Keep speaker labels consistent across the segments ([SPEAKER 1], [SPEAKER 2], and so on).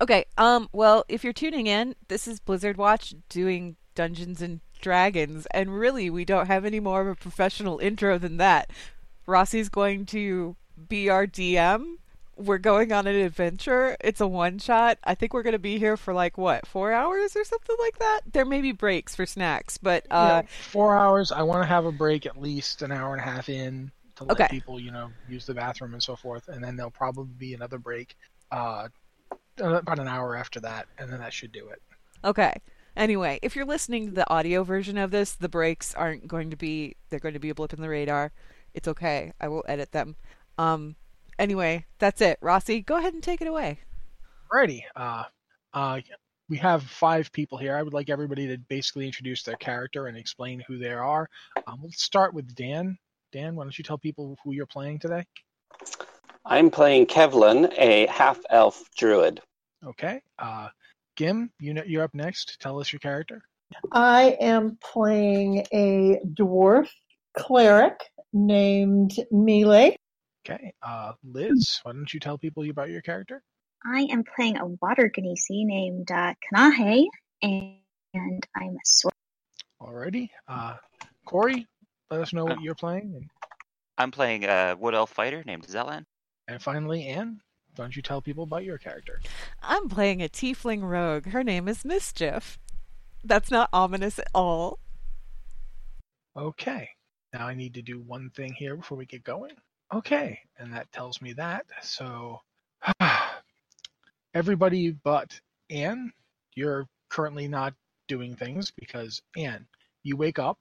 [SPEAKER 1] Okay. Um. Well, if you're tuning in, this is Blizzard Watch doing Dungeons and Dragons, and really, we don't have any more of a professional intro than that. Rossi's going to be our DM. We're going on an adventure. It's a one shot. I think we're going to be here for like what four hours or something like that. There may be breaks for snacks, but uh,
[SPEAKER 2] Yeah, four hours. I want to have a break at least an hour and a half in to let
[SPEAKER 1] Okay.
[SPEAKER 2] people, you know, use the bathroom and so forth, and then there'll probably be another break, uh, about an hour after that, and then that should do it.
[SPEAKER 1] Okay. Anyway, if you're listening to the audio version of this, the breaks aren't going to be they're going to be a blip in the radar. It's okay. I will edit them. Um anyway, that's it. Rossi, go ahead and take it away.
[SPEAKER 2] Alrighty. Uh, uh, we have five people here. I would like everybody to basically introduce their character and explain who they are. Um, we'll start with Dan. Dan, why don't you tell people who you're playing today?
[SPEAKER 3] I'm playing Kevlin, a half elf druid.
[SPEAKER 2] Okay. Uh, Gim, you know, you're up next. Tell us your character.
[SPEAKER 4] I am playing a dwarf cleric named Melee.
[SPEAKER 2] Okay. Uh, Liz, why don't you tell people about your character?
[SPEAKER 5] I am playing a water genasi named uh, Kanahe, and, and I'm a sword.
[SPEAKER 2] Alrighty. Uh, Corey, let us know what you're playing. And,
[SPEAKER 6] I'm playing a wood elf fighter named Zelan.
[SPEAKER 2] and finally, Anne, why don't you tell people about your character?
[SPEAKER 1] I'm playing a tiefling rogue. Her name is Mischief. That's not ominous at all.
[SPEAKER 2] Okay. Now I need to do one thing here before we get going. Okay. And that tells me that. So, everybody but Anne, you're currently not doing things because, Anne, you wake up,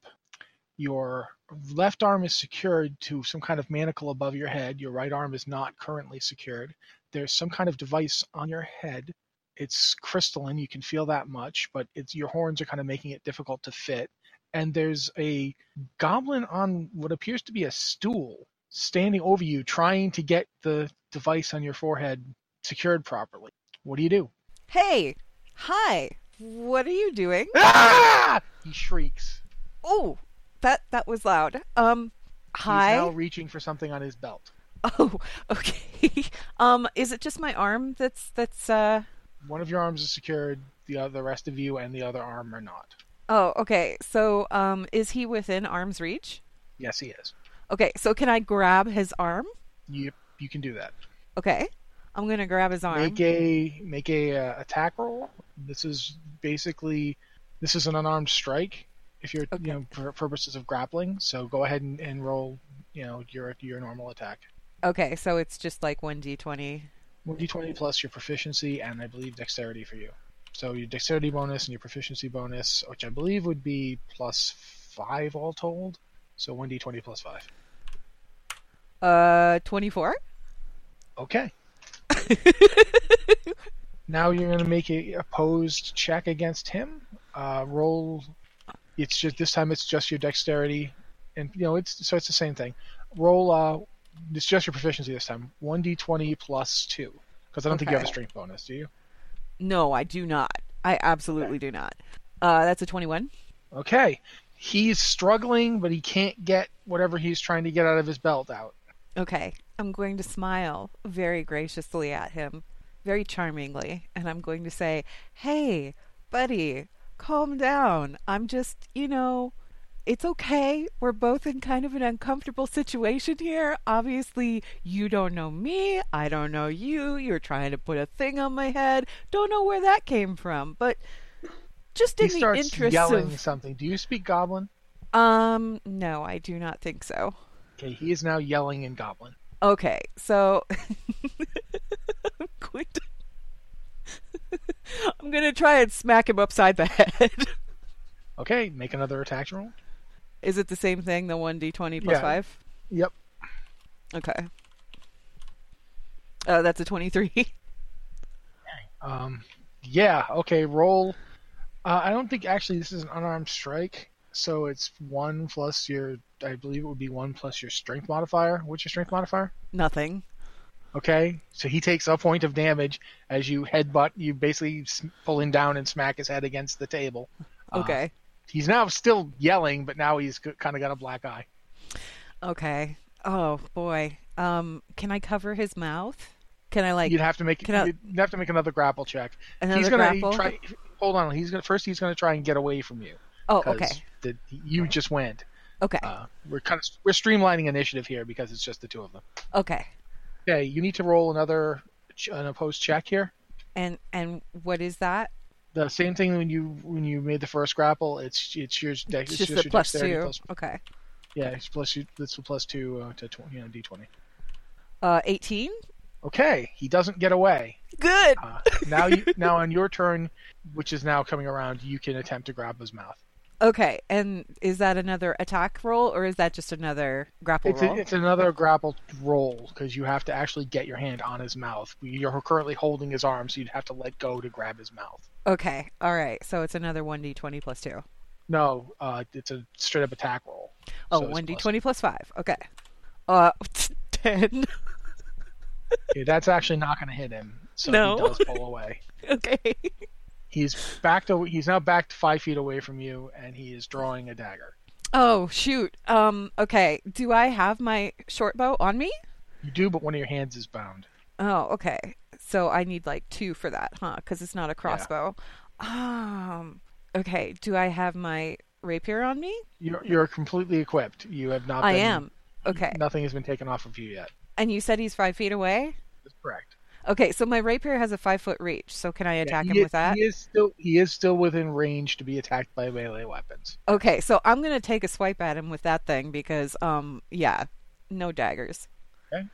[SPEAKER 2] your left arm is secured to some kind of manacle above your head, your right arm is not currently secured. There's some kind of device on your head. It's crystalline, you can feel that much, but it's your horns are kind of making it difficult to fit. And there's a goblin on what appears to be a stool standing over you trying to get the device on your forehead secured properly. What do you do?
[SPEAKER 1] Hey. Hi. What are you doing?
[SPEAKER 2] Ah! He shrieks.
[SPEAKER 1] Oh, that that was loud. Um hi.
[SPEAKER 2] He's now reaching for something on his belt.
[SPEAKER 1] Oh, okay. um is it just my arm that's that's uh
[SPEAKER 2] One of your arms is secured, the other, the rest of you and the other arm are not.
[SPEAKER 1] Oh, okay. So, um, is he within arm's reach?
[SPEAKER 2] Yes, he is.
[SPEAKER 1] Okay, so can I grab his arm?
[SPEAKER 2] You you can do that.
[SPEAKER 1] Okay, I'm gonna grab his arm.
[SPEAKER 2] Make a make a uh, attack roll. This is basically this is an unarmed strike. If you're
[SPEAKER 1] Okay.
[SPEAKER 2] you know for purposes of grappling, so go ahead and, and roll you know your your normal attack.
[SPEAKER 1] Okay, so it's just like one d20.
[SPEAKER 2] One d20 plus your proficiency and I believe dexterity for you. So your dexterity bonus and your proficiency bonus, which I believe would be plus five all told. So one d20 plus five.
[SPEAKER 1] Uh, 24.
[SPEAKER 2] Okay. now you're going to make a opposed check against him. Uh, roll. It's just this time. It's just your dexterity, and you know it's so it's the same thing. Roll uh, It's just your proficiency this time. One d20 plus two, because I don't think you
[SPEAKER 1] Okay.
[SPEAKER 2] have a strength bonus. Do you?
[SPEAKER 1] No, I do not. I absolutely do not. Uh, that's a 21.
[SPEAKER 2] Okay. He's struggling, but he can't get whatever he's trying to get out of his belt out.
[SPEAKER 1] Okay. I'm going to smile very graciously at him, very charmingly, and I'm going to say, Hey, buddy, calm down. I'm just, you know, it's okay. We're both in kind of an uncomfortable situation here. Obviously, you don't know me. I don't know you. You're trying to put a thing on my head. Don't know where that came from, but just in
[SPEAKER 2] he
[SPEAKER 1] the
[SPEAKER 2] starts
[SPEAKER 1] interest
[SPEAKER 2] yelling
[SPEAKER 1] of.
[SPEAKER 2] something. Do you speak Goblin?
[SPEAKER 1] Um, no, I do not think so.
[SPEAKER 2] Okay, he is now yelling in Goblin.
[SPEAKER 1] Okay, so I'm going to I'm gonna try and smack him upside the head.
[SPEAKER 2] Okay, make another attack roll.
[SPEAKER 1] Is it the same thing? The one d twenty
[SPEAKER 2] Yeah.
[SPEAKER 1] five.
[SPEAKER 2] Yep.
[SPEAKER 1] Okay. Uh, that's a twenty three.
[SPEAKER 2] Um, yeah. Okay. Roll. Uh, I don't think actually this is an unarmed strike, so it's one plus your. I believe it would be one plus your strength modifier. What's your strength modifier?
[SPEAKER 1] Nothing.
[SPEAKER 2] Okay. So he takes a point of damage as you headbutt. You basically s- pull him down and smack his head against the table. Uh,
[SPEAKER 1] Okay.
[SPEAKER 2] he's now still yelling, but now he's kind of got a black eye.
[SPEAKER 1] Okay. Oh boy. Um, can I cover his mouth? Can I like?
[SPEAKER 2] you'd have to make
[SPEAKER 1] Can I,
[SPEAKER 2] you'd have to make another grapple check. he's
[SPEAKER 1] Another
[SPEAKER 2] gonna
[SPEAKER 1] grapple?
[SPEAKER 2] try. Hold on. He's gonna first. He's gonna try and get away from you.
[SPEAKER 1] Oh,
[SPEAKER 2] 'cause
[SPEAKER 1] okay.
[SPEAKER 2] The, you just went.
[SPEAKER 1] Okay.
[SPEAKER 2] Uh, we're kind of we're streamlining initiative here because it's just the two of them.
[SPEAKER 1] okay.
[SPEAKER 2] Okay. You need to roll another ch- an opposed check here.
[SPEAKER 1] And and what is that?
[SPEAKER 2] The same thing when you when you made the first grapple. It's it's your
[SPEAKER 1] It's
[SPEAKER 2] dex- it's
[SPEAKER 1] just
[SPEAKER 2] just
[SPEAKER 1] a
[SPEAKER 2] your
[SPEAKER 1] plus
[SPEAKER 2] dexterity
[SPEAKER 1] two.
[SPEAKER 2] plus-
[SPEAKER 1] Okay.
[SPEAKER 2] yeah, it's plus you. This plus two uh, to twenty on d twenty.
[SPEAKER 1] Uh, eighteen.
[SPEAKER 2] Okay, he doesn't get away.
[SPEAKER 1] Good.
[SPEAKER 2] Uh, now you now on your turn, which is now coming around, you can attempt to grab his mouth.
[SPEAKER 1] Okay, and is that another attack roll or is that just another grapple
[SPEAKER 2] It's, a,
[SPEAKER 1] roll?
[SPEAKER 2] it's another grapple roll because you have to actually get your hand on his mouth. You're currently holding his arm, so you'd have to let go to grab his mouth.
[SPEAKER 1] Okay, all right. So it's another 1d20 plus 2.
[SPEAKER 2] No, uh, it's a straight up attack roll.
[SPEAKER 1] Oh,
[SPEAKER 2] So it's
[SPEAKER 1] 1d20 plus 5. Okay. Uh 10.
[SPEAKER 2] Okay, that's actually not going to hit him, so
[SPEAKER 1] No.
[SPEAKER 2] he does pull away.
[SPEAKER 1] okay.
[SPEAKER 2] He's backed. Away, he's now backed five feet away from you, and he is drawing a dagger.
[SPEAKER 1] Oh, shoot. Um okay, do I have my short bow on me?
[SPEAKER 2] You do, but one of your hands is bound.
[SPEAKER 1] Oh, okay. So I need like 2 for that, huh? Cuz it's not a crossbow. Um okay, do I have my rapier on me?
[SPEAKER 2] You're you're completely equipped. You have not.
[SPEAKER 1] I
[SPEAKER 2] been-
[SPEAKER 1] am. Okay.
[SPEAKER 2] Nothing has been taken off of you yet.
[SPEAKER 1] And you said he's 5 feet away?
[SPEAKER 2] That's correct.
[SPEAKER 1] Okay, so my rapier has a five foot reach, so can I attack
[SPEAKER 2] he
[SPEAKER 1] him
[SPEAKER 2] is-
[SPEAKER 1] with that?
[SPEAKER 2] He is still he is still within range to be attacked by melee weapons.
[SPEAKER 1] Okay, so I'm gonna take a swipe at him with that thing because, um, yeah, no daggers.
[SPEAKER 2] Okay.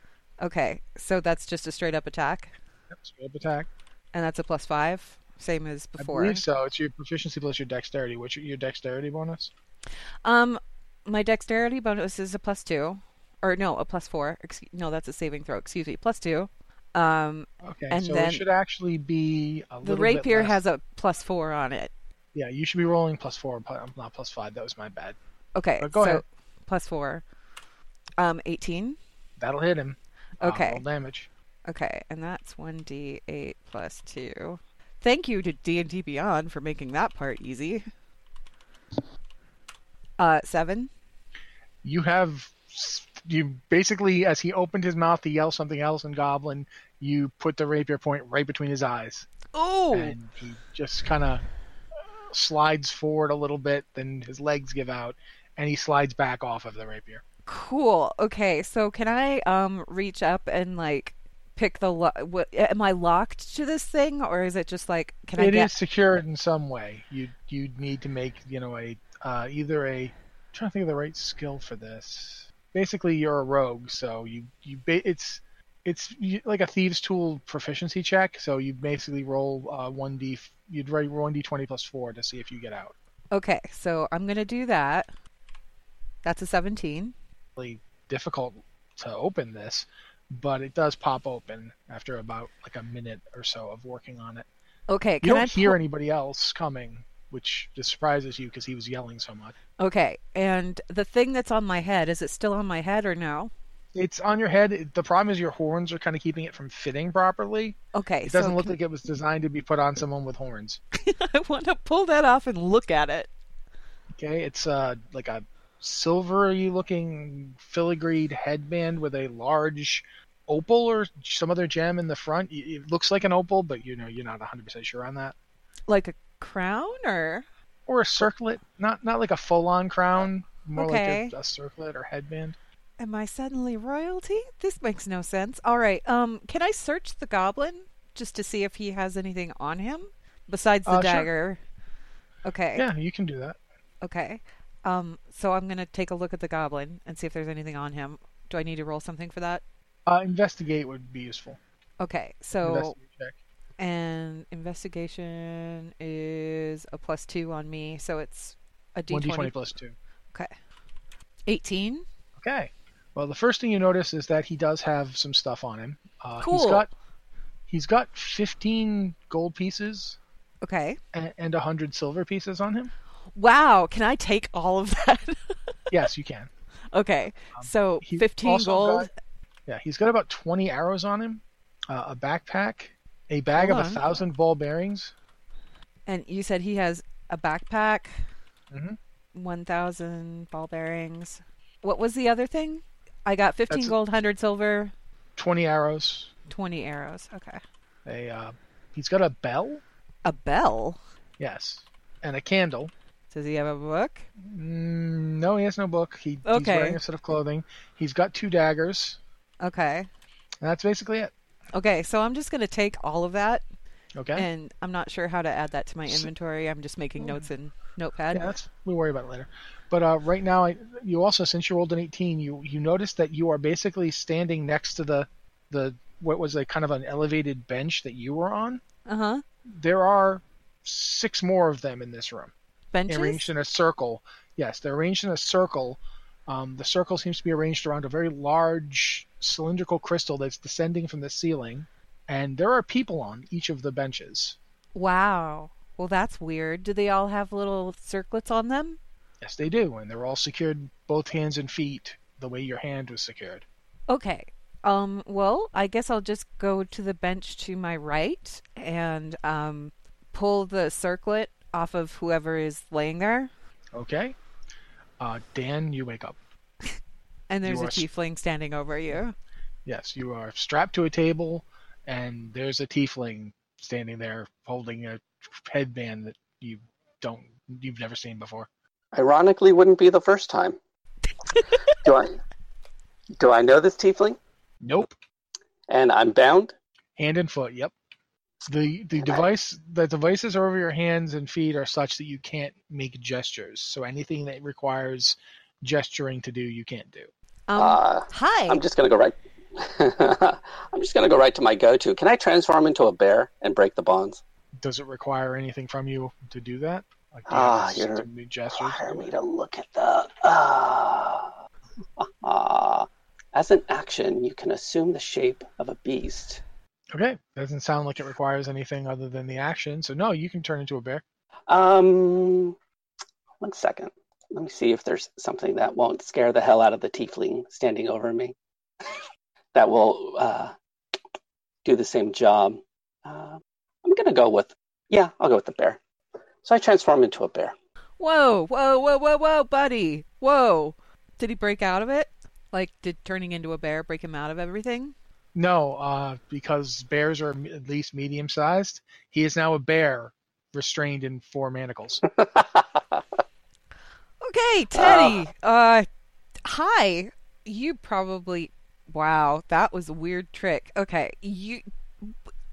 [SPEAKER 1] Okay, so that's just a straight up attack,
[SPEAKER 2] Yep, straight up attack.
[SPEAKER 1] and that's a plus five, same as
[SPEAKER 2] I
[SPEAKER 1] before.
[SPEAKER 2] believe so. It's your proficiency plus your dexterity. What's your, your dexterity bonus?
[SPEAKER 1] Um, my dexterity bonus is a plus two, or no, a plus four. Excuse, no, that's a saving throw. Excuse me, plus two. Um,
[SPEAKER 2] Okay,
[SPEAKER 1] and
[SPEAKER 2] so
[SPEAKER 1] then
[SPEAKER 2] it should actually be a
[SPEAKER 1] the
[SPEAKER 2] little
[SPEAKER 1] rapier
[SPEAKER 2] bit less.
[SPEAKER 1] has a plus four on it.
[SPEAKER 2] Yeah, you should be rolling plus four, but not plus five. That was my bad.
[SPEAKER 1] Okay,
[SPEAKER 2] But go
[SPEAKER 1] so
[SPEAKER 2] ahead.
[SPEAKER 1] plus four. Um, eighteen.
[SPEAKER 2] That'll hit him. Uh,
[SPEAKER 1] Okay.
[SPEAKER 2] roll damage.
[SPEAKER 1] Okay, and that's 1d8 plus 2. Thank you to D&D Beyond for making that part easy. Uh 7.
[SPEAKER 2] You have you basically as he opened his mouth to yell something else in Goblin, you put the rapier point right between his eyes,
[SPEAKER 1] Oh,
[SPEAKER 2] and he just kind of slides forward a little bit. Then his legs give out, and he slides back off of the rapier.
[SPEAKER 1] cool. Okay, so can I um reach up and like pick the lo- what am I locked to this thing or is it just like can I
[SPEAKER 2] It is
[SPEAKER 1] get
[SPEAKER 2] secured in some way. You you need to make you know a uh, either a I'm trying to think of the right skill for this. Basically, you're a rogue, so you you ba- it's it's you, like a thieves' tool proficiency check. So you basically roll uh, one d you'd write one d twenty plus four to see if you get out.
[SPEAKER 1] Okay, so I'm going to do that. That's a 17.
[SPEAKER 2] Really difficult to open this, but it does pop open after about like a minute or so of working on it.
[SPEAKER 1] Okay,
[SPEAKER 2] You
[SPEAKER 1] can
[SPEAKER 2] don't
[SPEAKER 1] I
[SPEAKER 2] hear
[SPEAKER 1] pull-
[SPEAKER 2] anybody else coming, which just surprises you because he was yelling so much.
[SPEAKER 1] Okay, and the thing that's on my head is it still on my head or no?
[SPEAKER 2] It's on your head. It- The problem is your horns are kind of keeping it from fitting properly.
[SPEAKER 1] Okay,
[SPEAKER 2] It doesn't
[SPEAKER 1] so
[SPEAKER 2] look
[SPEAKER 1] can-
[SPEAKER 2] like it was designed to be put on someone with horns.
[SPEAKER 1] I want to pull that off and look at it.
[SPEAKER 2] Okay, it's uh like a silvery looking filigreed headband with a large opal or some other gem in the front. Y- It looks like an opal, but you know you're not 100% sure on that.
[SPEAKER 1] Like a crown or
[SPEAKER 2] Or a circlet, not not like a full-on crown, more
[SPEAKER 1] Okay.
[SPEAKER 2] like a, a circlet or headband.
[SPEAKER 1] am I suddenly royalty? This makes no sense. All right. Um can I search the goblin just to see if he has anything on him besides the
[SPEAKER 2] Uh, sure.
[SPEAKER 1] dagger? Okay.
[SPEAKER 2] Yeah, you can do that.
[SPEAKER 1] Okay. Um so I'm going to take a look at the goblin and see if there's anything on him. Do I need to roll something for that?
[SPEAKER 2] Uh, investigate would be useful.
[SPEAKER 1] Okay. So
[SPEAKER 2] Investigate check.
[SPEAKER 1] and investigation is a plus 2 on me, so it's a d20.
[SPEAKER 2] 1d20 plus 2.
[SPEAKER 1] Okay. 18.
[SPEAKER 2] Okay. Well, the first thing you notice is that he does have some stuff on him. Uh, He's
[SPEAKER 1] Cool.
[SPEAKER 2] got he's got 15 gold pieces
[SPEAKER 1] Okay.
[SPEAKER 2] and, and 100 silver pieces on him.
[SPEAKER 1] Wow, can I take all of that?
[SPEAKER 2] Yes, you can.
[SPEAKER 1] okay. So
[SPEAKER 2] Um, He's
[SPEAKER 1] 15
[SPEAKER 2] also
[SPEAKER 1] gold.
[SPEAKER 2] got- yeah, he's got about 20 arrows on him, uh, a backpack, a bag
[SPEAKER 1] Hold
[SPEAKER 2] of a
[SPEAKER 1] on.
[SPEAKER 2] thousand ball bearings.
[SPEAKER 1] And you said he has a backpack,
[SPEAKER 2] Mhm.
[SPEAKER 1] 1,000 ball bearings. What was the other thing? I got 15
[SPEAKER 2] That's-
[SPEAKER 1] gold, 100 silver,
[SPEAKER 2] 20 arrows.
[SPEAKER 1] 20 arrows. Okay.
[SPEAKER 2] A uh, he's got a bell.
[SPEAKER 1] A bell?
[SPEAKER 2] Yes, and a candle.
[SPEAKER 1] Does he have a book?
[SPEAKER 2] Mm, no, he has no book. He, He's
[SPEAKER 1] Okay.
[SPEAKER 2] wearing a set of clothing. He's got two daggers.
[SPEAKER 1] Okay.
[SPEAKER 2] And that's basically it.
[SPEAKER 1] Okay, so I'm just going to take all of that.
[SPEAKER 2] Okay.
[SPEAKER 1] And I'm not sure how to add that to my inventory. I'm just making notes in Notepad.
[SPEAKER 2] Oh. Yeah, that's we worry about it later. But uh, right now, I, you also since you rolled an 18, you you notice that you are basically standing next to the the what was a kind of an elevated bench that you were on.
[SPEAKER 1] Uh huh.
[SPEAKER 2] There are six more of them in this room,
[SPEAKER 1] Benches?
[SPEAKER 2] arranged in a circle. Yes, they're arranged in a circle. Um, the circle seems to be arranged around a very large cylindrical crystal that's descending from the ceiling, and there are people on each of the benches.
[SPEAKER 1] Wow. Well, that's weird. Do they all have little circlets on them?
[SPEAKER 2] Yes, they do, and they're all secured both hands and feet the way your hand was secured.
[SPEAKER 1] Okay. Um, well, I guess I'll just go to the bench to my right and um, pull the circlet off of whoever is laying there.
[SPEAKER 2] Okay. Uh, Dan, you wake up.
[SPEAKER 1] And there's
[SPEAKER 2] You
[SPEAKER 1] a
[SPEAKER 2] are s-
[SPEAKER 1] tiefling standing over you.
[SPEAKER 2] Yes, you are strapped to a table, and there's a tiefling standing there holding a headband that you don't you've never seen before.
[SPEAKER 7] Ironically, wouldn't be the first time. do I? Do I know this tiefling?
[SPEAKER 2] Nope.
[SPEAKER 7] And I'm bound.
[SPEAKER 2] Hand and foot. Yep. The the device the devices over your hands and feet are such that you can't make gestures. So anything that requires gesturing to do, you can't do.
[SPEAKER 1] Um, hi.
[SPEAKER 7] Uh, I'm just gonna go right. I'm just gonna go right to my go-to. Can I transform into a bear and break the bonds?
[SPEAKER 2] Does it require anything from you to do that? Like do you have
[SPEAKER 7] Ah,
[SPEAKER 2] to
[SPEAKER 7] you're
[SPEAKER 2] do any gestures?
[SPEAKER 7] require me to look at the. Ah. Ah. As an action, you can assume the shape of a beast.
[SPEAKER 2] Okay. Doesn't sound like it requires anything other than the action. So no, you can turn into a bear.
[SPEAKER 7] Um, one second. Let me see if there's something that won't scare the hell out of the tiefling standing over me. that will uh, do the same job. Uh, I'm gonna go with yeah. I'll go with the bear. So I transform into a bear.
[SPEAKER 1] Whoa, whoa, whoa, whoa, whoa, buddy. Whoa. Did he break out of it? Like, did turning into a bear break him out of everything?
[SPEAKER 2] No, uh, because bears are m- at least medium sized. He is now a bear restrained in four manacles.
[SPEAKER 1] Okay, Teddy. Uh, hi. You probably. Wow, that was a weird trick. Okay, you.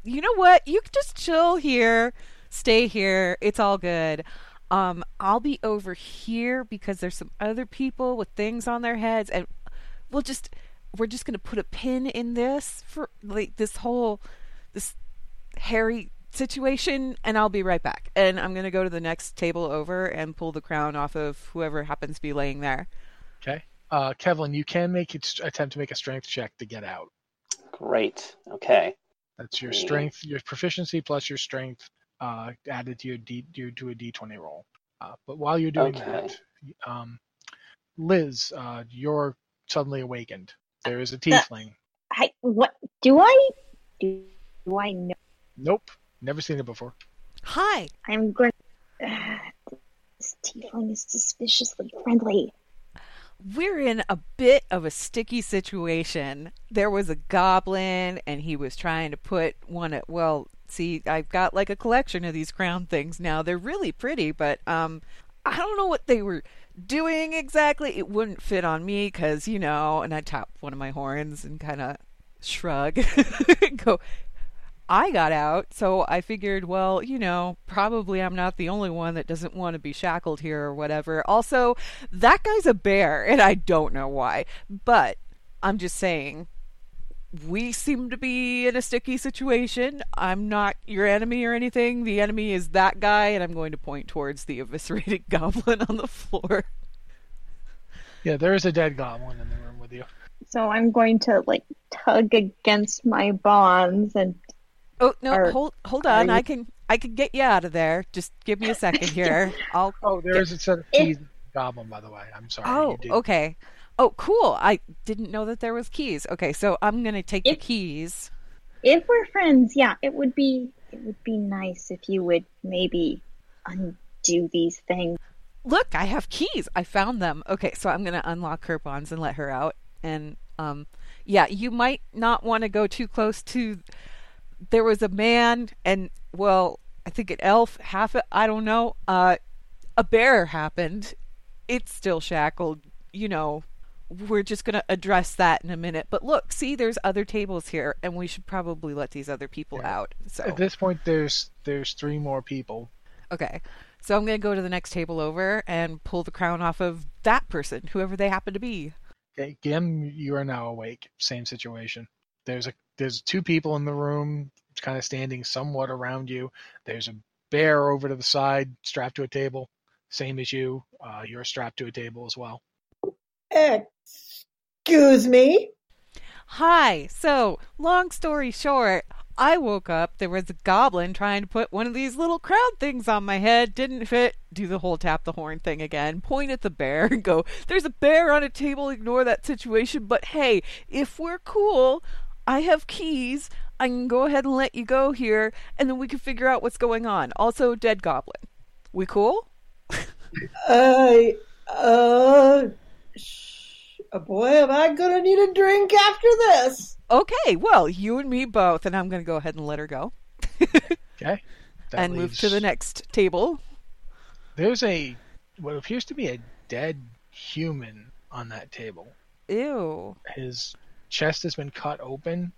[SPEAKER 1] You know what? You can just chill here, stay here. It's all good. Um, I'll be over here because there's some other people with things on their heads, and we'll just we're just gonna put a pin in this for like this whole this hairy situation and I'll be right back. And I'm going to go to the next table over and pull the crown off of whoever happens to be laying there.
[SPEAKER 2] okay. Uh, Kevlin, you can make it, attempt to make a strength check to get out.
[SPEAKER 7] Great. Okay. Hmm.
[SPEAKER 2] That's your strength, your proficiency plus your strength uh, added to your D, your, to a D20 roll. Uh, but while you're doing
[SPEAKER 7] Okay.
[SPEAKER 2] that, um, Liz, uh, you're suddenly awakened. There is a tiefling.
[SPEAKER 8] I what do I do? I know?
[SPEAKER 2] Nope, never seen it before.
[SPEAKER 1] Hi.
[SPEAKER 8] I'm going. this tiefling is suspiciously friendly.
[SPEAKER 1] we're in a bit of a sticky situation. There was a goblin, and he was trying to put one at. Well, see, I've got like a collection of these crown things now. They're really pretty, but um, I don't know what they were doing exactly. It wouldn't fit on me because you know. And I tap one of my horns and kind of shrug, and go. I got out, so I figured, well, you know, probably I'm not the only one that doesn't want to be shackled here or whatever. Also, that guy's a bear, and I don't know why. But I'm just saying, we seem to be in a sticky situation. I'm not your enemy or anything. The enemy is that guy, and I'm going to point towards the eviscerated goblin on the floor.
[SPEAKER 2] Yeah, there is a dead goblin in the room with you.
[SPEAKER 8] So I'm going to like tug against my bonds and
[SPEAKER 1] Oh no,
[SPEAKER 8] Are-
[SPEAKER 1] hold hold
[SPEAKER 8] are
[SPEAKER 1] on.
[SPEAKER 8] you-
[SPEAKER 1] I can I can get you out of there. Just give me a second here. I'll
[SPEAKER 2] Oh, there
[SPEAKER 1] get-
[SPEAKER 2] is a set of keys in the goblin, by the way. I'm sorry.
[SPEAKER 1] Oh,
[SPEAKER 2] you did-
[SPEAKER 1] okay. Oh, cool. I didn't know that there was keys. Okay, so I'm gonna take the keys.
[SPEAKER 8] if we're friends, yeah, it would be it would be nice if you would maybe undo these things.
[SPEAKER 1] Look, I have keys. I found them. Okay, so I'm gonna unlock her bonds and let her out. And um, yeah, you might not want to go too close to. There was a man, and well, I think an elf, half. A, I don't know. Uh, a bear happened. It's still shackled. You know, we're just gonna address that in a minute. But look, see, there's other tables here, and we should probably let these other people out. So
[SPEAKER 2] At this point, there's there's three more people.
[SPEAKER 1] Okay. So I'm going to go to the next table over and pull the crown off of that person, whoever they happen to be.
[SPEAKER 2] Okay, Gim, you are now awake. Same situation. There's a there's two people in the room, kind of standing somewhat around you. There's a bear over to the side, strapped to a table. Same as you. Uh, you're strapped to a table as well.
[SPEAKER 9] Excuse me.
[SPEAKER 1] Hi. So, long story short, I woke up. There was a goblin trying to put one of these little crown things on my head. Didn't fit. Do the whole tap the horn thing again. Point at the bear and go, There's a bear on a table. Ignore that situation. But hey, if we're cool, I have keys. I can go ahead and let you go here, and then we can figure out what's going on. Also, dead goblin. We cool?
[SPEAKER 9] I, uh, sh- boy, am I gonna need a drink after this.
[SPEAKER 1] Okay, well, you and me both, and I'm going to go ahead and let her go
[SPEAKER 2] Okay. That
[SPEAKER 1] and move to
[SPEAKER 2] leaves-
[SPEAKER 1] the next table.
[SPEAKER 2] There's a what appears to be a dead human on that table.
[SPEAKER 1] Ew.
[SPEAKER 2] his chest has been cut open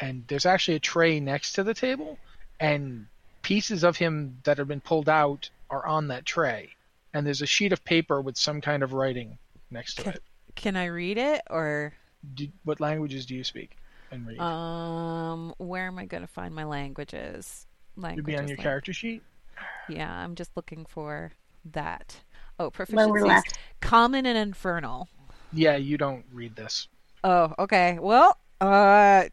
[SPEAKER 2] and there's actually a tray next to the table and pieces of him that have been pulled out are on that tray and there's a sheet of paper with some kind of writing next to it
[SPEAKER 1] Can I read it or
[SPEAKER 2] do, what languages do you speak and read
[SPEAKER 1] Uh, um where am I going to find my languages?
[SPEAKER 2] you'd
[SPEAKER 1] Languages.
[SPEAKER 2] be on your
[SPEAKER 1] lang-
[SPEAKER 2] character sheet
[SPEAKER 1] Yeah, I'm just looking for that. Oh,
[SPEAKER 8] Lower
[SPEAKER 1] proficiencies.
[SPEAKER 8] left.
[SPEAKER 1] Common and infernal.
[SPEAKER 2] yeah you don't read this
[SPEAKER 1] Oh, okay. Well, uh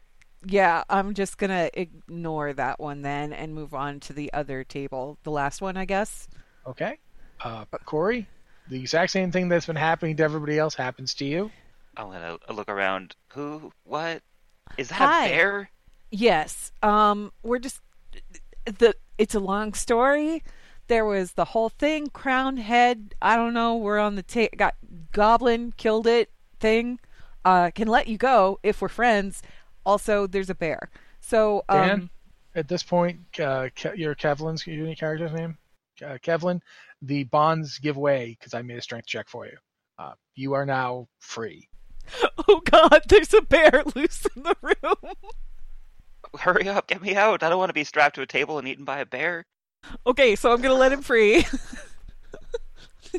[SPEAKER 1] yeah, I'm just going to ignore that one then and move on to the other table. The last one, I guess.
[SPEAKER 2] okay uh, corey the exact same thing that's been happening to everybody else happens to you
[SPEAKER 4] I'm gonna look around. Who? What? Is that
[SPEAKER 1] Hi.
[SPEAKER 4] a bear?
[SPEAKER 1] Yes. Um we're just the it's a long story. There was the whole thing, crown head, I don't know, we're on the ta- got goblin killed it thing. Uh can let you go if we're friends. Also there's a bear. So um
[SPEAKER 2] Dan, at this point, uh, Ke- your Kevlin's your character's name, uh, Kevlin. The bonds give way because I made a strength check for you. Uh, you are now free.
[SPEAKER 1] oh god, there's a bear loose in the room.
[SPEAKER 4] Hurry up! Get me out! I don't want to be strapped to a table and eaten by a bear.
[SPEAKER 1] okay, so I'm going to let him free.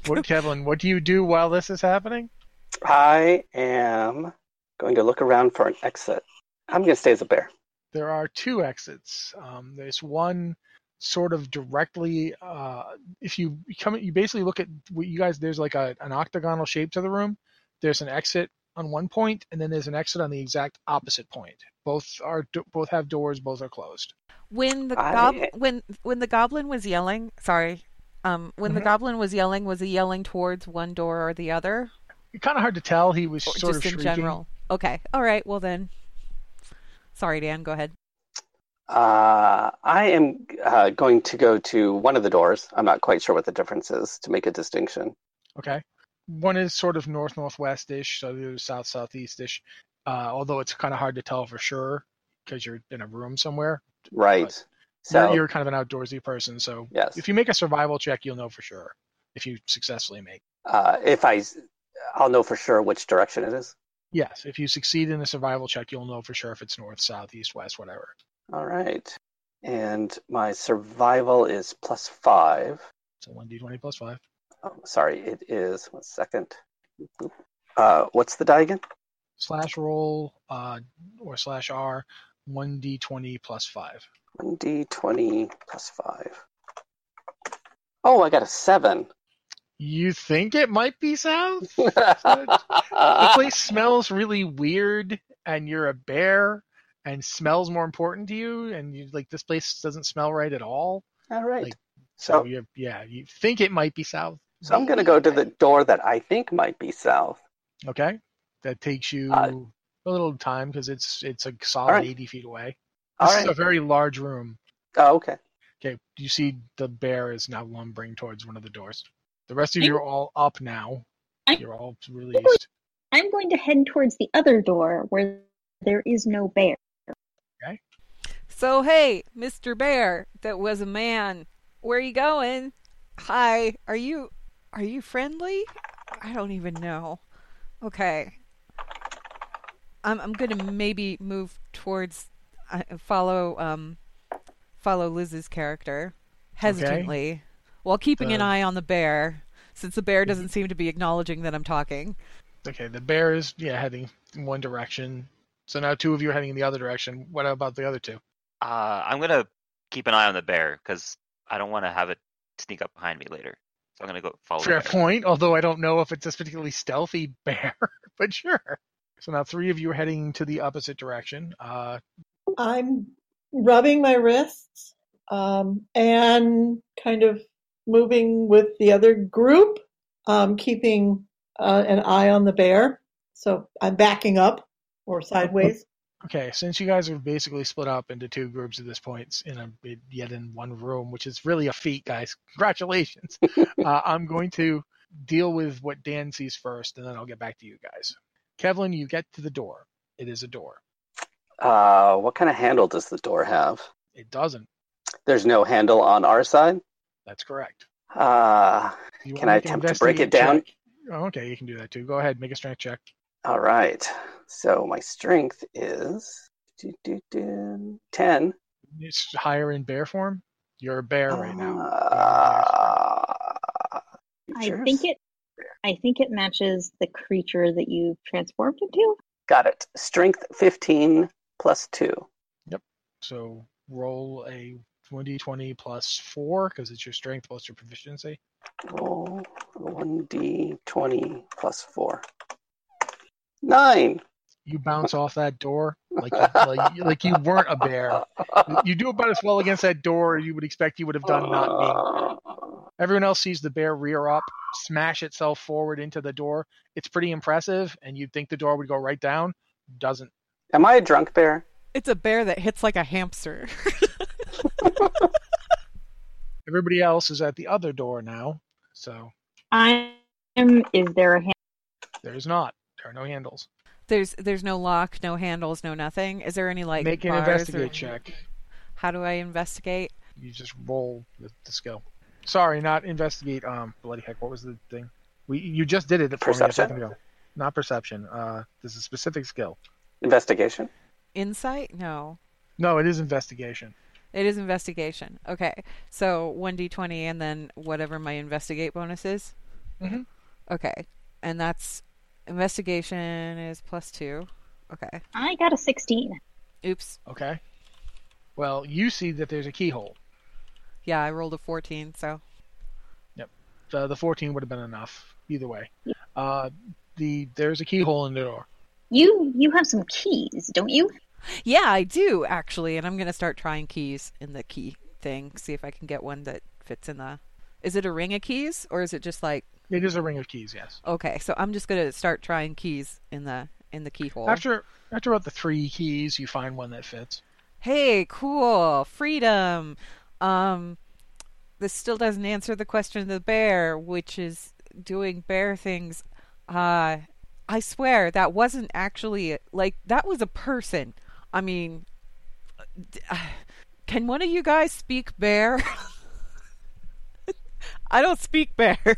[SPEAKER 2] What, Kevlin? What do you do while this is happening?
[SPEAKER 7] I am going to look around for an exit. I'm going to stay as a bear.
[SPEAKER 2] There are two exits. Um, there's one sort of directly. Uh, if you come, you basically look at what you guys. There's like a, an octagonal shape to the room. There's an exit on one point, and then there's an exit on the exact opposite point. Both are both have doors. Both are closed.
[SPEAKER 1] when the
[SPEAKER 7] I-
[SPEAKER 1] goblin when when the goblin was yelling, sorry. Um when the
[SPEAKER 2] Mhm.
[SPEAKER 1] goblin was yelling, was he yelling towards one door or the other?
[SPEAKER 2] kind of hard to tell. He was
[SPEAKER 1] Or
[SPEAKER 2] sort
[SPEAKER 1] just
[SPEAKER 2] of
[SPEAKER 1] in
[SPEAKER 2] shrieking.
[SPEAKER 1] general. Okay. All right. Well then. Sorry, Dan. Go ahead.
[SPEAKER 7] Uh, I am uh, going to go to one of the doors. I'm not quite sure what the difference is to make a distinction.
[SPEAKER 2] Okay. One is sort of north northwest ish, so the other is south southeast ish. Uh, although it's kind of hard to tell for sure because you're in a room somewhere.
[SPEAKER 7] Right.
[SPEAKER 2] So
[SPEAKER 7] So,
[SPEAKER 2] you're kind of an outdoorsy person, so
[SPEAKER 7] Yes.
[SPEAKER 2] if you make a survival check, you'll know for sure if you successfully make.
[SPEAKER 7] uh, if I, s- I'll know for sure which direction it is.
[SPEAKER 2] Yes, if you succeed in a survival check, you'll know for sure if it's north, south, east, west, whatever.
[SPEAKER 7] All right. And my survival is plus five.
[SPEAKER 2] So one d twenty plus five.
[SPEAKER 7] Oh, sorry, it is. One second. Uh, what's the die again?
[SPEAKER 2] Slash roll uh, or slash R, one d twenty plus five.
[SPEAKER 7] One d twenty plus five. Oh, I got a seven.
[SPEAKER 2] You think it might be south? the place smells really weird, and you're a bear, and smells more important to you, and you like this place doesn't smell right at all.
[SPEAKER 7] All right.
[SPEAKER 2] Like, so you yeah, you think it might be south.
[SPEAKER 7] So I'm gonna go to the door that I think might be south. Uh,
[SPEAKER 2] Okay, that takes you a little time because it's it's a solid
[SPEAKER 7] right.
[SPEAKER 2] eighty feet away.
[SPEAKER 7] All
[SPEAKER 2] This is a
[SPEAKER 7] right.
[SPEAKER 2] very large room.
[SPEAKER 7] Oh, okay.
[SPEAKER 2] Okay, you see the bear is now lumbering towards one of the doors. The rest of you are all up now. You're all released.
[SPEAKER 8] I'm going to head towards the other door where there is no bear.
[SPEAKER 1] So hey, Mr. Bear, that was a man. Where you going? Hi. Are you are you friendly? I don't even know. Okay. I'm I'm gonna maybe move towards uh, follow um follow Liz's character hesitantly while keeping an
[SPEAKER 2] The-
[SPEAKER 1] eye on the bear since the bear doesn't seem to be acknowledging that I'm talking.
[SPEAKER 2] Okay, the bear is yeah heading in one direction. So now two of you are heading in the other direction. What about the other two?
[SPEAKER 4] Uh, I'm gonna keep an eye on the bear because I don't want to have it sneak up behind me later. So I'm gonna go follow.
[SPEAKER 2] Fair
[SPEAKER 4] the Oh, bear.
[SPEAKER 2] point. Although I don't know if it's this particularly stealthy bear, but sure. So now three of you are heading to the opposite direction. Uh,
[SPEAKER 9] I'm rubbing my wrists um, and kind of moving with the other group, um, keeping uh, an eye on the bear. So I'm backing up or sideways.
[SPEAKER 2] Okay, since you guys are basically split up into two groups at this point, in a yet in one room, which is really a feat, guys. Congratulations. uh, I'm going to deal with what Dan sees first, and then I'll get back to you guys. Kevlin, you get to the door. It is a door.
[SPEAKER 7] Uh, what kind of handle does the door have?
[SPEAKER 2] It doesn't.
[SPEAKER 7] There's no handle on our side.
[SPEAKER 2] That's correct.
[SPEAKER 7] Uh,
[SPEAKER 2] You
[SPEAKER 7] can
[SPEAKER 2] wanna
[SPEAKER 7] I
[SPEAKER 2] make an
[SPEAKER 7] attempt to break it
[SPEAKER 2] investigate
[SPEAKER 7] down?
[SPEAKER 2] check? Oh, okay, you can do that too. Go ahead, make a strength check.
[SPEAKER 7] All right. So my strength is do, do, do, ten.
[SPEAKER 2] It's higher in bear form. You're a bear right
[SPEAKER 7] Uh.
[SPEAKER 2] now.
[SPEAKER 8] I think it. I think it matches the creature that you transformed into.
[SPEAKER 7] Got it. Strength fifteen plus two.
[SPEAKER 2] So roll a 1d20 plus 4 because it's your strength plus your proficiency.
[SPEAKER 7] Roll Oh, one d twenty plus four. Nine.
[SPEAKER 2] You bounce off that door like you, like, you- like you weren't a bear. You do about as well against that door you would expect you would have done not being.
[SPEAKER 9] Uh.
[SPEAKER 2] Everyone else sees the bear rear up, smash itself forward into the door. It's pretty impressive, and you'd think the door would go right down. Doesn't.
[SPEAKER 7] Am I a drunk bear?
[SPEAKER 1] It's a bear that hits like a hamster.
[SPEAKER 2] Everybody else is at the other door now, so
[SPEAKER 8] I'm. Is there a hand?
[SPEAKER 2] there is not. There are no handles.
[SPEAKER 1] there's there's no lock, no handles, no nothing. Is there any like
[SPEAKER 2] Make an
[SPEAKER 1] bars
[SPEAKER 2] investigate
[SPEAKER 1] or-
[SPEAKER 2] check.
[SPEAKER 1] How do I investigate?
[SPEAKER 2] you just roll the, the skill. Sorry, not investigate. Um, bloody heck, what was the thing? We you just did it for me a
[SPEAKER 7] Perception?
[SPEAKER 2] second ago. Not perception. Uh, this is a specific skill.
[SPEAKER 7] Investigation.
[SPEAKER 1] Insight? No.
[SPEAKER 2] No, it is investigation.
[SPEAKER 1] It is investigation. Okay. So 1d20 and then whatever my investigate bonus is.
[SPEAKER 2] Mhm.
[SPEAKER 1] Okay. And that's investigation is plus 2. Okay.
[SPEAKER 8] I got a sixteen.
[SPEAKER 1] Oops.
[SPEAKER 2] Okay. Well, you see that there's a keyhole.
[SPEAKER 1] Yeah, I rolled a 14, so
[SPEAKER 2] The the 14 would have been enough either way. Uh, the there's a keyhole in the door.
[SPEAKER 8] You you have some keys, don't you?
[SPEAKER 1] Yeah, I do actually, and I'm going to start trying keys in the key thing, see if I can get one that fits in the Is it a ring of keys or is it just like
[SPEAKER 2] It is a ring of keys. Yes.
[SPEAKER 1] okay, so I'm just going to start trying keys in the in the keyhole.
[SPEAKER 2] After after about the three keys, you find one that fits.
[SPEAKER 1] hey, cool, freedom. Um, this still doesn't answer the question of the bear, which is doing bear things. Uh, I swear that wasn't actually like that was a person. I mean, d- can one of you guys speak bear? I don't speak bear.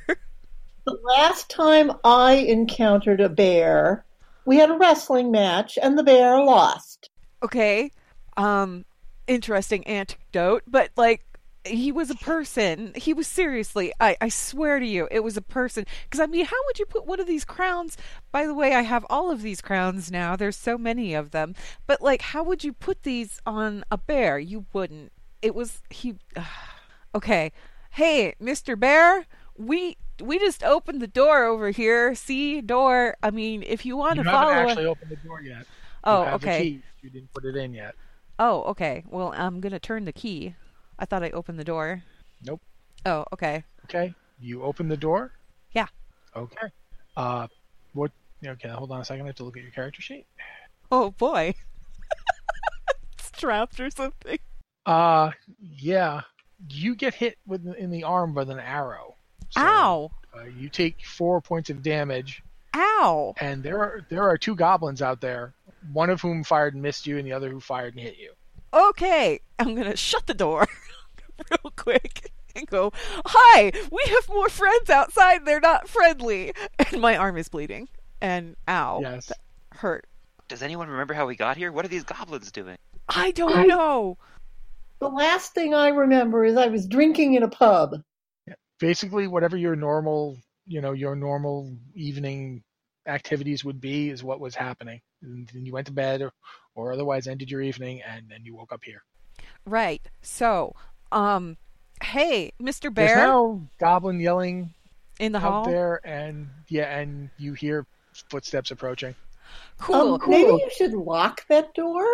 [SPEAKER 9] The last time I encountered a bear, we had a wrestling match and the bear lost.
[SPEAKER 1] okay um interesting anecdote but like he was a person he was seriously i i swear to you it was a person because i mean how would you put one of these crowns by the way i have all of these crowns now there's so many of them but like how would you put these on a bear you wouldn't it was he okay hey mr bear we we just opened the door over here see door i mean if you want
[SPEAKER 2] You
[SPEAKER 1] to
[SPEAKER 2] haven't
[SPEAKER 1] follow
[SPEAKER 2] actually opened the door yet.
[SPEAKER 1] Oh,
[SPEAKER 2] you have
[SPEAKER 1] okay.
[SPEAKER 2] The key. You didn't put it in yet.
[SPEAKER 1] Oh, okay. Well, I'm gonna turn the key. I thought I opened the door.
[SPEAKER 2] Nope.
[SPEAKER 1] Oh, okay.
[SPEAKER 2] Okay. You open the door.
[SPEAKER 1] Yeah.
[SPEAKER 2] Okay. Uh, what? Okay, hold on a second. I have to look at your character sheet.
[SPEAKER 1] Oh boy. it's trapped or something.
[SPEAKER 2] Uh, yeah. You get hit with in the arm with an arrow.
[SPEAKER 1] Ow!
[SPEAKER 2] Uh, you take four points of damage,
[SPEAKER 1] Ow!
[SPEAKER 2] and there are there are two goblins out there. One of whom fired and missed you, and the other who fired and hit you.
[SPEAKER 1] Okay, I'm gonna shut the door real quick and go. Hi, we have more friends outside. They're not friendly. And my arm is bleeding. And ow,
[SPEAKER 2] Yes.
[SPEAKER 1] hurt.
[SPEAKER 4] Does anyone remember how we got here? What are these goblins doing?
[SPEAKER 1] I don't
[SPEAKER 9] I-
[SPEAKER 1] know.
[SPEAKER 9] The last thing I remember is I was drinking in a pub.
[SPEAKER 2] basically whatever your normal you know your normal evening activities would be is what was happening and then you went to bed or, or otherwise ended your evening and then you woke up here
[SPEAKER 1] Right. So, um, hey, Mr.
[SPEAKER 2] there's
[SPEAKER 1] Bear,
[SPEAKER 2] now goblin yelling
[SPEAKER 1] in the
[SPEAKER 2] out
[SPEAKER 1] hall.
[SPEAKER 2] there and yeah and you hear footsteps approaching
[SPEAKER 1] Cool.
[SPEAKER 9] Um, Maybe you should lock that door.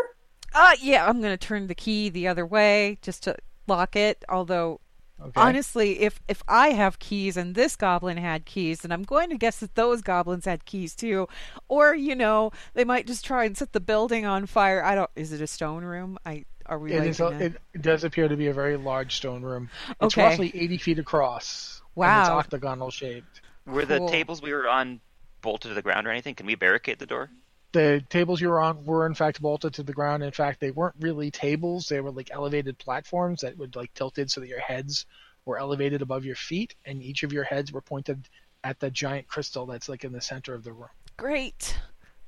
[SPEAKER 1] Uh yeah, I'm gonna turn the key the other way just to lock it. Although
[SPEAKER 2] okay
[SPEAKER 1] honestly, if if I have keys and this goblin had keys, then I'm going to guess that those goblins had keys too. Or, you know, they might just try and set the building on fire. I don't is it a stone room? I are we
[SPEAKER 2] it,
[SPEAKER 1] like
[SPEAKER 2] is
[SPEAKER 1] in a-
[SPEAKER 2] a, it does appear to be a very large stone room it's
[SPEAKER 1] Okay.
[SPEAKER 2] roughly 80 feet across and it's
[SPEAKER 1] Wow.
[SPEAKER 2] octagonal shaped
[SPEAKER 4] Were
[SPEAKER 1] Cool.
[SPEAKER 4] the tables we were on bolted to the ground or anything? Can we barricade the door?
[SPEAKER 2] the tables you were on were in fact bolted to the ground. In fact, they weren't really tables; they were like elevated platforms that would like tilted so that your heads were elevated above your feet, and each of your heads were pointed at the giant crystal that's like in the center of the room.
[SPEAKER 1] Great.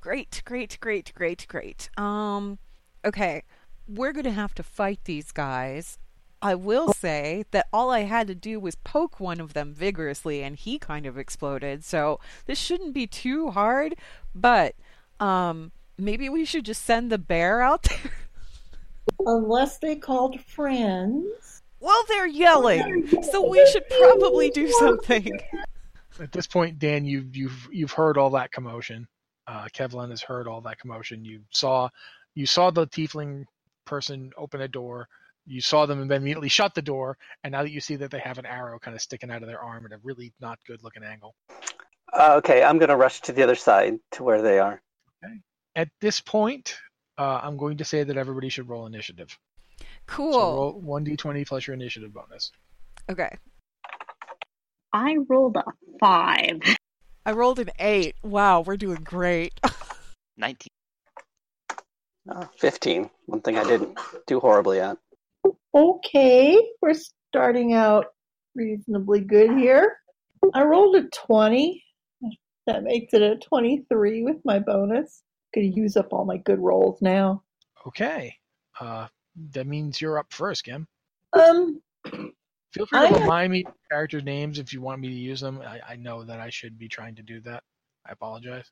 [SPEAKER 1] Great, great, great, great, great. Um okay. We're going to have to fight these guys. I will say that all I had to do was poke one of them vigorously and he kind of exploded. So this shouldn't be too hard, but um maybe we should just send the bear out there.
[SPEAKER 9] Unless they called friends.
[SPEAKER 1] well, they're yelling. So we should probably do something.
[SPEAKER 2] At this point, Dan, you've you've you've heard all that commotion. Uh, Kevlin has heard all that commotion. You saw, you saw the tiefling person open a door. You saw them and then immediately shut the door. And now that you see that they have an arrow kind of sticking out of their arm at a really not good looking angle.
[SPEAKER 7] Uh, okay, I'm going to rush to the other side to where they are.
[SPEAKER 2] at this point, uh, I'm going to say that everybody should roll initiative.
[SPEAKER 1] Cool.
[SPEAKER 2] So roll one d20 plus your initiative bonus.
[SPEAKER 1] Okay.
[SPEAKER 8] I rolled a five.
[SPEAKER 1] I rolled an 8. Wow, we're doing great.
[SPEAKER 4] 19.
[SPEAKER 7] Uh, 15. One thing I didn't do horribly at.
[SPEAKER 9] Okay, we're starting out reasonably good here. I rolled a 20. That makes it a 23 with my bonus. Going to use up all my good rolls now.
[SPEAKER 2] Okay, uh, that means you're up first, Kim.
[SPEAKER 9] Um,
[SPEAKER 2] Feel free to
[SPEAKER 9] I-
[SPEAKER 2] remind me character names if you want me to use them. I, I know that I should be trying to do that. I apologize.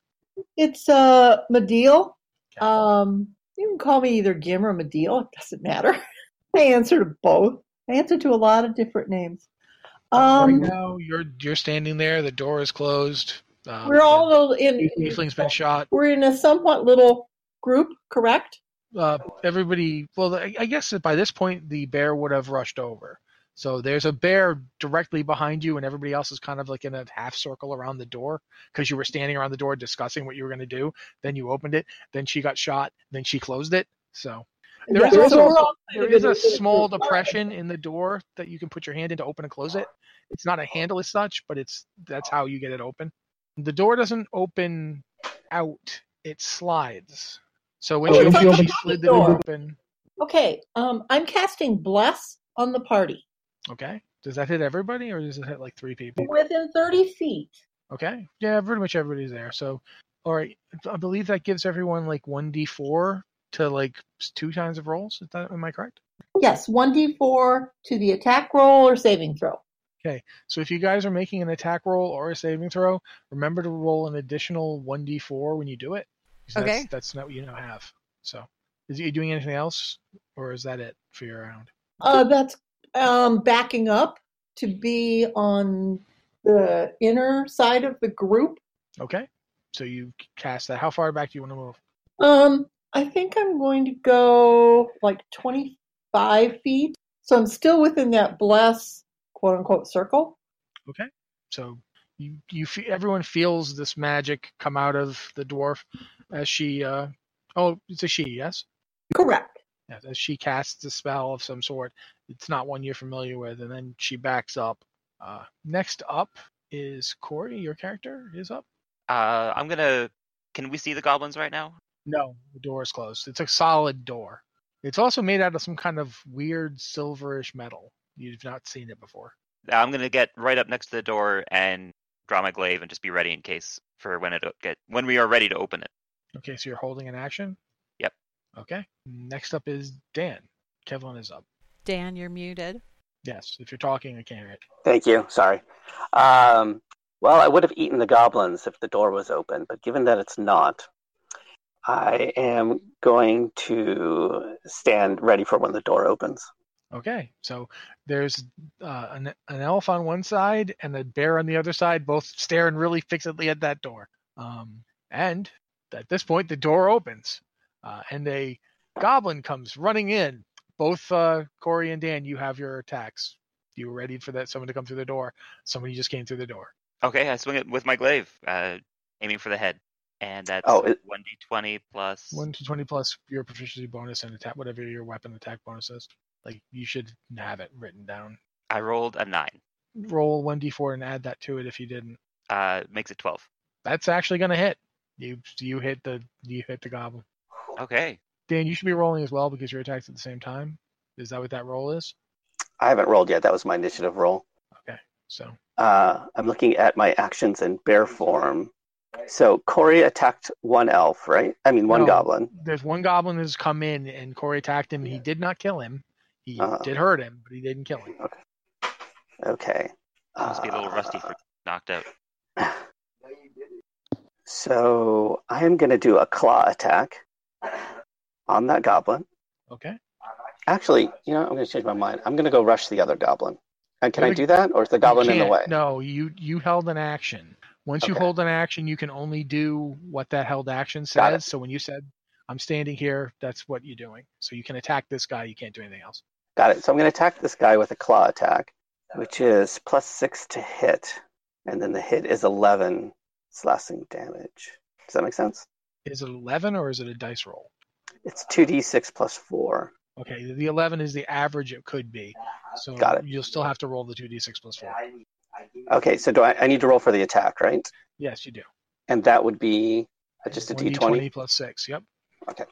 [SPEAKER 9] it's uh, Medeal.
[SPEAKER 2] Okay.
[SPEAKER 9] Um, you can call me either Gim or Medeal. It doesn't matter. I answer to both. I answer to a lot of different names. Um,
[SPEAKER 2] right now, you're you're standing there. The door is closed. Um,
[SPEAKER 9] we're all in.
[SPEAKER 2] the tiefling's been shot.
[SPEAKER 9] We're in a somewhat little group, correct?
[SPEAKER 2] Uh, everybody. Well, I, I guess that by this point the bear would have rushed over. So there's a bear directly behind you, and everybody else is kind of like in a half circle around the door because you were standing around the door discussing what you were going to do. Then you opened it. Then she got shot. Then she closed it. So there
[SPEAKER 9] Yeah,
[SPEAKER 2] is
[SPEAKER 9] so
[SPEAKER 2] also
[SPEAKER 9] we're all kind
[SPEAKER 2] there
[SPEAKER 9] of
[SPEAKER 2] is
[SPEAKER 9] in
[SPEAKER 2] a
[SPEAKER 9] a bit of
[SPEAKER 2] small
[SPEAKER 9] group.
[SPEAKER 2] depression in the door that you can put your hand in to open and close it. It's not a handle as such, but it's that's how you get it open. The door doesn't open out; it slides. So when
[SPEAKER 9] Oh,
[SPEAKER 2] she,
[SPEAKER 9] it's
[SPEAKER 2] opened,
[SPEAKER 9] like
[SPEAKER 2] she
[SPEAKER 9] a
[SPEAKER 2] slid the door
[SPEAKER 9] door.
[SPEAKER 2] open.
[SPEAKER 9] Okay, um, I'm casting Bless on the party
[SPEAKER 2] Okay. Does that hit everybody, or does it hit like three people?
[SPEAKER 9] within 30 feet.
[SPEAKER 2] Okay. Yeah, pretty much everybody's there. So, all right. I believe that gives everyone like 1d4 to like s- two times of rolls. Is that, am I correct?
[SPEAKER 9] Yes, 1d4 to the attack roll or saving throw.
[SPEAKER 2] Okay. So, if you guys are making an attack roll or a saving throw, remember to roll an additional 1d4 when you do it. 'cause
[SPEAKER 1] Okay.
[SPEAKER 2] That's, that's not what you now have. So, is you doing anything else, or is that it for your round?
[SPEAKER 9] Uh, that's um, backing up to be on the inner side of the group.
[SPEAKER 2] Okay. So, you cast that. How far back do you want to move?
[SPEAKER 9] Um, I think I'm going to go like 25 feet. So I'm still within that Bless quote unquote circle.
[SPEAKER 2] Okay. So you you fe everyone feels this magic come out of the dwarf as she uh oh it's a she yes
[SPEAKER 9] Correct.
[SPEAKER 2] yes as she casts a spell of some sort it's not one you're familiar with and then she backs up. Uh, next up is Corey. Your character is up.
[SPEAKER 4] Uh, I'm gonna. Can we see the goblins right now?
[SPEAKER 2] No, the door is closed. It's a solid door. It's also made out of some kind of weird silverish metal. You've not seen it before.
[SPEAKER 4] Uh, I'm gonna get right up next to the door and draw my glaive and just be ready in case for when it o- get when we are ready to open it.
[SPEAKER 2] Okay, so you're holding an action.
[SPEAKER 4] Yep.
[SPEAKER 2] Okay. Next up is Dan. Kevlin is up.
[SPEAKER 1] Dan, you're muted.
[SPEAKER 2] Yes, if you're talking, I can't hear it.
[SPEAKER 7] Thank you. Sorry. Um, well, I would have eaten the goblins if the door was open, but given that it's not, I am going to stand ready for when the door opens.
[SPEAKER 2] Okay, so there's uh, an, an elf on one side and a bear on the other side, both staring really fixedly at that door. Um, and at this point, the door opens, uh, and a goblin comes running in. Both uh, Corey and Dan, you have your attacks. You were ready for that someone to come through the door. Somebody just came through the door.
[SPEAKER 4] Okay, I swing it with my glaive, uh, aiming for the head, and that's
[SPEAKER 7] Oh, it-
[SPEAKER 4] one d20 plus.
[SPEAKER 2] One to twenty plus your proficiency bonus and attack, whatever your weapon attack bonus is. Like you should have it written down.
[SPEAKER 4] I rolled a nine.
[SPEAKER 2] Roll one d4 and add that to it if you didn't.
[SPEAKER 4] Uh, makes it twelve.
[SPEAKER 2] That's actually gonna hit. You you hit the you hit the goblin.
[SPEAKER 4] Okay.
[SPEAKER 2] Dan, you should be rolling as well because you're attacked at the same time. Is that what that roll is?
[SPEAKER 7] I haven't rolled yet. That was my initiative roll.
[SPEAKER 2] Okay. So
[SPEAKER 7] Uh, I'm looking at my actions in bear form. So Corey attacked one elf, right? I mean, one
[SPEAKER 2] No,
[SPEAKER 7] goblin.
[SPEAKER 2] There's one goblin that's come in and Corey attacked him. He did not kill him. He
[SPEAKER 7] Uh-huh.
[SPEAKER 2] did hurt him, but he didn't kill him.
[SPEAKER 7] Okay.
[SPEAKER 4] Must be a little rusty
[SPEAKER 7] Uh,
[SPEAKER 4] for knocked out.
[SPEAKER 7] So I am going to do a claw attack on that goblin.
[SPEAKER 2] Okay.
[SPEAKER 7] Actually, you know, I'm going to change my mind. I'm going to go rush the other goblin. And can I
[SPEAKER 2] Really?
[SPEAKER 7] do that, or is the goblin
[SPEAKER 2] You
[SPEAKER 7] in the
[SPEAKER 2] can't-
[SPEAKER 7] way?
[SPEAKER 2] No, you you held an action. Once you
[SPEAKER 7] Okay.
[SPEAKER 2] hold an action, you can only do what that held action
[SPEAKER 7] Got it.
[SPEAKER 2] says. So when you said I'm standing here, that's what you're doing. So you can attack this guy. You can't do anything else.
[SPEAKER 7] Got it. So I'm going to attack this guy with a claw attack, which is plus six to hit, and then the hit is eleven slashing damage. Does that make sense?
[SPEAKER 2] Is it 11 or is it a dice roll?
[SPEAKER 7] It's two d six plus four.
[SPEAKER 2] Okay, the 11 is the average it could be. So
[SPEAKER 7] Got it.
[SPEAKER 2] you'll still have to roll the 2d6 plus 4.
[SPEAKER 7] Okay, so do I? I need to roll for the attack, right?
[SPEAKER 2] Yes, you do.
[SPEAKER 7] And that would be uh, just a d
[SPEAKER 2] 1d20
[SPEAKER 7] twenty.
[SPEAKER 2] plus 6. Yep.
[SPEAKER 7] Okay.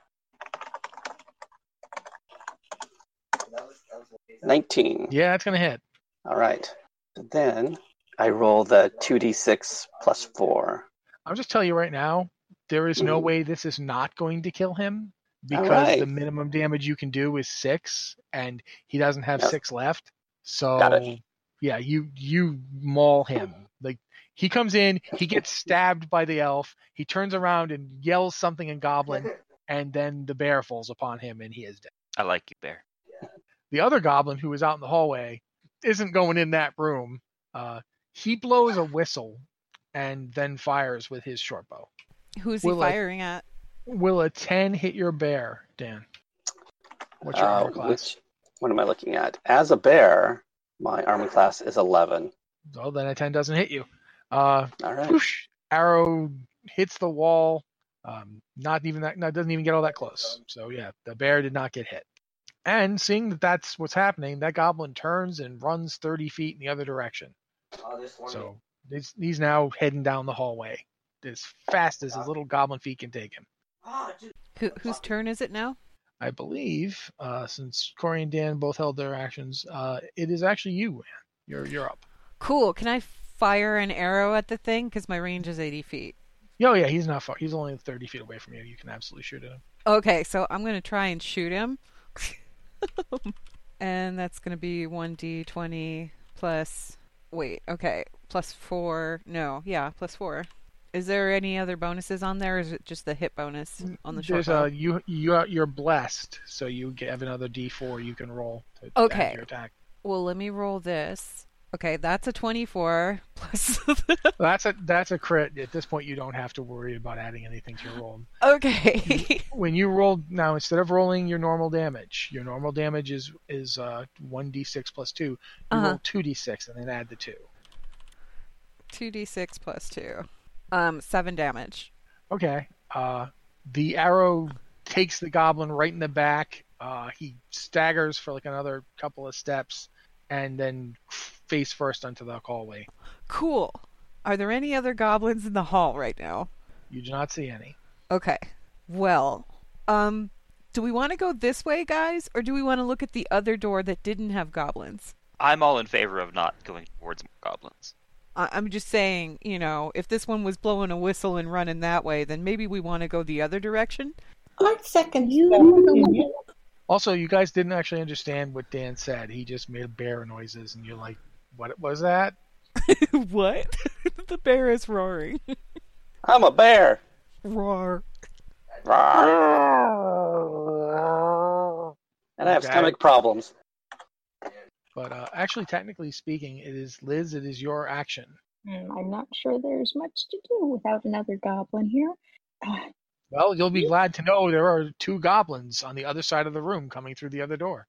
[SPEAKER 7] Nineteen.
[SPEAKER 2] Yeah, it's going to hit.
[SPEAKER 7] All right. Then I roll the two d six plus four.
[SPEAKER 2] I'm just telling you right now, there is no
[SPEAKER 7] Mhm.
[SPEAKER 2] way this is not going to kill him because
[SPEAKER 7] right.
[SPEAKER 2] the minimum damage you can do is 6 and he doesn't have
[SPEAKER 7] Yep.
[SPEAKER 2] 6 left.
[SPEAKER 7] Got
[SPEAKER 2] So
[SPEAKER 7] it.
[SPEAKER 2] yeah, you you maul him. Like he comes in, he gets stabbed by the elf, he turns around and yells something in goblin and then the bear falls upon him and he is dead.
[SPEAKER 4] I like you, bear.
[SPEAKER 2] the other goblin who was out in the hallway isn't going in that room. Uh, he blows a whistle and then fires with his short bow.
[SPEAKER 1] Who's he
[SPEAKER 2] Will I-
[SPEAKER 1] firing at?
[SPEAKER 2] Will a 10 hit your bear, Dan? What's your
[SPEAKER 7] Uh,
[SPEAKER 2] armor class?
[SPEAKER 7] which what am I looking at? As a bear, My armor class is 11.
[SPEAKER 2] Well, then a 10 doesn't hit you. Uh,
[SPEAKER 7] All right.
[SPEAKER 2] whoosh, arrow hits the wall. Um, not even that. No, it doesn't even get all that close. So yeah, the bear did not get hit. And seeing that that's what's happening, that goblin turns and runs 30 feet in the other direction. So he's, he's now heading down the hallway as fast as his little goblin feet can take him.
[SPEAKER 1] Who, whose turn is it now?
[SPEAKER 2] I believe, uh, since Corey and Dan both held their actions, uh, it is actually you, man. You're you're up.
[SPEAKER 1] Cool. Can I fire an arrow at the thing? Because my range is 80 feet.
[SPEAKER 2] Oh yeah, he's not far. He's only 30 feet away from you. You can absolutely shoot at him.
[SPEAKER 1] Okay, so I'm going to try and shoot him. and that's going to be 1d20 plus. Wait, okay. Plus 4. No, yeah, plus 4. Is there any other bonuses on there, or is it just the hit bonus on the short
[SPEAKER 2] There's uh
[SPEAKER 1] bow?
[SPEAKER 2] you you are, you're blessed, so you get- have another D4 you can roll to add
[SPEAKER 1] Okay.
[SPEAKER 2] to your attack.
[SPEAKER 1] Well, let me roll this. Okay, that's a 24 plus.
[SPEAKER 2] Well, that's a that's a crit. At this point, you don't have to worry about adding anything to your roll.
[SPEAKER 1] okay.
[SPEAKER 2] When you roll now, instead of rolling your normal damage, your normal damage is is uh, 1d6 plus two. You roll
[SPEAKER 1] Uh-huh.
[SPEAKER 2] 2d6 and then add the two.
[SPEAKER 1] 2d6 plus 2. Um, 7 damage.
[SPEAKER 2] Okay. Uh, the arrow takes the goblin right in the back. Uh, he staggers for like another couple of steps, and then face first onto the hallway.
[SPEAKER 1] Cool. Are there any other goblins in the hall right now?
[SPEAKER 2] You do not see any.
[SPEAKER 1] Okay. Well, um, do we want to go this way, guys, or do we want to look at the other door that didn't have goblins?
[SPEAKER 4] I'm all in favor of not going towards more goblins.
[SPEAKER 1] I- I'm just saying, you know, if this one was blowing a whistle and running that way, then maybe we want to go the other direction.
[SPEAKER 9] I second
[SPEAKER 8] You-
[SPEAKER 2] Also, you guys didn't actually understand what Dan said. He just made bear noises, and you're like, "What was that?"
[SPEAKER 1] what? the bear is roaring.
[SPEAKER 7] I'm a bear.
[SPEAKER 1] Roar.
[SPEAKER 7] And I have
[SPEAKER 2] Okay.
[SPEAKER 7] stomach problems.
[SPEAKER 2] But uh, actually, technically speaking, it is Liz. It is your action.
[SPEAKER 8] Hmm, I'm not sure there's much to do without another goblin here. Ah,
[SPEAKER 2] Well, you'll be glad to know there are two goblins on the other side of the room coming through the other door.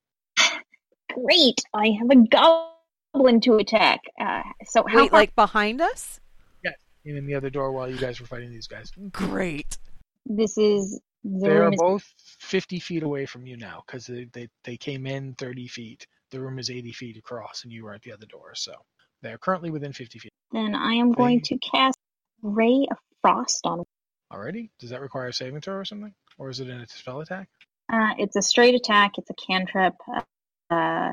[SPEAKER 8] Great! I have a goblin to attack. Uh, so how
[SPEAKER 1] Wait,
[SPEAKER 8] far-
[SPEAKER 1] like behind us?
[SPEAKER 2] Yes, and in the other door while you guys were fighting these guys.
[SPEAKER 1] Great.
[SPEAKER 8] this is the
[SPEAKER 2] They are
[SPEAKER 8] room is-
[SPEAKER 2] both 50 feet away from you now because they, they, they came in 30 feet. The room is 80 feet across, and you were at the other door. So they're currently within 50 feet.
[SPEAKER 8] Then I am going to cast Ray of Frost on.
[SPEAKER 2] Already? Does that require a saving throw or something? Or is it in a spell attack?
[SPEAKER 8] Uh, it's a straight attack. It's a cantrip. Uh,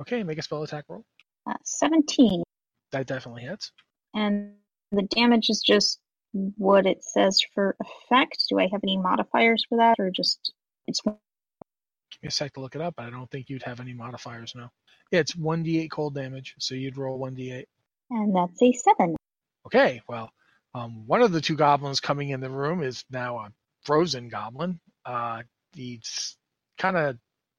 [SPEAKER 2] Okay, make a spell attack roll.
[SPEAKER 8] uh, 17,
[SPEAKER 2] That definitely hits.
[SPEAKER 8] and the damage is just what it says for effect. Do I have any modifiers for that, or just it's
[SPEAKER 2] Give me a sec to look it up, but I don't think you'd have any modifiers now. Yeah, it's 1d8 cold damage, so you'd roll 1d8.
[SPEAKER 8] and that's a seven.
[SPEAKER 2] Okay, well, um, one of the two goblins coming in the room is now a frozen goblin. Uh, he kind of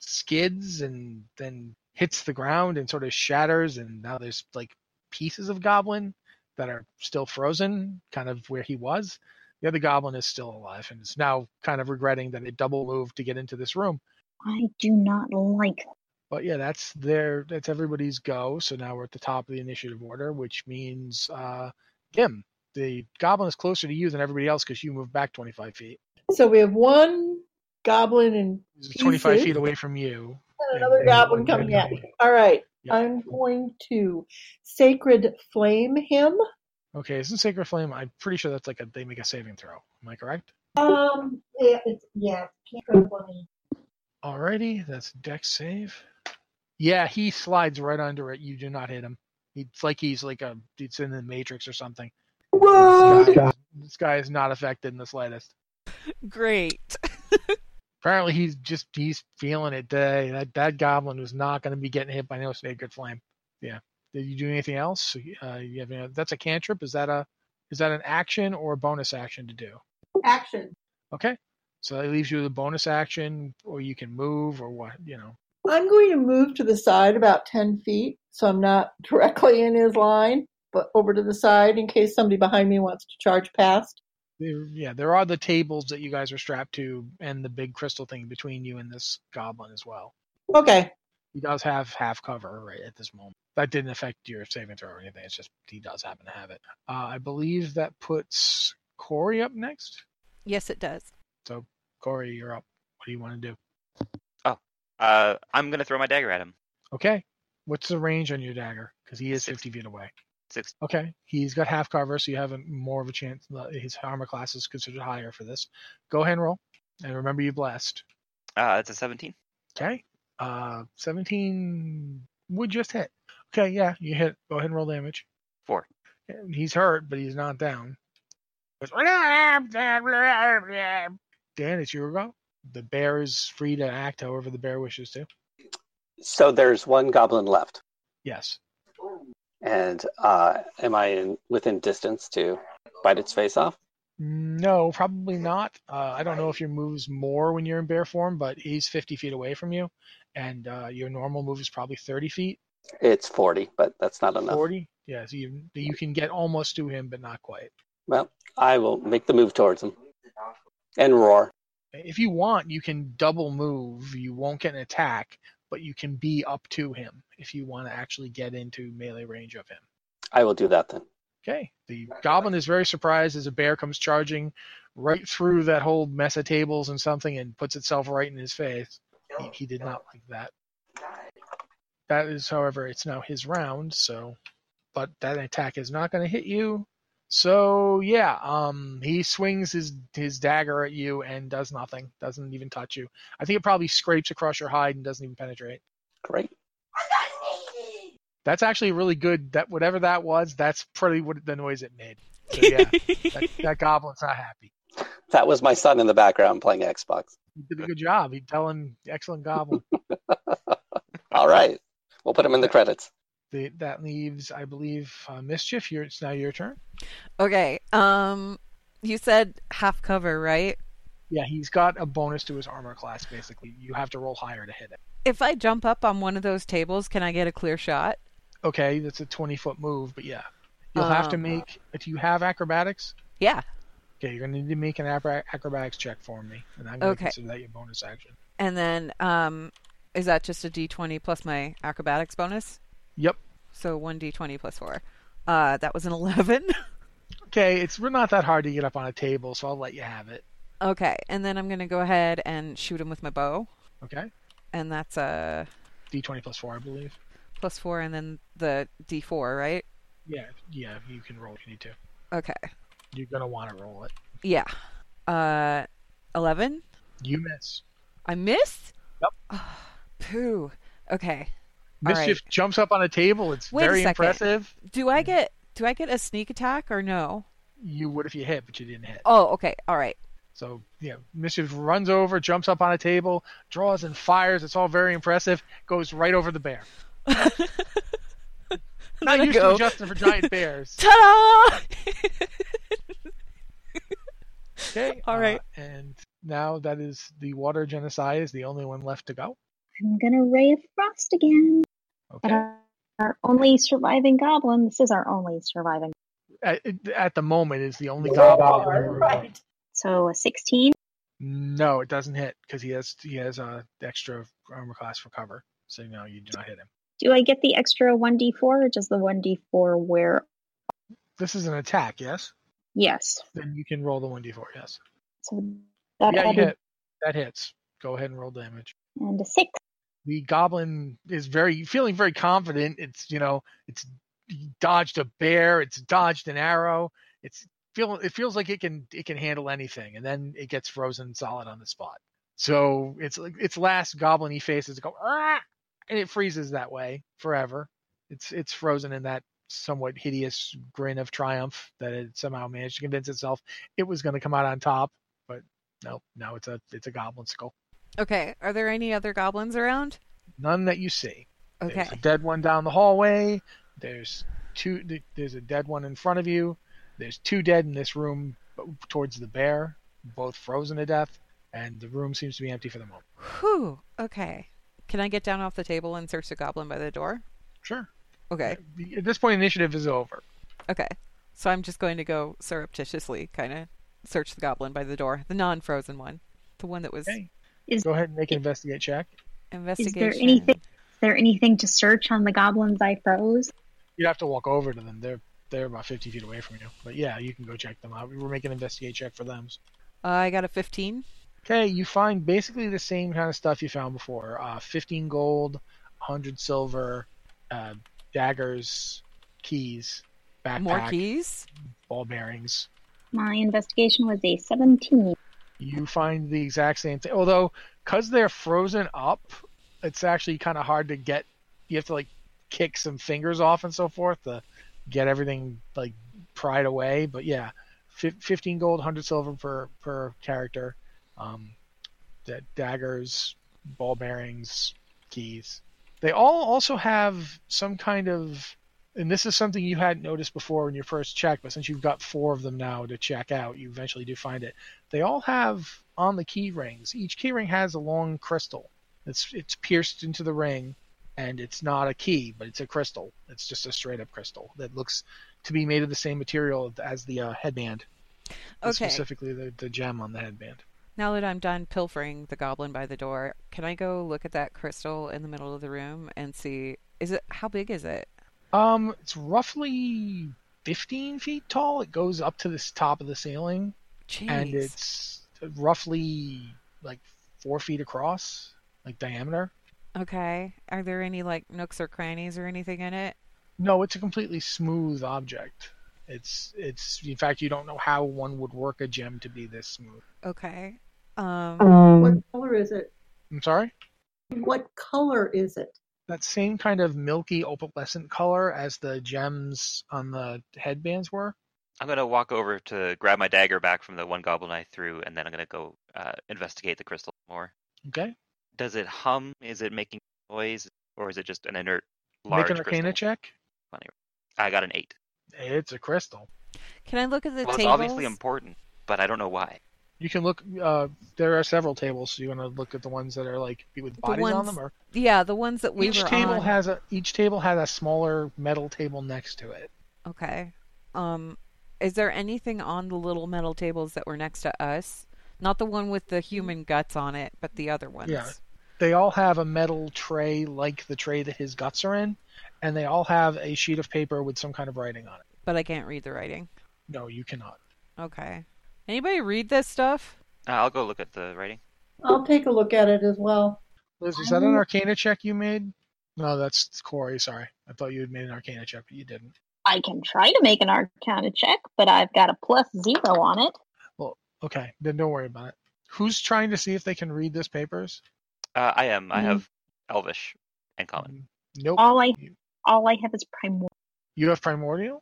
[SPEAKER 2] skids and then hits the ground and sort of shatters, and now there's like pieces of goblin that are still frozen, kind of where he was. The other goblin is still alive and is now kind of regretting that it double moved to get into this room.
[SPEAKER 8] I do not like.
[SPEAKER 2] But yeah, that's their that's everybody's go. So now we're at the top of the initiative order, which means uh Gim. The goblin is closer to you than everybody else because you moved back 25 feet.
[SPEAKER 9] So we have one goblin and
[SPEAKER 2] He's 25 feet
[SPEAKER 9] pieces.
[SPEAKER 2] away from you.
[SPEAKER 9] And another goblin coming at me. All right. I'm going to sacred flame him.
[SPEAKER 2] Okay, isn't Sacred Flame? I'm pretty sure that's like a they make a saving throw. Am I correct?
[SPEAKER 9] Um. Yeah. It's, yeah. Cantrip flame.
[SPEAKER 2] Alrighty, that's deck save. Yeah, he slides right under it. You do not hit him. It's like he's like a it's in the Matrix or something.
[SPEAKER 9] Whoa!
[SPEAKER 2] This guy, this guy is not affected in the slightest.
[SPEAKER 1] Great.
[SPEAKER 2] apparently he's just he's feeling it today. That that goblin was not going to be getting hit by no sacred flame. Yeah. Did you do anything else? Uh, you have, any- that's a cantrip. Is that a is that an action or a bonus action to do?
[SPEAKER 9] Action.
[SPEAKER 2] Okay. So that leaves you with a bonus action, or you can move, or what you know.
[SPEAKER 9] I'm going to move to the side about 10 feet so I'm not directly in his line, but over to the side in case somebody behind me wants to charge past.
[SPEAKER 2] There, yeah, there are the tables that you guys are strapped to, and the big crystal thing between you and this goblin as well.
[SPEAKER 9] Okay.
[SPEAKER 2] He does have half cover right at this moment. That didn't affect your saving throw or anything. It's just he does happen to have it. Uh, I believe that puts Corey up next.
[SPEAKER 1] Yes, it does.
[SPEAKER 2] So Corey, you're up. What do you want to do?
[SPEAKER 4] Uh, I'm gonna throw my dagger at him.
[SPEAKER 2] Okay. What's the range on your dagger? Because he is 50 feet away.
[SPEAKER 4] Six.
[SPEAKER 2] Okay. He's got half cover, so you have a, more of a chance. uh, His armor class is considered higher for this. Go ahead and roll. And remember, you blessed.
[SPEAKER 4] Uh, that's a 17.
[SPEAKER 2] Okay. Uh, 17 would just hit. Okay. Yeah. You hit. Go ahead and roll damage.
[SPEAKER 4] Four.
[SPEAKER 2] And He's hurt, but he's not down. Goes, Dan, it's your go. The bear is free to act however the bear wishes to.
[SPEAKER 7] So there's one goblin left,
[SPEAKER 2] Yes.
[SPEAKER 7] and uh, am I in, within distance to bite its face off?
[SPEAKER 2] No, probably not. Uh, I don't know if your move's more when you're in bear form, but he's 50 feet away from you, and uh, your normal move is probably 30 feet.
[SPEAKER 7] It's forty, but that's not enough.
[SPEAKER 2] 40? Yeah, so you, you can get almost to him, but not quite.
[SPEAKER 7] Well, I will make the move towards him and roar.
[SPEAKER 2] If you want, you can double move. You won't get an attack, but you can be up to him if you want to actually get into melee range of him.
[SPEAKER 7] I will do that then.
[SPEAKER 2] Okay. The goblin is very surprised as a bear comes charging right through that whole mess of tables and something and puts itself right in his face. He, he did not like that. That is, however, it's now his round, so but that attack is not going to hit you. So yeah, um, he swings his his dagger at you and does nothing. Doesn't even touch you. I think it probably scrapes across your hide and doesn't even penetrate.
[SPEAKER 7] Great.
[SPEAKER 2] That's actually really good. That whatever that was, that's pretty what the noise it made. So yeah, that, that goblin's not happy.
[SPEAKER 7] That was my son in the background playing Xbox.
[SPEAKER 2] He did a good job. He telling excellent goblin.
[SPEAKER 7] All right, we'll put him in the credits.
[SPEAKER 2] the, that leaves, I believe, uh, mischief. Your, it's now your turn.
[SPEAKER 1] Okay. Um, you said half cover, right?
[SPEAKER 2] Yeah, he's got a bonus to his armor class. Basically, you have to roll higher to hit it.
[SPEAKER 1] If I jump up on one of those tables, can I get a clear shot?
[SPEAKER 2] Okay, that's a twenty foot move, but yeah, you'll have to
[SPEAKER 1] Um,
[SPEAKER 2] make. If you have acrobatics,
[SPEAKER 1] Yeah.
[SPEAKER 2] okay, you're gonna need to make an acro- acrobatics check for me, and I'm gonna
[SPEAKER 1] Okay.
[SPEAKER 2] consider that your bonus action.
[SPEAKER 1] And then, um, is that just a d20 plus my acrobatics bonus?
[SPEAKER 2] Yep.
[SPEAKER 1] So 1d20 plus 4. Uh, that was an 11.
[SPEAKER 2] Okay, it's we're not that hard to get up on a table, so I'll let you have it.
[SPEAKER 1] okay. And then I'm going to go ahead and shoot him with my bow.
[SPEAKER 2] Okay,
[SPEAKER 1] And that's a
[SPEAKER 2] d20 plus four, I believe.
[SPEAKER 1] plus 4 and then the d4, right?
[SPEAKER 2] Yeah, yeah, you can roll if you need to.
[SPEAKER 1] Okay.
[SPEAKER 2] You're gonna want to roll it.
[SPEAKER 1] Yeah. Uh, 11?
[SPEAKER 2] You miss.
[SPEAKER 1] I missed?
[SPEAKER 2] Yep.
[SPEAKER 1] Pooh. Okay. All right.
[SPEAKER 2] Mischief jumps up on a table. It's
[SPEAKER 1] Wait a
[SPEAKER 2] very
[SPEAKER 1] second.
[SPEAKER 2] impressive.
[SPEAKER 1] Do I get do I get a sneak attack or no?
[SPEAKER 2] You would if you hit, but you didn't hit.
[SPEAKER 1] Oh, okay. All right.
[SPEAKER 2] So yeah, mischief runs over, jumps up on a table, draws and fires. It's all very impressive. Goes right over the bear. Not
[SPEAKER 1] gonna
[SPEAKER 2] used to
[SPEAKER 1] go.
[SPEAKER 2] adjusting for giant bears.
[SPEAKER 1] Ta-da!
[SPEAKER 2] Okay.
[SPEAKER 1] All right.
[SPEAKER 2] uh, and now that is the water genocide is the only one left to go.
[SPEAKER 8] I'm gonna Ray of Frost again. But
[SPEAKER 2] Okay.
[SPEAKER 8] our, our only surviving goblin. This is our only surviving.
[SPEAKER 2] At, at the moment, is the only goblin in the room.
[SPEAKER 9] Right.
[SPEAKER 8] So a 16.
[SPEAKER 2] No, it doesn't hit because he has he has a extra armor class for cover. So no, you do not hit him.
[SPEAKER 8] Do I get the extra 1d4 or does the 1d4 wear?
[SPEAKER 2] This is an attack, yes.
[SPEAKER 8] Yes.
[SPEAKER 2] Then you can roll the one d4, yes.
[SPEAKER 8] So that
[SPEAKER 2] yeah, you
[SPEAKER 8] added
[SPEAKER 2] hit. That hits. Go ahead and roll damage.
[SPEAKER 8] and a 6.
[SPEAKER 2] the goblin is very feeling very confident it's you know it's he dodged a bear it's dodged an arrow it's feel it feels like it can it can handle anything and then it gets frozen solid on the spot so it's like its last goblin he faces go "Ah!" and it freezes that way forever it's it's frozen in that somewhat hideous grin of triumph that it somehow managed to convince itself it was going to come out on top but no now it's a it's a goblin skull
[SPEAKER 1] Okay. Are there any other goblins around?
[SPEAKER 2] none that you see
[SPEAKER 1] Okay.
[SPEAKER 2] there's a dead one down the hallway. There's two. th- There's a dead one in front of you. There's two dead in this room towards the bear, both frozen to death, and the room seems to be empty for the moment.
[SPEAKER 1] Whew. Okay. Can I get down off the table and search the goblin by the door?
[SPEAKER 2] Sure.
[SPEAKER 1] Okay.
[SPEAKER 2] At this point, initiative is over.
[SPEAKER 1] Okay. So I'm just going to go surreptitiously kind of search the goblin by the door, the non-frozen one, the one that was
[SPEAKER 2] Okay.
[SPEAKER 8] Is,
[SPEAKER 2] Go ahead and make an investigate check.
[SPEAKER 8] is
[SPEAKER 1] investigation.
[SPEAKER 8] there anything there anything to search on the goblins I froze?
[SPEAKER 2] You'd have to walk over to them. They're they're about 50 feet away from you. But yeah, you can go check them out. We were making an investigate check for them.
[SPEAKER 1] Uh, I got a 15.
[SPEAKER 2] Okay, you find basically the same kind of stuff you found before. Uh, 15 gold, 100 silver, uh, daggers, keys, backpack,
[SPEAKER 1] More keys?
[SPEAKER 2] ball bearings.
[SPEAKER 8] My investigation was a 17.
[SPEAKER 2] You find the exact same thing. Although, because they're frozen up, it's actually kind of hard to get. You have to like kick some fingers off and so forth to get everything like pried away. But yeah, fif- 15 gold, 100 silver per per character. Um, da- daggers, ball bearings, keys. They all also have some kind of, and this is something you hadn't noticed before in your first check, but since you've got four of them now to check out, you eventually do find it. They all have on the key rings. Each key ring has a long crystal. It's it's pierced into the ring, and it's not a key, but it's a crystal. It's just a straight up crystal that looks to be made of the same material as the uh, headband,
[SPEAKER 1] Okay.
[SPEAKER 2] specifically the, the gem on the headband.
[SPEAKER 1] Now that I'm done pilfering the goblin by the door, can I go look at that crystal in the middle of the room and see? Is it how big is it?
[SPEAKER 2] Um, it's roughly 15 feet tall. It goes up to this top of the ceiling,
[SPEAKER 1] Jeez.
[SPEAKER 2] and it's roughly like four feet across, like diameter.
[SPEAKER 1] okay. Are there any like nooks or crannies or anything in it?
[SPEAKER 2] No, it's a completely smooth object. It's it's in fact you don't know how one would work a gem to be this smooth.
[SPEAKER 1] Okay. Um,
[SPEAKER 9] what color is it?
[SPEAKER 2] I'm sorry.
[SPEAKER 9] What color is it?
[SPEAKER 2] That same kind of milky opalescent color as the gems on the headbands were.
[SPEAKER 4] I'm gonna walk over to grab my dagger back from the one goblin I threw, and then I'm gonna go uh, investigate the crystal more.
[SPEAKER 2] Okay.
[SPEAKER 4] Does it hum? Is it making noise, or is it just an inert large
[SPEAKER 2] Make an arcana
[SPEAKER 4] crystal?
[SPEAKER 2] check.
[SPEAKER 4] Funny. I got an eight.
[SPEAKER 2] It's a crystal.
[SPEAKER 1] can I look at the
[SPEAKER 4] well, it's
[SPEAKER 1] tables?
[SPEAKER 4] obviously important, but I don't know why.
[SPEAKER 2] You can look. Uh, there are several tables. So you want to look at the ones that are like with
[SPEAKER 1] the
[SPEAKER 2] bodies
[SPEAKER 1] ones,
[SPEAKER 2] on them, or
[SPEAKER 1] yeah, the ones that we
[SPEAKER 2] each
[SPEAKER 1] were
[SPEAKER 2] table
[SPEAKER 1] on.
[SPEAKER 2] has a each table has a smaller metal table next to it.
[SPEAKER 1] Okay. Um, is there anything on the little metal tables that were next to us? Not the one with the human guts on it, but the other ones.
[SPEAKER 2] Yeah. They all have a metal tray like the tray that his guts are in, and they all have a sheet of paper with some kind of writing on it.
[SPEAKER 1] But I can't read the writing.
[SPEAKER 2] No, you cannot.
[SPEAKER 1] Okay. Anybody read this stuff?
[SPEAKER 4] Uh, I'll go look at the writing.
[SPEAKER 9] I'll take a look at it as well.
[SPEAKER 2] Liz, is that an Arcana check you made? No, that's Corey. Sorry, I thought you had made an Arcana check, but you didn't.
[SPEAKER 8] I can try to make an arcana check, but I've got a plus zero on it.
[SPEAKER 2] Well, okay, then don't worry about it. Who's trying to see if they can read this papers?
[SPEAKER 4] Uh, I am. I
[SPEAKER 8] Mhm.
[SPEAKER 4] have Elvish and Common.
[SPEAKER 2] Mm, Nope.
[SPEAKER 8] All I
[SPEAKER 2] You-
[SPEAKER 8] all I have is primordial.
[SPEAKER 2] You have primordial.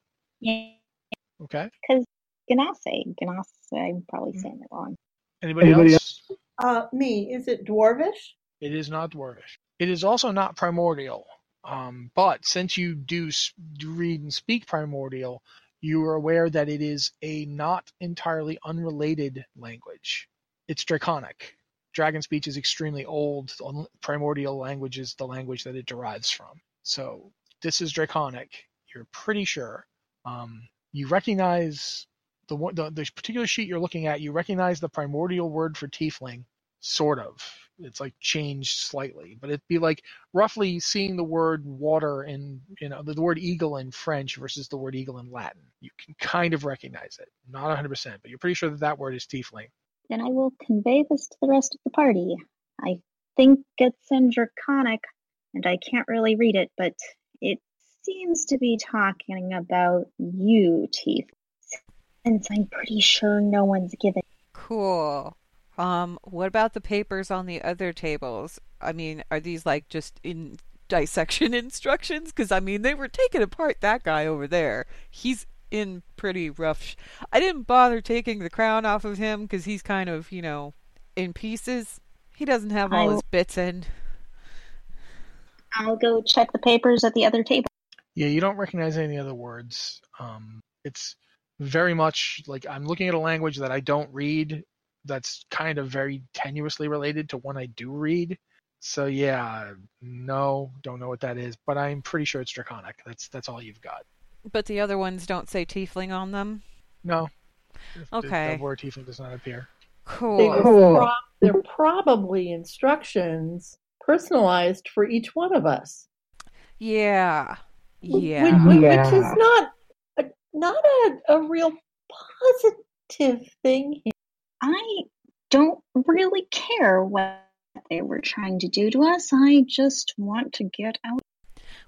[SPEAKER 2] Okay. Mm.
[SPEAKER 8] Because Ganase, Ganase, I'm probably saying it wrong.
[SPEAKER 2] Anybody,
[SPEAKER 7] Anybody
[SPEAKER 2] else?
[SPEAKER 9] Uh, me, is it dwarvish?
[SPEAKER 2] It is not dwarvish. It is also not primordial. Um, but since you do s- do read and speak primordial, you are aware that it is a not entirely unrelated language. It's draconic. Dragon speech is extremely old. Un- Primordial language is the language that it derives from. So this is draconic. You're pretty sure. Um, you recognize the, one- the the particular sheet you're looking at. You recognize the primordial word for tiefling sort of. It's like changed slightly, but it'd be like roughly seeing the word water in you know the word eagle in French versus the word eagle in Latin. You can kind of recognize it, not 100, percent but you're pretty sure that that word is tiefling.
[SPEAKER 8] Then I will convey this to the rest of the party. I think it's in Draconic, and I can't really read it, but it seems to be talking about you, Teeth. Since I'm pretty sure no one's given.
[SPEAKER 1] Cool. Um, what about the papers on the other tables? I mean, are these like just in dissection instructions? Because I mean, they were taking apart that guy over there. He's in pretty rough. Sh- I didn't bother taking the crown off of him because he's kind of, you know, in pieces. He doesn't have all
[SPEAKER 8] I-
[SPEAKER 1] his bits in.
[SPEAKER 8] I'll go check the papers at the other table.
[SPEAKER 2] Yeah, you don't recognize any other words. Um, it's very much like I'm looking at a language that I don't read. That's kind of very tenuously related to one I do read. So yeah, no, don't know what that is, but I'm pretty sure it's draconic. That's that's all you've got.
[SPEAKER 1] But the other ones don't say tiefling on them.
[SPEAKER 2] No. If the-
[SPEAKER 1] Okay.
[SPEAKER 2] The word tiefling does not appear.
[SPEAKER 9] They
[SPEAKER 1] Cool.
[SPEAKER 9] were pro- they're probably instructions, personalized for each one of us.
[SPEAKER 1] Yeah. Yeah.
[SPEAKER 9] Which- which, which is
[SPEAKER 10] Yeah.
[SPEAKER 9] not a, not a, a real positive thing here.
[SPEAKER 8] I don't really care what they were trying to do to us. I just want to get out.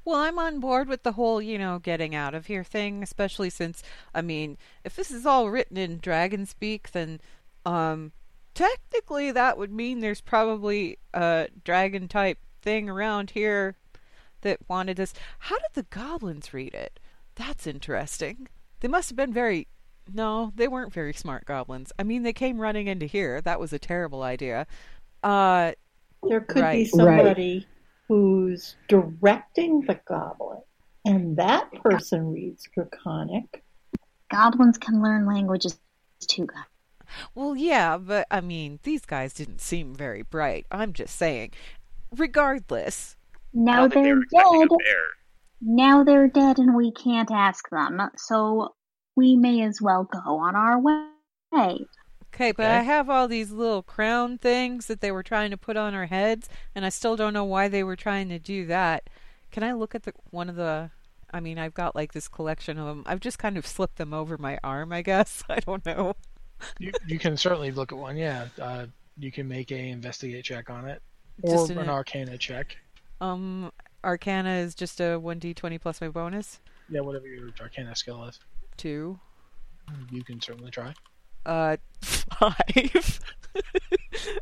[SPEAKER 1] Well, I'm on board with the whole, you know, getting out of here thing, especially since, I mean, if this is all written in dragon speak, then, um, technically that would mean there's probably a dragon type thing around here that wanted us. How did the goblins read it? That's interesting. They must have been very. No, they weren't very smart goblins. I mean, they came running into here. That was a terrible idea. Uh,
[SPEAKER 9] There could be
[SPEAKER 1] Right.
[SPEAKER 9] somebody who's directing the goblin, and that person reads Draconic.
[SPEAKER 8] Goblins can learn languages too. guys.
[SPEAKER 1] Well, yeah, but I mean, these guys didn't seem very bright. I'm just saying. Regardless,
[SPEAKER 8] Now
[SPEAKER 4] think they
[SPEAKER 8] they're
[SPEAKER 4] were expecting
[SPEAKER 8] dead.
[SPEAKER 4] a bear.
[SPEAKER 8] Now they're dead and we can't ask them, so we may as well go on our way.
[SPEAKER 1] okay, but I have all these little crown things that they were trying to put on our heads, and I still don't know why they were trying to do that. Can I look at the one of the? I mean, I've got like this collection of them. I've just kind of slipped them over my arm, I guess. I don't know.
[SPEAKER 2] You, you can certainly look at one. Yeah, uh, you can make a investigate check on it, or
[SPEAKER 1] Just
[SPEAKER 2] an,
[SPEAKER 1] an-
[SPEAKER 2] arcana check.
[SPEAKER 1] Um, Arcana is just a one d twenty plus my bonus
[SPEAKER 2] Yeah, whatever your arcana skill is,
[SPEAKER 1] two,
[SPEAKER 2] you can certainly try.
[SPEAKER 1] uh, five.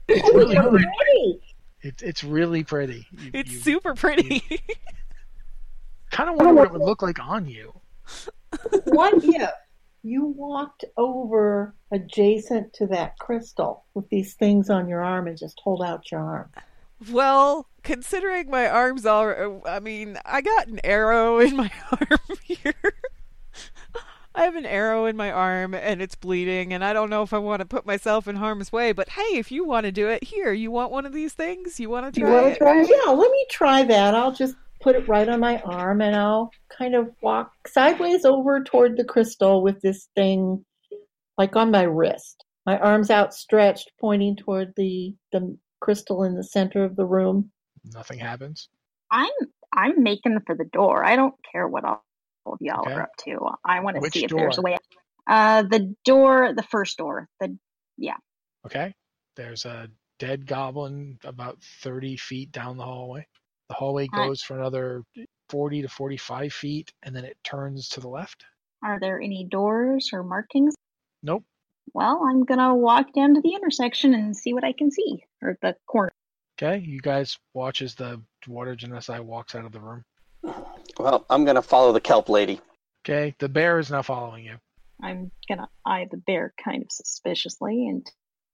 [SPEAKER 2] It's really, really
[SPEAKER 9] Hey,
[SPEAKER 2] it's it's really pretty. You,
[SPEAKER 1] it's
[SPEAKER 2] you
[SPEAKER 1] super pretty.
[SPEAKER 2] kind of wonder what it would look like on you.
[SPEAKER 9] what if you walked over adjacent to that crystal with these things on your arm and just hold out your arm?
[SPEAKER 1] Well, considering my arms are, I mean, I got an arrow in my arm here. I have an arrow in my arm and it's bleeding, and I don't know if I want to put myself in harm's way. But hey, if you want to do it, here, you want one of these things? You want to
[SPEAKER 9] You
[SPEAKER 1] try
[SPEAKER 9] want to
[SPEAKER 1] it?
[SPEAKER 9] try? Yeah, let me try that. I'll just put it right on my arm and I'll kind of walk sideways over toward the crystal with this thing like on my wrist. My arms outstretched pointing toward the the crystal in the center of the room.
[SPEAKER 2] Nothing happens.
[SPEAKER 8] I'm I'm making for the door. I don't care what all of y'all
[SPEAKER 2] Okay.
[SPEAKER 8] are up to. I want to
[SPEAKER 2] Which
[SPEAKER 8] see if there's a
[SPEAKER 2] door?
[SPEAKER 8] way. Uh, the door, the first door. The
[SPEAKER 2] Okay. There's a dead goblin about 30 feet down the hallway. The hallway
[SPEAKER 8] Alright.
[SPEAKER 2] goes for another 40 to 45 feet, and then it turns to the left.
[SPEAKER 8] are there any doors or markings?
[SPEAKER 2] Nope.
[SPEAKER 8] Well, I'm gonna walk down to the intersection and see what I can see, or the corner.
[SPEAKER 2] Okay. You guys watch as the water genocide walks out of the room.
[SPEAKER 7] Well, I'm going to follow the kelp lady.
[SPEAKER 2] Okay. The bear is now following you.
[SPEAKER 8] I'm gonna eye the bear kind of suspiciously, and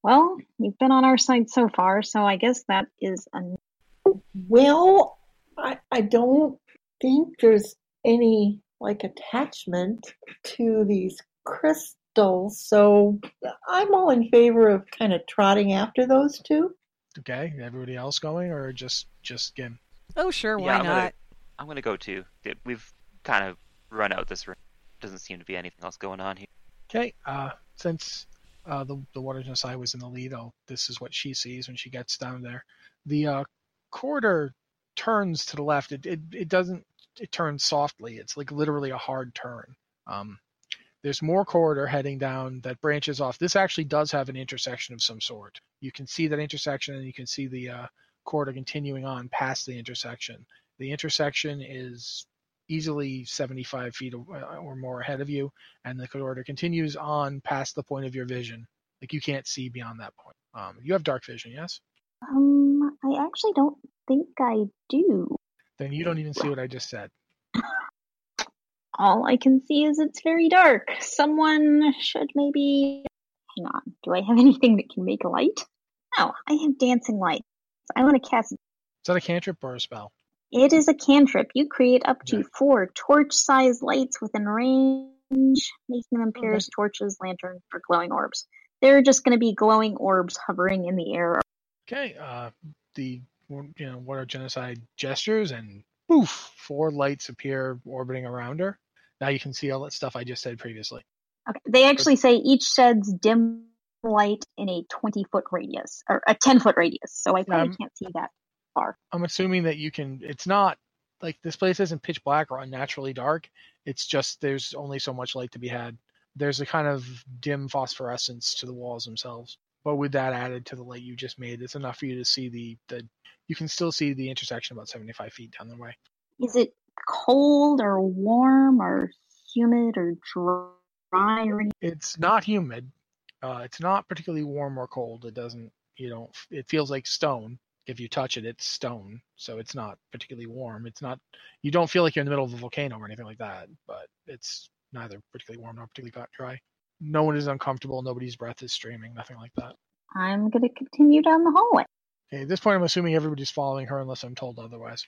[SPEAKER 8] well, you've been on our side so far, so I guess that is a
[SPEAKER 9] Well, I, I don't think there's any like attachment to these crystals, so I'm all in favor of kind of trotting after those two.
[SPEAKER 2] Okay. Everybody else going, or just just Gim?
[SPEAKER 1] Oh, sure, why
[SPEAKER 4] yeah, I'm Gonna,
[SPEAKER 1] not?
[SPEAKER 4] I'm gonna go too. Th- We've kind of run out this room. Doesn't seem to be anything else going on here.
[SPEAKER 2] Okay. Uh, since uh, the the water genocide was in the lead, I'll, this is what she sees when she gets down there. The uh, corridor turns to the left. It, it it doesn't. It turns softly. It's like literally a hard turn. Um, there's more corridor heading down that branches off. This actually does have an intersection of some sort. You can see that intersection, and you can see the uh, corridor continuing on past the intersection. The intersection is easily 75 feet or- or more ahead of you and the corridor continues on past the point of your vision. Like you can't see beyond that point. Um, you have dark vision, yes?
[SPEAKER 8] um. I actually don't think I do.
[SPEAKER 2] Then you don't even see what I just said.
[SPEAKER 8] All I can see is it's very dark. Someone should maybe. Hang on. Do I have anything that can make a light? No, I have dancing lights. I want to cast.
[SPEAKER 2] Is that a cantrip or a spell?
[SPEAKER 8] It is a cantrip. You create up to
[SPEAKER 2] Yeah.
[SPEAKER 8] four torch sized lights within range, making them appear as torches, lanterns, or glowing orbs. They're just going to be glowing orbs hovering in the air.
[SPEAKER 2] Okay. Uh, the you know what are genocide gestures and poof, four lights appear orbiting around her. Now you can see all that stuff I just said previously.
[SPEAKER 8] Okay. They actually say each sheds dim light in a 20 foot radius, or a 10 foot radius, so I probably
[SPEAKER 2] Um,
[SPEAKER 8] can't see that
[SPEAKER 9] are.
[SPEAKER 2] I'm assuming that you can. It's not like this place isn't pitch black or unnaturally dark. It's just there's only so much light to be had. There's a kind of dim phosphorescence to the walls themselves, but with that added to the light you just made, it's enough for you to see the the. You can still see the intersection about 75 feet down the way.
[SPEAKER 8] Is it cold or warm or humid or dry or anything?
[SPEAKER 2] It's not humid. Uh, it's not particularly warm or cold. It doesn't. You don't. It feels like stone. If you touch it, it's stone. So it's not particularly warm. It's not. You don't feel like you're in the middle of a volcano or anything like that. But it's neither particularly warm nor particularly hot- dry. No one is uncomfortable. Nobody's breath is streaming. Nothing like that.
[SPEAKER 8] I'm going to continue down the hallway.
[SPEAKER 2] Okay, at this point, I'm assuming everybody's following her unless I'm told otherwise.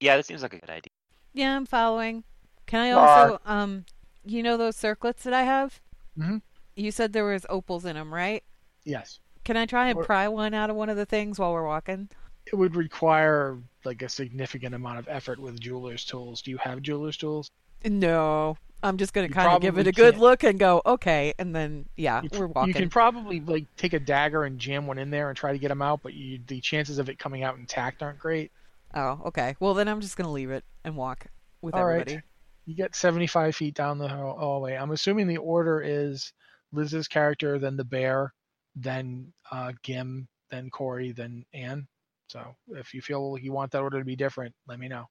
[SPEAKER 4] Yeah, that seems like a good idea.
[SPEAKER 1] Yeah, I'm following. Can I
[SPEAKER 2] Lar.
[SPEAKER 1] also, um, you know those circlets that I have?
[SPEAKER 2] Mhm.
[SPEAKER 1] You said there was opals in them, right?
[SPEAKER 2] Yes.
[SPEAKER 1] Can I try and
[SPEAKER 2] Or-
[SPEAKER 1] pry one out of one of the things while we're walking?
[SPEAKER 2] It would require like a significant amount of effort with jeweler's tools. Do you have jeweler's tools?
[SPEAKER 1] No, I'm just gonna
[SPEAKER 2] You
[SPEAKER 1] kind of give it
[SPEAKER 2] probably
[SPEAKER 1] a good
[SPEAKER 2] can't.
[SPEAKER 1] look and go, okay, and then yeah,
[SPEAKER 2] You,
[SPEAKER 1] we're
[SPEAKER 2] you
[SPEAKER 1] walking.
[SPEAKER 2] can probably like take a dagger and jam one in there and try to get them out, but you, the chances of it coming out intact aren't great.
[SPEAKER 1] Oh, okay. Well, then I'm just gonna leave it and walk with
[SPEAKER 2] All right.
[SPEAKER 1] everybody.
[SPEAKER 2] You get 75 feet down the hall- hallway. I'm assuming the order is Liz's character, then the bear, then uh, Gim, then Corey, then Anne. So if you feel you want that order to be different, let me know.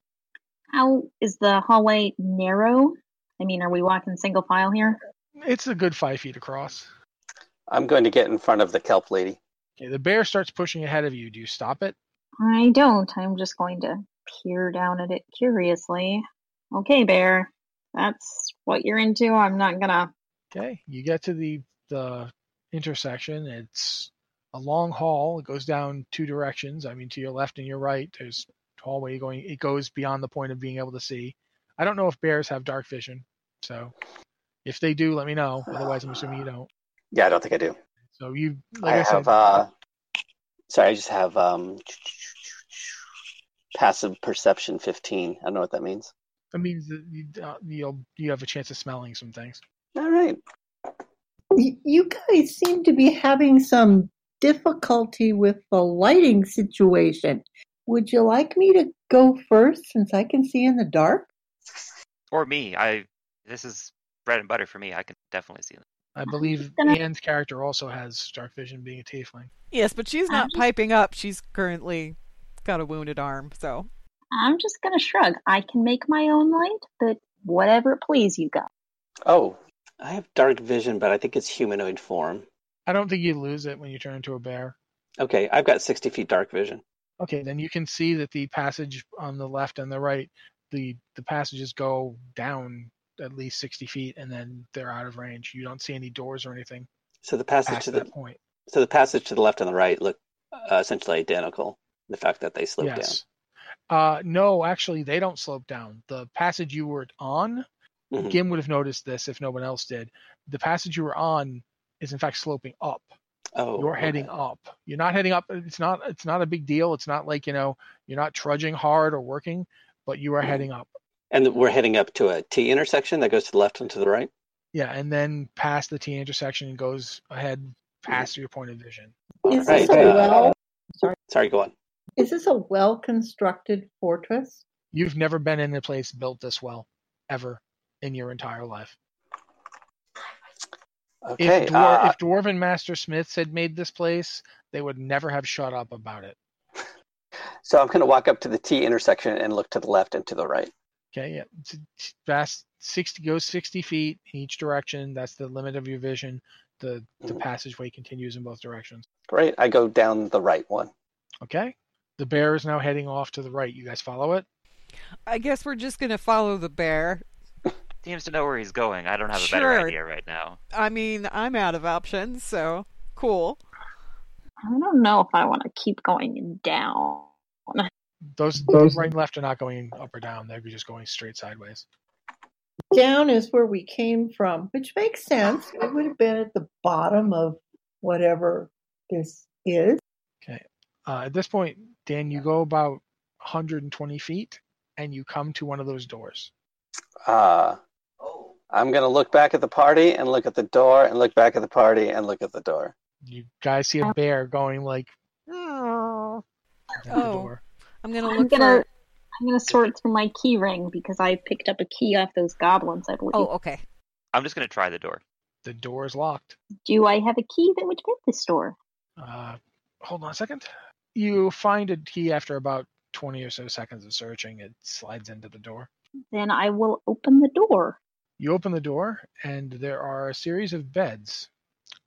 [SPEAKER 8] How is the hallway narrow? I mean, are we walking single file here?
[SPEAKER 2] It's a good five feet across.
[SPEAKER 7] I'm going to get in front of the kelp lady.
[SPEAKER 2] Okay, the bear starts pushing ahead of you. Do you stop it?
[SPEAKER 8] I don't. I'm just going to peer down at it curiously. Okay, bear. That's what you're into. I'm not gonna.
[SPEAKER 2] Okay, you get to the the intersection. It's a long hall. It goes down two directions. I mean, to your left and your right. There's hallway going. It goes beyond the point of being able to see. I don't know if bears have dark vision, so if they do, let me know. Otherwise, I'm assuming you don't.
[SPEAKER 7] Yeah, I don't think I do.
[SPEAKER 2] So you,
[SPEAKER 7] I,
[SPEAKER 2] like I,
[SPEAKER 7] have.
[SPEAKER 2] said,
[SPEAKER 7] uh, sorry, I just have um, passive perception 15. I don't know what that means.
[SPEAKER 2] I mean, the- you, uh, you'll you have a chance of smelling some things.
[SPEAKER 7] All right.
[SPEAKER 9] Y- You guys seem to be having some difficulty with the lighting situation. Would you like me to go first since I can see in the dark?
[SPEAKER 4] Or me. I this is bread and butter for me. I can definitely see them.
[SPEAKER 2] I believe
[SPEAKER 8] gonna-
[SPEAKER 2] Anne's character also has dark vision, being a tiefling.
[SPEAKER 1] Yes, but she's
[SPEAKER 8] I'm
[SPEAKER 1] not
[SPEAKER 8] just-
[SPEAKER 1] piping up. She's currently got a wounded arm, so
[SPEAKER 8] I'm just gonna shrug. I can make my own light, but whatever it please you guys.
[SPEAKER 7] Oh, I have dark vision, but I think it's humanoid form.
[SPEAKER 2] I don't think you lose it when you turn into a bear.
[SPEAKER 7] Okay, I've got 60 feet dark vision.
[SPEAKER 2] Okay, then you can see that the passage on the left and the right, the the passages go down at least sixty feet, and then they're out of range. You don't see any doors or anything
[SPEAKER 7] So the passage
[SPEAKER 2] past
[SPEAKER 7] to
[SPEAKER 2] that
[SPEAKER 7] the
[SPEAKER 2] point.
[SPEAKER 7] so the passage to the left and the right look uh, essentially identical. The fact that they slope
[SPEAKER 2] Yes. Uh, no, actually, they don't slope down. The passage you were on,
[SPEAKER 7] down. Mhm.
[SPEAKER 2] Gim would have noticed this if no one else did. The passage you were on is in fact sloping up.
[SPEAKER 7] Oh,
[SPEAKER 2] you're heading
[SPEAKER 7] okay.
[SPEAKER 2] up. You're not heading up. It's not. It's not a big deal. It's not like you know. You're not trudging hard or working, but you are
[SPEAKER 7] Mhm.
[SPEAKER 2] heading up.
[SPEAKER 7] And we're heading up to a T intersection that goes to the left and to the right.
[SPEAKER 2] Yeah, and then past the T intersection and goes ahead
[SPEAKER 7] Mm-hmm.
[SPEAKER 2] past your point of vision.
[SPEAKER 9] Is
[SPEAKER 7] Right,
[SPEAKER 9] this a
[SPEAKER 7] uh,
[SPEAKER 9] well?
[SPEAKER 7] Sorry, go on.
[SPEAKER 9] Is this a well-constructed fortress?
[SPEAKER 2] You've never been in a place built this well, ever, in your entire life.
[SPEAKER 7] Okay.
[SPEAKER 2] if, Dwar-
[SPEAKER 7] uh,
[SPEAKER 2] if Dwarven Master Smiths had made this place, they would never have shut up about it.
[SPEAKER 7] so I'm going to walk up to the T intersection and look to the left and to the right.
[SPEAKER 2] Okay, yeah, t- t- fast sixty goes sixty feet in each direction. That's the limit of your vision. The the
[SPEAKER 7] Mhm.
[SPEAKER 2] passageway continues in both directions.
[SPEAKER 7] Great. I go down the right one.
[SPEAKER 2] Okay, the bear is now heading off to the right. You guys follow it?
[SPEAKER 1] I guess we're just gonna follow the bear.
[SPEAKER 4] Seems to know where he's going. I don't have a better
[SPEAKER 1] Sure.
[SPEAKER 4] idea right now.
[SPEAKER 1] I mean, I'm out of options, so cool.
[SPEAKER 8] I don't know if I want to keep going down.
[SPEAKER 2] Those right and left are not going up or down. They're just going straight sideways.
[SPEAKER 9] Down is where we came from, which makes sense. It would have been at the bottom of whatever this is.
[SPEAKER 2] Okay. Uh, at this point, Dan, you go about 120 feet and you come to one of those doors.
[SPEAKER 7] Uh, I'm going to look back at the party and look at the door and look back at the party and look at the door.
[SPEAKER 2] You guys see a bear going like, out the
[SPEAKER 1] Oh.
[SPEAKER 2] door.
[SPEAKER 1] I'm gonna
[SPEAKER 8] I'm
[SPEAKER 1] look
[SPEAKER 8] gonna
[SPEAKER 1] for.
[SPEAKER 8] I'm gonna sort through my key ring because I picked up a key off those goblins, I believe.
[SPEAKER 1] Oh, okay.
[SPEAKER 4] I'm just gonna try the door.
[SPEAKER 2] The door is locked.
[SPEAKER 8] Do I have a key that would fit this door?
[SPEAKER 2] Uh, hold on a second. You find a key after about 20 or so seconds of searching. It slides into the door.
[SPEAKER 8] Then I will open the door.
[SPEAKER 2] You open the door, and there are a series of beds,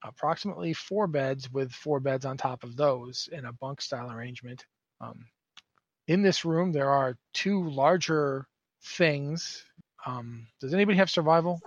[SPEAKER 2] approximately four beds, with four beds on top of those in a bunk style arrangement. Um, in this room, there are two larger things. Um, does anybody have survival?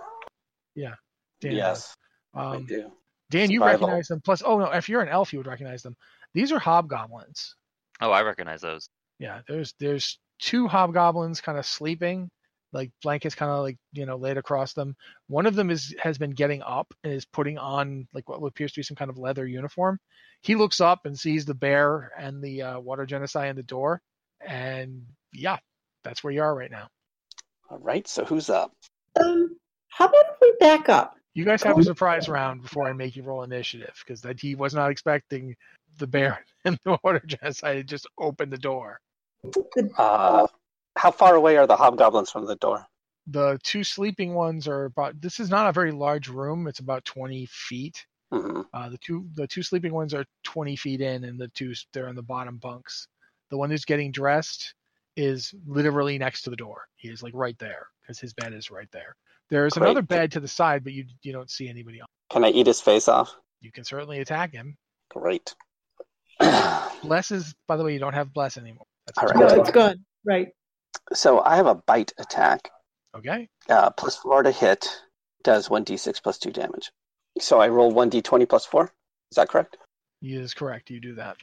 [SPEAKER 2] Yeah. Dan does.
[SPEAKER 7] yes, I
[SPEAKER 2] Um,
[SPEAKER 7] do.
[SPEAKER 2] Dan, you
[SPEAKER 7] Survival.
[SPEAKER 2] recognize them. Plus, oh no, if you're an elf, you would recognize them. These are hobgoblins.
[SPEAKER 4] Oh, I recognize those.
[SPEAKER 2] Yeah, there's there's two hobgoblins kind of sleeping, like blankets kind of like you know laid across them. One of them is has been getting up and is putting on like what appears to be some kind of leather uniform. He looks up and sees the bear and the uh, water genocide in the door, and yeah, that's where you are right now.
[SPEAKER 7] All right, so who's up?
[SPEAKER 9] Um, how about if we back up?
[SPEAKER 2] You guys have a surprise round before I make you roll initiative because that he was not expecting the bear and the water genocide to just open the door.
[SPEAKER 7] Uh, how far away are the hobgoblins from the door?
[SPEAKER 2] The two sleeping ones are about. This is not a very large room. It's about 20 feet.
[SPEAKER 7] hmm
[SPEAKER 2] Uh, the two the two sleeping ones are 20 feet in, and the two they're on the bottom bunks. The one who's getting dressed is literally next to the door. He is like right there because his bed is right there. There is
[SPEAKER 7] Great.
[SPEAKER 2] another bed to the side, but you you don't see anybody. on.
[SPEAKER 7] Can I eat his face off?
[SPEAKER 2] You can certainly attack him.
[SPEAKER 7] Great. so
[SPEAKER 2] Bless is by the way, you don't have bless anymore. That's
[SPEAKER 7] All
[SPEAKER 9] No,
[SPEAKER 7] right.
[SPEAKER 9] it's gone. Right.
[SPEAKER 7] I have a bite attack.
[SPEAKER 2] Okay.
[SPEAKER 7] Uh, plus four to hit does one d6 plus two damage. So I roll one d20 plus four. Is that correct?
[SPEAKER 2] He is correct. You do that.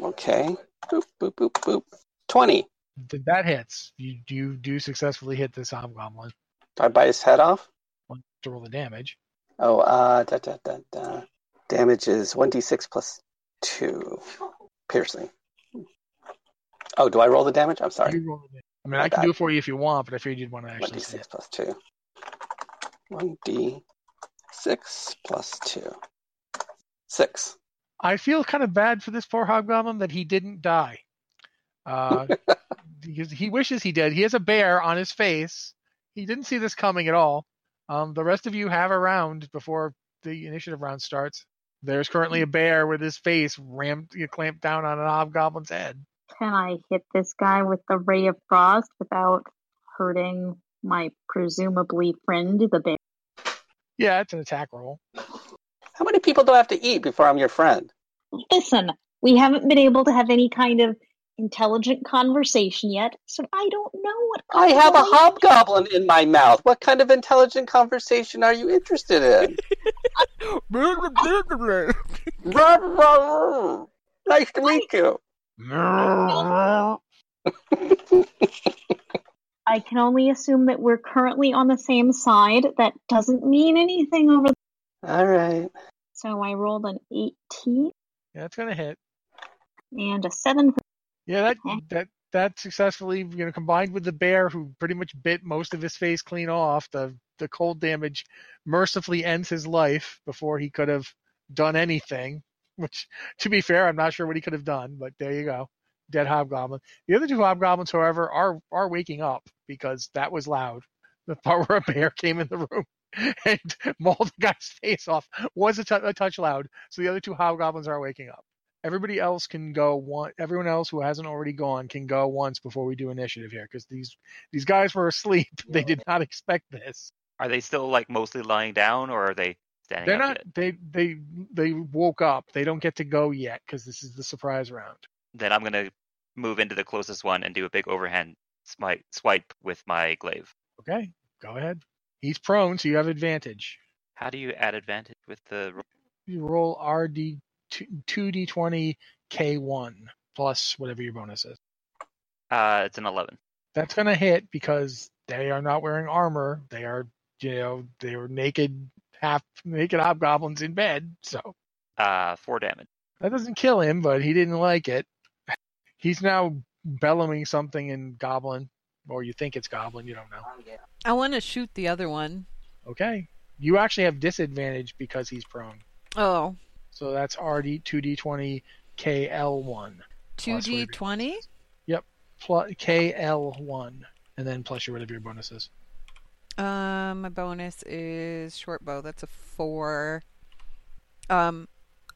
[SPEAKER 7] Okay. Boop boop boop boop. Twenty.
[SPEAKER 2] Th- That hits. You you do successfully hit this hobgoblin.
[SPEAKER 7] Do I bite his head off?
[SPEAKER 2] Want to roll the damage.
[SPEAKER 7] Oh, uh, da da da da. Damage is one d6 plus two piercing. Oh, do I roll the damage? I'm sorry.
[SPEAKER 2] You roll the damage. I mean,
[SPEAKER 7] My
[SPEAKER 2] I can
[SPEAKER 7] bad.
[SPEAKER 2] do it for you if you want, but I figured you'd want to
[SPEAKER 7] One
[SPEAKER 2] actually see
[SPEAKER 7] d6
[SPEAKER 2] it.
[SPEAKER 7] plus two. One d6 plus two. Six.
[SPEAKER 2] I feel kind of bad for this poor hobgoblin that he didn't die. Uh, because he wishes he did. He has a bear on his face. He didn't see this coming at all. Um, the rest of you have a round before the initiative round starts. There's currently a bear with his face rammed, clamped down on an hobgoblin's head.
[SPEAKER 8] Can I hit this guy with the ray of frost without hurting my presumably friend the bear?
[SPEAKER 2] Yeah, it's an attack roll.
[SPEAKER 7] How many people do I have to eat before I'm your friend?
[SPEAKER 8] Listen, we haven't been able to have any kind of intelligent conversation yet, so I don't know what
[SPEAKER 7] I have a
[SPEAKER 8] kind of
[SPEAKER 7] hobgoblin in my mouth. What kind of intelligent conversation are you interested in? Rah, rah, rah. nice to meet you.
[SPEAKER 8] I can only assume that we're currently on the same side. That doesn't mean anything over.
[SPEAKER 7] All right.
[SPEAKER 8] So I rolled an 18
[SPEAKER 2] Yeah, that's gonna hit.
[SPEAKER 8] and a 7.
[SPEAKER 2] Yeah, that
[SPEAKER 8] Okay.
[SPEAKER 2] that that successfully, you know, combined with the bear who pretty much bit most of his face clean off, the the cold damage mercifully ends his life before he could have done anything. Which, to be fair, I'm not sure what he could have done, but there you go, dead hobgoblin. The other two hobgoblins, however, are are waking up because that was loud. The part where a bear came in the room and mauled the guy's face off was a tou- a touch loud, so the other two hobgoblins are waking up. Everybody else can go one. Everyone else who hasn't already gone can go once before we do initiative here, because these these guys were asleep. They did not expect this.
[SPEAKER 4] Are they still like mostly lying down, or are they standing
[SPEAKER 2] They're
[SPEAKER 4] up
[SPEAKER 2] not.
[SPEAKER 4] yet?
[SPEAKER 2] They they they woke up. They don't get to go yet because this is the surprise round.
[SPEAKER 4] Then I'm gonna move into the closest one and do a big overhand swipe, swipe with my glaive.
[SPEAKER 2] Okay, go ahead. He's prone, so you have advantage.
[SPEAKER 4] How do you add advantage with the? ro-
[SPEAKER 2] You roll RD two D twenty K one plus whatever your bonus is.
[SPEAKER 4] Uh, it's an eleven.
[SPEAKER 2] that's gonna hit because they are not wearing armor. They are, you know, they were naked, half naked hobgoblins in bed. So
[SPEAKER 4] Uh, four damage.
[SPEAKER 2] that doesn't kill him, but he didn't like it. He's now bellowing something in goblin, or you think it's goblin. You don't know.
[SPEAKER 1] I want to shoot the other one.
[SPEAKER 2] Okay, you actually have disadvantage because he's prone.
[SPEAKER 1] Oh,
[SPEAKER 2] So that's RD two D twenty KL one.
[SPEAKER 1] Two D twenty.
[SPEAKER 2] Yep. Plus KL one, and then plus you're rid of your bonuses.
[SPEAKER 1] Um, my bonus is short bow. That's a four. Um,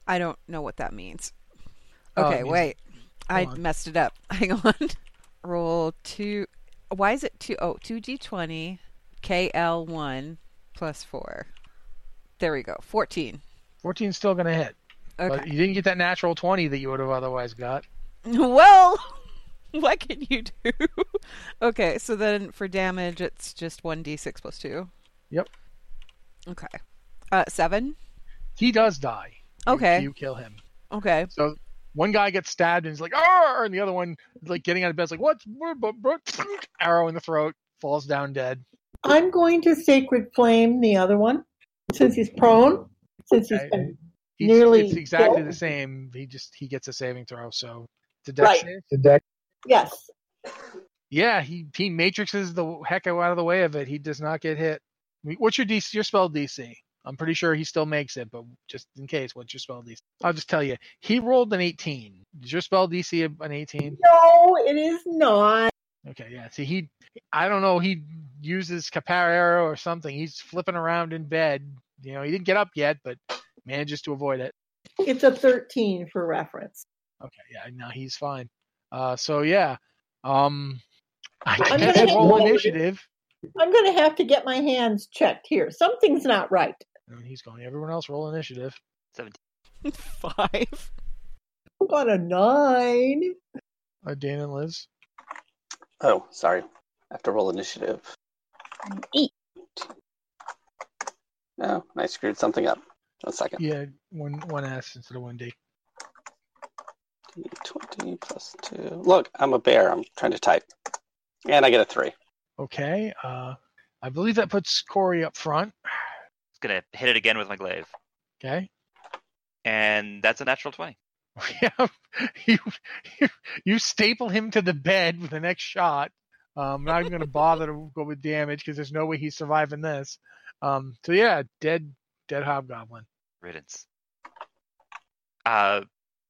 [SPEAKER 1] I don't know what that means.
[SPEAKER 2] Oh, it
[SPEAKER 1] Okay,
[SPEAKER 2] means-
[SPEAKER 1] wait. I
[SPEAKER 2] hold on.
[SPEAKER 1] messed it up. Hang on. Roll two. Why is it two? Oh, two D twenty, KL one plus four. There we go. Fourteen.
[SPEAKER 2] 14's still going to hit. But
[SPEAKER 1] Okay.
[SPEAKER 2] you didn't get that natural 20 that you would have otherwise got.
[SPEAKER 1] Well, what can you do? okay, so then for damage, it's just one D six plus two.
[SPEAKER 2] Yep.
[SPEAKER 1] Okay. Uh, seven.
[SPEAKER 2] He does die. You-
[SPEAKER 1] Okay.
[SPEAKER 2] You, kill him.
[SPEAKER 1] Okay.
[SPEAKER 2] So one guy gets stabbed and he's like, "Arr!" and the other one, like getting out of bed, is like, "What?" Brr, brr, brr," Arrow in the throat, falls down dead.
[SPEAKER 9] I'm going to sacred flame the other one since he's prone. Since he's
[SPEAKER 2] Okay.
[SPEAKER 9] been
[SPEAKER 2] He's,
[SPEAKER 9] nearly
[SPEAKER 2] it's exactly
[SPEAKER 9] killed.
[SPEAKER 2] the same. He just he gets a saving throw. So to deck
[SPEAKER 9] Right.
[SPEAKER 2] save?
[SPEAKER 9] yes.
[SPEAKER 2] Yeah, he he matrixes the heck out of the way of it. He does not get hit. I mean, What's your DC? Your spell DC? I'm pretty sure he still makes it, but just in case, what's your spell DC? I'll just tell you. He rolled an 18. Is your spell DC an 18?
[SPEAKER 9] No, it is not.
[SPEAKER 2] Okay, yeah. See, he, I don't know, he uses Capar arrow or something. He's flipping around in bed. You know, he didn't get up yet, but manages to avoid it.
[SPEAKER 9] It's a 13 for reference.
[SPEAKER 2] Okay, yeah. Now he's fine. Uh, so yeah, um, I
[SPEAKER 9] I'm
[SPEAKER 2] guess
[SPEAKER 9] gonna hit
[SPEAKER 2] roll
[SPEAKER 9] roll.
[SPEAKER 2] initiative.
[SPEAKER 9] I'm going to have to get my hands checked here. Something's not right.
[SPEAKER 2] And he's going. Everyone else, roll initiative.
[SPEAKER 4] Seventeen.
[SPEAKER 1] Five.
[SPEAKER 9] I got a nine.
[SPEAKER 2] Uh, Dan and Liz.
[SPEAKER 7] Oh, sorry. I have to roll initiative.
[SPEAKER 8] An eight.
[SPEAKER 7] No, Oh, I screwed something up. One second.
[SPEAKER 2] Yeah, one one S instead of one D.
[SPEAKER 7] 20 plus 2. Look, I'm a bear. I'm trying to type. And I get a 3.
[SPEAKER 2] Okay. Uh, I believe that puts Corey up front.
[SPEAKER 4] It's gonna hit it again with my glaive,
[SPEAKER 2] Okay.
[SPEAKER 4] and that's a natural twenty.
[SPEAKER 2] Yeah, you, you you staple him to the bed with the next shot. Um, not even going to bother to go with damage because there's no way he's surviving this. Um, so yeah, dead dead hobgoblin.
[SPEAKER 4] Riddance. Uh,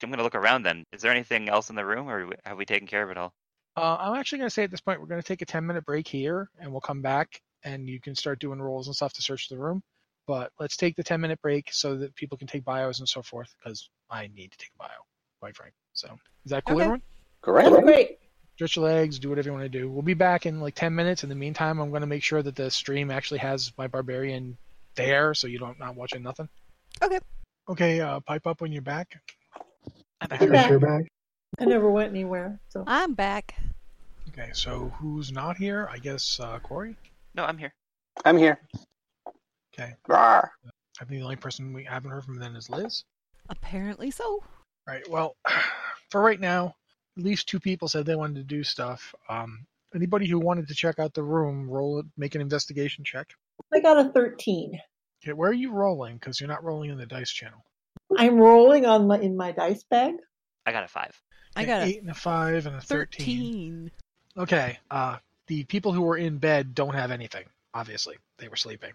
[SPEAKER 4] I'm gonna look around then. Is there anything else in the room, or have we taken care of it all?
[SPEAKER 2] Uh, I'm actually going to say at this point we're going to take a 10 minute break here, and we'll come back and you can start doing rolls and stuff to search the room. But let's take the 10 minute break so that people can take bios and so forth because I need to take a bio, quite frank. So is that cool,
[SPEAKER 1] Okay.
[SPEAKER 2] everyone?
[SPEAKER 9] That's
[SPEAKER 7] Correct.
[SPEAKER 9] great.
[SPEAKER 2] stretch your legs, do whatever you want to do. We'll be back in like 10 minutes. In the meantime, I'm going to make sure that the stream actually has my barbarian there so you don't not watching nothing.
[SPEAKER 1] Okay.
[SPEAKER 2] Okay, uh, pipe up when you're back.
[SPEAKER 4] I'm
[SPEAKER 9] I'm
[SPEAKER 4] back.
[SPEAKER 9] back. I never went anywhere. So
[SPEAKER 1] I'm back.
[SPEAKER 2] Okay, so who's not here? I guess uh, Corey.
[SPEAKER 4] No, I'm here.
[SPEAKER 7] I'm here.
[SPEAKER 2] Okay,
[SPEAKER 7] Rawr.
[SPEAKER 2] I think the only person we haven't heard from then is Liz.
[SPEAKER 1] Apparently so.
[SPEAKER 2] All right, well, for right now, at least two people said they wanted to do stuff. Um, anybody who wanted to check out the room, roll it, make an investigation check.
[SPEAKER 9] I got a 13.
[SPEAKER 2] Okay, where are you rolling? Because you're not rolling in the dice channel.
[SPEAKER 9] I'm rolling on my, in my dice bag.
[SPEAKER 4] I got a five.
[SPEAKER 1] I
[SPEAKER 2] Okay,
[SPEAKER 1] got a
[SPEAKER 2] eight and a five and a 13.
[SPEAKER 1] thirteen.
[SPEAKER 2] Okay. Uh, the people who were in bed don't have anything. Obviously, they were sleeping.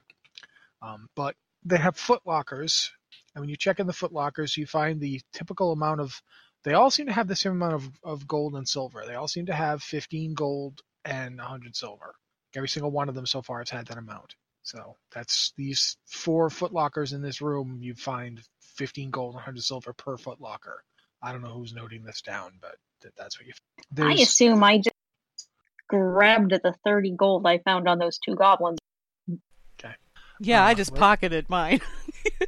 [SPEAKER 2] Um, but they have foot lockers, and when you check in the foot lockers, you find the typical amount of. They all seem to have the same amount of, of gold and silver. They all seem to have 15 gold and 100 silver. Every single one of them so far has had that amount. So that's these four foot lockers in this room. You find 15 gold and 100 silver per foot locker. I don't know who's noting this down, but th- that's what you.
[SPEAKER 8] I assume I just grabbed the 30 gold I found on those two goblins.
[SPEAKER 1] Yeah,
[SPEAKER 2] Uh,
[SPEAKER 1] I just
[SPEAKER 2] what?
[SPEAKER 1] pocketed mine.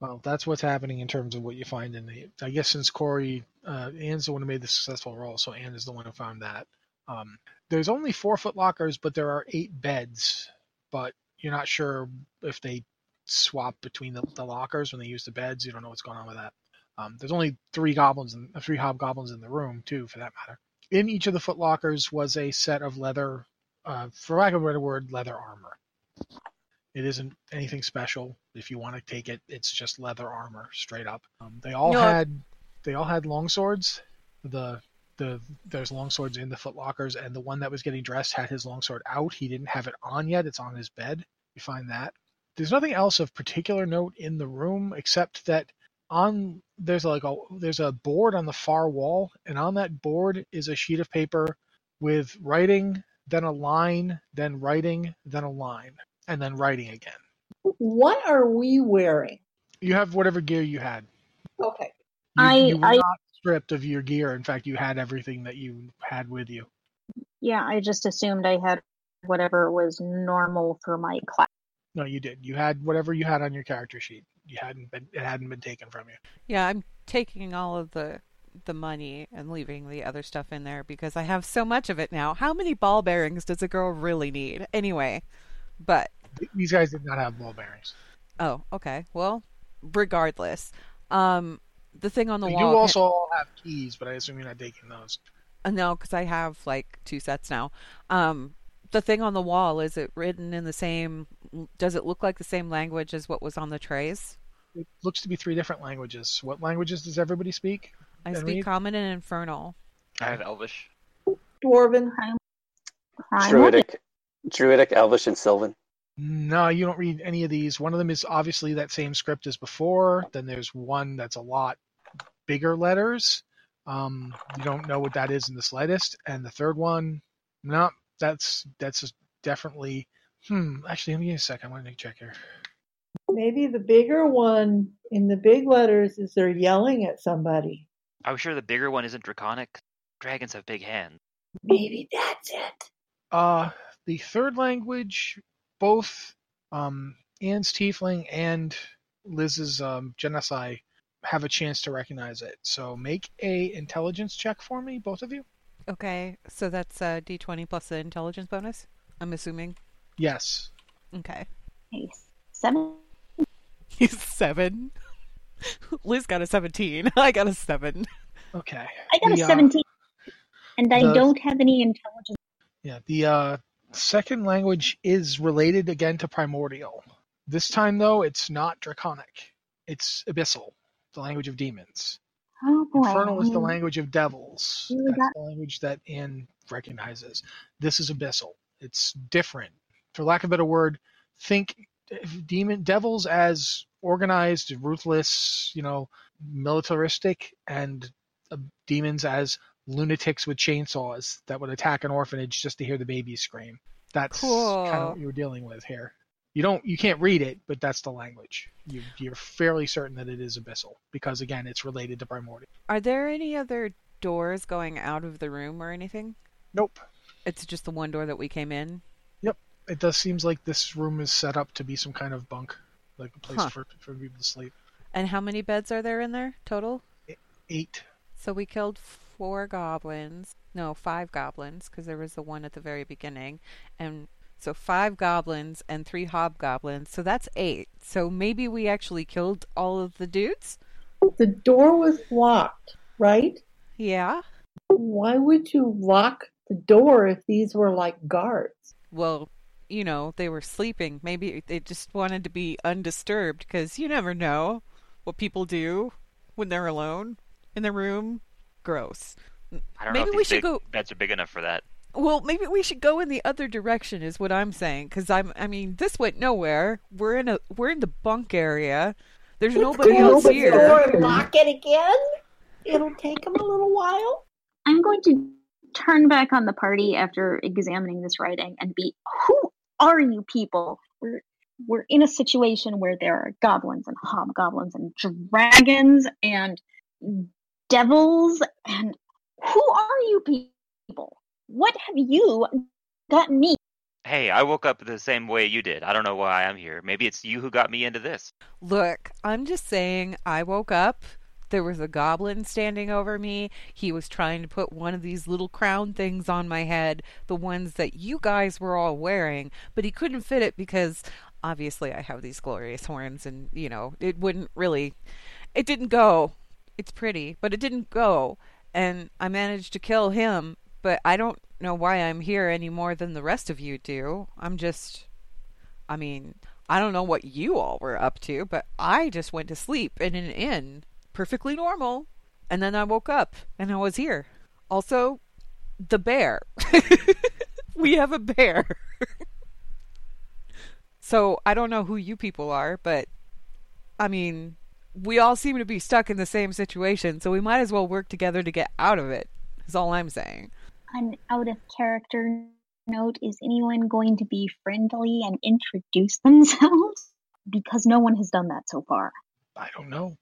[SPEAKER 2] Well, that's what's happening in terms of what you find in the. I guess since Corey, uh, Anne's the one who made the successful roll, so Anne is the one who found that. Um, there's only four foot lockers, but there are eight beds. But you're not sure if they swap between the, the lockers when they use the beds. You don't know what's going on with that. Um, there's only three goblins and three hobgoblins in the room too, for that matter. In each of the foot lockers was a set of leather, uh, for lack of a better word, leather armor. It isn't anything special. If you want to take it, it's just leather armor, straight up. Um, they all
[SPEAKER 1] No.
[SPEAKER 2] had, they all had long swords. The the there's long swords in the foot lockers, and the one that was getting dressed had his long sword out. He didn't have it on yet. It's on his bed. You find that. There's nothing else of particular note in the room except that on there's like a there's a board on the far wall, and on that board is a sheet of paper with writing, then a line, then writing, then a line, and then writing again.
[SPEAKER 9] What are we wearing?
[SPEAKER 2] You have whatever gear you had.
[SPEAKER 9] Okay.
[SPEAKER 2] You,
[SPEAKER 8] I-
[SPEAKER 2] you were
[SPEAKER 8] I-
[SPEAKER 2] not stripped of your gear. In fact, you had everything that you had with you.
[SPEAKER 8] Yeah, I just assumed I had whatever was normal for my class.
[SPEAKER 2] No, you did. You had whatever you had on your character sheet. You hadn't been it hadn't been taken from you.
[SPEAKER 1] Yeah, I'm taking all of the the money and leaving the other stuff in there because I have so much of it now. How many ball bearings does a girl really need? Anyway, but
[SPEAKER 2] Th- These guys did not have ball bearings.
[SPEAKER 1] oh, okay. Well, regardless, um the thing on the
[SPEAKER 2] They do
[SPEAKER 1] wall
[SPEAKER 2] also all have keys, but I assume you're not taking those.
[SPEAKER 1] Uh, No, because I have like two sets now. Um, the thing on the wall is it written in the same? Does it look like the same language as what was on the trays?
[SPEAKER 2] It looks to be three different languages. What languages does everybody speak?
[SPEAKER 1] I
[SPEAKER 2] And
[SPEAKER 1] speak
[SPEAKER 2] read?
[SPEAKER 1] common and infernal.
[SPEAKER 4] I have Elvish.
[SPEAKER 9] Dwarven.
[SPEAKER 8] I'm
[SPEAKER 7] Druidic, Druidic, Elvish, and Sylvan.
[SPEAKER 2] No, you don't read any of these. One of them is obviously that same script as before. Then there's one that's a lot bigger letters. Um, you don't know what that is in the slightest. And the third one, no, that's that's just definitely. Hmm. Actually, give me a second. I want to check here.
[SPEAKER 9] Maybe the bigger one in the big letters is they're yelling at somebody.
[SPEAKER 4] I'm sure the bigger one isn't draconic. Dragons have big hands.
[SPEAKER 9] Maybe that's it.
[SPEAKER 2] Uh, the third language, both um, Anne's Tiefling and Liz's um, Genocide have a chance to recognize it. So make a intelligence check for me, both of you.
[SPEAKER 1] Okay, so that's uh, D twenty plus the intelligence bonus. I'm assuming.
[SPEAKER 2] Yes.
[SPEAKER 1] Okay,
[SPEAKER 8] Hey, seven.
[SPEAKER 1] he's seven. Liz got a seventeen. I got a seven.
[SPEAKER 2] Okay.
[SPEAKER 8] I got
[SPEAKER 2] The,
[SPEAKER 8] a
[SPEAKER 2] uh,
[SPEAKER 8] 17, and I
[SPEAKER 2] the-
[SPEAKER 8] don't have any intelligence.
[SPEAKER 2] Yeah, the uh, second language is related again to primordial. This time, though, it's not draconic. It's abyssal, the language of demons.
[SPEAKER 8] Oh boy.
[SPEAKER 2] Infernal is the
[SPEAKER 8] I'm-
[SPEAKER 2] language of devils.
[SPEAKER 8] Really
[SPEAKER 2] That's
[SPEAKER 8] got-
[SPEAKER 2] the language that Anne recognizes. This is abyssal. It's different. For lack of a better word, think demon devils as organized, ruthless, you know, militaristic, and uh, demons as lunatics with chainsaws that would attack an orphanage just to hear the baby scream. That's kind
[SPEAKER 1] Cool.
[SPEAKER 2] of what you're dealing with here. You don't, you can't read it, but that's the language. You, you're fairly certain that it is abyssal because again, it's related to primordial.
[SPEAKER 1] Are there any other doors going out of the room or anything?
[SPEAKER 2] Nope.
[SPEAKER 1] It's just the one door that we came in.
[SPEAKER 2] Yep. It does seems like this room is set up to be some kind of bunk, like a place
[SPEAKER 1] Huh.
[SPEAKER 2] for, for people to sleep.
[SPEAKER 1] And how many beds are there in there total?
[SPEAKER 2] Eight.
[SPEAKER 1] So we killed four goblins. No, five goblins, because there was the one at the very beginning. And so five goblins and three hobgoblins. So that's eight. So maybe we actually killed all of the dudes?
[SPEAKER 9] The door was locked, right?
[SPEAKER 1] Yeah.
[SPEAKER 9] Why would you lock the door if these were like guards?
[SPEAKER 1] Well, you know, they were sleeping. Maybe they just wanted to be undisturbed, because you never know what people do when they're alone in their room. Gross.
[SPEAKER 4] I don't
[SPEAKER 1] Maybe
[SPEAKER 4] know if
[SPEAKER 1] we
[SPEAKER 4] these
[SPEAKER 1] should
[SPEAKER 4] big
[SPEAKER 1] go-
[SPEAKER 4] beds are big enough for that.
[SPEAKER 1] Well, maybe we should go in the other direction is what I'm saying cuz I'm I mean this went nowhere. We're in a we're in the bunk area. There's nobody
[SPEAKER 9] Go
[SPEAKER 1] else
[SPEAKER 9] open the door
[SPEAKER 1] here.
[SPEAKER 9] and lock it again. It'll take them a little while.
[SPEAKER 8] I'm going to turn back on the party after examining this writing and be who are you people? We're we're in a situation where there are goblins and hobgoblins and dragons and devils and who are you people? What have you got me?
[SPEAKER 4] Hey, I woke up the same way you did. I don't know why I'm here. Maybe it's you who got me into this.
[SPEAKER 1] Look, I'm just saying I woke up there was a goblin standing over me. He was trying to put one of these little crown things on my head, the ones that you guys were all wearing, but he couldn't fit it because obviously I have these glorious horns and, you know, it wouldn't really it didn't go. It's pretty, but it didn't go. And I managed to kill him, but I don't know why I'm here any more than the rest of you do. I'm just. I mean, I don't know what you all were up to, but I just went to sleep in an inn. Perfectly normal. And then I woke up and I was here. Also, the bear. we have a bear. so I don't know who you people are, but I mean, we all seem to be stuck in the same situation, so we might as well work together to get out of it. Is all I'm saying.
[SPEAKER 8] An out of character note is anyone going to be friendly and introduce themselves? Because no one has done that so far.
[SPEAKER 2] I don't know.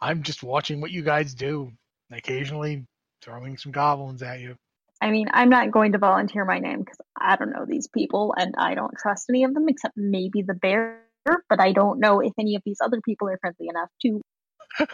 [SPEAKER 2] I'm just watching what you guys do, and occasionally throwing some goblins at you.
[SPEAKER 8] I mean, I'm not going to volunteer my name because I don't know these people and I don't trust any of them except maybe the bear, but I don't know if any of these other people are friendly enough to.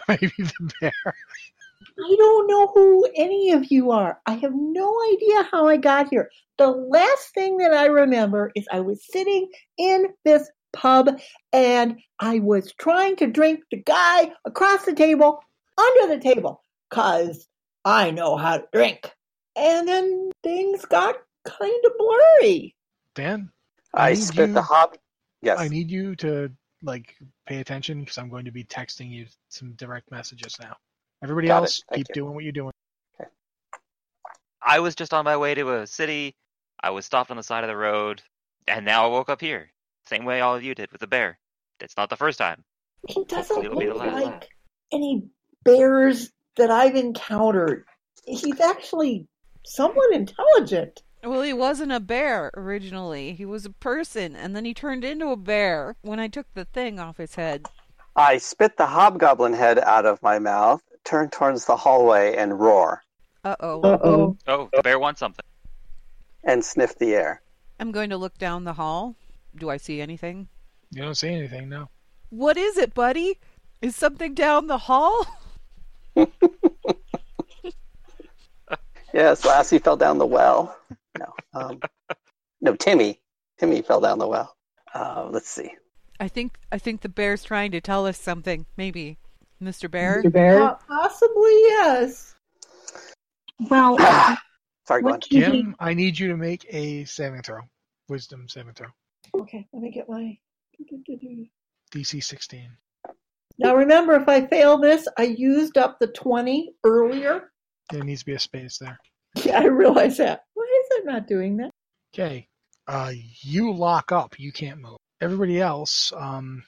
[SPEAKER 2] Maybe the bear.
[SPEAKER 9] I don't know who any of you are. I have no idea how I got here. The last thing that I remember is I was sitting in this pub and I was trying to drink the guy across the table under the table because I know how to drink. And then things got kind of blurry.
[SPEAKER 2] Dan,
[SPEAKER 7] I,
[SPEAKER 2] need
[SPEAKER 7] spent the
[SPEAKER 2] you-
[SPEAKER 7] hobby. Yes.
[SPEAKER 2] I need you to like pay attention because I'm going to be texting you some direct messages now. Everybody
[SPEAKER 7] Got it.
[SPEAKER 2] else,
[SPEAKER 7] Thank
[SPEAKER 2] keep
[SPEAKER 7] you.
[SPEAKER 2] doing what you're doing.
[SPEAKER 4] I was just on my way to a city. I was stopped on the side of the road, and now I woke up here. Same way all of you did with the bear. It's not the first time.
[SPEAKER 9] He
[SPEAKER 4] Hopefully
[SPEAKER 9] doesn't
[SPEAKER 4] it'll be
[SPEAKER 9] look
[SPEAKER 4] the last.
[SPEAKER 9] like any bears that I've encountered. He's actually somewhat intelligent.
[SPEAKER 1] Well, he wasn't a bear originally. He was a person, and then he turned into a bear when I took the thing off his head.
[SPEAKER 7] I spit the hobgoblin head out of my mouth, turn towards the hallway, and roar
[SPEAKER 1] Uh oh.
[SPEAKER 9] Uh oh.
[SPEAKER 4] Oh, the bear wants something.
[SPEAKER 7] and sniff the air.
[SPEAKER 1] I'm going to look down the hall. Do I see anything?
[SPEAKER 2] You don't say anything now.
[SPEAKER 1] What is it, buddy? Is something down the hall?
[SPEAKER 7] Yes, Lassie fell down the well. No, um, no, Timmy. Timmy fell down the well. Uh, let's see.
[SPEAKER 1] I think I think the bear's trying to tell us something. Maybe, Mr. Bear.
[SPEAKER 9] Po- possibly, yes.
[SPEAKER 8] Well,
[SPEAKER 7] Sorry, go on.
[SPEAKER 8] what can he
[SPEAKER 2] Jim, I need you to make a saving throw. Wisdom saving throw.
[SPEAKER 9] Okay, let me get my.
[SPEAKER 2] DC 16.
[SPEAKER 9] Now remember, if I fail this, I used up the 20 earlier.
[SPEAKER 2] There needs to be a space there.
[SPEAKER 9] Yeah, I realize that. Why is it not doing that?
[SPEAKER 2] Okay. Uh, you lock up. You can't move. Everybody else, um,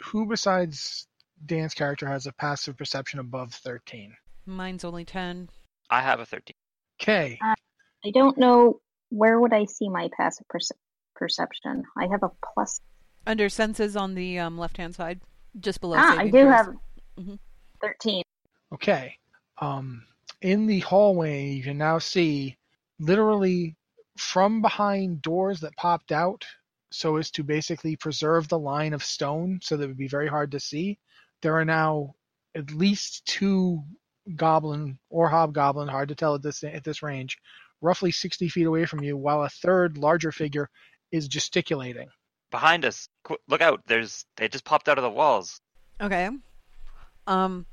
[SPEAKER 2] who besides Dan's character has a passive perception above 13?
[SPEAKER 1] Mine's only ten.
[SPEAKER 4] I have a 13.
[SPEAKER 2] Okay.
[SPEAKER 8] I don't know where would I see my passive perce- perception. I have a plus.
[SPEAKER 1] Under senses on the um, left-hand side, just below.
[SPEAKER 8] Ah, I
[SPEAKER 1] saving
[SPEAKER 8] do
[SPEAKER 1] throws.
[SPEAKER 8] have
[SPEAKER 1] Mhm.
[SPEAKER 8] thirteen.
[SPEAKER 2] Okay. Um, in the hallway, you can now see literally from behind doors that popped out so as to basically preserve the line of stone so that it would be very hard to see. There are now at least two goblin or hobgoblin, hard to tell at this at this range, roughly 60 feet away from you, while a third larger figure is gesticulating.
[SPEAKER 4] Behind us. Qu- look out. There's. They just popped out of the walls.
[SPEAKER 1] Okay. Um,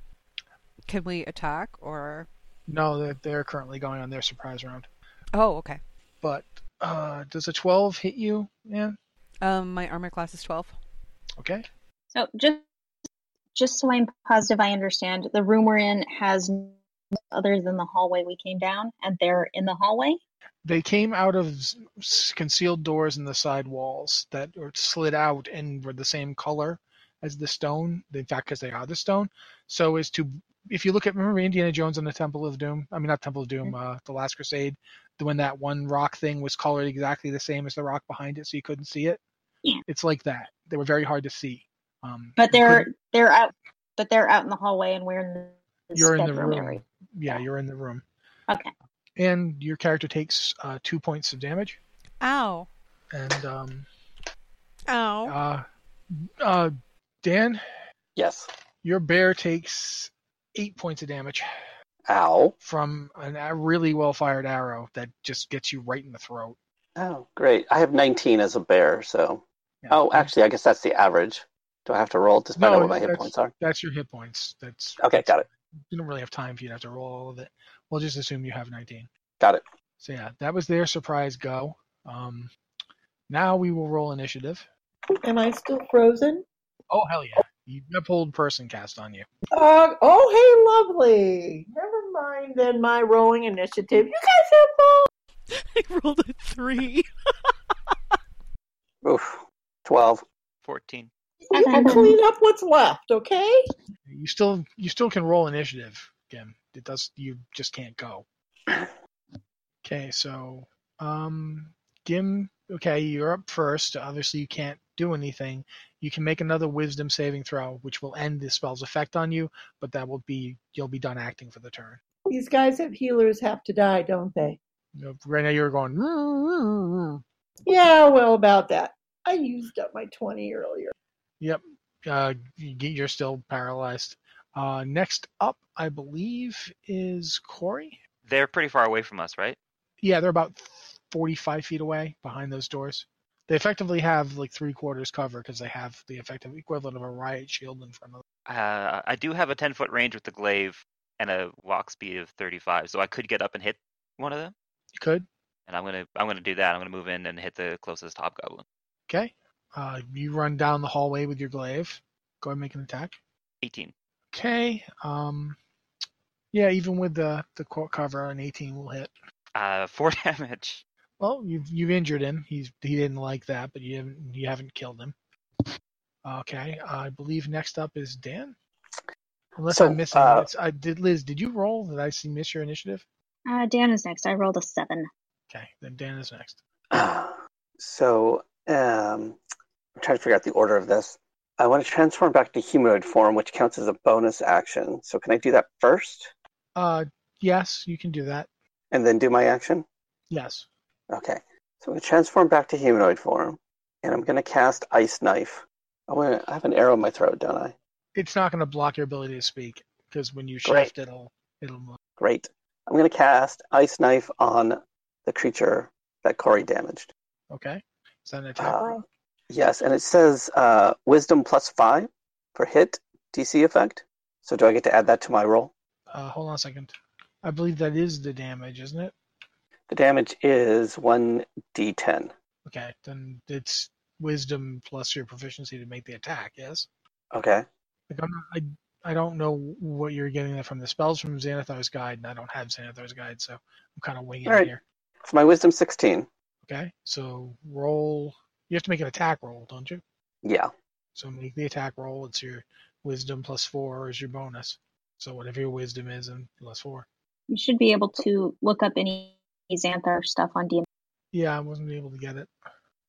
[SPEAKER 1] can we attack or?
[SPEAKER 2] No, they're, they're currently going on their surprise round.
[SPEAKER 1] Oh, okay.
[SPEAKER 2] But uh, does a 12 hit you, man?
[SPEAKER 1] Um, my armor class is twelve.
[SPEAKER 2] Okay.
[SPEAKER 8] So just just so I'm positive I understand, the room we're in has no other than the hallway we came down, and they're in the hallway.
[SPEAKER 2] They came out of s- s- concealed doors in the side walls that were slid out and were the same color as the stone. In fact, because they are the stone, so as to if you look at remember Indiana Jones and the Temple of Doom. I mean, not Temple of Doom,
[SPEAKER 8] Mm-hmm.
[SPEAKER 2] uh, the Last Crusade, the- when that one rock thing was colored exactly the same as the rock behind it, so you couldn't see it.
[SPEAKER 8] Yeah.
[SPEAKER 2] It's like that. They were very hard to see. Um,
[SPEAKER 8] But
[SPEAKER 2] you
[SPEAKER 8] they're
[SPEAKER 2] couldn't-
[SPEAKER 8] they're out. But they're out in the hallway, and we're in the
[SPEAKER 2] you're in the
[SPEAKER 8] bedroom
[SPEAKER 2] room.
[SPEAKER 8] area.
[SPEAKER 2] Yeah, you're in the room,
[SPEAKER 8] Okay.
[SPEAKER 2] and your character takes uh, two points of damage,
[SPEAKER 1] Ow.
[SPEAKER 2] and um,
[SPEAKER 1] Ow.
[SPEAKER 2] Uh, uh, Dan,
[SPEAKER 7] Yes.
[SPEAKER 2] your bear takes eight points of damage
[SPEAKER 7] Ow.
[SPEAKER 2] from an, a really well fired arrow that just gets you right in the throat.
[SPEAKER 7] Oh, great. I have 19 as a bear, so.
[SPEAKER 2] Yeah.
[SPEAKER 7] Oh, actually, I guess that's the average. Do I have to roll to find
[SPEAKER 2] No,
[SPEAKER 7] out what my hit
[SPEAKER 2] that's-
[SPEAKER 7] points are?
[SPEAKER 2] that's your hit points. That's
[SPEAKER 7] Okay, got it.
[SPEAKER 2] You don't really have time for you to have to roll all of it. We'll just assume you have 19.
[SPEAKER 7] Got it.
[SPEAKER 2] So yeah, that was their surprise go. Um, now we will roll initiative.
[SPEAKER 9] Am I still frozen?
[SPEAKER 2] Oh hell yeah! You got pulled person cast on you.
[SPEAKER 9] Uh, oh, hey, lovely. Never mind then my rolling initiative. You guys have fun.
[SPEAKER 1] I rolled a three.
[SPEAKER 7] Oof. 12.
[SPEAKER 4] 14.
[SPEAKER 9] You can clean up what's left, okay?
[SPEAKER 2] You still you still can roll initiative, Kim. It does you just can't go. Okay, so um Gim okay, you're up first. Obviously you can't do anything. You can make another wisdom saving throw, which will end the spell's effect on you, but that will be you'll be done acting for the turn.
[SPEAKER 9] These guys at healers have to die, don't they?
[SPEAKER 2] You know, Right now you're going "Mm-mm-mm."
[SPEAKER 9] Yeah, well, about that. I used up my 20 earlier.
[SPEAKER 2] Yep. Uh, you- you're still paralyzed. Uh, next up, I believe, is Corey.
[SPEAKER 4] They're pretty far away from us, right?
[SPEAKER 2] Yeah, they're about 45 feet away behind those doors. They effectively have like three quarters cover because they have the effective equivalent of a riot shield in front of them.
[SPEAKER 4] Uh, I do have a 10 foot range with the glaive and a walk speed of 35, so I could get up and hit one of them.
[SPEAKER 2] You could.
[SPEAKER 4] And I'm gonna I'm gonna do that. I'm gonna move in and hit the closest hobgoblin.
[SPEAKER 2] Okay. Uh, you run down the hallway with your glaive. Go ahead and make an attack.
[SPEAKER 4] 18.
[SPEAKER 2] Okay. Um, yeah, even with the, the court cover, an 18 will hit.
[SPEAKER 4] Uh, four damage.
[SPEAKER 2] Well, you've you've injured him. He's he didn't like that, but you haven't you haven't killed him. Okay, I believe next up is Dan. Unless
[SPEAKER 7] So,
[SPEAKER 2] I'm missing,
[SPEAKER 7] uh,
[SPEAKER 2] it's, I did. Liz, did you roll? Did I see miss your initiative?
[SPEAKER 8] Uh, Dan is next. I rolled a seven.
[SPEAKER 2] Okay, then Dan is next.
[SPEAKER 7] so um, I'm trying to figure out the order of this. I want to transform back to humanoid form, which counts as a bonus action. So can I do that first
[SPEAKER 2] Uh, yes, you can do that.
[SPEAKER 7] and then do my action?
[SPEAKER 2] Yes.
[SPEAKER 7] Okay. So I'm going to transform back to humanoid form, and I'm going to cast Ice Knife. I, want to, I have an arrow in my throat, don't I?
[SPEAKER 2] It's not going to block your ability to speak because when you
[SPEAKER 7] Great.
[SPEAKER 2] shift, it'll it'll move.
[SPEAKER 7] Great. I'm going to cast Ice Knife on the creature that Corey damaged.
[SPEAKER 2] Okay. Is that an attack?
[SPEAKER 7] Uh,
[SPEAKER 2] roll?
[SPEAKER 7] yes, and it says uh, Wisdom plus five for hit DC effect. So do I get to add that to my roll?
[SPEAKER 2] Uh, hold on a second. I believe that is the damage, isn't it?
[SPEAKER 7] The damage is 1d10.
[SPEAKER 2] Okay, then it's wisdom plus your proficiency to make the attack. Yes.
[SPEAKER 7] Okay.
[SPEAKER 2] Like I'm not, I, I don't know what you're getting that from. The spell's from Xanathar's Guide, and I don't have Xanathar's Guide, so I'm kind of winging
[SPEAKER 7] All right.
[SPEAKER 2] it here.
[SPEAKER 7] So my Wisdom 16.
[SPEAKER 2] Okay, so roll. You have to make an attack roll, don't you?
[SPEAKER 7] Yeah.
[SPEAKER 2] So make the attack roll. It's your wisdom plus four is your bonus. So whatever your wisdom is, and plus four.
[SPEAKER 8] You should be able to look up any Xanthar stuff on DM.
[SPEAKER 2] Yeah, I wasn't able to get it.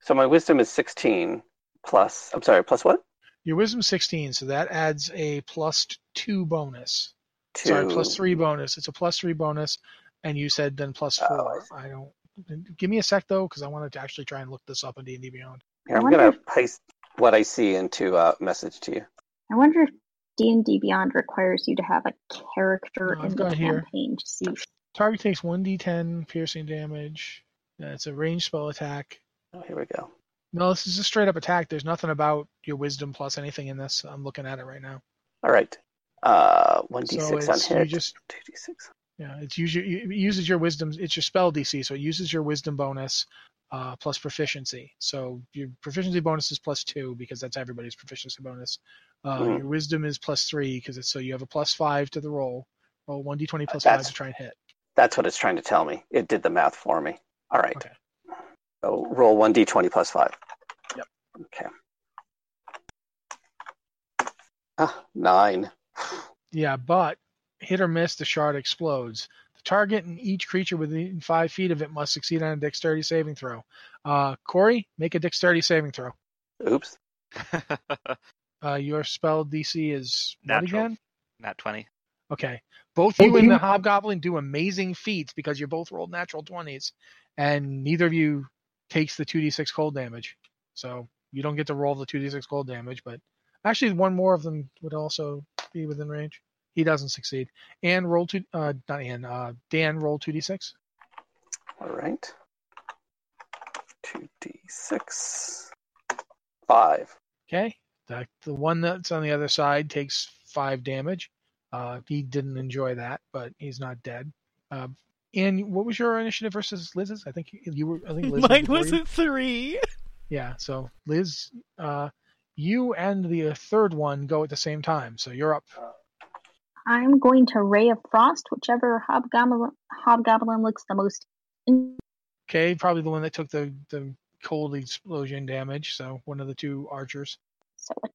[SPEAKER 7] So my Wisdom is 16 plus, I'm sorry, plus what?
[SPEAKER 2] Your wisdom 16, so that adds a plus t- two bonus.
[SPEAKER 7] Two.
[SPEAKER 2] Sorry, plus three bonus. It's a plus three bonus, and you said then plus
[SPEAKER 7] Oh,
[SPEAKER 2] four. I don't. Give me a sec though, because I wanted to actually try and look this up in D and D Beyond.
[SPEAKER 7] Here, I'm
[SPEAKER 8] I wonder
[SPEAKER 7] going to
[SPEAKER 8] if-
[SPEAKER 7] paste what I see into uh, message to you.
[SPEAKER 8] I wonder if D and D Beyond requires you to have a character
[SPEAKER 2] No, I've
[SPEAKER 8] in the
[SPEAKER 2] got here.
[SPEAKER 8] campaign to see.
[SPEAKER 2] Target takes 1d10 piercing damage. That's a ranged spell attack.
[SPEAKER 7] Oh, here we go.
[SPEAKER 2] No, this is a straight up attack. There's nothing about your wisdom plus anything in this. I'm looking at it right now.
[SPEAKER 7] All right. Uh,
[SPEAKER 2] So
[SPEAKER 7] 1d6
[SPEAKER 2] it's
[SPEAKER 7] on
[SPEAKER 2] you
[SPEAKER 7] hit.
[SPEAKER 2] just
[SPEAKER 7] 2d6.
[SPEAKER 2] yeah, it's usually it uses your wisdom. It's your spell DC, so it uses your wisdom bonus uh, plus proficiency. So your proficiency bonus is plus two because that's everybody's proficiency bonus. Uh,
[SPEAKER 7] Mhm.
[SPEAKER 2] Your wisdom is plus three because it's so you have a plus five to the roll. Roll 1d20 plus five
[SPEAKER 7] That's-
[SPEAKER 2] to try and hit.
[SPEAKER 7] That's what it's trying to tell me. It did the math for me. All right.
[SPEAKER 2] Okay.
[SPEAKER 7] So roll 1d20 plus 5.
[SPEAKER 2] Yep.
[SPEAKER 7] Okay. Ah, nine.
[SPEAKER 2] Yeah, but hit or miss, the shard explodes. The target and each creature within five feet of it must succeed on a dexterity saving throw. Uh, Corey, make a dexterity saving throw.
[SPEAKER 7] Oops.
[SPEAKER 2] Uh, your spell DC is what
[SPEAKER 4] Natural.
[SPEAKER 2] again?
[SPEAKER 4] Not 20.
[SPEAKER 2] Okay. Both you and the hobgoblin do amazing feats because you both rolled natural 20s, and neither of you takes the 2d6 cold damage. So you don't get to roll the 2d6 cold damage, but actually, one more of them would also be within range. He doesn't succeed. And roll two, uh, not Ann, uh, Dan, roll 2d6.
[SPEAKER 7] All right. 2d6. 5.
[SPEAKER 2] Okay. The, the one that's on the other side takes five damage. Uh, he didn't enjoy that, but he's not dead. Uh, and what was your initiative versus Liz's? I think you, you were. I think Liz
[SPEAKER 10] Mine
[SPEAKER 2] before
[SPEAKER 10] was
[SPEAKER 2] you.
[SPEAKER 10] at three.
[SPEAKER 2] Yeah. So Liz, uh, you and the third one go at the same time. So you're up.
[SPEAKER 8] I'm going to Ray of Frost, whichever hobgoblin hobgoblin looks the most. in-
[SPEAKER 2] Okay. Probably the one that took the the cold explosion damage. So one of the two archers.
[SPEAKER 8] So a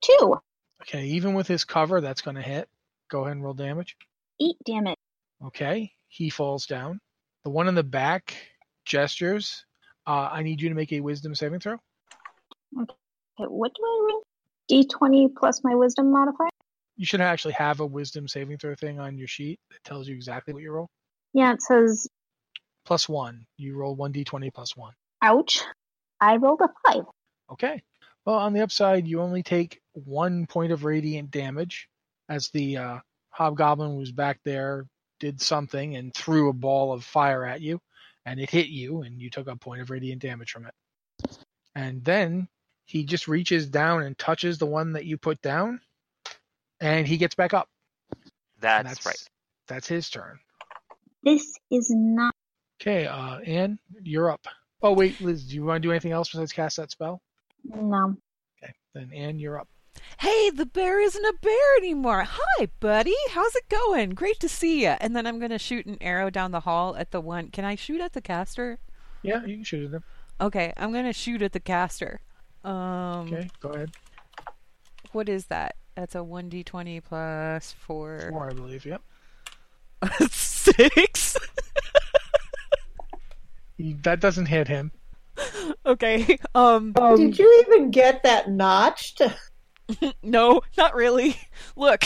[SPEAKER 8] Two.
[SPEAKER 2] Okay, even with his cover, that's going to hit. Go ahead and roll damage.
[SPEAKER 8] Eat, damn it.
[SPEAKER 2] Okay, he falls down. The one in the back gestures. Uh, I need you to make a wisdom saving throw.
[SPEAKER 8] Okay, what do I roll? D20 plus my wisdom modifier?
[SPEAKER 2] You should actually have a wisdom saving throw thing on your sheet that tells you exactly what you roll.
[SPEAKER 8] Yeah, it says,
[SPEAKER 2] Plus one. You roll 1d20 plus one.
[SPEAKER 8] ouch. I rolled a five.
[SPEAKER 2] Okay. Well, on the upside, you only take one point of radiant damage as the uh, hobgoblin who was back there did something and threw a ball of fire at you, and it hit you, and you took a point of radiant damage from it. And then he just reaches down and touches the one that you put down, and he gets back up.
[SPEAKER 4] That's,
[SPEAKER 2] And
[SPEAKER 4] right.
[SPEAKER 2] That's his turn.
[SPEAKER 8] This is not.
[SPEAKER 2] Okay, uh, Anne, you're up. Oh, wait, Liz, do you want to do anything else besides cast that spell?
[SPEAKER 8] No.
[SPEAKER 2] Okay, then Anne, you're up.
[SPEAKER 1] Hey, the bear isn't a bear anymore. Hi, buddy. How's it going? Great to see you. And then I'm going to shoot an arrow down the hall at the one. Can I shoot at the caster?
[SPEAKER 2] Yeah, you can shoot at him.
[SPEAKER 1] Okay, I'm going to shoot at the caster. Um,
[SPEAKER 2] Okay, go ahead.
[SPEAKER 1] What is that? That's a 1d20 plus 4.
[SPEAKER 2] Four, I believe. Yep.
[SPEAKER 1] 6?
[SPEAKER 2] He- That doesn't hit him.
[SPEAKER 1] okay. Um,
[SPEAKER 9] Did you even get that notched?
[SPEAKER 1] no, not really. Look.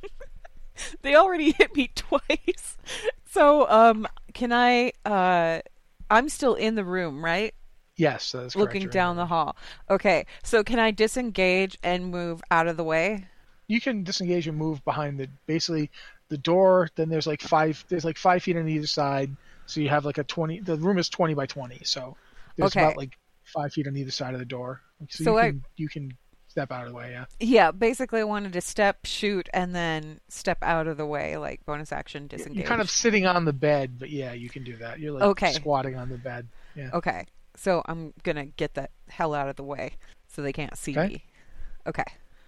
[SPEAKER 1] they already hit me twice. So, um, can I uh I'm still in the room, right?
[SPEAKER 2] Yes, that's correct.
[SPEAKER 1] Looking
[SPEAKER 2] You're in
[SPEAKER 1] down the hall. Okay. So, can I disengage and move out of the way?
[SPEAKER 2] You can disengage and move behind the basically the door. Then there's like five. There's like five feet on either side, so you have like a twenty. The room is twenty by twenty, so there's
[SPEAKER 1] Okay.
[SPEAKER 2] about like five feet on either side of the door. So,
[SPEAKER 1] So
[SPEAKER 2] you
[SPEAKER 1] I-
[SPEAKER 2] can you can step out of the way. Yeah.
[SPEAKER 1] Yeah, basically I wanted to step, shoot and then step out of the way like bonus action disengage.
[SPEAKER 2] You're kind of sitting on the bed, but yeah, you can do that. You're like
[SPEAKER 1] Okay.
[SPEAKER 2] squatting on the bed. Yeah.
[SPEAKER 1] Okay. So I'm gonna get the hell out of the way so they can't see
[SPEAKER 2] Okay.
[SPEAKER 1] me. Okay.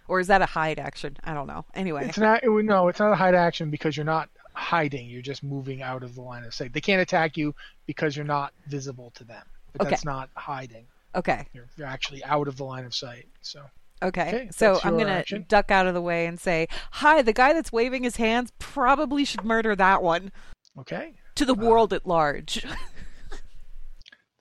[SPEAKER 1] Or is that a hide action? I don't know. Anyway.
[SPEAKER 2] It's not. It, would- no, it's not a hide action because you're not hiding. You're just moving out of the line of sight. They can't attack you because you're not visible to them. But
[SPEAKER 1] Okay.
[SPEAKER 2] that's not hiding.
[SPEAKER 1] Okay.
[SPEAKER 2] You're, you're actually out of the line of sight. So
[SPEAKER 1] Okay.
[SPEAKER 2] Okay,
[SPEAKER 1] so
[SPEAKER 2] that's
[SPEAKER 1] I'm
[SPEAKER 2] your
[SPEAKER 1] going to
[SPEAKER 2] action.
[SPEAKER 1] duck out of the way and say, "Hi, the guy that's waving his hands probably should murder that one
[SPEAKER 2] okay.
[SPEAKER 1] to the world at large."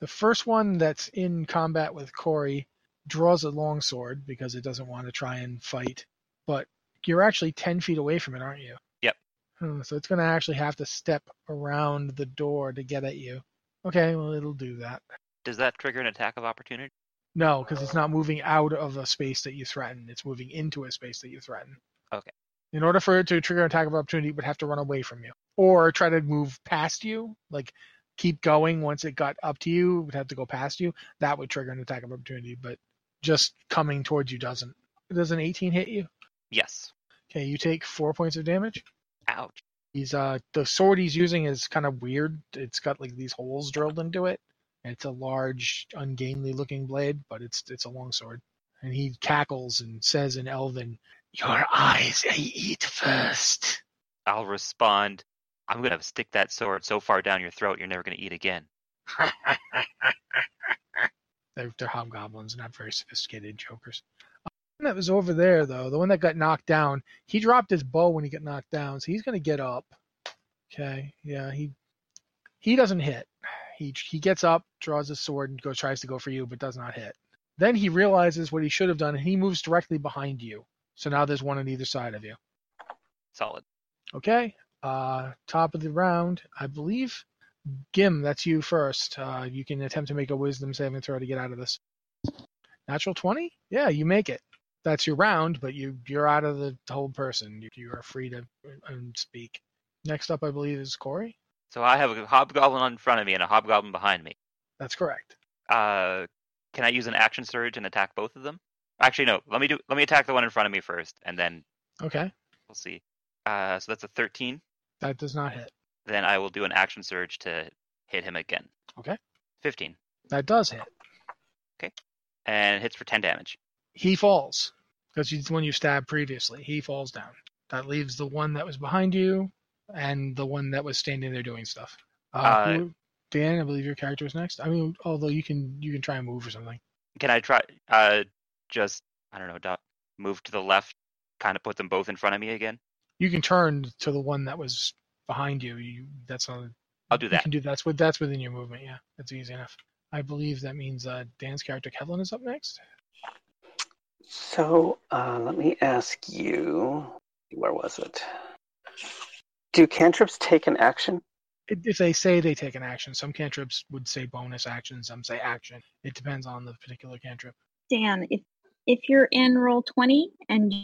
[SPEAKER 2] The first one that's in combat with Corey draws a longsword because it doesn't want to try and fight. But you're actually ten feet away from it, aren't you?
[SPEAKER 4] Yep.
[SPEAKER 2] Hmm, so it's going to actually have to step around the door to get at you. Okay, well it'll do that.
[SPEAKER 4] Does that trigger an attack of opportunity?
[SPEAKER 2] No, because it's not moving out of a space that you threaten. It's moving into a space that you threaten.
[SPEAKER 4] Okay.
[SPEAKER 2] In order for it to trigger an attack of opportunity, it would have to run away from you or try to move past you, like keep going. Once it got up to you, it would have to go past you. That would trigger an attack of opportunity, but just coming towards you doesn't. Does an 18 hit you?
[SPEAKER 4] Yes.
[SPEAKER 2] Okay, you take four points of damage.
[SPEAKER 4] Ouch.
[SPEAKER 2] He's uh the sword he's using is kind of weird. It's got like these holes drilled into it. It's a large, ungainly looking blade, but it's it's a long sword. And he cackles and says in Elven, "Your eyes I eat first.
[SPEAKER 4] I'll respond. I'm gonna stick that sword so far down your throat you're never gonna eat again.
[SPEAKER 2] they're, they're hobgoblins, not very sophisticated jokers. Uh, The one that was over there, though, the one that got knocked down, he dropped his bow when he got knocked down, so he's gonna get up. Okay, yeah, he he doesn't hit. He he gets up, draws his sword, and goes tries to go for you, but does not hit. Then he realizes what he should have done, and he moves directly behind you. So now there's one on either side of you.
[SPEAKER 4] Solid.
[SPEAKER 2] Okay. Uh, top of the round, I believe. Gim, that's you first. Uh, you can attempt to make a wisdom saving throw to get out of this. Natural 20? Yeah, you make it. That's your round, but you, you're out of the whole person. You, you are free to um, speak. Next up, I believe, is Corey.
[SPEAKER 4] So I have a hobgoblin in front of me and a hobgoblin behind me.
[SPEAKER 2] That's correct.
[SPEAKER 4] Uh, can I use an action surge and attack both of them? Actually, no. Let me do. Let me attack the one in front of me first, and then
[SPEAKER 2] Okay.
[SPEAKER 4] we'll see. Uh, so that's a 13.
[SPEAKER 2] That does not hit.
[SPEAKER 4] Then I will do an action surge to hit him again.
[SPEAKER 2] Okay.
[SPEAKER 4] 15
[SPEAKER 2] That does hit.
[SPEAKER 4] and hits for 10 damage.
[SPEAKER 2] He falls because he's the one you stabbed previously. He falls down. That leaves the one that was behind you and the one that was standing there doing stuff. Uh,
[SPEAKER 4] Uh,
[SPEAKER 2] who- Dan, I believe your character is next. I mean, although you can you can try and move or something.
[SPEAKER 4] Can I try? Uh, just I don't know. Dot. move to the left, kind of put them both in front of me again?
[SPEAKER 2] You can turn to the one that was behind you. You that's on.
[SPEAKER 4] I'll do
[SPEAKER 2] You
[SPEAKER 4] that.
[SPEAKER 2] can do that's with that's within your movement. Yeah, that's easy enough. I believe that means uh, Dan's character Kevlin is up next.
[SPEAKER 7] So uh, let me ask you, where was it? Do cantrips take an action?
[SPEAKER 2] If if they say they take an action, some cantrips would say bonus action, some say action. It depends on the particular cantrip.
[SPEAKER 8] Dan, if if you're in roll 20 and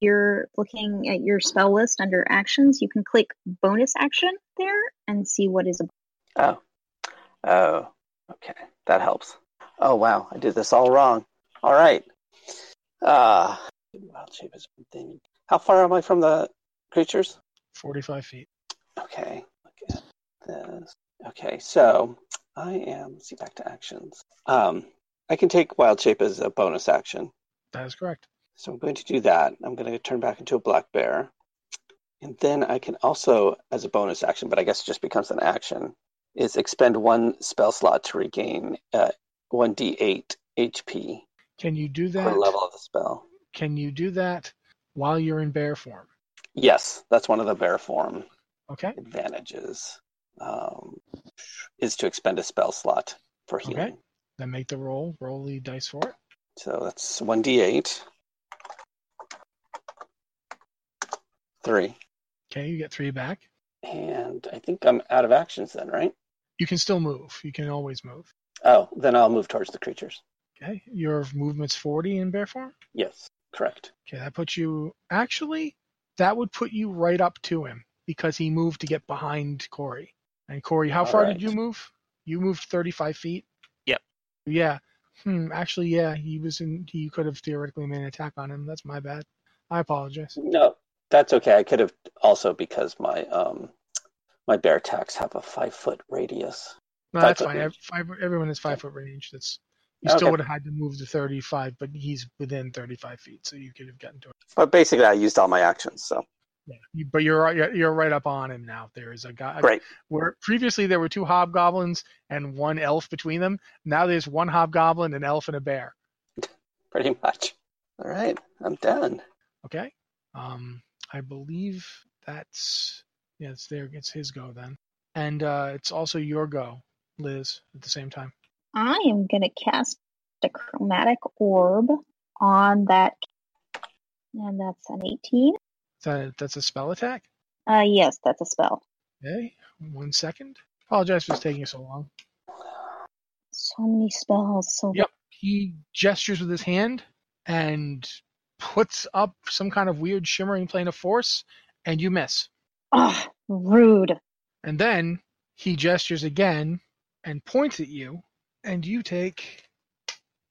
[SPEAKER 8] you're looking at your spell list under actions, you can click bonus action there and see what is a
[SPEAKER 7] Oh, oh, okay, that helps. Oh wow, I did this all wrong. All right. Uh, wild shape is one thing. How far am I from the creatures?
[SPEAKER 2] Forty-five feet.
[SPEAKER 7] Okay. Look at this. Okay, so I am. Let's see, back to actions. Um, I can take wild shape as a bonus action.
[SPEAKER 2] That is correct.
[SPEAKER 7] So I'm going to do that. I'm going to turn back into a black bear. And then I can also, as a bonus action, but I guess it just becomes an action, is expend one spell slot to regain uh, 1d8 HP
[SPEAKER 2] Can you do
[SPEAKER 7] per
[SPEAKER 2] that?
[SPEAKER 7] level of the spell.
[SPEAKER 2] Can you do that while you're in bear form?
[SPEAKER 7] Yes, that's one of the bear form
[SPEAKER 2] Okay.
[SPEAKER 7] advantages, um, is to expend a spell slot for
[SPEAKER 2] Okay.
[SPEAKER 7] healing.
[SPEAKER 2] Then make the roll. Roll the dice for it.
[SPEAKER 7] So that's 1d8. Three.
[SPEAKER 2] Okay, you get three back.
[SPEAKER 7] And I think I'm out of actions then, right?
[SPEAKER 2] You can still move. You can always move.
[SPEAKER 7] Oh, then I'll move towards the creatures.
[SPEAKER 2] Okay. Your movement's 40 in bear form.
[SPEAKER 7] Yes, correct.
[SPEAKER 2] Okay, that puts you actually that would put you right up to him because he moved to get behind Corey. And Corey, how
[SPEAKER 7] All
[SPEAKER 2] far
[SPEAKER 7] right.
[SPEAKER 2] did you move? You moved 35 feet.
[SPEAKER 4] Yep.
[SPEAKER 2] Yeah. Hmm. Actually, yeah, he was in. He could have theoretically made an attack on him. That's my bad. I apologize.
[SPEAKER 7] No, that's okay. I could have also because my um my bear attacks have a five foot radius.
[SPEAKER 2] No,
[SPEAKER 7] Five
[SPEAKER 2] that's
[SPEAKER 7] foot
[SPEAKER 2] fine.
[SPEAKER 7] range.
[SPEAKER 2] Ev- Five, everyone is five foot range. That's you still
[SPEAKER 7] Okay.
[SPEAKER 2] would have had to move to 35, but he's within 35 feet, so you could have gotten to it.
[SPEAKER 7] But basically, I used all my actions. So
[SPEAKER 2] Yeah. You, but you're, right- you're you're right up on him now. There is a guy.
[SPEAKER 7] great.
[SPEAKER 2] where previously there were two hobgoblins and one elf between them. Now there's one hobgoblin, an elf, and a bear.
[SPEAKER 7] Pretty much. All right, I'm done.
[SPEAKER 2] Okay. Um, I believe that's yeah, it's there. It's his go then, and uh, it's also your go, Liz, at the same time.
[SPEAKER 8] I am going to cast a chromatic orb on that. And that's an 18.
[SPEAKER 2] Is that- that's a spell attack.
[SPEAKER 8] Uh, yes, that's a spell.
[SPEAKER 2] Okay. One second. Apologize for taking so long.
[SPEAKER 8] So many spells. So
[SPEAKER 2] Yep. He gestures with his hand and puts up some kind of weird shimmering plane of force, and you miss.
[SPEAKER 8] Ugh, rude.
[SPEAKER 2] And then he gestures again and points at you, and you take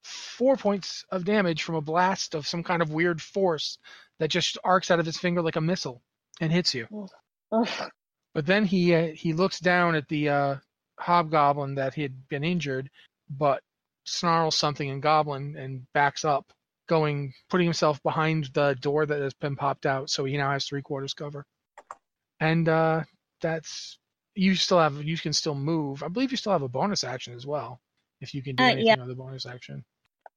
[SPEAKER 2] four points of damage from a blast of some kind of weird force that just arcs out of his finger like a missile and hits you.
[SPEAKER 8] Ugh.
[SPEAKER 2] But then he uh, he looks down at the uh, hobgoblin that he had been injured, but snarls something in goblin and backs up, going putting himself behind the door that has been popped out, so he now has three quarters cover. And uh, that's you still have you can still move. I believe you still have a bonus action as well, if you can do
[SPEAKER 8] Uh,
[SPEAKER 2] anything
[SPEAKER 8] yeah.
[SPEAKER 2] with a bonus action.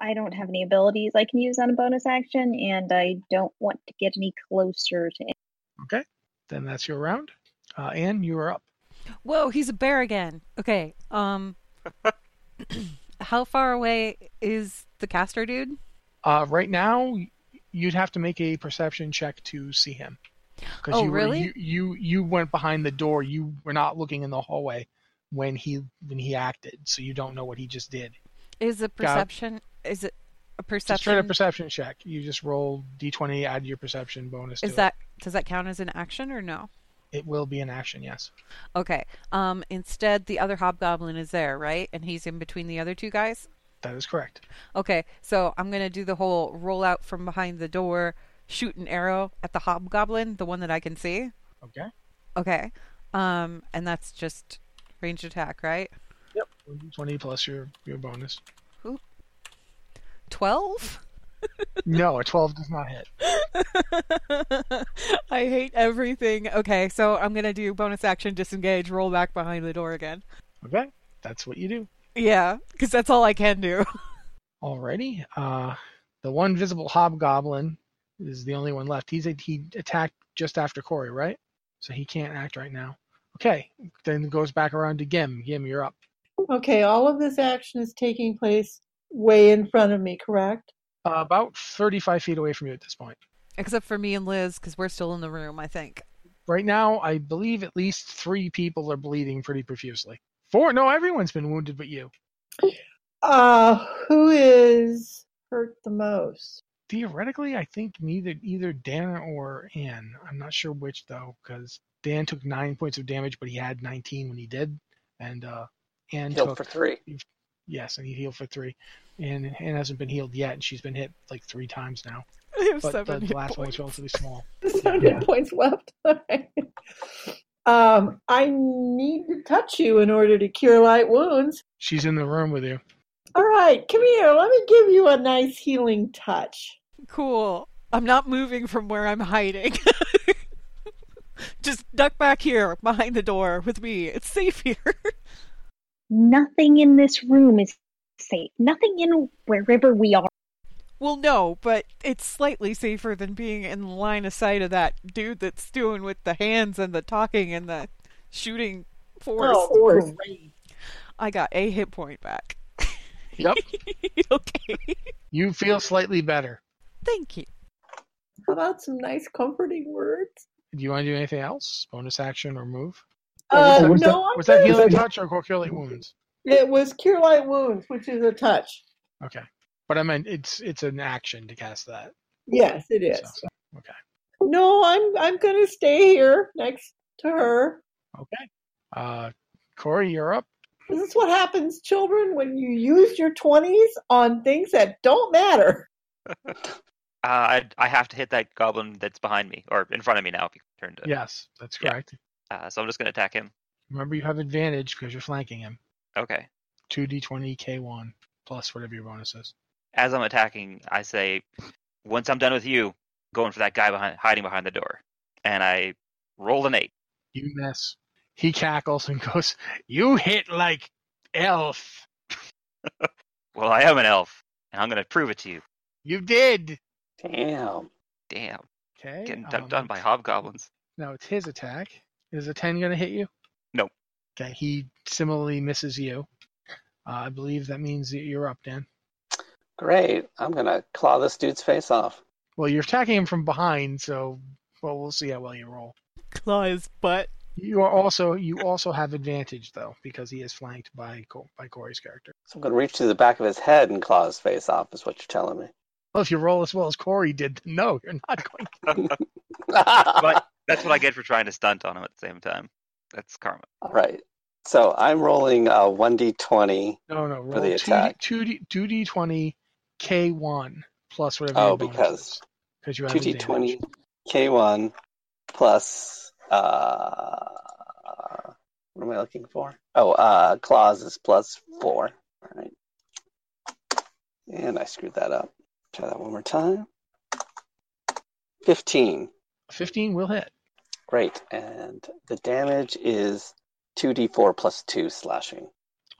[SPEAKER 8] I don't have any abilities I can use on a bonus action, and I don't want to get any closer to it.
[SPEAKER 2] Okay, then that's your round. Uh, Anne, you are up.
[SPEAKER 1] Whoa, he's a bear again. Okay. Um how far away is the caster dude?
[SPEAKER 2] Uh, right now, you'd have to make a perception check to see him. 'Cause
[SPEAKER 1] Oh,
[SPEAKER 2] you were-
[SPEAKER 1] really?
[SPEAKER 2] you, you you went behind the door. You were not looking in the hallway when he when he acted, so you don't know what he just did.
[SPEAKER 1] Is a perception is it a
[SPEAKER 2] Just try a
[SPEAKER 1] perception?
[SPEAKER 2] perception check. You just roll d20, add your perception bonus. to
[SPEAKER 1] Is
[SPEAKER 2] it.
[SPEAKER 1] that does that count as an action or no?
[SPEAKER 2] It will be an action. Yes.
[SPEAKER 1] Okay. Um instead the other hobgoblin is there, right? And he's in between the other two guys?
[SPEAKER 2] That is correct.
[SPEAKER 1] Okay. So I'm going to do the whole roll out from behind the door, shoot an arrow at the hobgoblin, the one that I can see.
[SPEAKER 2] Okay.
[SPEAKER 1] Okay. Um and that's just range attack, right?
[SPEAKER 2] Yep. 20 plus your your bonus.
[SPEAKER 1] 12?
[SPEAKER 2] No, a 12 does not hit.
[SPEAKER 1] I hate everything. Okay, so I'm gonna do bonus action, disengage, roll back behind the door again.
[SPEAKER 2] Okay. That's what you do.
[SPEAKER 1] Yeah, because that's all I can do.
[SPEAKER 2] Alrighty. Uh, the one visible hobgoblin is the only one left. He's a, he attacked just after Corey, right? So he can't act right now. Okay, then it goes back around to Gim. Gim, you're up.
[SPEAKER 9] Okay, all of this action is taking place way in front of me, correct?
[SPEAKER 2] Uh, about 35 feet away from you at this point.
[SPEAKER 1] Except for me and Liz, because we're still in the room, I think.
[SPEAKER 2] Right now, I believe at least three people are bleeding pretty profusely. Four? No, everyone's been wounded but you.
[SPEAKER 9] Uh, who is hurt the most?
[SPEAKER 2] Theoretically, I think neither either Dan or Anne. I'm not sure which though, because Dan took nine points of damage, but he had 19 when he did, and uh, Anne
[SPEAKER 7] Healed
[SPEAKER 2] took
[SPEAKER 7] for three.
[SPEAKER 2] Yes, and he healed for three. And Anne hasn't been healed yet, and she's been hit like three times now.
[SPEAKER 1] I have
[SPEAKER 2] But
[SPEAKER 1] seven
[SPEAKER 2] the
[SPEAKER 1] hit
[SPEAKER 2] last one was
[SPEAKER 1] points.
[SPEAKER 2] relatively small.
[SPEAKER 9] So many
[SPEAKER 2] Yeah.
[SPEAKER 9] points left. Alright. um, I need to touch you in order to cure light wounds.
[SPEAKER 2] She's in the room with you.
[SPEAKER 9] All right, come here. Let me give you a nice healing touch.
[SPEAKER 1] Cool. I'm not moving from where I'm hiding. Just duck back here behind the door with me. It's safe here.
[SPEAKER 8] Nothing in this room is safe. Nothing in wherever we are.
[SPEAKER 1] well, no, but it's slightly safer than being in line of sight of that dude that's doing with the hands and the talking and the shooting force.
[SPEAKER 9] great.
[SPEAKER 1] I got a hit point back.
[SPEAKER 2] Yep.
[SPEAKER 1] okay.
[SPEAKER 2] you feel slightly better.
[SPEAKER 1] Thank you.
[SPEAKER 9] How about some nice comforting words?
[SPEAKER 2] Do you want to do anything else? Bonus action or move?
[SPEAKER 9] Uh,
[SPEAKER 2] Oh, was
[SPEAKER 9] no,
[SPEAKER 2] that,
[SPEAKER 9] I'm
[SPEAKER 2] was that
[SPEAKER 9] good.
[SPEAKER 2] healing touch or calculate wounds?
[SPEAKER 9] It was cure light wounds, which is a touch.
[SPEAKER 2] Okay, but I meant it's it's an action to cast that.
[SPEAKER 9] Yes, it is.
[SPEAKER 2] So, okay,
[SPEAKER 9] No, I'm I'm gonna stay here next to her.
[SPEAKER 2] okay. Uh, Corey, you're up.
[SPEAKER 9] This is what happens, children, when you use your twenties on things that don't matter.
[SPEAKER 4] Uh, I I have to hit that goblin that's behind me or in front of me now. If you turn to
[SPEAKER 2] Yes, that's
[SPEAKER 4] Yeah.
[SPEAKER 2] correct.
[SPEAKER 4] Uh, so I'm just gonna attack him.
[SPEAKER 2] Remember, you have advantage because you're flanking him.
[SPEAKER 4] Okay.
[SPEAKER 2] Two d20 k1 plus whatever your bonus is.
[SPEAKER 4] As I'm attacking, I say, "Once I'm done with you, going for that guy behind hiding behind the door." And I roll an eight.
[SPEAKER 2] You miss. He cackles and goes, "You hit like elf.
[SPEAKER 4] Well, I am an elf, and I'm gonna prove it to you.
[SPEAKER 2] You did."
[SPEAKER 7] Damn.
[SPEAKER 4] Damn,
[SPEAKER 2] Okay.
[SPEAKER 4] getting
[SPEAKER 2] um,
[SPEAKER 4] dunked on by hobgoblins.
[SPEAKER 2] Now it's his attack. Is a 10 going to hit you?
[SPEAKER 4] No.
[SPEAKER 2] Okay, he similarly misses you. Uh, I believe that means that you're up, Dan.
[SPEAKER 7] Great. I'm gonna claw this dude's face off.
[SPEAKER 2] Well, you're attacking him from behind, so well, we'll see how well you roll.
[SPEAKER 1] Claw his butt.
[SPEAKER 2] You are also you also have advantage though because he is flanked by Co- by Corey's character.
[SPEAKER 7] So I'm gonna reach through the back of his head and claw his face off. Is what you're telling me.
[SPEAKER 2] Well, if you roll as well as Corey did, then no, you're not going. to.
[SPEAKER 4] But that's what I get for trying to stunt on him at the same time. That's karma.
[SPEAKER 7] All right. So I'm rolling a 1d20.
[SPEAKER 2] No, no,
[SPEAKER 7] For the
[SPEAKER 2] roll
[SPEAKER 7] attack.
[SPEAKER 2] two d two d twenty k one plus whatever.
[SPEAKER 7] Oh,
[SPEAKER 2] your bonus
[SPEAKER 7] because-
[SPEAKER 2] is, because you have advantage.
[SPEAKER 7] 2d20 k1 plus uh what am i looking for oh uh claws is plus four all right and i screwed that up try that one more time 15
[SPEAKER 2] Fifteen will hit.
[SPEAKER 7] great and the damage is 2d4 plus 2 slashing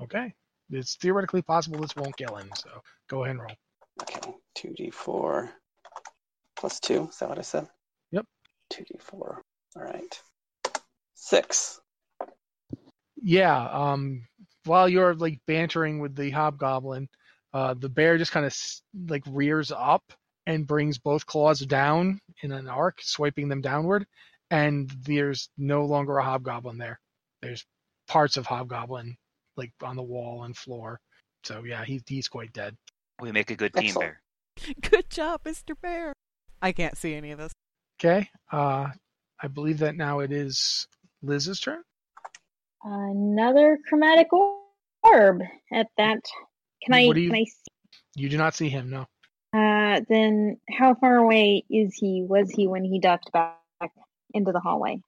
[SPEAKER 2] Okay, it's theoretically possible this won't kill him. So go ahead and roll.
[SPEAKER 7] okay 2d4 plus 2 is that what i said
[SPEAKER 2] Yep.
[SPEAKER 7] 2d4 all right 6
[SPEAKER 2] yeah um while you're like bantering with the hobgoblin uh the bear just kind of s- like rears up and brings both claws down in an arc swiping them downward and there's no longer a hobgoblin there there's parts of hobgoblin like on the wall and floor so yeah he, he's quite dead
[SPEAKER 4] We make a good team
[SPEAKER 7] Excellent.
[SPEAKER 4] bear.
[SPEAKER 1] Good job, Mr. Bear. I can't see any of this.
[SPEAKER 2] okay uh i believe that now it is liz's turn
[SPEAKER 8] Another chromatic orb at that. Can I?
[SPEAKER 2] What do you-
[SPEAKER 8] Can I? See?
[SPEAKER 2] you do not see him no
[SPEAKER 8] Uh, then how far away is he? Was he when he ducked back into the hallway?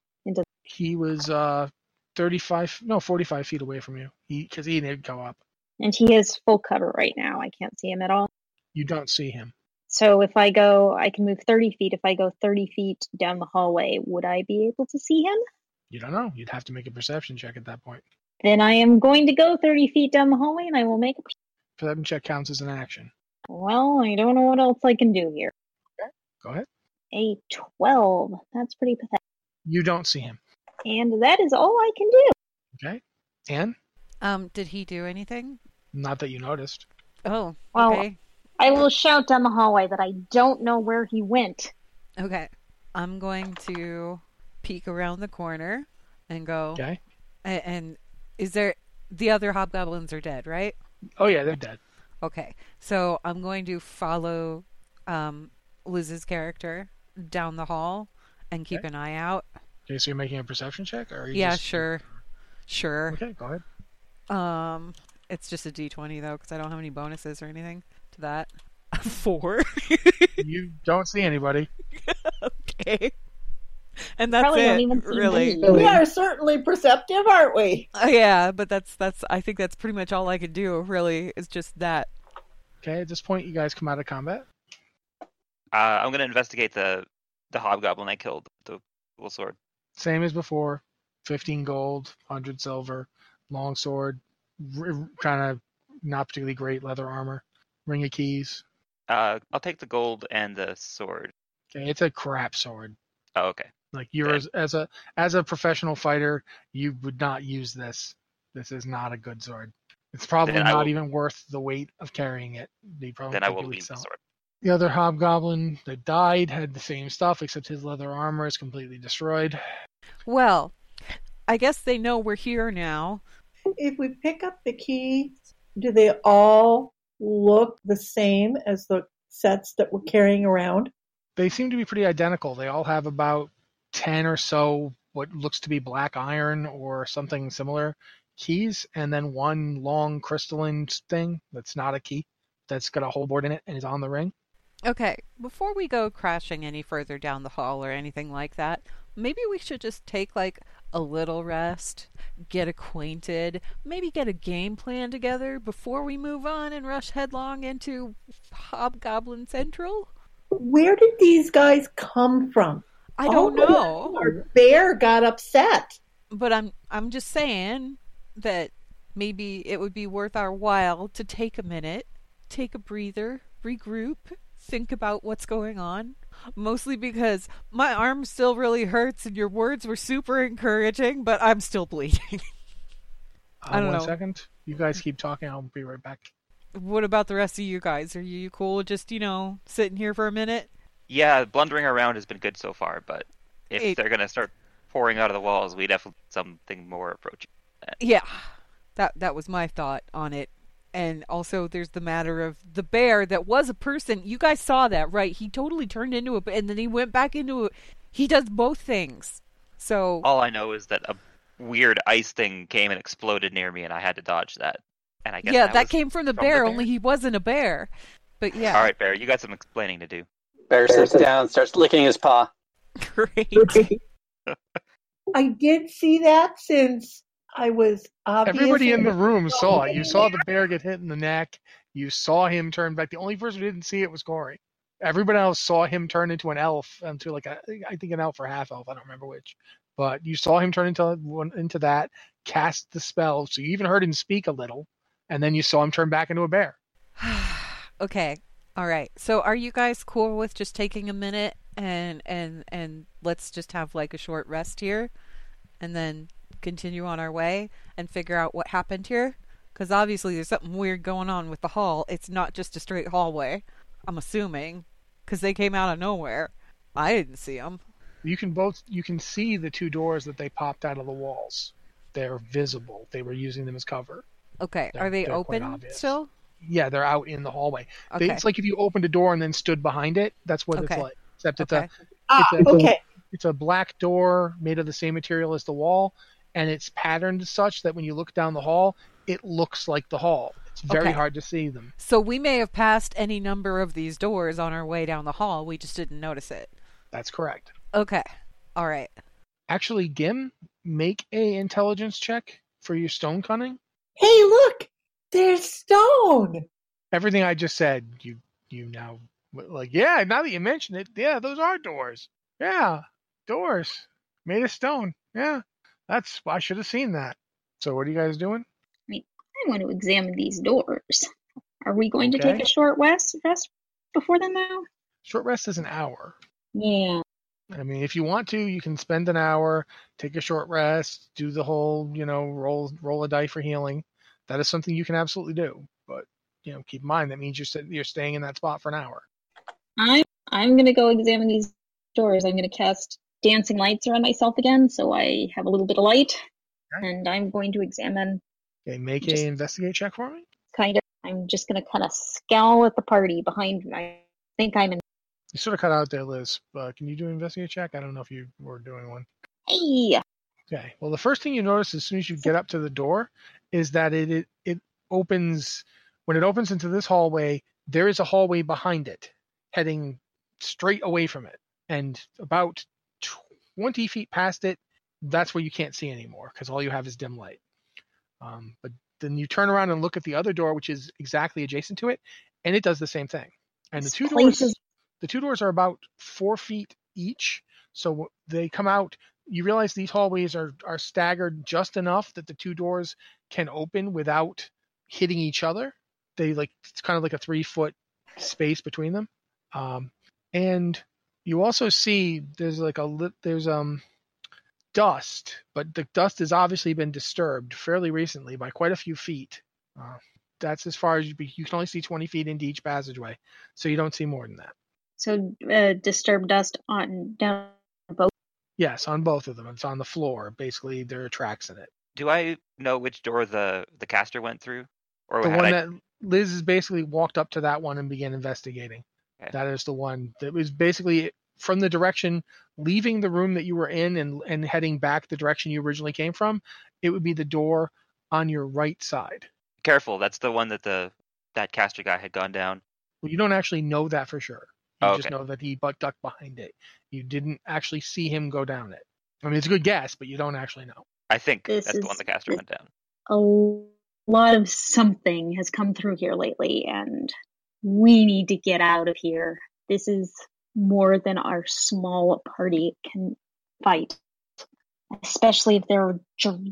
[SPEAKER 2] he was uh 35 no 45 feet away from you he because he didn't go up
[SPEAKER 8] And he has full cover right now. I can't see him at all.
[SPEAKER 2] you don't see him
[SPEAKER 8] So if I go, I can move 30 feet. If I go 30 feet down the hallway, would I be able to see him?
[SPEAKER 2] You don't know. You'd have to make a perception check at that point.
[SPEAKER 8] Then I am going to go 30 feet down the hallway and I will make a.
[SPEAKER 2] Perception check counts as an action.
[SPEAKER 8] Well, I don't know what else I can do here.
[SPEAKER 2] Go ahead.
[SPEAKER 8] a 12. That's pretty pathetic.
[SPEAKER 2] You don't see him.
[SPEAKER 8] And that is all I can do.
[SPEAKER 2] Okay. Anne,
[SPEAKER 1] Um, did he do anything?
[SPEAKER 2] not that you noticed.
[SPEAKER 1] Oh,
[SPEAKER 8] Well,
[SPEAKER 1] okay.
[SPEAKER 8] I will shout down the hallway that I don't know where he went.
[SPEAKER 1] Okay. I'm going to peek around the corner and go.
[SPEAKER 2] Okay.
[SPEAKER 1] a- And, is there the other hobgoblins are dead, right?
[SPEAKER 2] Oh yeah, they're dead.
[SPEAKER 1] Okay. So I'm going to follow um, Liz's character down the hall and keep an eye out.
[SPEAKER 2] Okay, so you're making a perception check, or are you
[SPEAKER 1] Yeah,
[SPEAKER 2] just-
[SPEAKER 1] sure. Sure.
[SPEAKER 2] Okay, go ahead.
[SPEAKER 1] Um, it's just a d20 though, because I don't have any bonuses or anything to that. Four.
[SPEAKER 2] you don't see anybody.
[SPEAKER 1] okay. And that's
[SPEAKER 8] Probably
[SPEAKER 1] it,
[SPEAKER 8] don't even see
[SPEAKER 1] really.
[SPEAKER 8] me.
[SPEAKER 9] We are certainly perceptive, aren't we?
[SPEAKER 1] Oh, yeah, but that's that's. I think that's pretty much all I could do. Really, is just that.
[SPEAKER 2] Okay, at this point, you guys come out of combat.
[SPEAKER 4] Uh, I'm gonna investigate the the hobgoblin I killed with the little sword.
[SPEAKER 2] Same as before, fifteen gold, hundred silver, long sword, r- kind of not particularly great leather armor, ring of keys.
[SPEAKER 4] Uh, I'll take the gold and the sword.
[SPEAKER 2] Okay, it's a crap sword.
[SPEAKER 4] Oh, okay.
[SPEAKER 2] Like you're as, as a as a professional fighter, you would not use this. This is not a good sword. It's probably
[SPEAKER 4] Then I
[SPEAKER 2] not
[SPEAKER 4] will-
[SPEAKER 2] even worth the weight of carrying it. They probably
[SPEAKER 4] Then I
[SPEAKER 2] think
[SPEAKER 4] will
[SPEAKER 2] it would
[SPEAKER 4] leave the
[SPEAKER 2] sell.
[SPEAKER 4] sword.
[SPEAKER 2] The other hobgoblin that died had the same stuff, except his leather armor is completely destroyed.
[SPEAKER 1] Well, I guess they know we're here now.
[SPEAKER 9] If we pick up the key, do they all look the same as the sets that we're carrying around?
[SPEAKER 2] They seem to be pretty identical. They all have about ten or so what looks to be black iron or something similar keys, and then one long crystalline thing that's not a key that's got a hole board in it and is on the ring.
[SPEAKER 1] Okay, before we go crashing any further down the hall or anything like that, maybe we should just take like a little rest, get acquainted, maybe get a game plan together before we move on and rush headlong into Hobgoblin Central.
[SPEAKER 9] Where did these guys come from?
[SPEAKER 1] I don't
[SPEAKER 9] Oh,
[SPEAKER 1] know,
[SPEAKER 9] Our bear got upset.
[SPEAKER 1] but I'm I'm just saying that maybe it would be worth our while to take a minute, take a breather, regroup, think about what's going on. Mostly because my arm still really hurts and your words were super encouraging, but I'm still bleeding.
[SPEAKER 2] Uh,
[SPEAKER 1] I don't
[SPEAKER 2] one
[SPEAKER 1] know.
[SPEAKER 2] second. You guys keep talking. I'll be right back.
[SPEAKER 1] what about the rest of you guys? Are you cool just, you know, sitting here for a minute?
[SPEAKER 4] Yeah, blundering around has been good so far, but if
[SPEAKER 1] Eight.
[SPEAKER 4] they're gonna start pouring out of the walls, we definitely need something more approaching.
[SPEAKER 1] Yeah. That that was my thought on it. And also there's the matter of the bear that was a person. You guys saw that, right? He totally turned into a and then he went back into a he does both things. So
[SPEAKER 4] All I know is that a weird ice thing came and exploded near me, and I had to dodge that. And I guess
[SPEAKER 1] yeah,
[SPEAKER 4] that,
[SPEAKER 1] that,
[SPEAKER 4] was
[SPEAKER 1] came from the
[SPEAKER 4] from the
[SPEAKER 1] bear,
[SPEAKER 4] bear?
[SPEAKER 1] only he wasn't a bear. But yeah.
[SPEAKER 4] All right, Bear, you got some explaining to do.
[SPEAKER 7] Bear sits down, starts licking his paw.
[SPEAKER 1] Great.
[SPEAKER 9] I did see that since I was obviously
[SPEAKER 2] Everybody in the room saw it. You saw the bear get hit in the neck. You saw him turn back. The only person who didn't see it was Corey. Everybody else saw him turn into an elf, into like a, I think an elf or half elf. I don't remember which. But you saw him turn into one into that, cast the spell. So you even heard him speak a little, and then you saw him turn back into a bear.
[SPEAKER 1] okay. All right. So are you guys cool with just taking a minute and and and let's just have like a short rest here and then continue on our way and figure out what happened here? Cuz obviously there's something weird going on with the hall. It's not just a straight hallway. I'm assuming cuz they came out of nowhere. I didn't see them.
[SPEAKER 2] You can both you can see the two doors that they popped out of the walls. They're visible. They were using them as cover.
[SPEAKER 1] Okay.
[SPEAKER 2] They're-
[SPEAKER 1] are they
[SPEAKER 2] they're
[SPEAKER 1] open
[SPEAKER 2] quite obvious.
[SPEAKER 1] still?
[SPEAKER 2] Yeah, they're out in the hallway. They-
[SPEAKER 1] Okay.
[SPEAKER 2] It's like if you opened a door and then stood behind it. That's what it's
[SPEAKER 1] Okay.
[SPEAKER 2] like. Except it's
[SPEAKER 1] Okay.
[SPEAKER 2] a
[SPEAKER 9] Ah,
[SPEAKER 2] It's a-
[SPEAKER 9] okay.
[SPEAKER 2] it's a black door made of the same material as the wall, and it's patterned such that when you look down the hall, it looks like the hall. It's very
[SPEAKER 1] Okay.
[SPEAKER 2] hard to see them.
[SPEAKER 1] So we may have passed any number of these doors on our way down the hall. We just didn't notice it.
[SPEAKER 2] That's correct.
[SPEAKER 1] Okay. All right.
[SPEAKER 2] Actually, Gim, make a intelligence check for your stone cunning.
[SPEAKER 9] Hey, look, there's stone.
[SPEAKER 2] Everything I just said, you you now like yeah. Now that you mention it, yeah, those are doors. Yeah, doors made of stone. Yeah, that's I should have seen that. So what are you guys doing?
[SPEAKER 8] I want to examine these doors. Are we going to
[SPEAKER 2] Okay.
[SPEAKER 8] take a short rest, rest before then, though?
[SPEAKER 2] Short rest is an hour.
[SPEAKER 8] Yeah.
[SPEAKER 2] I mean, if you want to, you can spend an hour, take a short rest, do the whole, you know, roll roll a die for healing. That is something you can absolutely do. But you know, keep in mind that means you're st- you're staying in that spot for an hour.
[SPEAKER 8] I'm I'm gonna go examine these doors. I'm gonna cast dancing lights around myself again, so I have a little bit of light, and I'm going to examine.
[SPEAKER 2] Okay, make
[SPEAKER 8] Just-
[SPEAKER 2] a investigate check for me.
[SPEAKER 8] Kind of, I'm just gonna kind of scowl at the party behind me. I think I'm in.
[SPEAKER 2] You sort of cut out there, Liz. Uh, can you do an investigate check? I don't know if you were doing one.
[SPEAKER 8] Hey,
[SPEAKER 2] Okay. Well, the first thing you notice as soon as you get up to the door is that it it, it opens when it opens into this hallway. There is a hallway behind it, heading straight away from it, and about twenty feet past it, that's where you can't see anymore because all you have is dim light. Um, but then you turn around and look at the other door, which is exactly adjacent to it, and it does the same thing. And the two
[SPEAKER 8] place
[SPEAKER 2] doors,
[SPEAKER 8] is-
[SPEAKER 2] the two doors are about four feet each, so they come out. You realize these hallways are are staggered just enough that the two doors can open without hitting each other. They like it's kind of like a three foot space between them. Um, and you also see there's like a lit, there's um dust, but the dust has obviously been disturbed fairly recently by quite a few feet. Uh, that's as far as you, be, you can only see 20 feet into each passageway, so you don't see more than that.
[SPEAKER 8] so uh, disturbed dust on down both.
[SPEAKER 2] Yes, on both of them, it's on the floor. Basically, there are tracks in it.
[SPEAKER 4] Do I know which door the the caster went through, or
[SPEAKER 2] the
[SPEAKER 4] had
[SPEAKER 2] one
[SPEAKER 4] I-
[SPEAKER 2] that Liz has basically walked up to that one and began investigating.
[SPEAKER 4] Okay.
[SPEAKER 2] That is the one that was basically from the direction leaving the room that you were in and and heading back the direction you originally came from. It would be the door on your right side.
[SPEAKER 4] careful? That's the one that the that caster guy had gone down.
[SPEAKER 2] Well, you don't actually know that for sure. You
[SPEAKER 4] Oh,
[SPEAKER 2] just
[SPEAKER 4] okay.
[SPEAKER 2] know that he butt ducked behind it. You didn't actually see him go down it. I mean, it's a good guess, but you don't actually know.
[SPEAKER 4] I think
[SPEAKER 8] This
[SPEAKER 4] that's the one
[SPEAKER 8] is-
[SPEAKER 4] the caster went down.
[SPEAKER 8] A lot of something has come through here lately, and we need to get out of here. This is more than our small party can fight, especially if there are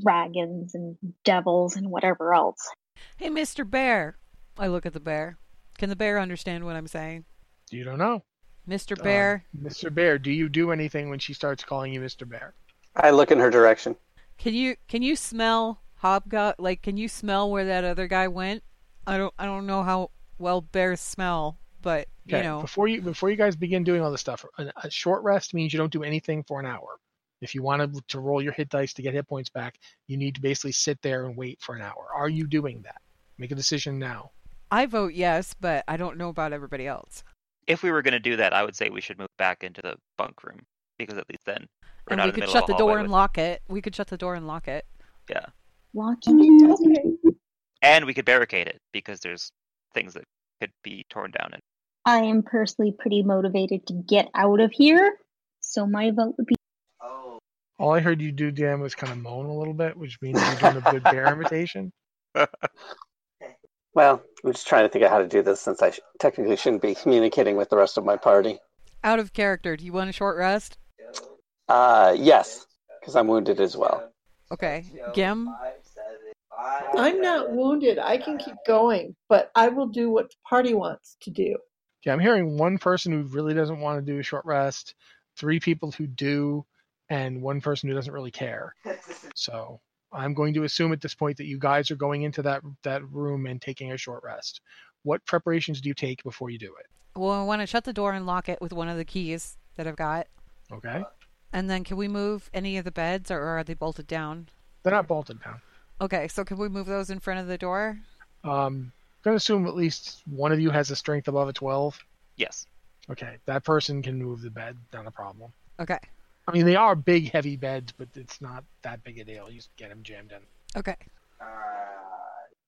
[SPEAKER 8] dragons and devils and whatever else.
[SPEAKER 1] Hey, Mr. Bear. I look at the bear. Can the bear understand what I'm saying?
[SPEAKER 2] You don't know.
[SPEAKER 1] Mr.
[SPEAKER 2] Um,
[SPEAKER 1] Bear,
[SPEAKER 2] Mr. Bear, do you do anything when she starts calling you Mr. Bear?
[SPEAKER 7] I look in her direction.
[SPEAKER 1] can you can you smell Hobgo like can you smell where that other guy went? I don't I don't know how well bears smell, but
[SPEAKER 2] Okay.
[SPEAKER 1] you know.
[SPEAKER 2] Before you before you guys begin doing all this stuff, an- a short rest means you don't do anything for an hour. If you wanted to roll your hit dice to get hit points back, you need to basically sit there and wait for an hour. Are you doing that? Make a decision now.
[SPEAKER 1] I vote yes, but I don't know about everybody else.
[SPEAKER 4] If we were going to do that, I would say we should move back into the bunk room because at least then we're
[SPEAKER 1] and
[SPEAKER 4] not
[SPEAKER 1] we
[SPEAKER 4] in the
[SPEAKER 1] could
[SPEAKER 4] middle
[SPEAKER 1] shut
[SPEAKER 4] of
[SPEAKER 1] the
[SPEAKER 4] a hallway
[SPEAKER 1] door and
[SPEAKER 4] with-
[SPEAKER 1] lock it. We could shut the door and lock it.
[SPEAKER 4] Yeah,
[SPEAKER 8] Walking in.
[SPEAKER 4] and we could barricade it because there's things that could be torn down and
[SPEAKER 8] I am personally pretty motivated to get out of here, so my vote would be
[SPEAKER 2] All I heard you do, Dan, was kind of moan a little bit, which means you're doing a good bear imitation.
[SPEAKER 7] Well, I'm just trying to think of how to do this since I sh- technically shouldn't be communicating with the rest of my party.
[SPEAKER 1] Out of character. Do you want a short rest?
[SPEAKER 7] Uh, yes, because I'm wounded as well.
[SPEAKER 1] Okay. Gim,
[SPEAKER 9] I'm not wounded. I can keep going, but I will do what the party wants to do.
[SPEAKER 2] Yeah, I'm hearing one person who really doesn't want to do a short rest, three people who do, and one person who doesn't really care. So I'm going to assume at this point that you guys are going into that that room and taking a short rest. What preparations do you take before you do it?
[SPEAKER 1] well, I want to shut the door and lock it with one of the keys that I've got.
[SPEAKER 2] Okay,
[SPEAKER 1] And then can we move any of the beds or are they bolted down?
[SPEAKER 2] they're not bolted down.
[SPEAKER 1] Okay, so can we move those in front of the door?
[SPEAKER 2] Um, gonna assume at least one of you has a strength above a 12.
[SPEAKER 4] yes,
[SPEAKER 2] Okay, that person can move the bed, not a problem.
[SPEAKER 1] Okay.
[SPEAKER 2] I mean, they are big, heavy beds, but it's not that big a deal. You just get them jammed in.
[SPEAKER 1] Okay.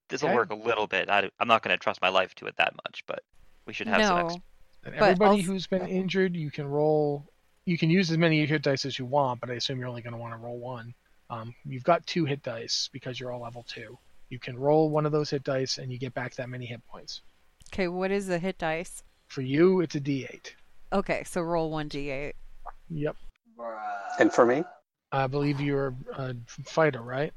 [SPEAKER 4] this will
[SPEAKER 2] Okay.
[SPEAKER 4] work a little bit. I, am not going to trust my life to it that much, but we should have some. Ex-
[SPEAKER 1] No.
[SPEAKER 2] And
[SPEAKER 1] But
[SPEAKER 2] everybody
[SPEAKER 1] also-
[SPEAKER 2] who's been injured, you can roll. You can use as many hit dice as you want, but I assume you're only going to want to roll one. Um, you've got two hit dice because you're all level two. You can roll one of those hit dice, and you get back that many hit points.
[SPEAKER 1] Okay, what is the hit dice?
[SPEAKER 2] For you, it's a D8.
[SPEAKER 1] Okay, so roll 1d8.
[SPEAKER 2] Yep.
[SPEAKER 7] And for me,
[SPEAKER 2] I believe you're a fighter, right?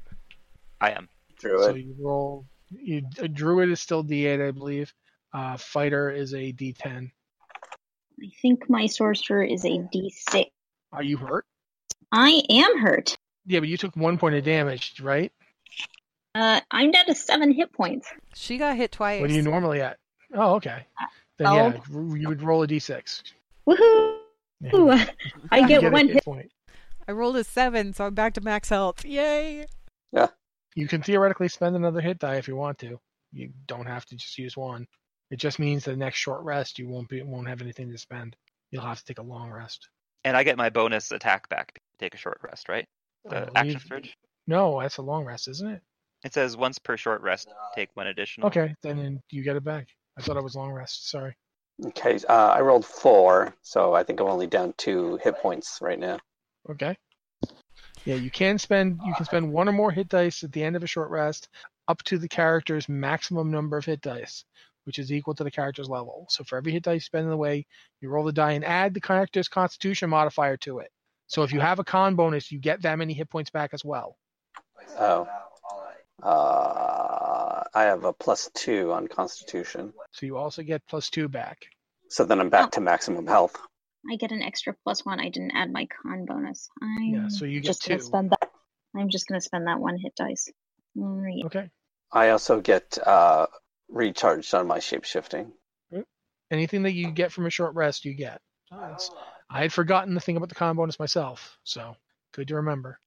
[SPEAKER 4] I am.
[SPEAKER 2] So
[SPEAKER 7] Druid.
[SPEAKER 2] you roll. You, a druid is still D8, I believe. Uh, fighter is a D10.
[SPEAKER 8] I think my sorcerer is a d6.
[SPEAKER 2] Are you hurt?
[SPEAKER 8] I am hurt.
[SPEAKER 2] Yeah, but you took one point of damage, right?
[SPEAKER 8] Uh, I'm down to seven hit points.
[SPEAKER 1] She got hit twice.
[SPEAKER 2] What are you normally at? Oh, okay. Then
[SPEAKER 8] Oh.
[SPEAKER 2] yeah, r- you would roll a d6.
[SPEAKER 8] Woohoo!
[SPEAKER 2] Yeah.
[SPEAKER 8] I
[SPEAKER 2] You
[SPEAKER 8] get,
[SPEAKER 2] a
[SPEAKER 8] one
[SPEAKER 2] hit
[SPEAKER 8] hit.
[SPEAKER 2] point.
[SPEAKER 1] I rolled a seven, so I'm back to max health. Yay!
[SPEAKER 2] You can theoretically spend another hit die if you want to. You don't have to just use one. It just means the next short rest you won't be won't have anything to spend. You'll have to take a long rest.
[SPEAKER 4] And I get my bonus attack back. Take a short rest, right? The
[SPEAKER 2] I
[SPEAKER 4] action
[SPEAKER 2] believe-
[SPEAKER 4] surge.
[SPEAKER 2] No, that's a long rest, isn't it?
[SPEAKER 4] It says once per short rest, take one additional.
[SPEAKER 2] Okay, then you get it back. I thought it was long rest. Sorry.
[SPEAKER 7] Okay, uh, I rolled four, so I think I'm only down two hit points right now.
[SPEAKER 2] Okay. Yeah, you can spend you can spend one or more hit dice at the end of a short rest, up to the character's maximum number of hit dice, which is equal to the character's level. So for every hit dice you spend in the way, you roll the die and add the character's Constitution modifier to it. So if you have a con bonus, you get that many hit points back as well.
[SPEAKER 7] Oh. Uh, I have a plus two on Constitution,
[SPEAKER 2] So you also get plus two back.
[SPEAKER 7] so then I'm back to maximum health.
[SPEAKER 8] Oh. I get an extra plus one. I didn't add my con bonus. I'm
[SPEAKER 2] Yeah, so you get
[SPEAKER 8] just gonna
[SPEAKER 2] two.
[SPEAKER 8] spend that. I'm just gonna spend that one hit dice. Alright.
[SPEAKER 2] Okay.
[SPEAKER 7] I also get uh, recharged on my shapeshifting.
[SPEAKER 2] Anything that you get from a short rest, you get. I had forgotten the thing about the con bonus myself, so good to remember.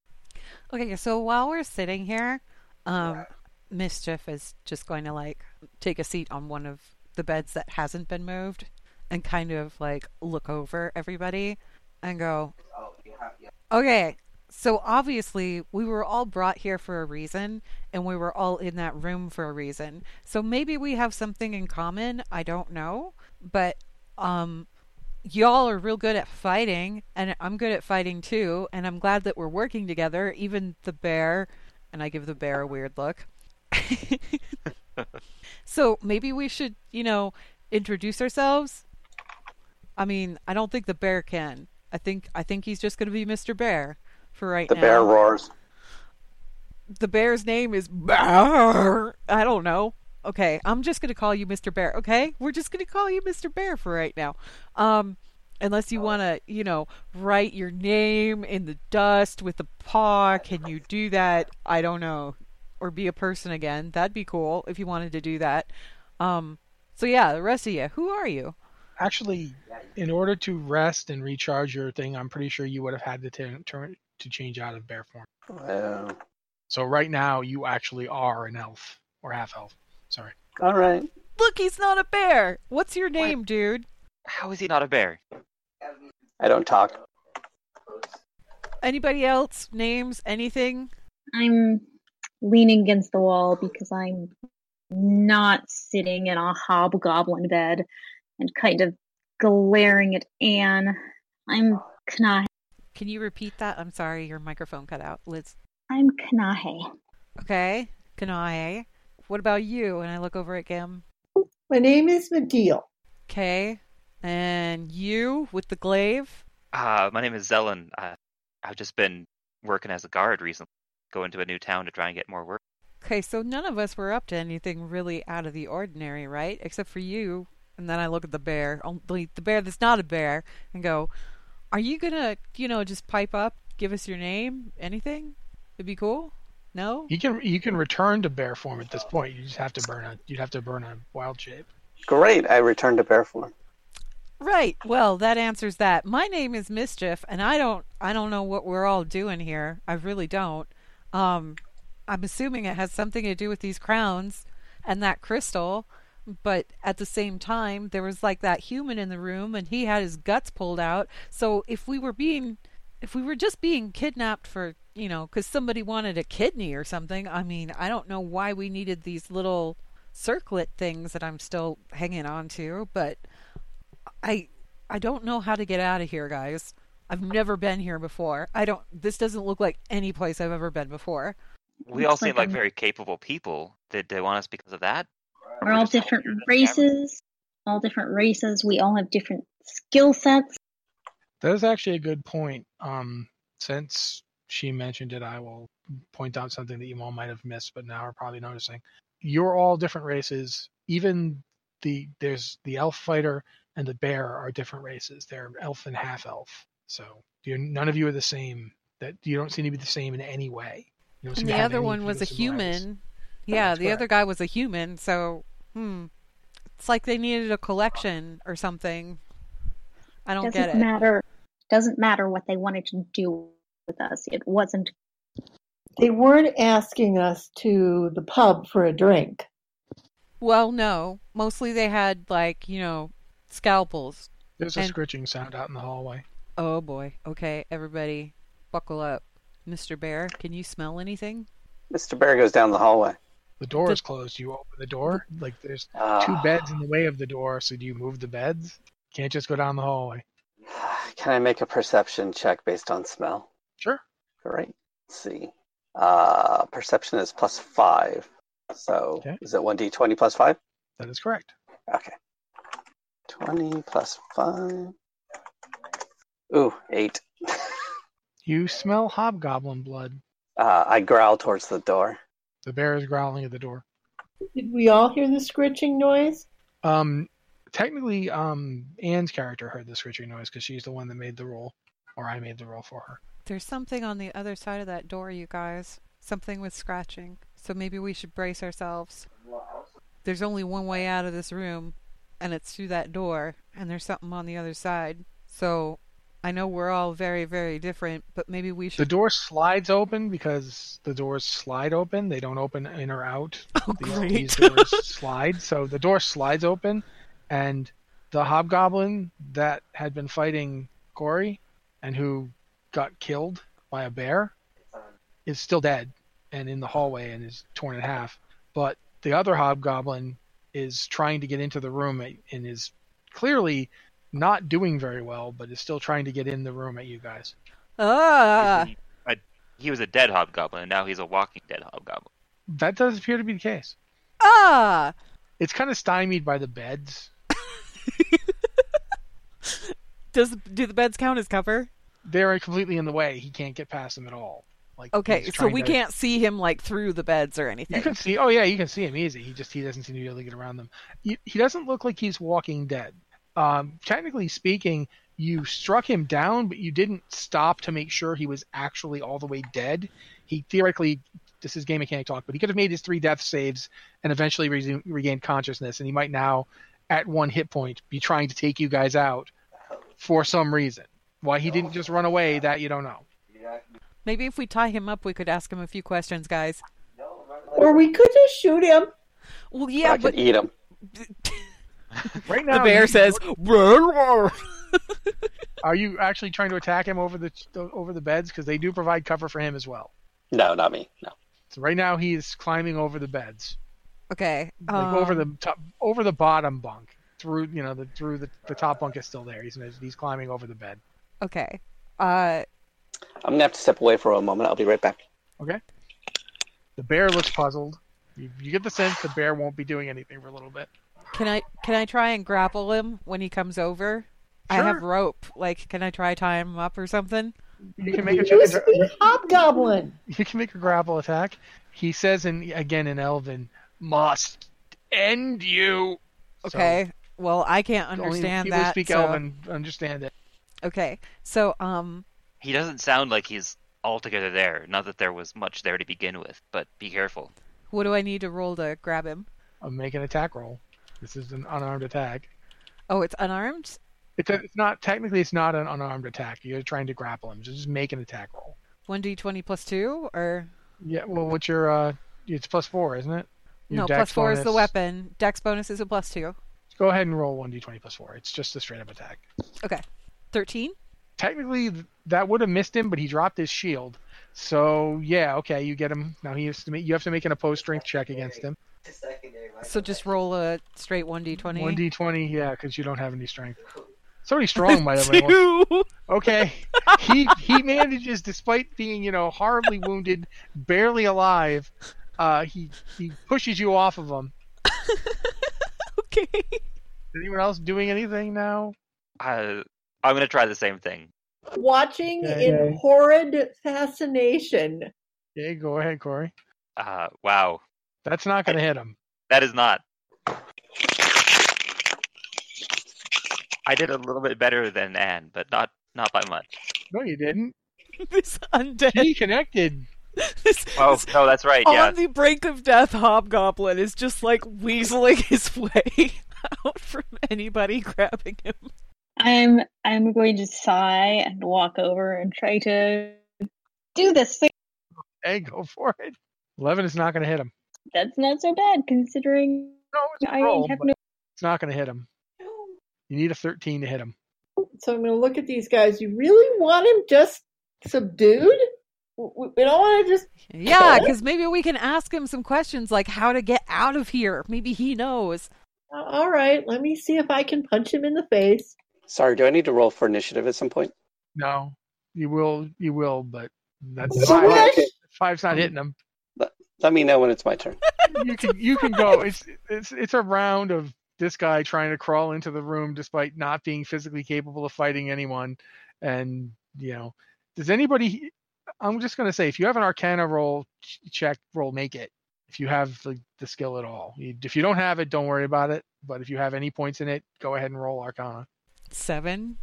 [SPEAKER 1] Okay, so while we're sitting here, um, Mischief is just going to like take a seat on one of the beds that hasn't been moved and kind of like look over everybody and go, Okay, so obviously we were all brought here for a reason and we were all in that room for a reason. So maybe we have something in common. I don't know. But um, y'all are real good at fighting and I'm good at fighting too and I'm glad that we're working together even the bear and I give the bear a weird look. so maybe we should, you know, introduce ourselves. I mean, I don't think the bear can. I think I think he's just going to be Mr. Bear for right
[SPEAKER 7] The
[SPEAKER 1] now.
[SPEAKER 7] bear roars.
[SPEAKER 1] The bear's name is Bear. I don't know. Okay, I'm just going to call you Mr. Bear. Okay, we're just going to call you Mr. Bear for right now. Um, unless you want to, you know, write your name in the dust with a paw. Can you do that? I don't know. Or be a person again. That'd be cool if you wanted to do that. Um, so yeah, the rest of you, who are you?
[SPEAKER 2] Actually, in order to rest and recharge your thing, I'm pretty sure you would have had to turn turn- to change out of bear form.
[SPEAKER 7] Oh.
[SPEAKER 2] So right now, you actually are an elf or half elf. Sorry.
[SPEAKER 7] all right.
[SPEAKER 1] Look, he's not a bear. What's your name, dude?
[SPEAKER 4] How is he not a bear?
[SPEAKER 7] I don't talk.
[SPEAKER 1] Anybody else? Names? Anything?
[SPEAKER 8] I'm leaning against the wall because I'm not sitting in a hobgoblin bed and kind of glaring at Anne. I'm Kanahe.
[SPEAKER 1] Can you repeat that? I'm sorry, your microphone cut out. Liz.
[SPEAKER 8] I'm Kanahe.
[SPEAKER 1] Okay. Kanae. What about you? And I look over at Gim.
[SPEAKER 9] My name is Mediel.
[SPEAKER 1] Okay. And you with the glaive?
[SPEAKER 4] Uh, my name is Zelen. Uh, I've just been working as a guard recently, going to a new town to try and get more work.
[SPEAKER 1] Okay, so none of us were up to anything really out of the ordinary, right? Except for you. And then I look at the bear, only the bear that's not a bear, and go, Are you gonna, you know, just pipe up, give us your name, anything? It'd be cool? No?
[SPEAKER 2] You can you can return to bear form at this point. You just have to burn a you'd have to burn a wild shape.
[SPEAKER 7] Great, I returned to bear form.
[SPEAKER 1] Right. Well, that answers that. My name is Mischief, and I don't I don't know what we're all doing here. I really don't. Um I'm assuming it has something to do with these crowns and that crystal, but at the same time there was like that human in the room and he had his guts pulled out. So if we were being if we were just being kidnapped for, you know, cuz somebody wanted a kidney or something, I mean, I don't know why we needed these little circlet things that I'm still hanging on to, but I I don't know how to get out of here, guys. I've never been here before. I don't this doesn't look like any place I've ever been before.
[SPEAKER 4] We all
[SPEAKER 8] Looks like
[SPEAKER 4] seem like
[SPEAKER 8] I'm-
[SPEAKER 4] very capable people. Did they want us because of that? Or
[SPEAKER 8] We're all
[SPEAKER 4] just
[SPEAKER 8] different
[SPEAKER 4] weird in the cavern?
[SPEAKER 8] races. All different races. We all have different skill sets.
[SPEAKER 2] That is actually a good point. Um, since she mentioned it, I will point out something that you all might have missed, but now are probably noticing. You're all different races. Even the there's the elf fighter and the bear are different races. They're elf and half elf. So you none of you are the same. That you don't seem to be the same in any way. You don't seem
[SPEAKER 1] And
[SPEAKER 2] to
[SPEAKER 1] the
[SPEAKER 2] have
[SPEAKER 1] other
[SPEAKER 2] any
[SPEAKER 1] one was a
[SPEAKER 2] similarities.
[SPEAKER 1] human. Yeah,
[SPEAKER 2] That's
[SPEAKER 1] the other guy was a human, so hmm. It's like they needed a collection or something. I don't
[SPEAKER 8] doesn't
[SPEAKER 1] get it.
[SPEAKER 8] matter. Doesn't matter what they wanted to do with us. It wasn't
[SPEAKER 9] They weren't asking us to the pub for a drink.
[SPEAKER 1] Well, no. Mostly they had like, you know, scalpels.
[SPEAKER 2] There's a
[SPEAKER 1] And-
[SPEAKER 2] scritching sound out in the hallway.
[SPEAKER 1] Oh boy. Okay, everybody buckle up. Mr. Bear, can you smell anything?
[SPEAKER 7] Mr. Bear goes down the hallway.
[SPEAKER 2] The door
[SPEAKER 1] The-
[SPEAKER 2] is closed. You open the door. Like there's two
[SPEAKER 7] Ah.
[SPEAKER 2] beds in the way of the door. So do you move the beds? Can't just go down the hallway.
[SPEAKER 7] Can I make a perception check based on smell?
[SPEAKER 2] Sure.
[SPEAKER 7] Great. Let's see. Uh, perception is plus five. So
[SPEAKER 2] Okay.
[SPEAKER 7] is it 1d20 plus five?
[SPEAKER 2] That is correct.
[SPEAKER 7] Okay. 20 plus five. Ooh, eight.
[SPEAKER 2] You smell hobgoblin blood.
[SPEAKER 7] Uh, I growl towards the door.
[SPEAKER 2] The bear is growling at the door.
[SPEAKER 9] Did we all hear the scritching noise?
[SPEAKER 2] Um, technically, um, Anne's character heard the scritching noise because she's the one that made the roll, or I made the roll for her.
[SPEAKER 1] There's something on the other side of that door, you guys. Something with scratching. So maybe we should brace ourselves. There's only one way out of this room, and it's through that door, and there's something on the other side. So I know we're all very, very different, but maybe we
[SPEAKER 2] The
[SPEAKER 1] should.
[SPEAKER 2] door slides open because the doors slide open. They don't open in or out.
[SPEAKER 1] Oh,
[SPEAKER 2] These,
[SPEAKER 1] great.
[SPEAKER 2] these doors slide. So the door slides open, and the hobgoblin that had been fighting Corey and who got killed by a bear is still dead and in the hallway and is torn in half. But the other hobgoblin is trying to get into the room and is clearly not doing very well, but is still trying to get in the room at you guys.
[SPEAKER 7] Uh.
[SPEAKER 1] Ah!
[SPEAKER 4] He, a, he was a dead hobgoblin, and now he's a walking dead hobgoblin.
[SPEAKER 2] That does appear to be the case.
[SPEAKER 1] Ah!
[SPEAKER 2] It's kind of stymied by the beds.
[SPEAKER 1] Does do the beds count as cover?
[SPEAKER 2] They're completely in the way. He can't get past them at all. Like
[SPEAKER 1] Okay,
[SPEAKER 2] he's
[SPEAKER 1] so
[SPEAKER 2] trying
[SPEAKER 1] we
[SPEAKER 2] to-
[SPEAKER 1] can't see him like through the beds or
[SPEAKER 2] You
[SPEAKER 1] anything.
[SPEAKER 2] can see. Oh yeah, you can see him easy. He just he doesn't seem to be able to get around them. He, he doesn't look like he's walking dead. Um, technically speaking, you struck him down, but you didn't stop to make sure he was actually all the way dead. He theoretically, this is game mechanic talk, but he could have made his three death saves and eventually resume, regained consciousness, and he might now, at one hit point, be trying to take you guys out for some reason. Why he didn't just run away, that you don't know.
[SPEAKER 1] Maybe if we tie him up, we could ask him a few questions, guys.
[SPEAKER 9] Or we could just shoot him.
[SPEAKER 1] Well,
[SPEAKER 7] Yeah,
[SPEAKER 1] yeah,
[SPEAKER 7] I could
[SPEAKER 1] but
[SPEAKER 7] eat him.
[SPEAKER 2] Right now,
[SPEAKER 1] the bear
[SPEAKER 2] you-
[SPEAKER 1] says.
[SPEAKER 2] Are you actually trying to attack him over the over the beds? Because they do provide cover for him as well.
[SPEAKER 7] No, not me. No.
[SPEAKER 2] So right now he is climbing over the beds,
[SPEAKER 1] Okay.
[SPEAKER 2] like over
[SPEAKER 1] um,
[SPEAKER 2] the top, over the bottom bunk, through you know the through the, the top bunk is still there. He's he's climbing over the bed.
[SPEAKER 1] Okay. Uh,
[SPEAKER 7] I'm gonna have to step away for a moment. I'll be right back.
[SPEAKER 2] Okay. The bear looks puzzled. You, you get the sense the bear won't be doing anything for a little bit.
[SPEAKER 1] can I can I try and grapple him when he comes over? I have
[SPEAKER 2] Sure.
[SPEAKER 1] rope. Like, can I try tie him up or something?
[SPEAKER 2] You can make a check.
[SPEAKER 9] Who's the hobgoblin?
[SPEAKER 2] You can make a grapple attack. He says, in again in Elven, must end you. So,
[SPEAKER 1] Okay. well, I can't understand
[SPEAKER 2] only Oh. people
[SPEAKER 1] that.
[SPEAKER 2] speak
[SPEAKER 1] so-
[SPEAKER 2] Elven understand it.
[SPEAKER 1] Okay. So, um,
[SPEAKER 4] He doesn't sound like he's altogether there. Not that there was much there to begin with, but be careful.
[SPEAKER 1] what do I need to roll to grab him?
[SPEAKER 2] i uh, make an attack roll. This is an unarmed attack.
[SPEAKER 1] Oh, it's unarmed.
[SPEAKER 2] It's, a, it's not technically it's not an unarmed attack. You're trying to grapple him. Just make an attack roll.
[SPEAKER 1] One d twenty plus two, or
[SPEAKER 2] Yeah. Well, what's your? uh It's plus four, isn't it? Your
[SPEAKER 1] no?
[SPEAKER 2] dex
[SPEAKER 1] Plus four is the
[SPEAKER 2] bonus.
[SPEAKER 1] weapon. Dex bonus is a plus two.
[SPEAKER 2] Go ahead and roll one d20 plus four. It's just a straight up attack.
[SPEAKER 1] Okay. Thirteen.
[SPEAKER 2] Technically, th- that would have missed him, but he dropped his shield. So yeah, okay, you get him. Now he has to make. You have to make an opposed strength check against him.
[SPEAKER 1] So just roll a straight one d twenty.
[SPEAKER 2] One d20, yeah, because you don't have any strength. Somebody strong might have. been one- Okay. he he manages despite being, you know, horribly wounded, barely alive. Uh, he he pushes you off of him.
[SPEAKER 1] okay.
[SPEAKER 2] Is anyone else doing anything now?
[SPEAKER 4] Uh, I'm gonna try the same thing.
[SPEAKER 9] Watching
[SPEAKER 2] Okay.
[SPEAKER 9] in horrid fascination.
[SPEAKER 2] Okay, go ahead, Corey.
[SPEAKER 4] Uh, wow,
[SPEAKER 2] That's not going to hit him.
[SPEAKER 4] that is not. I did a little bit better than Anne, but not not by much.
[SPEAKER 2] No, you didn't.
[SPEAKER 1] this undead.
[SPEAKER 2] He connected.
[SPEAKER 1] This,
[SPEAKER 4] Oh
[SPEAKER 1] this
[SPEAKER 4] no, that's right.
[SPEAKER 1] on
[SPEAKER 4] Yeah,
[SPEAKER 1] the brink of death, Hobgoblin is just like weaseling his way out from anybody grabbing him.
[SPEAKER 8] I'm I'm going to sigh and walk over and try to do this thing.
[SPEAKER 2] Hey, go for it. Eleven is not going to hit him.
[SPEAKER 8] That's not so bad considering
[SPEAKER 2] No, it's a
[SPEAKER 8] I
[SPEAKER 2] roll,
[SPEAKER 8] have
[SPEAKER 2] but
[SPEAKER 8] no.
[SPEAKER 2] it's not going to hit him. You need a thirteen to hit him.
[SPEAKER 9] So I'm going to look at these guys. You really want him just subdued? We we don't want to just.
[SPEAKER 1] Yeah, because maybe we can ask him some questions like how to get out of here. Maybe he knows.
[SPEAKER 9] "Uh, All right, let me see if I can punch him in the face.
[SPEAKER 7] Sorry, do I need to roll for initiative at some point?
[SPEAKER 2] No, you will. You will, but that's
[SPEAKER 9] So
[SPEAKER 2] five.
[SPEAKER 9] what?
[SPEAKER 2] Five's not hitting him.
[SPEAKER 7] Let me know when it's my turn.
[SPEAKER 2] You can. You can go. It's it's it's a round of this guy trying to crawl into the room despite not being physically capable of fighting anyone, and you know, does anybody? I'm just gonna say, if you have an Arcana roll ch- check, roll make it. If you have the, the skill at all, You- if you don't have it, don't worry about it. But if you have any points in it, go ahead and roll Arcana.
[SPEAKER 1] Seven.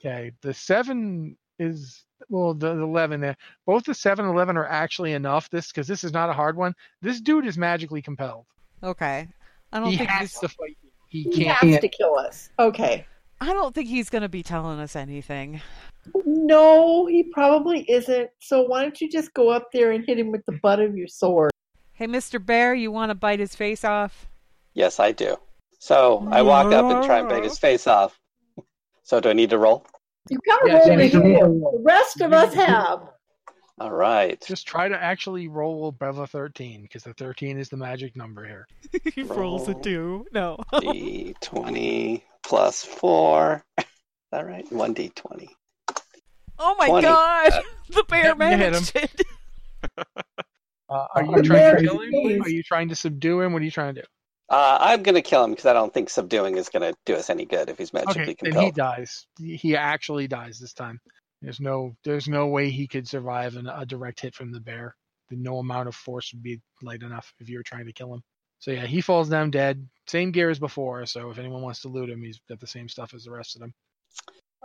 [SPEAKER 2] Okay, the seven is well, the, the eleven there. Both the seven and eleven are actually enough. This because this is not a hard one. This dude is magically compelled.
[SPEAKER 1] Okay. I don't
[SPEAKER 2] He
[SPEAKER 1] think
[SPEAKER 2] has
[SPEAKER 1] he's,
[SPEAKER 2] to fight. you. He
[SPEAKER 9] He
[SPEAKER 2] can't.
[SPEAKER 9] has to kill us. Okay.
[SPEAKER 1] I don't think he's gonna be telling us anything.
[SPEAKER 9] No, he probably isn't. So why don't you just go up there and hit him with the butt of your sword?
[SPEAKER 1] Hey, Mr. Bear, you want to bite his face off?
[SPEAKER 7] Yes, I do. So I walk up and try and beg his face off. So do I need to roll?
[SPEAKER 9] You got to
[SPEAKER 2] Yes,
[SPEAKER 9] roll
[SPEAKER 2] you
[SPEAKER 9] to
[SPEAKER 2] need to
[SPEAKER 9] heal.
[SPEAKER 2] roll.
[SPEAKER 9] The rest of us have.
[SPEAKER 7] All right.
[SPEAKER 2] Just try to actually roll above a thirteen because the thirteen is the magic number here.
[SPEAKER 1] he rolls a
[SPEAKER 7] Roll.
[SPEAKER 1] two. No.
[SPEAKER 7] D20 plus four. Is that right? 1D20.
[SPEAKER 1] oh my
[SPEAKER 7] 20.
[SPEAKER 1] god! the bear
[SPEAKER 2] Yep, you hit
[SPEAKER 1] managed it.
[SPEAKER 2] Uh, are you
[SPEAKER 9] Oh,
[SPEAKER 2] trying
[SPEAKER 9] there
[SPEAKER 2] to
[SPEAKER 9] he
[SPEAKER 2] kill him?
[SPEAKER 9] is.
[SPEAKER 2] Are you trying to subdue him? What are you trying to do?
[SPEAKER 7] Uh, I'm going to kill him because I don't think subduing is going to do us any good if he's magically
[SPEAKER 2] Okay, then he
[SPEAKER 7] compelled.
[SPEAKER 2] dies. He he actually dies this time. There's no there's no way he could survive an, a direct hit from the bear. The, no amount of force would be light enough if you were trying to kill him. So yeah, he falls down dead. Same gear as before. So if anyone wants to loot him, he's got the same stuff as the rest of them.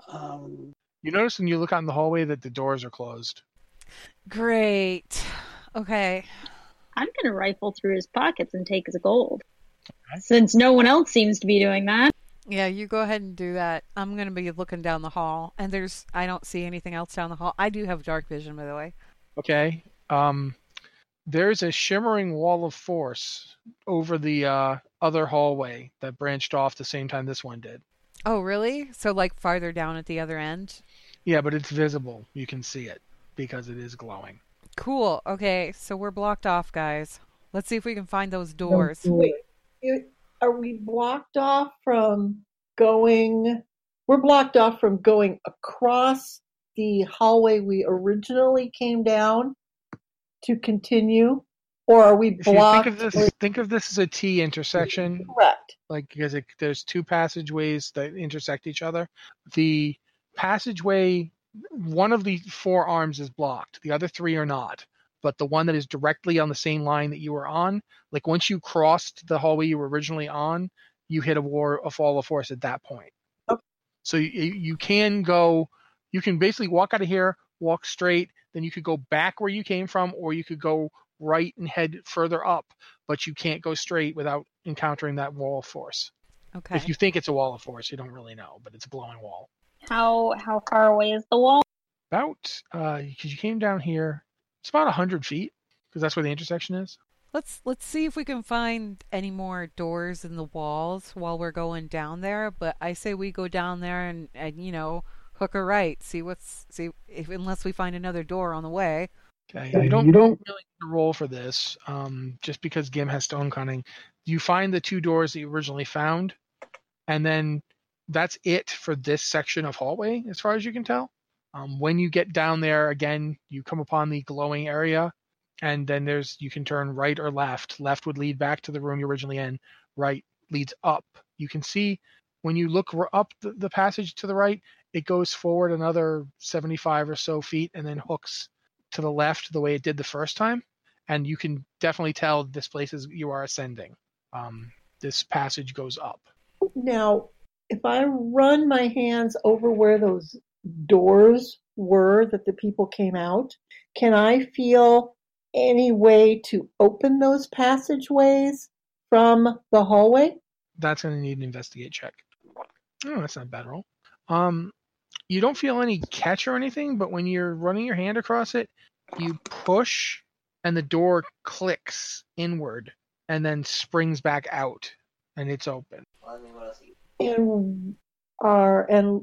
[SPEAKER 7] Um,
[SPEAKER 2] You notice when you look out in the hallway that the doors are closed.
[SPEAKER 1] Great. Okay.
[SPEAKER 8] I'm gonna rifle through his pockets and take his gold, since no one else seems to be doing that.
[SPEAKER 1] Yeah, you go ahead and do that. I'm gonna be looking down the hall, and there's I don't see anything else down the hall. I do have dark vision, by the way.
[SPEAKER 2] Okay. Um, there's a shimmering wall of force over the uh, other hallway that branched off the same time this one did.
[SPEAKER 1] Oh, really? So like farther down at the other end.
[SPEAKER 2] Yeah, but it's visible. You can see it because it is glowing.
[SPEAKER 1] Cool. Okay, so we're blocked off, guys. Let's see if we can find those doors.
[SPEAKER 9] Wait, you- are we blocked off from going? We're blocked off from going across the hallway we originally came down to continue, or are we
[SPEAKER 2] If you think
[SPEAKER 9] blocked?
[SPEAKER 2] of this, think of this as a T intersection,
[SPEAKER 9] Correct.
[SPEAKER 2] like because it, there's two passageways that intersect each other. The passageway, one of the four arms is blocked, the other three are not. But the one that is directly on the same line that you were on, like once you crossed the hallway you were originally on, you hit a war a fall of force at that point.
[SPEAKER 9] Okay.
[SPEAKER 2] So you, you can go, you can basically walk out of here, walk straight, then you could go back where you came from, or you could go right and head further up but you can't go straight without encountering that wall of force.
[SPEAKER 1] Okay.
[SPEAKER 2] If you think it's a wall of force, you don't really know, but it's a glowing wall.
[SPEAKER 8] How how far away is the wall?
[SPEAKER 2] About because you came down here, it's about hundred feet because that's where the intersection is.
[SPEAKER 1] Let's let's see if we can find any more doors in the walls while we're going down there. But I say we go down there and, and you know hook a right, see what's see if unless we find another door on the way.
[SPEAKER 2] Okay, you don't, you don't really need to roll for this, um, just because Gim has stone cunning. You find the two doors that you originally found, and then that's it for this section of hallway, as far as you can tell. Um, when you get down there again, you come upon the glowing area, and then there's you can turn right or left. Left would lead back to the room you originally in. Right leads up. You can see when you look r- up the, the passage to the right, it goes forward another 75 or so feet, and then hooks to the left the way it did the first time, and you can definitely tell this place is you are ascending. Um, this passage goes up.
[SPEAKER 9] Now, if I run my hands over where those doors were that the people came out, can I feel any way to open those passageways from the hallway?
[SPEAKER 2] That's going to need an investigate check. Oh, that's not a bad roll. Um, you don't feel any catch or anything, but when you're running your hand across it, you push and the door clicks inward and then springs back out and it's open.
[SPEAKER 9] And our and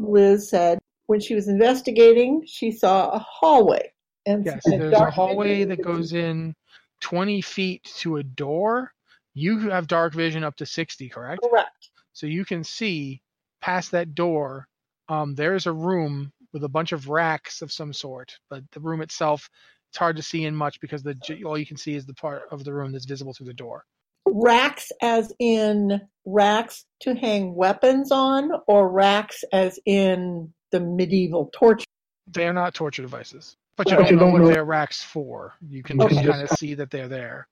[SPEAKER 9] Liz said when she was investigating, she saw a hallway. And
[SPEAKER 2] Yes,
[SPEAKER 9] said,
[SPEAKER 2] there's a
[SPEAKER 9] "Dark
[SPEAKER 2] hallway
[SPEAKER 9] vision."
[SPEAKER 2] that goes in 20 feet to a door. You have dark vision up to 60, correct?
[SPEAKER 9] Correct.
[SPEAKER 2] So you can see past that door, um, there's a room with a bunch of racks of some sort, but the room itself, it's hard to see in much because the j- all you can see is the part of the room that's visible through the door.
[SPEAKER 9] Racks, as in racks to hang weapons on, or racks, as in the medieval torture.
[SPEAKER 2] They are not torture devices, but you
[SPEAKER 9] But
[SPEAKER 2] don't
[SPEAKER 9] you
[SPEAKER 2] know
[SPEAKER 9] don't
[SPEAKER 2] what
[SPEAKER 9] know-
[SPEAKER 2] they're racks for. You can
[SPEAKER 9] Okay.
[SPEAKER 2] just kind of see that they're there.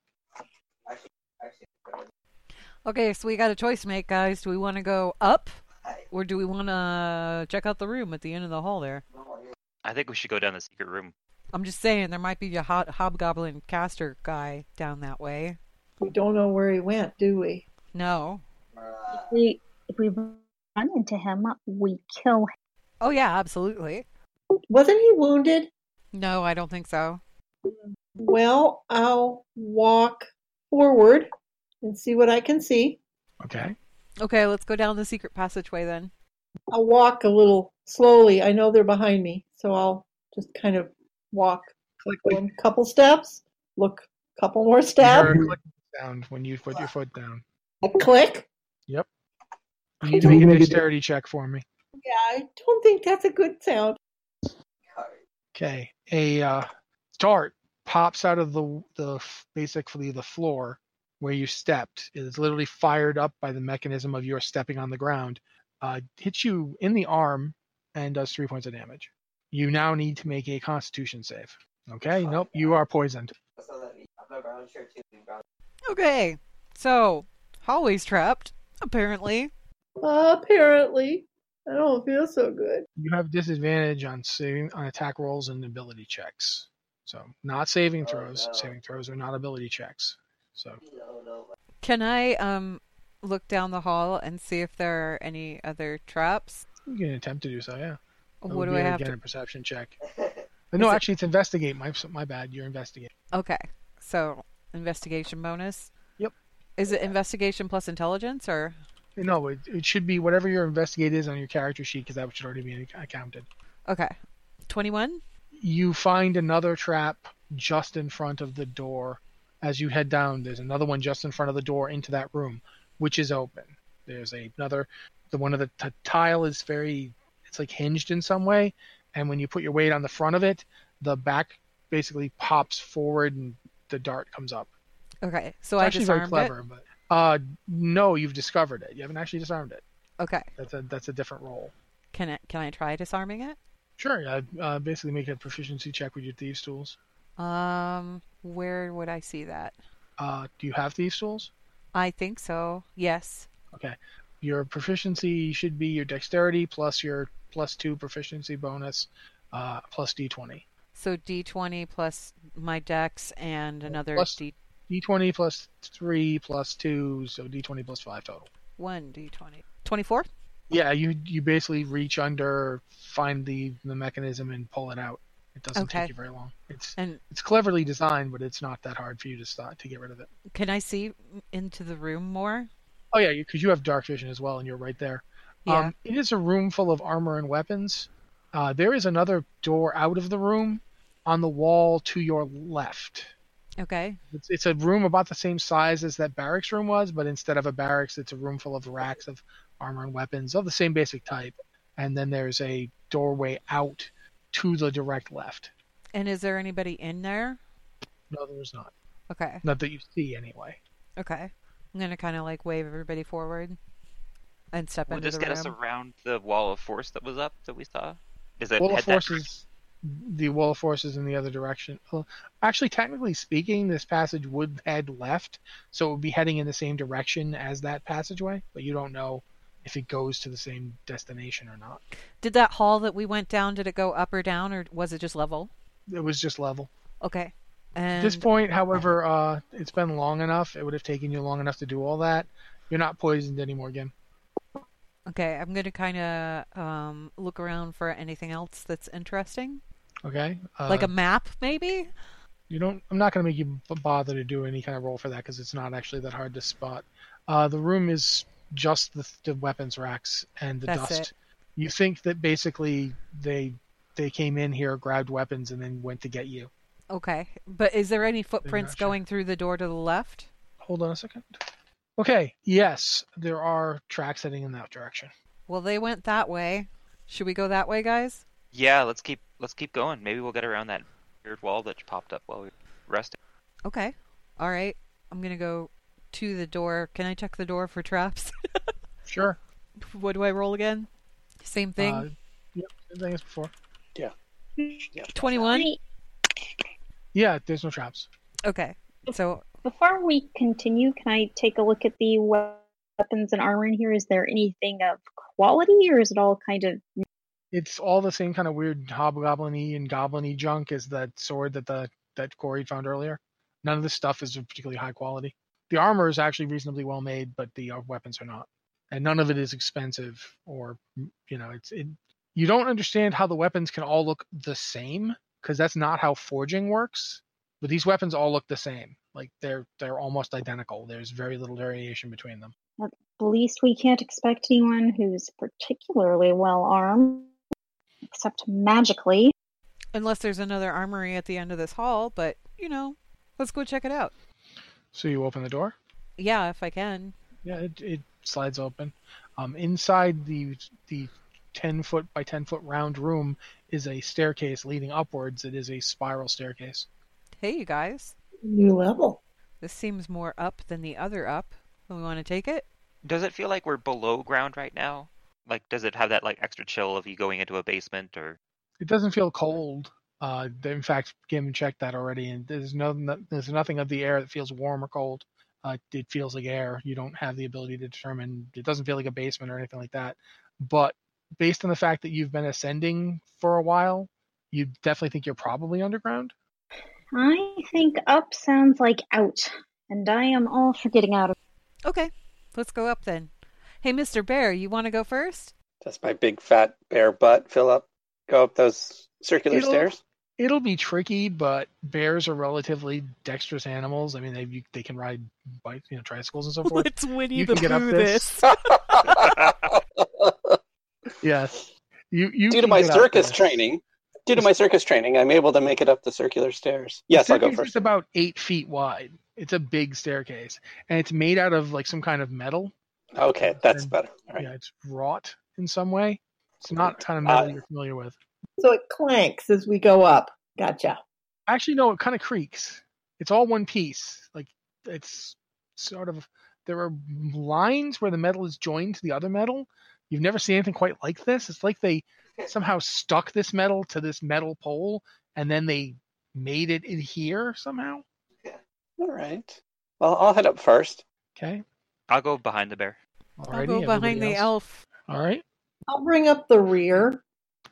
[SPEAKER 1] Okay, so we got a choice to make, guys. Do we want to go up, or do we want to check out the room at the end of the hall there?
[SPEAKER 4] I think we should go down the secret room.
[SPEAKER 1] I'm just saying, there might be a hot hobgoblin caster guy down that way.
[SPEAKER 9] We don't know where he went, do we?
[SPEAKER 1] No.
[SPEAKER 8] We if we run into him, we kill him.
[SPEAKER 1] Oh, yeah, absolutely.
[SPEAKER 9] Wasn't he wounded?
[SPEAKER 1] No, I don't think so.
[SPEAKER 9] Well, I'll walk forward and see what I can see.
[SPEAKER 2] Okay.
[SPEAKER 1] Okay, let's go down the secret passageway then.
[SPEAKER 9] I'll walk a little slowly. I know they're behind me, so I'll just kind of walk one couple steps, look couple more
[SPEAKER 2] You hear
[SPEAKER 9] steps,
[SPEAKER 2] a click sound when you put your foot down.
[SPEAKER 9] a click.
[SPEAKER 2] Yep. You need to make a dexterity check for me.
[SPEAKER 9] Yeah, I don't think that's a good sound.
[SPEAKER 2] Okay, a uh, dart pops out of the the f- basically the floor where you stepped. It is literally fired up by the mechanism of your stepping on the ground. Uh, hits you in the arm and does three points of damage. You now need to make a Constitution save. Okay, nope, you are poisoned.
[SPEAKER 1] Okay, so hallways trapped, apparently.
[SPEAKER 9] Apparently, I don't feel so good.
[SPEAKER 2] You have disadvantage on saving on attack rolls and ability checks. So not saving throws. Saving throws are not ability checks. So
[SPEAKER 1] Can I um look down the hall and see if there are any other traps?
[SPEAKER 2] you can attempt to do so. Yeah. That
[SPEAKER 1] what
[SPEAKER 2] would
[SPEAKER 1] do
[SPEAKER 2] be,
[SPEAKER 1] I have
[SPEAKER 2] again,
[SPEAKER 1] to?
[SPEAKER 2] a perception check. no,
[SPEAKER 1] it-
[SPEAKER 2] actually, it's investigate. My my bad. You're investigating.
[SPEAKER 1] Okay, so investigation bonus.
[SPEAKER 2] Yep.
[SPEAKER 1] Is it investigation plus intelligence or?
[SPEAKER 2] No, it, it should be whatever your investigate is on your character sheet because that should already be ac- accounted.
[SPEAKER 1] Okay, twenty-one.
[SPEAKER 2] You find another trap just in front of the door as you head down. There's another one just in front of the door into that room, which is open. There's a, another. The one of the t- tile is very. It's like hinged in some way, and when you put your weight on the front of it, the back basically pops forward and the dart comes up.
[SPEAKER 1] Okay, so
[SPEAKER 2] it's
[SPEAKER 1] I
[SPEAKER 2] actually
[SPEAKER 1] disarmed
[SPEAKER 2] very
[SPEAKER 1] it.
[SPEAKER 2] clever, but uh, no, you've discovered it. You haven't actually disarmed it.
[SPEAKER 1] Okay,
[SPEAKER 2] That's a that's a different role.
[SPEAKER 1] can I can I try disarming it?
[SPEAKER 2] Sure, uh, uh, basically make a proficiency check with your thieves tools.
[SPEAKER 1] Um, where would I see that?
[SPEAKER 2] Uh, do you have thieves tools?
[SPEAKER 1] I think so. Yes.
[SPEAKER 2] Okay, your proficiency should be your dexterity plus your plus two proficiency bonus, uh, plus d20.
[SPEAKER 1] So D20 plus my dex and another
[SPEAKER 2] Plus-
[SPEAKER 1] D
[SPEAKER 2] D20 plus three plus two, so d20 plus five total.
[SPEAKER 1] one D20. 24?
[SPEAKER 2] Yeah, you you basically reach under, find the the mechanism, and pull it out. It doesn't
[SPEAKER 1] Okay.
[SPEAKER 2] take you very long. It's
[SPEAKER 1] And
[SPEAKER 2] it's cleverly designed, but it's not that hard for you to start to get rid of it.
[SPEAKER 1] can I see into the room more?
[SPEAKER 2] Oh yeah, because you have dark vision as well, and you're right there.
[SPEAKER 1] Yeah.
[SPEAKER 2] Um, it is a room full of armor and weapons. Uh, there is another door out of the room, on the wall to your left.
[SPEAKER 1] Okay.
[SPEAKER 2] It's, it's a room about the same size as that barracks room was, but instead of a barracks, it's a room full of racks of armor and weapons of the same basic type. And then there's a doorway out to the direct left.
[SPEAKER 1] And is there anybody in there?
[SPEAKER 2] No, there's not.
[SPEAKER 1] Okay.
[SPEAKER 2] Not that you see anyway.
[SPEAKER 1] Okay. I'm going to kind of like wave everybody forward and step
[SPEAKER 4] We'll
[SPEAKER 1] into
[SPEAKER 4] just
[SPEAKER 1] the
[SPEAKER 4] get us
[SPEAKER 1] room.
[SPEAKER 4] around the wall of force that was up that we saw. Is it
[SPEAKER 2] Wall of
[SPEAKER 4] head that-
[SPEAKER 2] forces, the wall of forces in the other direction. Well, Actually, technically speaking, this passage would head left, so it would be heading in the same direction as that passageway. But you don't know if it goes to the same destination or not.
[SPEAKER 1] Did that hall that we went down, did it go up or down, or was it just level?
[SPEAKER 2] It was just level.
[SPEAKER 1] Okay.
[SPEAKER 2] At
[SPEAKER 1] And
[SPEAKER 2] this point, however, uh, it's been long enough. It would have taken you long enough to do all that. You're not poisoned anymore, Gim.
[SPEAKER 1] Okay, I'm going to kind of um, look around for anything else that's interesting.
[SPEAKER 2] Okay. Uh,
[SPEAKER 1] like a map, maybe?
[SPEAKER 2] You don't. I'm not going to make you b- bother to do any kind of roll for that because it's not actually that hard to spot. Uh, the room is just the, the weapons racks and the
[SPEAKER 1] That's
[SPEAKER 2] dust.
[SPEAKER 1] it.
[SPEAKER 2] You think that basically they they came in here, grabbed weapons, and then went to get you.
[SPEAKER 1] Okay. But is there any footprints
[SPEAKER 2] sure.
[SPEAKER 1] going through the door to the left?
[SPEAKER 2] Hold on a second. Okay. Yes, there are tracks heading in that direction.
[SPEAKER 1] Well, they went that way. Should we go that way, guys?
[SPEAKER 4] Yeah, let's keep let's keep going. Maybe we'll get around that weird wall that popped up while we were resting.
[SPEAKER 1] Okay. All right. I'm going to go to the door. Can I check the door for traps?
[SPEAKER 2] Sure.
[SPEAKER 1] what do I roll again? Same thing.
[SPEAKER 2] Uh, yep. Same thing as before.
[SPEAKER 7] Yeah.
[SPEAKER 1] 21?
[SPEAKER 8] Hey,
[SPEAKER 2] Yeah. There's no traps.
[SPEAKER 1] Okay. So,
[SPEAKER 8] Before we continue, can I take a look at the weapons and armor in here? Is there anything of quality, or is it all kind of
[SPEAKER 2] It's all the same kind of weird hobgoblin-y and goblin-y junk as that sword that the that Corey found earlier. None of this stuff is of particularly high quality. The armor is actually reasonably well made, but the uh, weapons are not. And none of it is expensive or you know, it's it you don't understand how the weapons can all look the same because that's not how forging works. But these weapons all look the same. Like they're they're almost identical. There's very little variation between them.
[SPEAKER 8] At least we can't expect anyone who's particularly well armed, except magically.
[SPEAKER 1] unless there's another armory at the end of this hall, but, you know, let's go check it out.
[SPEAKER 2] So you open the door.
[SPEAKER 1] Yeah, if I can.
[SPEAKER 2] Yeah, it, it slides open. Um, inside the the ten foot by ten foot round room is a staircase leading upwards. It is a spiral staircase.
[SPEAKER 1] Hey, you guys.
[SPEAKER 9] New level.
[SPEAKER 1] This seems more up than the other up. We want to take it?
[SPEAKER 4] Does it feel like we're below ground right now? Like, does it have that like extra chill of you going into a basement or?
[SPEAKER 2] It doesn't feel cold. Uh, in fact, Gim checked that already, and there's no, no there's nothing of the air that feels warm or cold. Uh, it feels like air. You don't have the ability to determine. It doesn't feel like a basement or anything like that. But based on the fact that you've been ascending for a while, you definitely think you're probably underground.
[SPEAKER 8] I think up sounds like out, and I am all for getting out of.
[SPEAKER 1] Okay. Let's go up then. Hey, Mr. Bear, you want to go first?
[SPEAKER 7] Does my big fat bear butt fill up? Go up those circular
[SPEAKER 2] It'll-
[SPEAKER 7] stairs?
[SPEAKER 2] it'll be tricky, but bears are relatively dexterous animals. I mean, they you, they can ride bike, you know, tricycles and so forth.
[SPEAKER 1] Winnie
[SPEAKER 2] You can get up this. yes, you you
[SPEAKER 7] Due to
[SPEAKER 2] can
[SPEAKER 7] my
[SPEAKER 2] get up
[SPEAKER 7] circus
[SPEAKER 2] there.
[SPEAKER 7] training, due to my circus training, I'm able to make it up the circular stairs. Yes,
[SPEAKER 2] the
[SPEAKER 7] I'll go
[SPEAKER 2] staircase
[SPEAKER 7] first.
[SPEAKER 2] is about eight feet wide. It's a big staircase, and it's made out of like some kind of metal.
[SPEAKER 7] Okay, that's
[SPEAKER 2] and-
[SPEAKER 7] better. All right.
[SPEAKER 2] Yeah, it's wrought in some way. It's not the kind of metal
[SPEAKER 7] Uh,
[SPEAKER 2] you're familiar with.
[SPEAKER 9] So it clanks as we go up. Gotcha.
[SPEAKER 2] Actually, no, it kind of creaks. It's all one piece. Like it's sort of there are lines where the metal is joined to the other metal. You've never seen anything quite like this. It's like they somehow stuck this metal to this metal pole and then they made it adhere somehow.
[SPEAKER 7] All right. Well, I'll head up first.
[SPEAKER 2] Okay.
[SPEAKER 4] I'll go behind the bear.
[SPEAKER 2] Alrighty,
[SPEAKER 1] I'll go behind
[SPEAKER 2] everybody
[SPEAKER 1] the
[SPEAKER 2] else?
[SPEAKER 1] elf.
[SPEAKER 2] All right.
[SPEAKER 9] I'll bring up the rear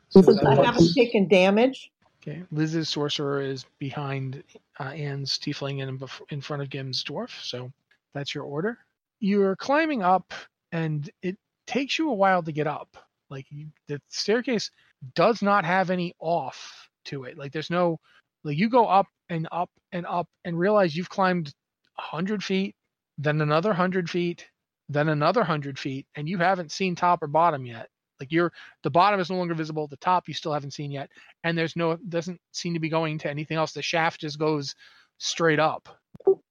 [SPEAKER 2] So
[SPEAKER 9] since I
[SPEAKER 2] that
[SPEAKER 9] haven't
[SPEAKER 2] was-
[SPEAKER 9] taken damage.
[SPEAKER 2] okay. Liz's sorcerer is behind uh, Anne's tiefling and in bef- in front of Gim's dwarf. So that's your order. You're climbing up, and it takes you a while to get up. Like you, the staircase does not have any off to it. Like there's no like you go up and up and up and realize you've climbed a hundred feet, then another hundred feet, then another hundred feet, and you haven't seen top or bottom yet. Like you're the bottom is no longer visible, the top you still haven't seen yet, and there's no doesn't seem to be going to anything else. The shaft just goes straight up.
[SPEAKER 9] Tell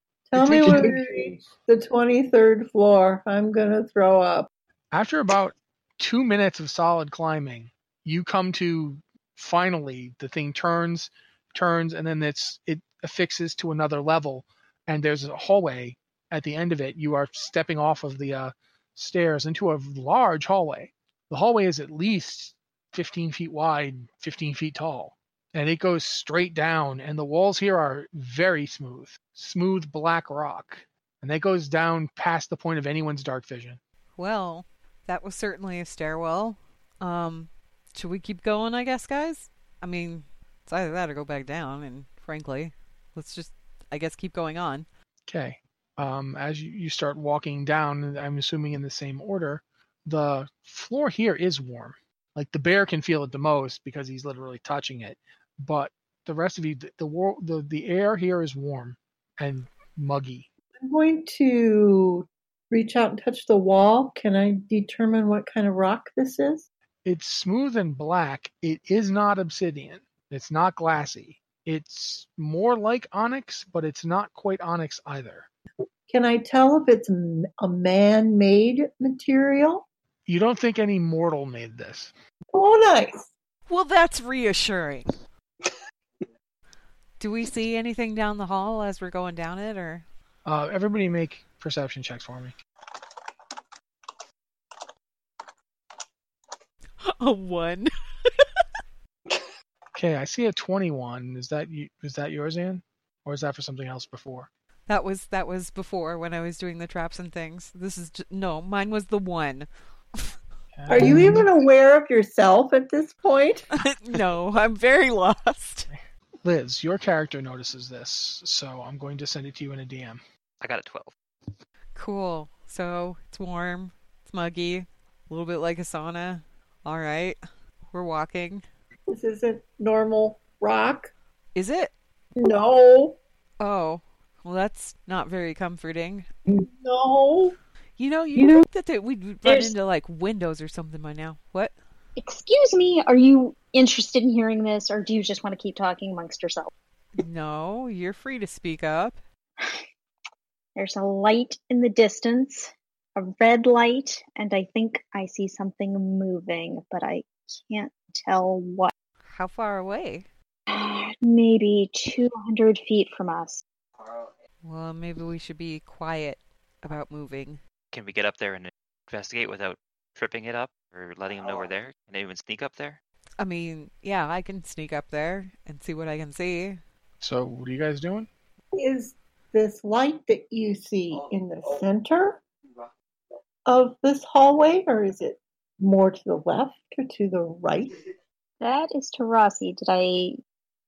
[SPEAKER 2] It
[SPEAKER 9] me
[SPEAKER 2] takes you
[SPEAKER 9] when
[SPEAKER 2] to-
[SPEAKER 9] we reach the 23rd floor. I'm going to throw up.
[SPEAKER 2] after about two minutes of solid climbing, you come to finally the thing turns, turns, and then it's it affixes to another level, and there's a hallway at the end of it. You are stepping off of the uh, stairs into a large hallway. The hallway is at least 15 feet wide, 15 feet tall, and it goes straight down. And the walls here are very smooth, smooth black rock, and that goes down past the point of anyone's dark vision.
[SPEAKER 1] Well, That was certainly a stairwell. Um, should we keep going, I guess, guys? I mean, it's either that or go back down, and frankly, let's just, I guess, keep going on.
[SPEAKER 2] Okay. Um, as you, you start walking down, and I'm assuming in the same order, the floor here is warm. Like the bear can feel it the most because he's literally touching it, but the rest of you, the the, wor- the, the air here is warm and muggy.
[SPEAKER 9] I'm going to reach out and touch the wall. Can I determine what kind of rock this is?
[SPEAKER 2] It's smooth and black. It is not obsidian. It's not glassy. It's more like onyx, but it's not quite onyx either.
[SPEAKER 9] Can I tell if it's m- a man made material?
[SPEAKER 2] You don't think any mortal made this.
[SPEAKER 9] Oh, nice.
[SPEAKER 1] Well, that's reassuring. Do we see anything down the hall as we're going down it, or?
[SPEAKER 2] Uh, everybody make perception checks for me.
[SPEAKER 1] A one.
[SPEAKER 2] Okay, I see a 21. Is that you, is that yours, Anne? Or is that for something else before?
[SPEAKER 1] That was that was before when I was doing the traps and things. This is j no, mine was the one.
[SPEAKER 9] Are you
[SPEAKER 2] Um,
[SPEAKER 9] even aware of yourself at this point?
[SPEAKER 1] no, I'm very lost.
[SPEAKER 2] Liz, your character notices this, so I'm going to send it to you in a DM.
[SPEAKER 4] I got a 12.
[SPEAKER 1] Cool. So it's warm, it's muggy, a little bit like a sauna. All right, we're walking.
[SPEAKER 9] This isn't normal rock.
[SPEAKER 1] Is it?
[SPEAKER 9] No,
[SPEAKER 1] Oh, well, that's not very comforting.
[SPEAKER 9] no.
[SPEAKER 1] You know, you,
[SPEAKER 8] You know,
[SPEAKER 1] think that they, we'd run
[SPEAKER 8] there's-
[SPEAKER 1] into like windows or something by now. What?
[SPEAKER 8] Excuse me, are you interested in hearing this, or do you just want to keep talking amongst yourself?
[SPEAKER 1] no, you're free to speak up.
[SPEAKER 8] There's a light in the distance, a red light, and I think I see something moving, but I can't tell what.
[SPEAKER 1] How far away?
[SPEAKER 8] Maybe 200 feet from us.
[SPEAKER 1] Well, maybe we should be quiet about moving.
[SPEAKER 4] Can we get up there and investigate without tripping it up or letting them know
[SPEAKER 7] Oh.
[SPEAKER 4] we're there? Can anyone sneak up there?
[SPEAKER 1] I mean, yeah, I can sneak up there and see what I can see.
[SPEAKER 2] So, what are you guys doing?
[SPEAKER 9] Is this light that you see in the center of this hallway, or is it more to the left or to the right?
[SPEAKER 8] That is to Rossi. Did I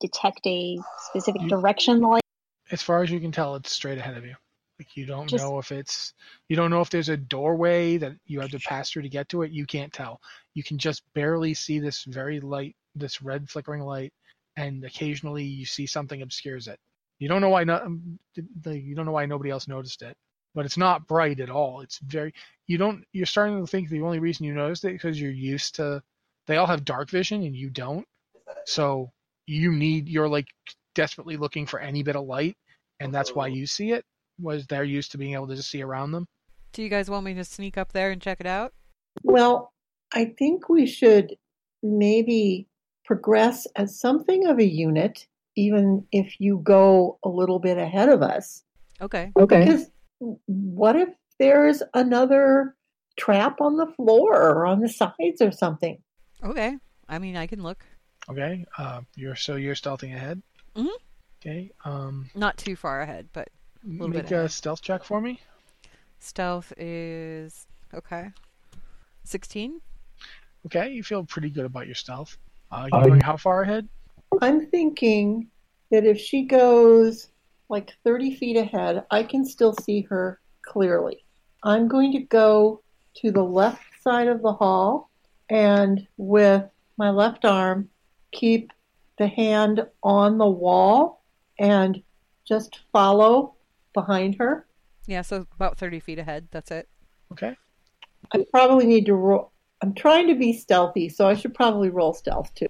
[SPEAKER 8] detect a specific
[SPEAKER 2] You-
[SPEAKER 8] direction the light?
[SPEAKER 2] As far as you can tell, it's straight ahead of you. Like you don't
[SPEAKER 8] Just-
[SPEAKER 2] know if it's you don't know if there's a doorway that you have to pass through to get to it. You can't tell. You can just barely see this very light, this red flickering light, and occasionally you see something obscures it. You don't know why not. You don't know why nobody else noticed it, but it's not bright at all. It's very. You don't. You're starting to think the only reason you noticed it because you're used to. They all have dark vision and you don't. So you need. You're like desperately looking for any bit of light, and that's
[SPEAKER 1] Oh.
[SPEAKER 2] why you see it. Was they're used to being able to just see around them.
[SPEAKER 1] Do you guys want me to sneak up there and check it out?
[SPEAKER 9] Well, I think we should maybe progress as something of a unit, even if you go a little bit ahead of us.
[SPEAKER 1] Okay.
[SPEAKER 10] Okay.
[SPEAKER 9] Because what if there's another trap on the floor or on the sides or something?
[SPEAKER 1] Okay. I mean, I can look.
[SPEAKER 2] Okay. Uh, you're so you're stealthing ahead.
[SPEAKER 1] Mhm.
[SPEAKER 2] Okay. Um,
[SPEAKER 1] Not too far ahead, but little
[SPEAKER 2] make
[SPEAKER 1] bit
[SPEAKER 2] a
[SPEAKER 1] ahead.
[SPEAKER 2] stealth check for me.
[SPEAKER 1] stealth is okay. 16?
[SPEAKER 2] Okay. You feel pretty good about your stealth. Uh, you're going how far ahead?
[SPEAKER 9] I'm thinking that if she goes like 30 feet ahead, I can still see her clearly. I'm going to go to the left side of the hall and with my left arm keep the hand on the wall and just follow behind her.
[SPEAKER 1] Yeah, so about 30 feet ahead. That's it.
[SPEAKER 2] Okay.
[SPEAKER 9] I probably need to roll. I'm trying to be stealthy, so I should probably roll stealth too.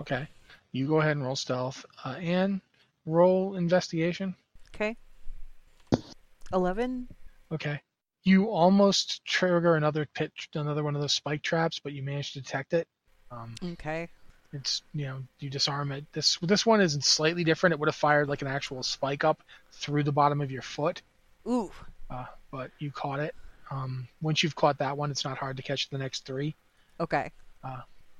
[SPEAKER 2] Okay. You go ahead and roll stealth. Uh, and roll investigation.
[SPEAKER 1] Okay. 11?
[SPEAKER 2] Okay. You almost trigger another pit, another one of those spike traps, but you manage to detect it. Um,
[SPEAKER 1] Okay.
[SPEAKER 2] it's you know you disarm it. This this one is slightly different. It would have fired like an actual spike up through the bottom of your foot,
[SPEAKER 1] Ooh.
[SPEAKER 2] uh, but you caught it. Um, once you've caught that one, it's not hard to catch the next three. Uh,
[SPEAKER 1] Okay.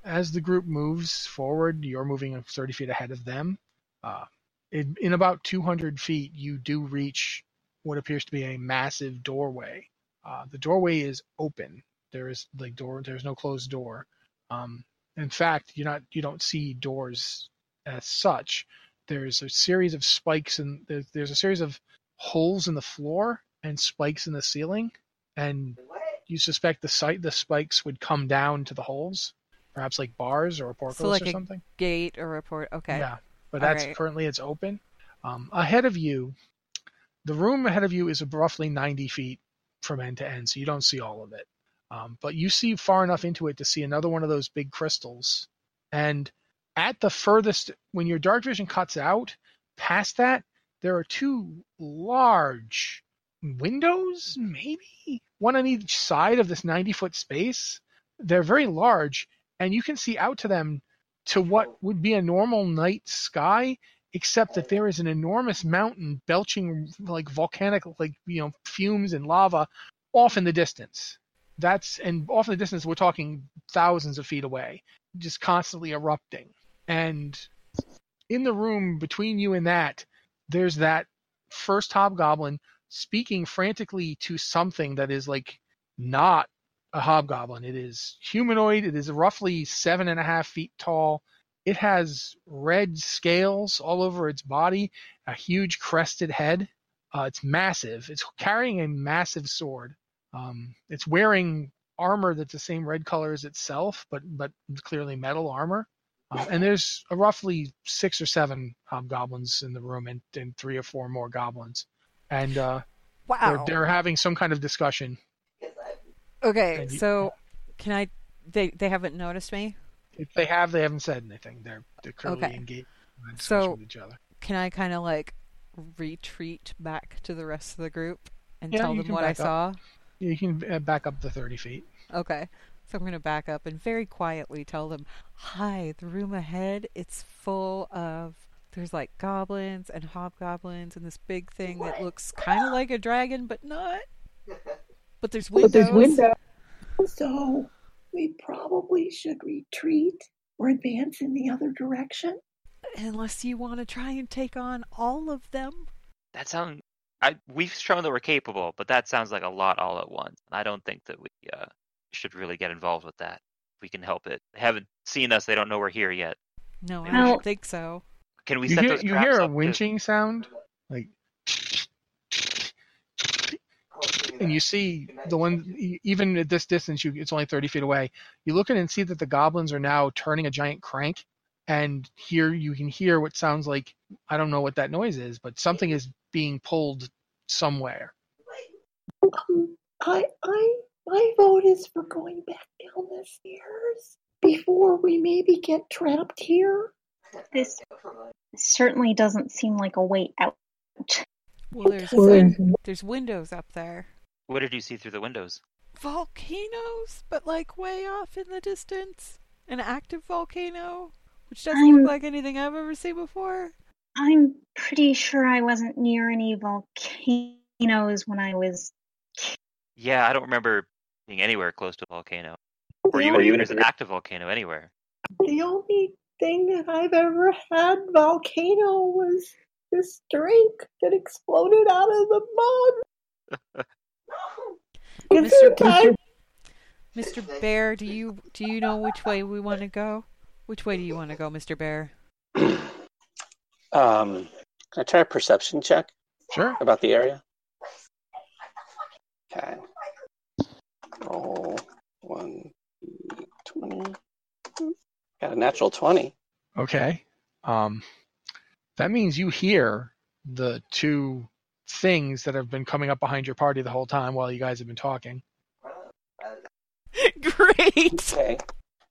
[SPEAKER 2] As the group moves forward, you're moving 30 feet ahead of them. Uh, in, in about 200 feet, you do reach what appears to be a massive doorway. Uh, the doorway is open. There is like door. There's no closed door. Um, in fact, you're not. You don't see doors as such. There's a series of spikes and there's, there's a series of holes in the floor and spikes in the ceiling, and you suspect the site the spikes would come down to the holes, perhaps like bars or portals
[SPEAKER 1] So like
[SPEAKER 2] or
[SPEAKER 1] a
[SPEAKER 2] something.
[SPEAKER 1] gate or a port. Okay.
[SPEAKER 2] Yeah, but
[SPEAKER 1] All
[SPEAKER 2] that's
[SPEAKER 1] right.
[SPEAKER 2] currently it's open. Um, ahead of you, the room ahead of you is roughly 90 feet from end to end, so you don't see all of it. Um, but you see far enough into it to see another one of those big crystals. And at the furthest, when your dark vision cuts out, past that, there are two large windows, maybe one on each side of this 90 foot space. They're very large, and you can see out to them to what would be a normal night sky, except that there is an enormous mountain belching like volcanic, like you know, fumes and lava off in the distance. That's and off in the distance, we're talking thousands of feet away, just constantly erupting. And in the room between you and that, there's that first hobgoblin speaking frantically to something that is like not a hobgoblin. It is humanoid. It is roughly seven and a half feet tall. It has red scales all over its body, a huge crested head. Uh, it's massive. It's carrying a massive sword. Um, it's wearing armor that's the same red color as itself, but but clearly metal armor. Um, and there's a roughly six or seven hobgoblins in the room, and, and three or four more goblins. And uh,
[SPEAKER 1] Wow.
[SPEAKER 2] they're, they're having some kind of discussion.
[SPEAKER 1] Okay.
[SPEAKER 2] And you-
[SPEAKER 1] So, can I? They they haven't noticed me.
[SPEAKER 2] If they have, they haven't said anything. They're they're currently
[SPEAKER 1] Okay.
[SPEAKER 2] engaged in a discussion
[SPEAKER 1] So-
[SPEAKER 2] with each other.
[SPEAKER 1] Can I kind of like retreat back to the rest of the group and
[SPEAKER 2] Yeah,
[SPEAKER 1] tell
[SPEAKER 2] you
[SPEAKER 1] them
[SPEAKER 2] can
[SPEAKER 1] what I
[SPEAKER 2] back
[SPEAKER 1] saw?
[SPEAKER 2] up. You can uh, back up the thirty feet.
[SPEAKER 1] Okay. So I'm going to back up and very quietly tell them, "Hi, the room ahead, it's full of there's like goblins and hobgoblins and this big thing that looks kind of like a dragon but not. But there's windows.
[SPEAKER 10] But there's windows. So we probably should retreat or advance in the other direction.
[SPEAKER 1] Unless you want to try and take on all of them.
[SPEAKER 4] That sounds. I we've shown that we're capable, but that sounds like a lot all at once. I don't think that we uh, should really get involved with that. We can help it. They haven't seen us. They don't know we're here yet.
[SPEAKER 1] No, I
[SPEAKER 4] Well-
[SPEAKER 1] don't think so.
[SPEAKER 4] Can we
[SPEAKER 2] you
[SPEAKER 4] set
[SPEAKER 2] hear
[SPEAKER 4] those
[SPEAKER 2] you
[SPEAKER 4] traps
[SPEAKER 2] hear a
[SPEAKER 4] up too?
[SPEAKER 2] winching sound, like, and you see the one e- even at this distance. You it's only thirty feet away. You look in and see that the goblins are now turning a giant crank, and here you can hear what sounds like I don't know what that noise is, but something is being pulled somewhere.
[SPEAKER 10] Um, I, I, my vote is for going back down the stairs before we maybe get trapped here.
[SPEAKER 8] This certainly doesn't seem like a way out.
[SPEAKER 1] Well, there's
[SPEAKER 10] Well, there's-
[SPEAKER 1] win- there's windows up there.
[SPEAKER 4] What did you see through the windows?
[SPEAKER 1] Volcanoes, but like way off in the distance. An active volcano, which doesn't
[SPEAKER 8] I'm-
[SPEAKER 1] look like anything I've ever seen before.
[SPEAKER 8] I'm pretty sure I wasn't near any volcanoes when I was.
[SPEAKER 4] Yeah, I don't remember being anywhere close to a volcano, or
[SPEAKER 10] The
[SPEAKER 4] even
[SPEAKER 10] only-
[SPEAKER 4] if there's an active volcano anywhere.
[SPEAKER 10] The only thing that I've ever had volcano was this drink that exploded out of the mud. Is there
[SPEAKER 1] Mr.
[SPEAKER 10] time?
[SPEAKER 1] Mr. Bear, do you do you know which way we want to go? Which way do you want to go, Mr. Bear?
[SPEAKER 7] Um, can I try a perception check
[SPEAKER 2] Sure.
[SPEAKER 7] about the area? Okay. Roll one d twenty. Got a natural twenty.
[SPEAKER 2] Okay. Um, that means you hear the two things that have been coming up behind your party the whole time while you guys have been talking.
[SPEAKER 1] Great.
[SPEAKER 7] Okay.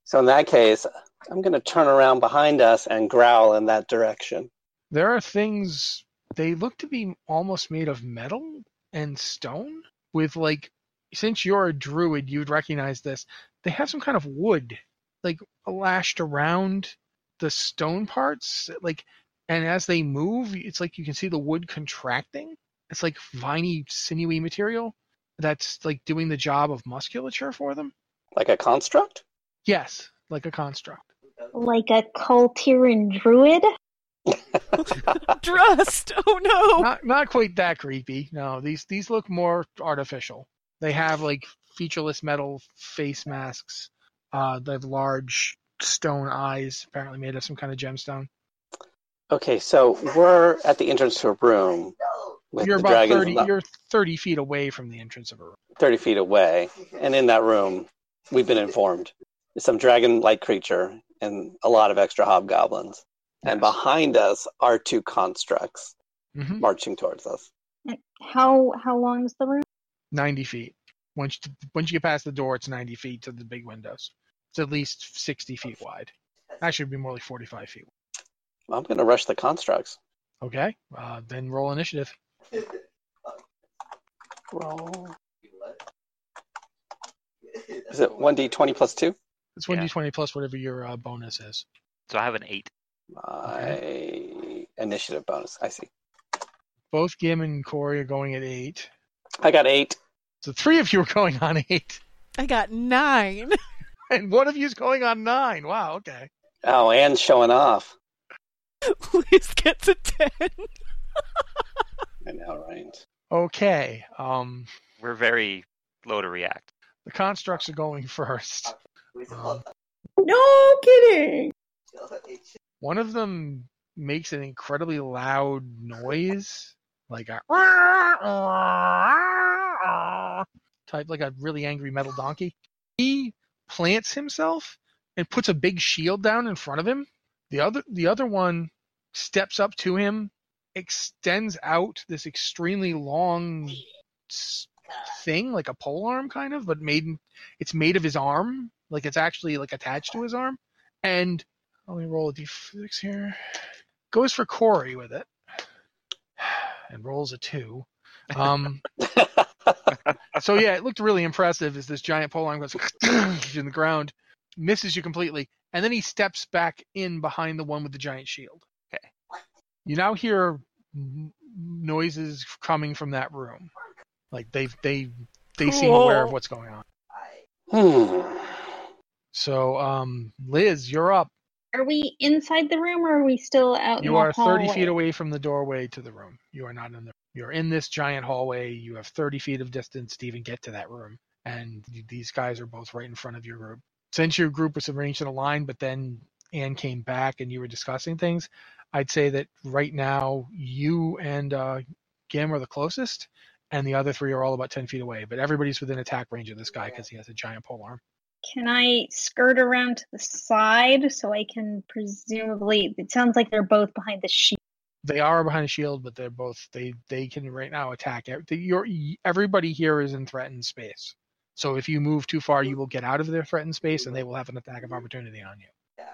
[SPEAKER 7] So in that case, I'm going to turn around behind us and growl in that direction.
[SPEAKER 2] There are things they look to be almost made of metal and stone with like since you're a druid you'd recognize this they have some kind of wood like lashed around the stone parts like and as they move it's like you can see the wood contracting it's like viney sinewy material that's like doing the job of musculature for them
[SPEAKER 7] Like a construct?
[SPEAKER 2] yes like a construct
[SPEAKER 8] Like a Coltiran druid?
[SPEAKER 1] Trust. Oh no.
[SPEAKER 2] not not quite that creepy. No, these these look more artificial. They have like featureless metal face masks uh, that have large stone eyes, apparently made of some kind of gemstone.
[SPEAKER 7] Okay, so we're at the entrance to a room with
[SPEAKER 2] you're
[SPEAKER 7] the
[SPEAKER 2] about
[SPEAKER 7] dragon's
[SPEAKER 2] 30,
[SPEAKER 7] lo-
[SPEAKER 2] you're 30 feet away from the entrance of a room.
[SPEAKER 7] 30 feet away, and in that room, we've been informed there's some dragon like creature and a lot of extra hobgoblins. And behind us are two constructs
[SPEAKER 2] Mhm.
[SPEAKER 7] marching towards us.
[SPEAKER 8] How how long is the room?
[SPEAKER 2] 90 feet. Once you, once you get past the door, it's 90 feet to the big windows. It's at least 60 feet wide. Actually, it'd be more like 45 feet.
[SPEAKER 7] I'm going to rush the constructs.
[SPEAKER 2] Okay, uh, then roll initiative.
[SPEAKER 7] Roll. Is it 1d20 plus 2?
[SPEAKER 2] It's 1d20 plus whatever your uh, bonus is.
[SPEAKER 4] So I have an eight.
[SPEAKER 7] My initiative bonus. I see.
[SPEAKER 2] Both Gim and Corey are going at 8.
[SPEAKER 7] I got 8.
[SPEAKER 2] So three of you are going on 8.
[SPEAKER 1] I got nine.
[SPEAKER 2] And one of you is going on 9. Wow, okay.
[SPEAKER 7] Oh, and showing off.
[SPEAKER 1] Please get to ten.
[SPEAKER 7] I know, right?
[SPEAKER 2] Okay, um,
[SPEAKER 4] We're very low to react.
[SPEAKER 2] the constructs are going first.
[SPEAKER 7] Uh,
[SPEAKER 2] Um,
[SPEAKER 9] No kidding.
[SPEAKER 4] Uh,
[SPEAKER 2] one of them makes an incredibly loud noise, like a type, like a really angry metal donkey. He plants himself and puts a big shield down in front of him. The other, the other one steps up to him, extends out this extremely long s- thing, like a pole arm kind of, but made it's made of his arm, like it's actually like attached to his arm, and let me roll a d6 here. Goes for Corey with it, and rolls a two. Um, so yeah, it looked really impressive. As this giant polearm goes in the ground, misses you completely, and then he steps back in behind the one with the giant shield.
[SPEAKER 4] Okay.
[SPEAKER 2] You now hear n- noises coming from that room, like they they they seem aware of
[SPEAKER 1] Cool.
[SPEAKER 2] what's going on.
[SPEAKER 7] Hmm.
[SPEAKER 2] So um, Liz, you're up.
[SPEAKER 8] Are we inside the room or are we still out in
[SPEAKER 2] You
[SPEAKER 8] the
[SPEAKER 2] are 30
[SPEAKER 8] hallway?
[SPEAKER 2] feet away from the doorway to the room. You are not in the You're in this giant hallway. You have 30 feet of distance to even get to that room. And you- these guys are both right in front of your group. Since your group was arranged in a line, but then Anne came back and you were discussing things, I'd say that right now you and uh, Gim are the closest, and the other three are all about 10 feet away. But everybody's within attack range of this guy because he has a giant pole arm.
[SPEAKER 8] Can I skirt around to the side so I can presumably? It sounds like they're both behind the sheet.
[SPEAKER 2] they are behind a shield, E but they're both they they can right now attack. ev- the- Your everybody here is in threatened space, so if you move too far, you will get out of their threatened space, and they will have an attack of opportunity on you.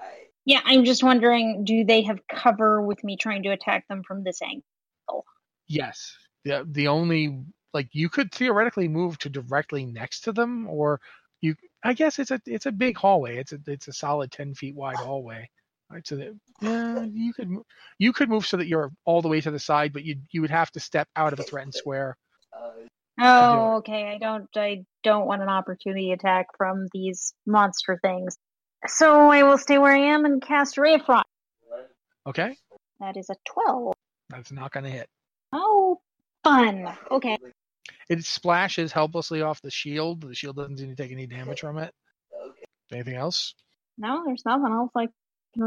[SPEAKER 8] Yeah, I'm just wondering, do they have cover with me trying to attack them from this angle?
[SPEAKER 2] Yes, the the only like you could theoretically move to directly next to them, or you I guess it's a it's a big hallway. It's a it's a solid ten feet wide hallway. Right, so that, yeah, you could mo- you could move so that you're all the way to the side, but you you would have to step out of a threatened square
[SPEAKER 8] Oh, okay. I don't. I don't want an opportunity attack from these monster things. So I will stay where I am and cast Ray of Frost.
[SPEAKER 2] Okay,
[SPEAKER 8] That is a twelve.
[SPEAKER 2] that's not going to hit.
[SPEAKER 8] Oh, fun. Okay.
[SPEAKER 2] It splashes helplessly off the shield. The shield doesn't seem to take any damage from it. Anything else?
[SPEAKER 8] No, there's nothing else I can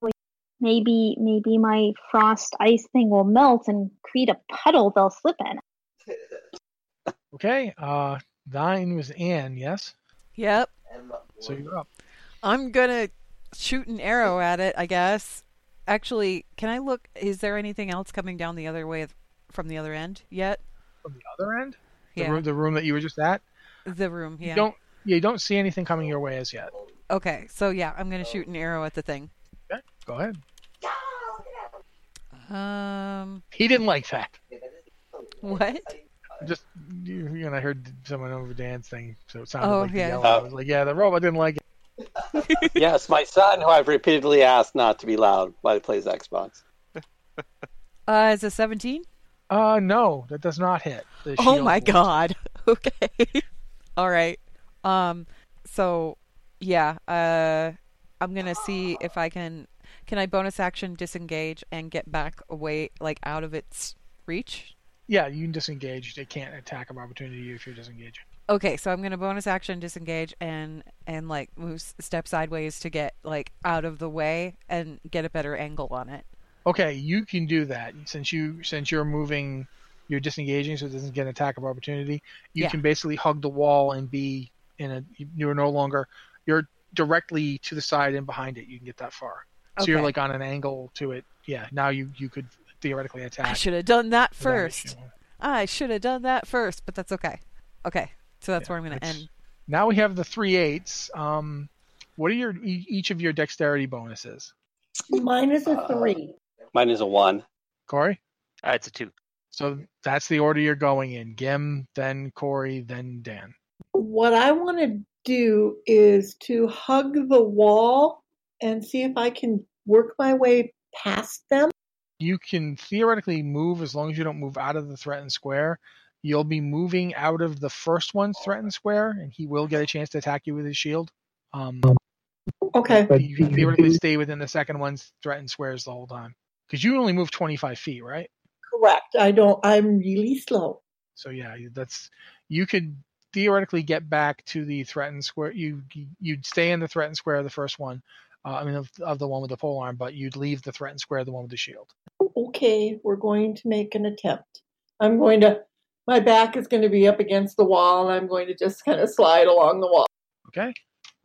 [SPEAKER 8] really. Maybe, maybe my frost ice thing will melt and create a puddle they'll slip in.
[SPEAKER 2] Okay. Uh, thine was Anne. Yes.
[SPEAKER 1] Yep.
[SPEAKER 2] So you're up.
[SPEAKER 1] I'm gonna shoot an arrow at it. I guess. Actually, can I look? Is there anything else coming down the other way from the other end yet?
[SPEAKER 2] From the other end. The
[SPEAKER 1] Yeah.
[SPEAKER 2] room, the room that you were just at.
[SPEAKER 1] The room. Yeah.
[SPEAKER 2] You don't. You don't see anything coming your way as yet.
[SPEAKER 1] Okay. So yeah, I'm gonna shoot an arrow at the thing.
[SPEAKER 2] Okay. Go ahead.
[SPEAKER 1] Um.
[SPEAKER 2] He didn't like that.
[SPEAKER 1] What?
[SPEAKER 2] Just you, you and I heard someone over Dan's thing, so it sounded
[SPEAKER 1] Oh,
[SPEAKER 2] like the
[SPEAKER 1] yeah.
[SPEAKER 2] yellow. I was like, yeah, the robot didn't like it.
[SPEAKER 7] yes, my son, who I've repeatedly asked not to be loud while he plays Xbox.
[SPEAKER 1] Uh, is a 17?
[SPEAKER 2] Uh, no, that does not hit. The
[SPEAKER 1] Oh
[SPEAKER 2] shield
[SPEAKER 1] my
[SPEAKER 2] will-
[SPEAKER 1] god. Okay. All right. Um so yeah, uh I'm going to see if I can can I bonus action disengage and get back away like out of its reach?
[SPEAKER 2] Yeah, you can disengage. They can't attack of opportunity if you're disengaged.
[SPEAKER 1] Okay, so I'm gonna bonus action disengage and and like move s- step sideways to get like out of the way and get a better angle on it.
[SPEAKER 2] Okay, you can do that since you since you're moving, you're disengaging, so it doesn't get an attack of opportunity. You
[SPEAKER 1] Yeah.
[SPEAKER 2] can basically hug the wall and be in a. You're no longer you're directly to the side and behind it. You can get that far, so you're
[SPEAKER 1] Okay.
[SPEAKER 2] like on an angle to it. Yeah, now you you could theoretically attack.
[SPEAKER 1] I should have done that
[SPEAKER 2] without an
[SPEAKER 1] first.
[SPEAKER 2] issue.
[SPEAKER 1] I should have done that first, but that's okay. Okay, so that's where I'm gonna end.
[SPEAKER 2] Now we have the three eights. Um, what are your e- each of your dexterity bonuses?
[SPEAKER 9] Mine is a three.
[SPEAKER 7] Uh, Mine is a one.
[SPEAKER 2] Corey.
[SPEAKER 4] Uh, it's a two.
[SPEAKER 2] So that's the order you're going in: Gim, then Corey, then Dan.
[SPEAKER 9] What I want to do is to hug the wall and see if I can work my way past them.
[SPEAKER 2] you can theoretically move as long as you don't move out of the threatened square. You'll be moving out of the first one's threatened square, and he will get a chance to attack you with his shield. Um,
[SPEAKER 9] Okay.
[SPEAKER 2] but you can theoretically stay within the second one's threatened squares the whole time because you only move 25 feet, right?
[SPEAKER 9] Correct. I don't. I'm really slow.
[SPEAKER 2] So yeah, you- that's you could theoretically get back to the threatened square. You you'd stay in the threatened square of the first one. Uh, I mean, of, of the one with the pole arm, but you'd leave the threatened square of the one with the shield.
[SPEAKER 9] Okay, we're going to make an attempt. I'm going to. My back is going to be up against the wall, and I'm going to just kind of slide along the wall.
[SPEAKER 2] Okay,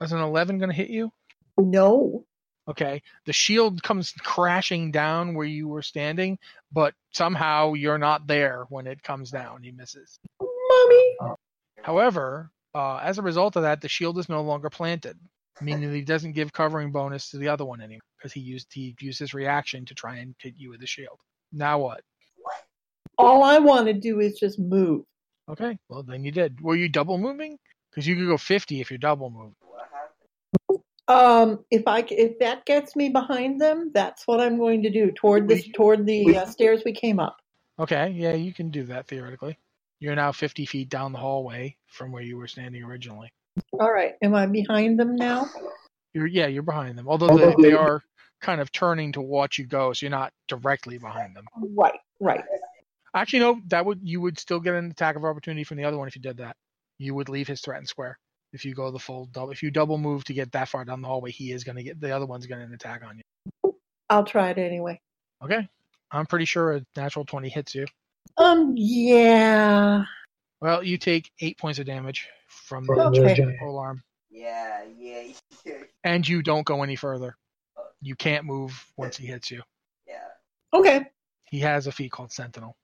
[SPEAKER 2] is an 11 going to hit you?
[SPEAKER 9] No.
[SPEAKER 2] Okay. The shield comes crashing down where you were standing, but somehow you're not there when it comes down. He misses.
[SPEAKER 9] Mommy.
[SPEAKER 2] However, uh, as a result of that, the shield is no longer planted, meaning that he doesn't give covering bonus to the other one anymore because he used he used his reaction to try and hit you with the shield. Now what?
[SPEAKER 9] All I want to do is just move.
[SPEAKER 2] Okay. Well, then you did. Were you double moving? Because you could go 50 if you're double moving.
[SPEAKER 9] Um, if I c- if that gets me behind them, that's what I'm going to do toward this toward the uh, stairs we came up.
[SPEAKER 2] Okay. Yeah, you can do that theoretically. You're now 50 feet down the hallway from where you were standing originally.
[SPEAKER 9] All right. Am I behind them now?
[SPEAKER 2] You're yeah, you're behind them. Although they, they are kind of turning to watch you go, so you're not directly behind them.
[SPEAKER 9] Right. Right.
[SPEAKER 2] Actually, no, that would you would still get an attack of opportunity from the other one if you did that. You would leave his threatened square if you go the full double. If you double move to get that far down the hallway, he is going to get the other one's going to attack on you.
[SPEAKER 9] I'll try it anyway.
[SPEAKER 2] Okay, I'm pretty sure a natural twenty hits you.
[SPEAKER 9] Um. Yeah.
[SPEAKER 2] Well, you take eight points of damage from the
[SPEAKER 9] Okay.
[SPEAKER 2] pole arm. Yeah, yeah, Uh, yeah. And you don't go any further. You can't move once he hits you.
[SPEAKER 9] Okay.
[SPEAKER 2] He has a feat called Sentinel.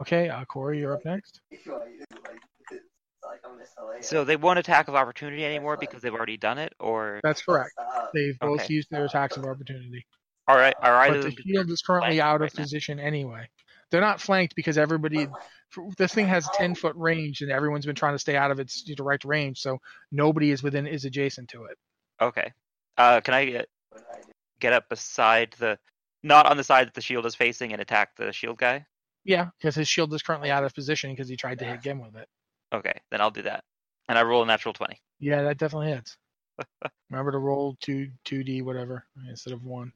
[SPEAKER 2] Okay, uh, Corey, you're up next.
[SPEAKER 4] So they won't attack of opportunity anymore because they've already done it, or
[SPEAKER 2] That's correct. They've both
[SPEAKER 4] Okay.
[SPEAKER 2] used their attacks of opportunity.
[SPEAKER 4] all right, all right.
[SPEAKER 2] But the shield is currently out of position anyway. They're not flanked because everybody. for- This thing has ten foot range, and everyone's been trying to stay out of its direct range, so nobody is within is adjacent to it.
[SPEAKER 4] Okay. Uh, can I get get up beside the, not on the side that the shield is facing, and attack the shield guy?
[SPEAKER 2] Yeah, because his shield is currently out of position because he tried to hit Gim with it.
[SPEAKER 4] Okay, then I'll do that, and I roll a natural twenty.
[SPEAKER 2] Yeah, that definitely hits. Remember to roll two two d whatever instead of one.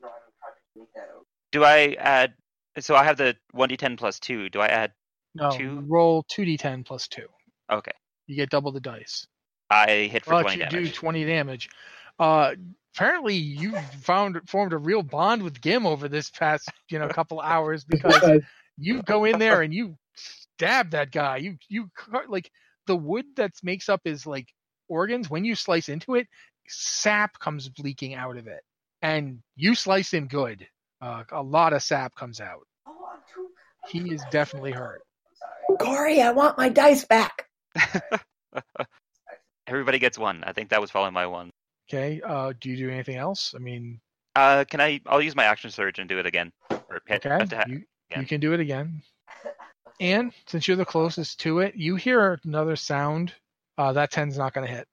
[SPEAKER 4] Do I add? So I have the one d10 plus two. Do I add?
[SPEAKER 2] No,
[SPEAKER 4] Two?
[SPEAKER 2] you roll two d10 plus two.
[SPEAKER 4] Okay,
[SPEAKER 2] You get double the dice.
[SPEAKER 4] I hit for
[SPEAKER 2] Well,
[SPEAKER 4] twenty
[SPEAKER 2] you
[SPEAKER 4] damage.
[SPEAKER 2] do 20 damage. Uh, apparently, you found formed a real bond with Gim over this past you know couple hours because you go in there and you stab that guy. You you cut- like the wood that makes up his like organs. When you slice into it, sap comes leaking out of it, and you slice him good. Uh, a lot of sap comes out. He is definitely hurt.
[SPEAKER 9] Corey, I want my dice back.
[SPEAKER 4] Everybody gets one. I think that was following my one.
[SPEAKER 2] Okay. Uh, do you do anything else? I mean,
[SPEAKER 4] Uh, can I? I'll use my action surge and do it again. Or hit,
[SPEAKER 2] Okay,
[SPEAKER 4] attack
[SPEAKER 2] you-
[SPEAKER 4] again.
[SPEAKER 2] You can do it again. And since you're the closest to it, you hear another sound. Uh, that 10's not going to hit.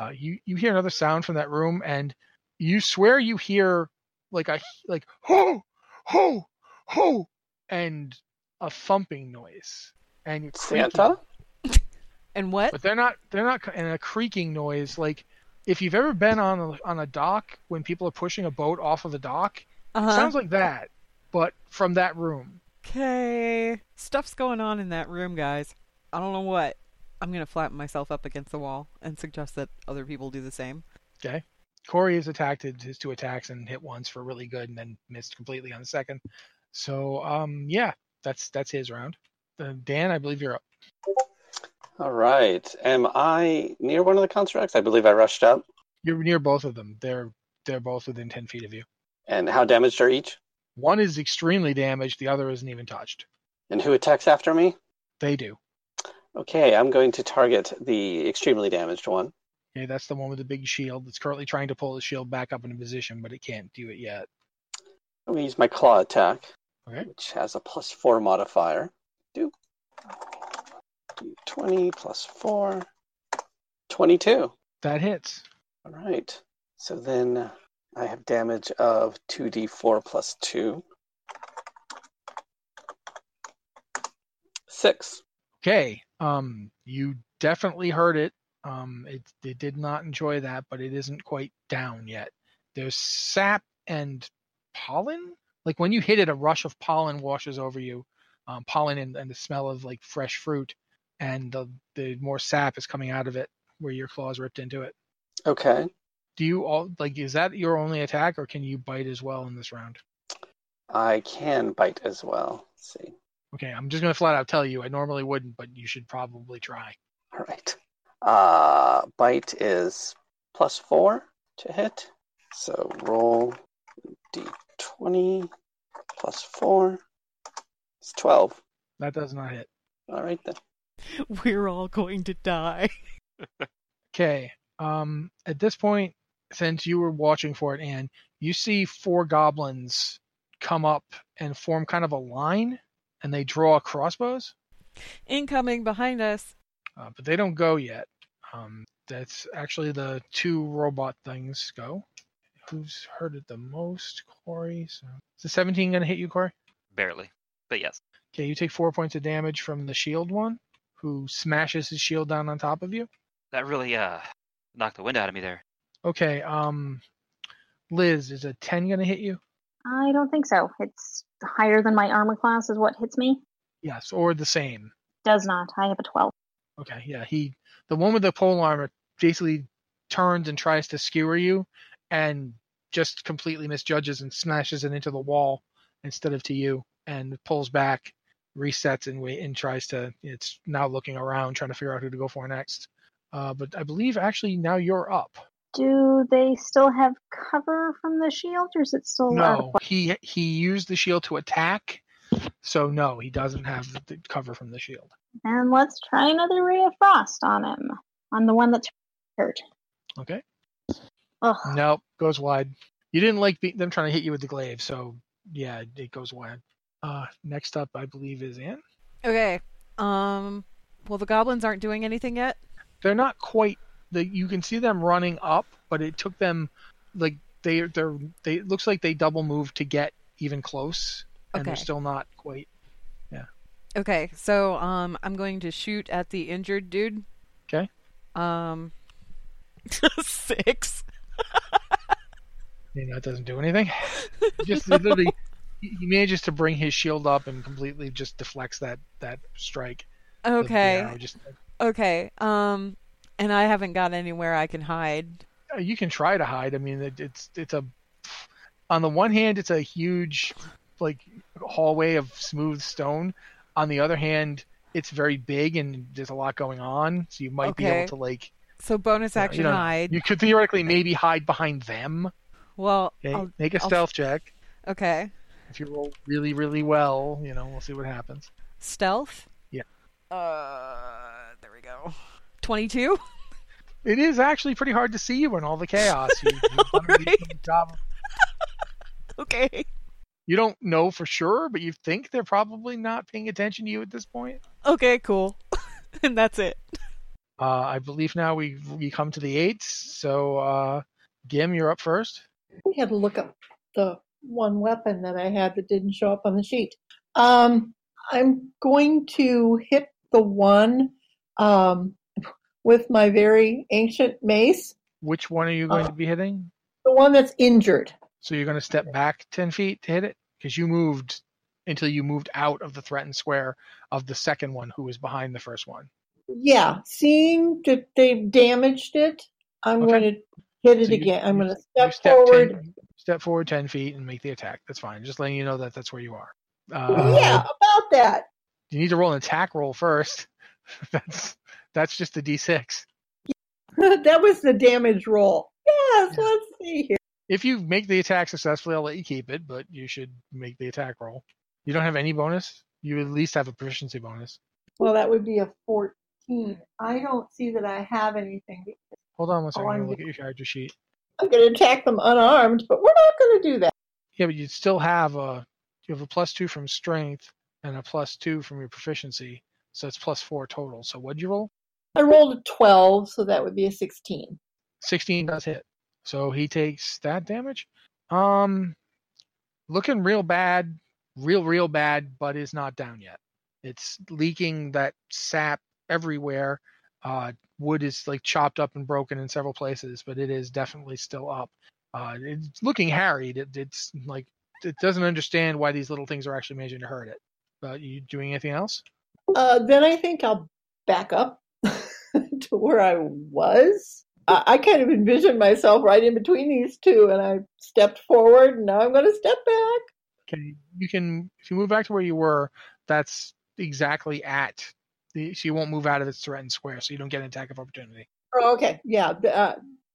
[SPEAKER 2] Uh, you you hear another sound from that room, and you swear you hear like a like ho ho ho and a thumping noise and you're
[SPEAKER 7] Santa?
[SPEAKER 1] And what?
[SPEAKER 2] But they're not they're not and a creaking noise like if you've ever been on a, on a dock when people are pushing a boat off of the dock,
[SPEAKER 1] Uh-huh.
[SPEAKER 2] it sounds like that, but from that room.
[SPEAKER 1] Okay. Stuff's going on in that room, guys. I don't know what. I'm going to flatten myself up against the wall and suggest that other people do the same.
[SPEAKER 2] Okay. Corey has attacked his two attacks and hit once for really good and then missed completely on the second. So um yeah, that's that's his round. Uh, Dan, I believe you're up.
[SPEAKER 7] All right. Am I near one of the constructs? I believe I rushed up.
[SPEAKER 2] You're near both of them. They're they're both within ten feet of you.
[SPEAKER 7] And how damaged are each?
[SPEAKER 2] One is extremely damaged. The other isn't even touched.
[SPEAKER 7] And who attacks after me?
[SPEAKER 2] They do.
[SPEAKER 7] Okay, I'm going to target the extremely damaged one.
[SPEAKER 2] Okay, that's the one with the big shield. That's currently trying to pull the shield back up into position, but it can't do it yet.
[SPEAKER 7] I'm going to use my claw attack,
[SPEAKER 2] Okay.
[SPEAKER 7] which has a plus four modifier. Do 20 plus four. 22.
[SPEAKER 2] That hits.
[SPEAKER 7] All right. So then uh, I have damage of 2d4 plus 2. 6.
[SPEAKER 2] Okay. Um, you definitely heard it. Um, it it did not enjoy that, but it isn't quite down yet. There's sap and pollen. Like when you hit it, a rush of pollen washes over you. Um, pollen and, and the smell of like fresh fruit, and the the more sap is coming out of it where your claws ripped into it.
[SPEAKER 7] Okay.
[SPEAKER 2] Do you all like? Is that your only attack, or can you bite as well in this round?
[SPEAKER 7] I can bite as well. Let's see.
[SPEAKER 2] Okay, I'm just gonna flat out tell you. I normally wouldn't, but you should probably try.
[SPEAKER 7] All right. Uh, bite is plus 4 to hit. So roll d20 plus 4. It's 12.
[SPEAKER 2] That does not hit.
[SPEAKER 7] All right then.
[SPEAKER 1] We're all going to die.
[SPEAKER 2] Okay. Um, at this point, since you were watching for it, Anne, you see four goblins come up and form kind of a line, and they draw crossbows,
[SPEAKER 1] Incoming behind us.
[SPEAKER 2] uh, but they don't go yet. Um, that's actually the two robot things go. Who's hurt it the most, Corey? So, is the 17 going to hit you, Corey?
[SPEAKER 4] Barely. But yes.
[SPEAKER 2] Okay, you take four points of damage from the shield one, who smashes his shield down on top of you.
[SPEAKER 4] That really uh knocked the wind out of me there.
[SPEAKER 2] Okay, um, Liz, is a 10 going to hit you?
[SPEAKER 8] I don't think so. It's higher than my armor class, is what hits me.
[SPEAKER 2] Yes, or the same.
[SPEAKER 8] Does not. I have a 12.
[SPEAKER 2] Okay, yeah, he the one with the pole armor basically turns and tries to skewer you, and just completely misjudges and smashes it into the wall instead of to you, and pulls back, resets, and wait and tries to. It's now looking around trying to figure out who to go for next. Uh, but I believe actually now you're up.
[SPEAKER 8] Do they still have cover from the shield, or is it still out of
[SPEAKER 2] No,
[SPEAKER 8] play?
[SPEAKER 2] he he used the shield to attack, so no, he doesn't have the cover from the shield.
[SPEAKER 8] And let's try another ray of frost on him, on the one that's hurt.
[SPEAKER 2] Okay.
[SPEAKER 8] Ugh.
[SPEAKER 2] Nope, goes wide. You didn't like be- them trying to hit you with the glaive, so yeah, it- it goes wide. Uh, next up, I believe, is Anne.
[SPEAKER 1] Okay. Um, well, the goblins aren't doing anything yet.
[SPEAKER 2] They're not quite. The, you can see them running up, but it took them like they they're they it looks like they double moved to get even close, and they're
[SPEAKER 1] Okay.
[SPEAKER 2] still not quite. Yeah.
[SPEAKER 1] Okay, so um, I'm going to shoot at the injured dude.
[SPEAKER 2] Okay.
[SPEAKER 1] Um, six.
[SPEAKER 2] You know, it doesn't do anything. Just literally, he he manages to bring his shield up and completely just deflects that that strike. The- the
[SPEAKER 1] Okay.
[SPEAKER 2] arrow just
[SPEAKER 1] Okay. Um, and I haven't got anywhere I can hide.
[SPEAKER 2] Uh, you can try to hide. I mean, it, it's it's a on the one hand, it's a huge like hallway of smooth stone. On the other hand, it's very big and there's a lot going on, so you might be
[SPEAKER 1] Okay.
[SPEAKER 2] able to like
[SPEAKER 1] So bonus action
[SPEAKER 2] you know,
[SPEAKER 1] hide.
[SPEAKER 2] You could theoretically maybe hide behind them.
[SPEAKER 1] Well,
[SPEAKER 2] Okay,
[SPEAKER 1] I'll-
[SPEAKER 2] make a
[SPEAKER 1] I'll-
[SPEAKER 2] stealth check.
[SPEAKER 1] Okay.
[SPEAKER 2] If you roll really really well, you know we'll see what happens.
[SPEAKER 1] Stealth.
[SPEAKER 2] Yeah.
[SPEAKER 1] Uh, there we go. Twenty-two.
[SPEAKER 2] It is actually pretty hard to see you in all the chaos. You, you've done a really good job of
[SPEAKER 1] Okay.
[SPEAKER 2] you don't know for sure, but you think they're probably not paying attention to you at this point.
[SPEAKER 1] Okay. Cool. and that's it.
[SPEAKER 2] Uh, I believe now we we come to the eights. So uh, Gim, you're up first.
[SPEAKER 9] I had to look up the one weapon that I had that didn't show up on the sheet. Um, I'm going to hit the one um, with my very ancient mace,
[SPEAKER 2] Which one are you going
[SPEAKER 9] Uh.
[SPEAKER 2] to be hitting?
[SPEAKER 9] the one that's injured.
[SPEAKER 2] So you're going to step back ten feet to hit it because you moved until you moved out of the threatened square of the second one who was behind the first one.
[SPEAKER 9] Yeah, seeing that they've damaged it, I'm
[SPEAKER 2] Okay.
[SPEAKER 9] going to hit it
[SPEAKER 2] So you-
[SPEAKER 9] again. I'm
[SPEAKER 2] you-
[SPEAKER 9] going to
[SPEAKER 2] you
[SPEAKER 9] step forward.
[SPEAKER 2] 10, step forward 10 feet and make the attack. That's fine. Just letting you know that that's where you are. Uh,
[SPEAKER 9] yeah, about that.
[SPEAKER 2] You need to roll an attack roll first. that's that's just a d6.
[SPEAKER 9] that was the damage roll. Yes, let's see here.
[SPEAKER 2] If you make the attack successfully, I'll let you keep it, but you should make the attack roll. You don't have any bonus. You at least have a proficiency bonus.
[SPEAKER 9] Well, that would be a 14. I don't see that I have anything.
[SPEAKER 2] Hold on one second.
[SPEAKER 9] Oh,
[SPEAKER 2] I'm
[SPEAKER 9] I'm
[SPEAKER 2] gonna look at your character sheet.
[SPEAKER 9] I'm going to attack them unarmed, but we're not going to do that.
[SPEAKER 2] Yeah, but you still have a you have a plus two from strength and a plus two from your proficiency, so it's plus four total. So what'd you roll?
[SPEAKER 9] I rolled a 12, so that would be a 16.
[SPEAKER 2] 16 does hit. So he takes that damage. Um looking real bad, real real bad, but is not down yet. It's leaking that sap everywhere. Uh wood is like chopped up and broken in several places, but it is definitely still up. Uh it's looking harried. It, it's like it doesn't understand why these little things are actually managing to hurt it. Uh, you doing anything else?
[SPEAKER 9] Uh, then I think I'll back up to where I was. I, I kind of envisioned myself right in between these two, and I stepped forward, and now I'm going to step back.
[SPEAKER 2] Okay, you can if you move back to where you were, that's exactly at the so you won't move out of its threatened square, so you don't get an attack of opportunity.
[SPEAKER 9] Oh, okay, yeah. th- Uh,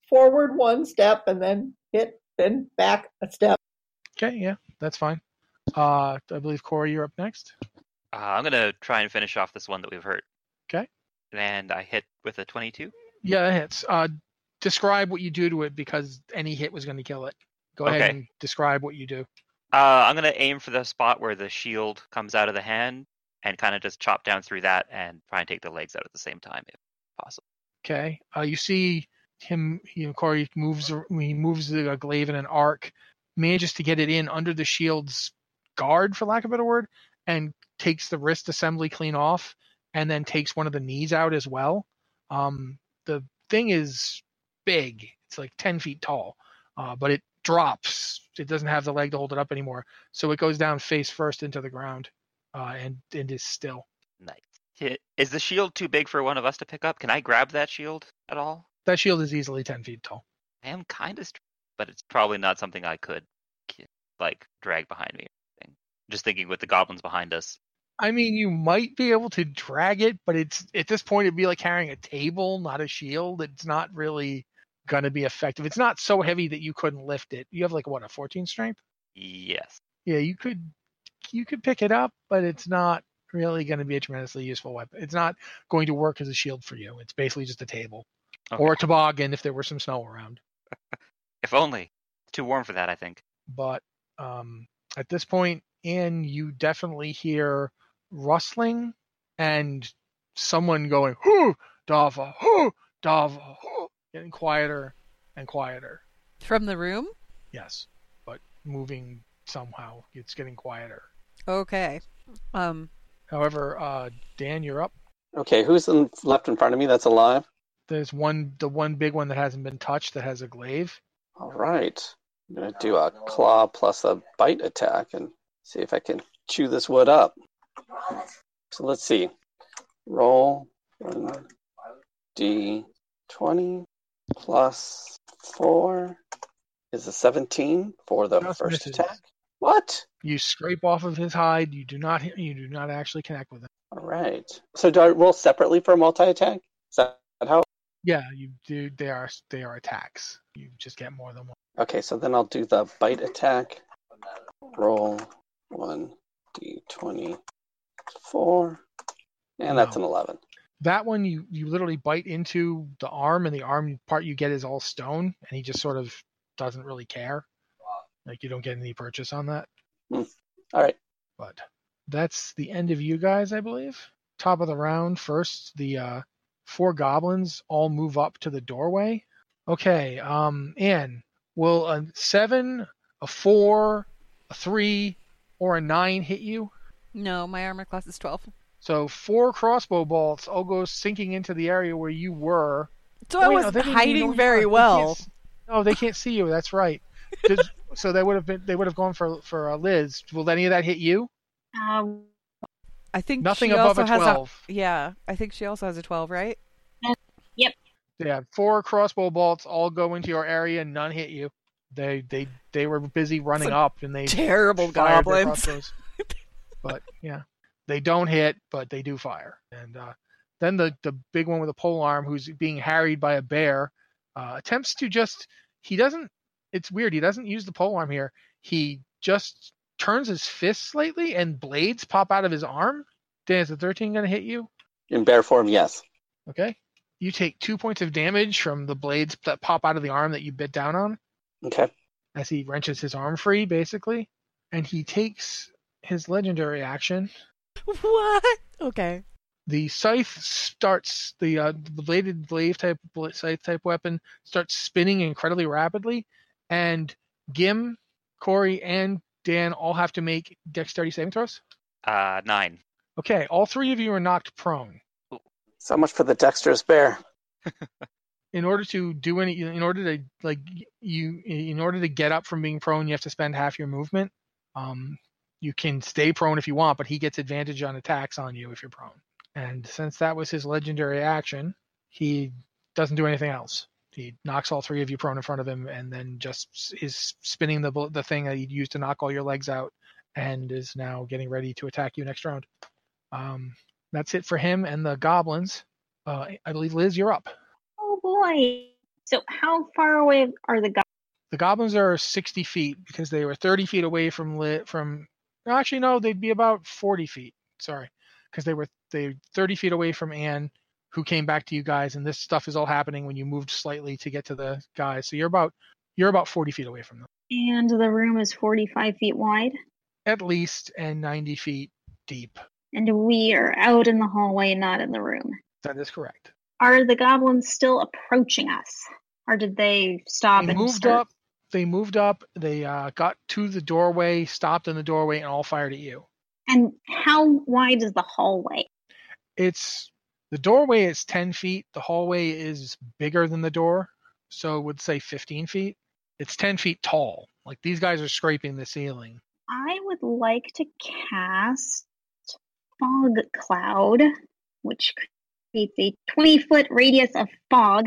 [SPEAKER 9] forward one step, and then hit, then back a step.
[SPEAKER 2] Okay, yeah, that's fine. Uh I believe Corey, you're up next.
[SPEAKER 4] Uh, I'm gonna try and finish off this one that we've hurt.
[SPEAKER 2] Okay.
[SPEAKER 4] And I hit with a 22.
[SPEAKER 2] Yeah, that hits. Uh describe what you do to it because any hit was gonna kill it. Go ahead
[SPEAKER 4] Okay.
[SPEAKER 2] and describe what you do.
[SPEAKER 4] Uh, I'm gonna aim for the spot where the shield comes out of the hand and kind of just chop down through that and try and take the legs out at the same time if possible.
[SPEAKER 2] Okay. Uh, you see him. You know, Corey moves. He moves the uh, glaive in an arc, manages to get it in under the shield's guard, for lack of a better word, and takes the wrist assembly clean off, and then takes one of the knees out as well. Um, the thing is big. It's like ten feet tall, uh, but it drops. It doesn't have the leg to hold it up anymore, so it goes down face first into the ground, uh, and and is still.
[SPEAKER 4] Nice. Hit. Is the shield too big for one of us to pick up? Can I grab that shield at all?
[SPEAKER 2] That shield is easily ten feet tall.
[SPEAKER 4] I am kind of, str- but it's probably not something I could like drag behind me. Or anything. Just thinking with the goblins behind us.
[SPEAKER 2] I mean, you might be able to drag it, but it's at this point it'd be like carrying a table, not a shield. It's not really gonna be effective. It's not so heavy that you couldn't lift it. You have like what a 14 strength?
[SPEAKER 4] Yes.
[SPEAKER 2] Yeah, you could you could pick it up, but it's not really going to be a tremendously useful weapon. It's not going to work as a shield for you. It's basically just a table or a
[SPEAKER 4] Okay.
[SPEAKER 2] toboggan if there were some snow around.
[SPEAKER 4] If only. Too warm for that, I think.
[SPEAKER 2] but um, at this point in you definitely hear rustling and someone going hoo dava hoo dava hoo getting quieter and quieter
[SPEAKER 1] From the room?
[SPEAKER 2] yes but moving somehow it's getting quieter
[SPEAKER 1] Okay. Um,
[SPEAKER 2] however uh, dan you're up
[SPEAKER 7] Okay, who's in, left in front of me that's alive?
[SPEAKER 2] there's one the one big one that hasn't been touched that has a glaive
[SPEAKER 7] All right. I'm going to do a claw plus a bite attack and see if I can chew this wood up. So let's see. Roll 1d20 plus 4 is a 17 for the
[SPEAKER 2] Just
[SPEAKER 7] first
[SPEAKER 2] misses.
[SPEAKER 7] attack. What?
[SPEAKER 2] you scrape off of his hide you do not you do not actually connect with him
[SPEAKER 7] All right. So do I roll separately for multi attack? Is that how?
[SPEAKER 2] yeah you do they are they are attacks you just get more than one
[SPEAKER 7] Okay, so then I'll do the bite attack. Roll 1d20 4. And that's
[SPEAKER 2] No.
[SPEAKER 7] an 11.
[SPEAKER 2] that one you you literally bite into the arm and the arm part you get is all stone and he just sort of doesn't really care like you don't get any purchase on that
[SPEAKER 7] Hmm. All right.
[SPEAKER 2] but that's the end of you guys i believe top of the round first the uh four goblins all move up to the doorway okay um and will a seven a four a three or a nine hit you
[SPEAKER 1] no, my armor class is 12.
[SPEAKER 2] so four crossbow bolts all go sinking into the area where you were
[SPEAKER 1] So
[SPEAKER 2] Oh,
[SPEAKER 1] I
[SPEAKER 2] wait, no,
[SPEAKER 1] wasn't
[SPEAKER 2] they didn't even know
[SPEAKER 1] hiding
[SPEAKER 2] you
[SPEAKER 1] very
[SPEAKER 2] were. They
[SPEAKER 1] well.
[SPEAKER 2] can't s- No, they can't see you. That's right. Did- so they would have been. They would have gone for for uh, Liz. Will any of that hit you?
[SPEAKER 8] Um,
[SPEAKER 1] I think
[SPEAKER 2] Nothing
[SPEAKER 1] she
[SPEAKER 2] above
[SPEAKER 1] also
[SPEAKER 2] a
[SPEAKER 1] has
[SPEAKER 2] 12.
[SPEAKER 1] yeah, I think she also has a twelve, right?
[SPEAKER 8] Yep.
[SPEAKER 2] They had four crossbow bolts all go into your area and none hit you. They they they were busy running
[SPEAKER 1] a
[SPEAKER 2] up and they
[SPEAKER 1] terrible
[SPEAKER 2] fired their
[SPEAKER 1] goblins.
[SPEAKER 2] crossbows. but yeah, they don't hit, but they do fire. And uh, then the the big one with a pole arm, who's being harried by a bear, uh, attempts to just he doesn't. It's weird. He doesn't use the pole arm here. He just turns his fist slightly and blades pop out of his arm. Dan, is the thirteen going to hit you?
[SPEAKER 7] In bear form, yes.
[SPEAKER 2] Okay. You take two points of damage from the blades that pop out of the arm that you bit down on
[SPEAKER 7] Okay.
[SPEAKER 2] as he wrenches his arm free, basically. And he takes his legendary action.
[SPEAKER 1] What? Okay.
[SPEAKER 2] The scythe starts, the, uh, the bladed blade type, bl- scythe type weapon starts spinning incredibly rapidly. And Gim, Corey, and Dan all have to make dexterity saving throws.
[SPEAKER 4] Uh, nine.
[SPEAKER 2] Okay. All three of you are knocked prone.
[SPEAKER 7] So much for the dexterous bear.
[SPEAKER 2] in order to do any in order to like you in order to get up from being prone you have to spend half your movement um you can stay prone if you want but he gets advantage on attacks on you if you're prone and since that was his legendary action he doesn't do anything else he knocks all three of you prone in front of him and then just s- is spinning the bl- the thing that he used to knock all your legs out and is now getting ready to attack you next round um that's it for him and the goblins uh, i believe liz you're up
[SPEAKER 8] Oh boy. So how far away are the guys?
[SPEAKER 2] the goblins are 60 feet because they were 30 feet away from lit from no, actually no they'd be about 40 feet sorry because they were they 30 feet away from anne who came back to you guys and this stuff is all happening when you moved slightly to get to the guys so you're about you're about 40 feet away from them
[SPEAKER 8] And the room is 45 feet wide.
[SPEAKER 2] at least and 90 feet deep
[SPEAKER 8] And we are out in the hallway, not in the room.
[SPEAKER 2] that is correct
[SPEAKER 8] Are the goblins still approaching us? Or did they stop
[SPEAKER 2] they
[SPEAKER 8] and
[SPEAKER 2] moved
[SPEAKER 8] start?
[SPEAKER 2] up they moved up they uh, got to the doorway stopped in the doorway and all fired at you
[SPEAKER 8] And how wide is the hallway?
[SPEAKER 2] it's the doorway is 10 feet the hallway is bigger than the door so would say 15 feet it's 10 feet tall like these guys are scraping the ceiling
[SPEAKER 8] I would like to cast Fog Cloud, which creates a 20 foot radius of fog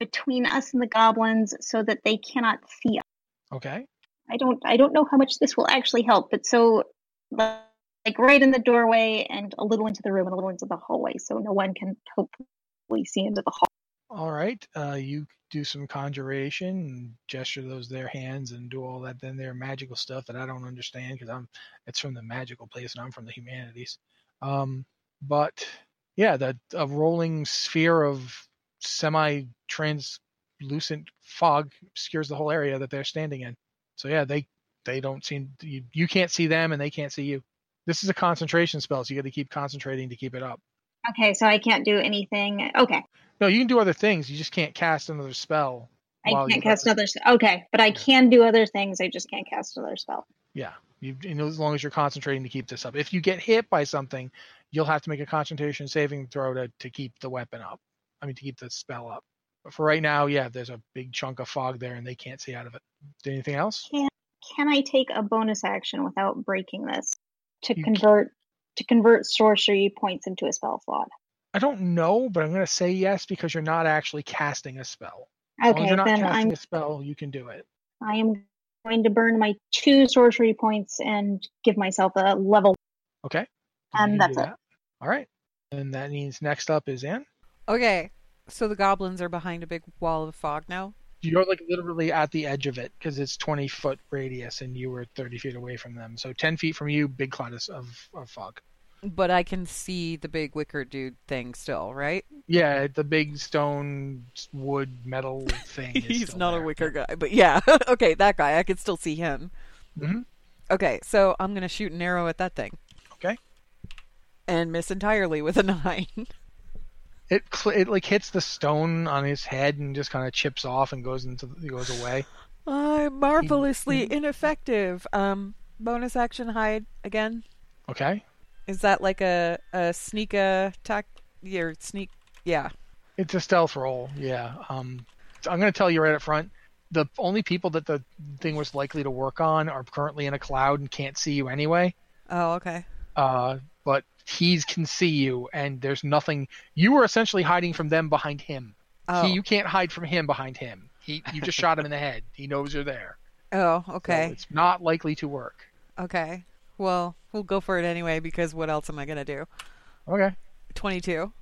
[SPEAKER 8] between us and the goblins so that they cannot see us.
[SPEAKER 2] okay
[SPEAKER 8] I don't I don't know how much this will actually help, but so like right in the doorway and a little into the room and a little into the hallway so no one can hopefully see into the hall.
[SPEAKER 2] all right uh, you do some conjuration and gesture those their hands and do all that then their magical stuff that i don't understand because i'm it's from the magical place and i'm from the humanities um, but yeah the a rolling sphere of semi translucent fog obscures the whole area that they're standing in so yeah they they don't seem you, you can't see them and they can't see you this is a concentration spell so you got to keep concentrating to keep it up
[SPEAKER 8] Okay, so I can't do anything. Okay.
[SPEAKER 2] no you can do other things you just can't cast another spell
[SPEAKER 8] I
[SPEAKER 2] while
[SPEAKER 8] can't
[SPEAKER 2] you've got
[SPEAKER 8] cast
[SPEAKER 2] the-
[SPEAKER 8] another s- Okay, but I can do other things. I just can't cast another spell.
[SPEAKER 2] Yeah, you, you know, as long as you're concentrating to keep this up. If you get hit by something, you'll have to make a concentration saving throw to, to keep the weapon up. I mean, to keep the spell up. But for right now, yeah, there's a big chunk of fog there, and they can't see out of it. Anything else?
[SPEAKER 8] Can can I take a bonus action without breaking this to
[SPEAKER 2] You ca-
[SPEAKER 8] convert to convert sorcery points into a spell slot?
[SPEAKER 2] I don't know, but I'm going to say yes because you're not actually casting a spell. as long as
[SPEAKER 8] Okay,
[SPEAKER 2] you're not
[SPEAKER 8] then
[SPEAKER 2] casting
[SPEAKER 8] I'm
[SPEAKER 2] a spell, you can do it.
[SPEAKER 8] I am going to burn my two sorcery points and give myself a level.
[SPEAKER 2] Okay.
[SPEAKER 8] And
[SPEAKER 2] You can
[SPEAKER 8] that's
[SPEAKER 2] do
[SPEAKER 8] it.
[SPEAKER 2] All right. And that means next up is Anne.
[SPEAKER 1] Okay. So the goblins are behind a big wall of fog now.
[SPEAKER 2] you're like literally at the edge of it because it's 20 foot radius and you were 30 feet away from them so 10 feet from you big cloud is- of, of fog
[SPEAKER 1] But I can see the big wicker dude thing still, right?
[SPEAKER 2] yeah the big stone wood metal thing is
[SPEAKER 1] He's
[SPEAKER 2] still
[SPEAKER 1] not
[SPEAKER 2] there.
[SPEAKER 1] a wicker guy, but yeah. okay, that guy. I can still see him.
[SPEAKER 2] Mhm.
[SPEAKER 1] Okay, so I'm going to shoot an arrow at that thing
[SPEAKER 2] okay
[SPEAKER 1] and miss entirely with a 9.
[SPEAKER 2] it cl- it like hits the stone on his head and just kind of chips off and goes into the, goes away
[SPEAKER 1] I'm
[SPEAKER 2] Mm-hmm.
[SPEAKER 1] marvelously ineffective. Um bonus action hide again.
[SPEAKER 2] okay
[SPEAKER 1] Is that like a a sneak attack your sneak yeah.
[SPEAKER 2] It's a stealth roll, yeah. Um, so I'm going to tell you right up front. The only people that the thing was likely to work on are currently in a cloud and can't see you anyway.
[SPEAKER 1] Oh, okay.
[SPEAKER 2] Uh, but he can see you, and there's nothing. You are essentially hiding from them behind him.
[SPEAKER 1] Oh.
[SPEAKER 2] He, you can't hide from him behind him. He, you just shot him in the head. He knows you're there.
[SPEAKER 1] Oh,
[SPEAKER 2] So
[SPEAKER 1] okay.
[SPEAKER 2] it's not likely to work.
[SPEAKER 1] Okay. Well, we'll go for it anyway because what else am I gonna do?
[SPEAKER 2] Okay.
[SPEAKER 1] Twenty-two.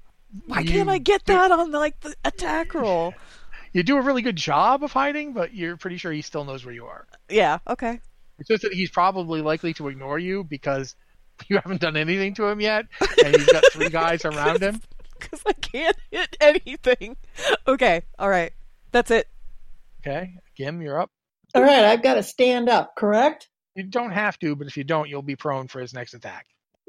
[SPEAKER 1] Why can't I get that on like the attack roll?
[SPEAKER 2] You do a really good job of hiding, but you're pretty sure he still knows where you are.
[SPEAKER 1] Yeah. Okay.
[SPEAKER 2] It's just that he's probably likely to ignore you because you haven't done anything to him yet, and he's got three guys around him.
[SPEAKER 1] Because I can't hit anything. Okay. All right. That's it.
[SPEAKER 2] Okay, Gim, you're up.
[SPEAKER 9] All right, I've got to stand up, correct?
[SPEAKER 2] You don't have to, but if you don't, you'll be prone for his next attack.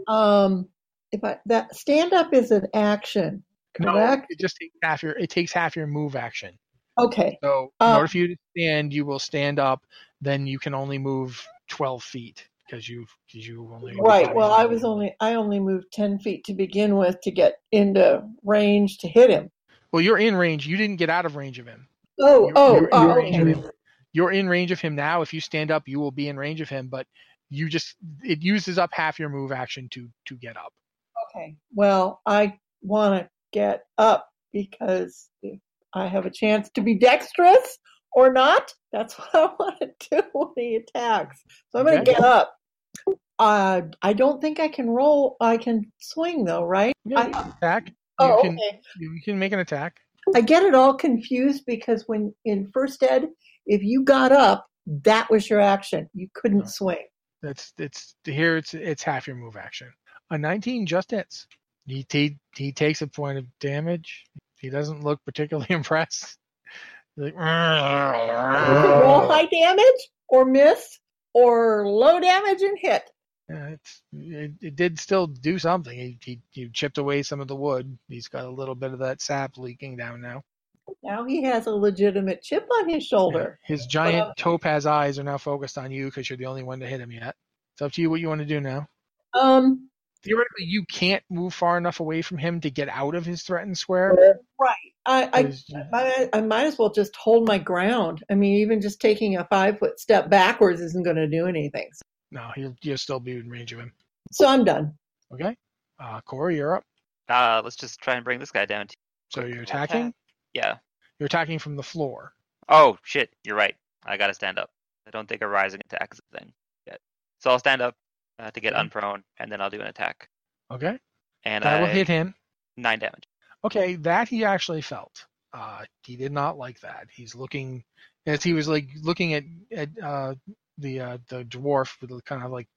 [SPEAKER 9] Um, if I that stand up is an action, correct?
[SPEAKER 2] No, it just takes half your it takes half your move action.
[SPEAKER 9] Okay.
[SPEAKER 2] So in
[SPEAKER 9] Uh,
[SPEAKER 2] order for you to stand, you will stand up. Then you can only move twelve feet because you because you only
[SPEAKER 9] Right. Well, I was only I only moved ten feet to begin with to get into range to hit him.
[SPEAKER 2] well you're in range. You didn't get out of range of him.
[SPEAKER 9] Oh, oh,
[SPEAKER 2] you're,
[SPEAKER 9] oh,
[SPEAKER 2] you're in range of
[SPEAKER 9] okay.
[SPEAKER 2] him. You're in range of him now. If you stand up, you will be in range of him. But you just it uses up half your move action to to get up.
[SPEAKER 9] Okay. Well, I want to get up because if I have a chance to be dexterous or not, that's what I want to do when he attacks. So I'm going to
[SPEAKER 2] Okay.
[SPEAKER 9] get up. Uh, I don't think I can roll. I can swing though, right?
[SPEAKER 2] Yeah,
[SPEAKER 9] I-
[SPEAKER 2] you can attack. You
[SPEAKER 9] oh,
[SPEAKER 2] can
[SPEAKER 9] okay.
[SPEAKER 2] you can make an attack.
[SPEAKER 9] I get it all confused because when in first ed, if you got up, that was your action. You
[SPEAKER 2] Oh.
[SPEAKER 9] couldn't swing.
[SPEAKER 2] That's it's here. It's it's half your move action. A 19 just hits. He he, he takes a point of damage. He doesn't look particularly impressed. He's like,
[SPEAKER 9] Roll
[SPEAKER 2] "Yeah,
[SPEAKER 9] high damage or miss or low damage and hit.
[SPEAKER 2] it's, it, it did still do something. He, he he chipped away some of the wood. He's got a little bit of that sap leaking down now.
[SPEAKER 9] Now he has a legitimate chip on his shoulder.
[SPEAKER 2] His giant
[SPEAKER 9] uh,
[SPEAKER 2] topaz eyes are now focused on you because you're the only one to hit him yet. It's up to you what you want to do now.
[SPEAKER 9] Um,
[SPEAKER 2] Theoretically, you can't move far enough away from him to get out of his threatened square.
[SPEAKER 9] right. I, I,
[SPEAKER 2] Is-
[SPEAKER 9] I, I might as well just hold my ground. I mean, even just taking a five foot step backwards isn't going to do anything.
[SPEAKER 2] No, he'll you'll still be in range of him.
[SPEAKER 9] So I'm done.
[SPEAKER 2] Okay. Uh Corey, you're up.
[SPEAKER 4] Uh, let's just try and bring this guy down. To
[SPEAKER 2] So you're attacking?
[SPEAKER 4] yeah.
[SPEAKER 2] You're attacking from the floor.
[SPEAKER 4] Oh shit, you're right. I gotta stand up. I don't think a rising attack is a thing yet. So I'll stand up uh, to get unprone, and then I'll do an attack.
[SPEAKER 2] Okay. Mm-hmm.
[SPEAKER 4] And
[SPEAKER 2] That will
[SPEAKER 4] I-
[SPEAKER 2] hit him.
[SPEAKER 4] Nine damage.
[SPEAKER 2] Okay, that he actually felt. Uh he did not like that. He's looking as he was like looking at, at uh the uh the dwarf with the kind of like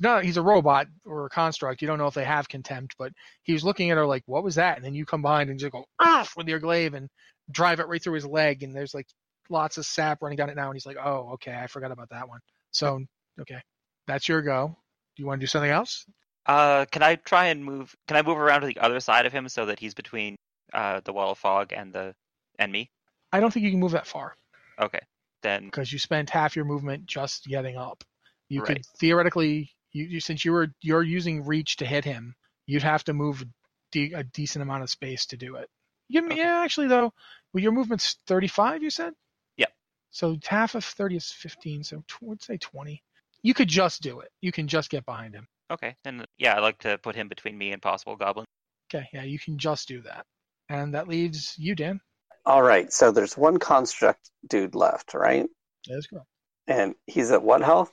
[SPEAKER 2] no, he's a robot or a construct. You don't know if they have contempt, but he was looking at her like, "What was that?" And then you come behind and just go off with your glaive and drive it right through his leg. And there's like lots of sap running down it now. And he's like, "Oh, okay, I forgot about that one." So, okay, that's your go. Do you want to do something else?
[SPEAKER 4] Uh, can I try and move? Can I move around to the other side of him so that he's between uh the wall of fog and the and me?
[SPEAKER 2] I don't think you can move that far
[SPEAKER 4] Okay, then
[SPEAKER 2] because you spent half your movement just getting up. You could
[SPEAKER 4] Right.
[SPEAKER 2] theoretically, you, you since you were you're using reach to hit him, you'd have to move de- a decent amount of space to do it. You, Yeah, actually though, well, your movement's 35. You said.
[SPEAKER 4] Yep.
[SPEAKER 2] So half of 30 is 15, so tw- would say 20. You could just do it. You can just get behind him.
[SPEAKER 4] okay, then yeah, I like to put him between me and possible goblin.
[SPEAKER 2] Okay, yeah, you can just do that. And that leaves you, Dan.
[SPEAKER 7] All right, so there's one construct dude left, right?
[SPEAKER 2] That's correct.
[SPEAKER 7] And he's at what health?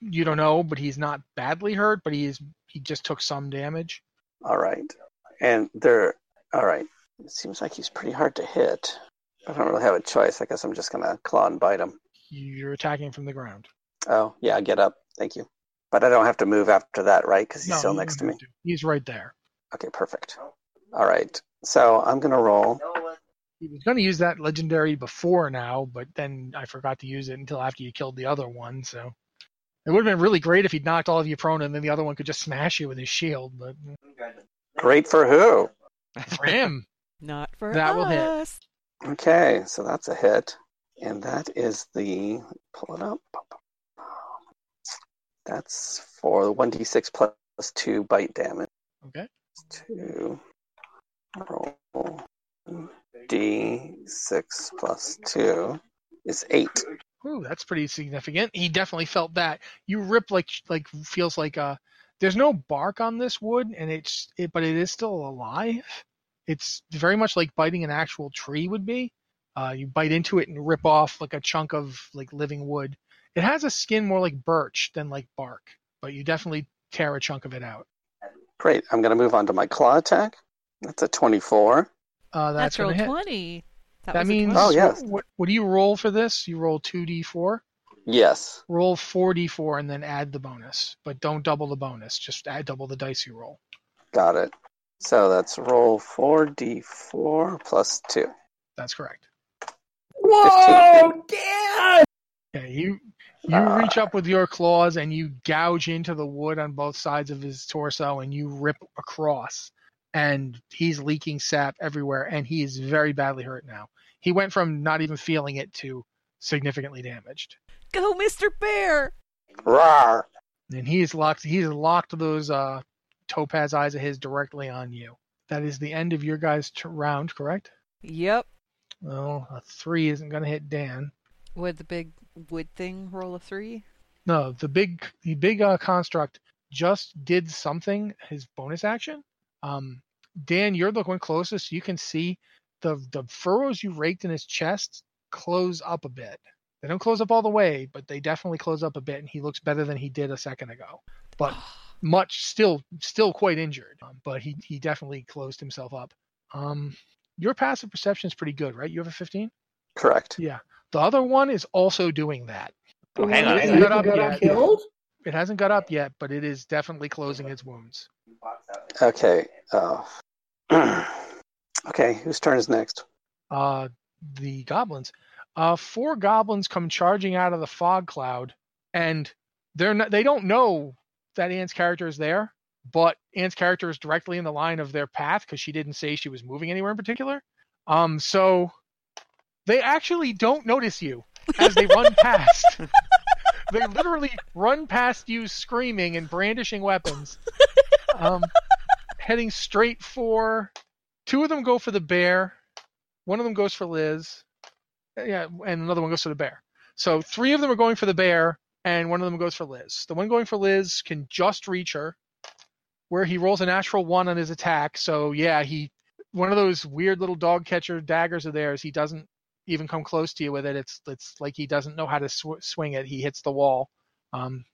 [SPEAKER 2] You don't know, but he's not badly hurt, but he is he just took some damage.
[SPEAKER 7] All right. And they're all right. It seems like he's pretty hard to hit. I don't really have a choice. I guess I'm just gonna claw and bite him.
[SPEAKER 2] You're attacking from the ground.
[SPEAKER 7] Oh yeah, get up. Thank you. But I don't have to move after that, right? Because he's
[SPEAKER 2] No,
[SPEAKER 7] still
[SPEAKER 2] you
[SPEAKER 7] next to
[SPEAKER 2] don't
[SPEAKER 7] me.
[SPEAKER 2] have He's right there.
[SPEAKER 7] Okay, perfect. All right. So I'm gonna roll.
[SPEAKER 2] He was going to use that legendary before now, but then I forgot to use it until after you killed the other one. So it would have been really great if he'd knocked all of you prone, and then the other one could just smash you with his shield. But
[SPEAKER 7] Great for who?
[SPEAKER 2] for him,
[SPEAKER 1] Not for
[SPEAKER 2] That will hit.
[SPEAKER 1] us.
[SPEAKER 7] Okay, so that's a hit. And that is the pull it up. That's for the one D six plus two bite damage.
[SPEAKER 2] okay.
[SPEAKER 7] Two roll D six plus two is eight.
[SPEAKER 2] Ooh, that's pretty significant. He definitely felt that. You rip like like feels like uh there's no bark on this wood and it's it but it is still alive. It's very much like biting an actual tree would be. Uh, you bite into it and rip off like a chunk of like living wood. It has a skin more like birch than like bark, but you definitely tear a chunk of it out.
[SPEAKER 7] Great. I'm going to move on to my claw attack. That's a 24.
[SPEAKER 2] Uh, that's
[SPEAKER 1] Natural
[SPEAKER 2] gonna hit.
[SPEAKER 1] 20. That,
[SPEAKER 2] That
[SPEAKER 1] was a
[SPEAKER 2] means
[SPEAKER 1] 20.
[SPEAKER 7] Oh, yes.
[SPEAKER 2] what, what do you roll for this? You roll two d four.
[SPEAKER 7] Yes.
[SPEAKER 2] Roll four d four and then add the bonus, but don't double the bonus. Just add double the dice you roll.
[SPEAKER 7] Got it. So that's roll 4d4 plus 2.
[SPEAKER 2] That's correct.
[SPEAKER 10] Whoa, Dad!
[SPEAKER 2] Yeah, you you
[SPEAKER 7] Ah.
[SPEAKER 2] reach up with your claws and you gouge into the wood on both sides of his torso and you rip across. And he's leaking sap everywhere and he is very badly hurt now. He went from not even feeling it to significantly damaged.
[SPEAKER 1] Go, Mr. Bear!
[SPEAKER 7] Rawr.
[SPEAKER 2] And he's locked he's locked those uh topaz eyes of his directly on you. That is the end of your guys' t- round, correct?
[SPEAKER 1] Yep.
[SPEAKER 2] Well, a three isn't gonna hit Dan.
[SPEAKER 1] Would the big wood thing roll a three?
[SPEAKER 2] No, the big the big uh, construct just did something. His bonus action. Um, Dan, you're the one closest. You can see the the furrows you raked in his chest close up a bit. They don't close up all the way, but they definitely close up a bit, and he looks better than he did a second ago. But much still still quite injured. Um, but he he definitely closed himself up. Um, your passive perception is pretty good, right? You have a 15.
[SPEAKER 7] Correct.
[SPEAKER 2] Yeah. The other one is also doing that.
[SPEAKER 4] Oh, hang on.
[SPEAKER 2] It
[SPEAKER 4] hang
[SPEAKER 2] hasn't
[SPEAKER 4] on.
[SPEAKER 2] got up yet.
[SPEAKER 10] Killed?
[SPEAKER 2] It hasn't got up yet, but it is definitely closing its wounds.
[SPEAKER 7] Okay. Uh, okay, whose turn is next?
[SPEAKER 2] Uh, the goblins. Uh, four goblins come charging out of the fog cloud, and they're not, they don't know that Anne's character is there, but Anne's character is directly in the line of their path because she didn't say she was moving anywhere in particular. Um, so they actually don't notice you as they run past. they literally run past you screaming and brandishing weapons, um, heading straight for. Two of them go for the bear. One of them goes for Liz. Uh, Yeah, and another one goes for the bear. So three of them are going for the bear, and one of them goes for Liz. The one going for Liz can just reach her, where he rolls a natural one on his attack. So yeah, he one of those weird little dog catcher daggers of theirs. He doesn't even come close to you with it. It's it's like he doesn't know how to sw- swing it. He hits the wall. Um,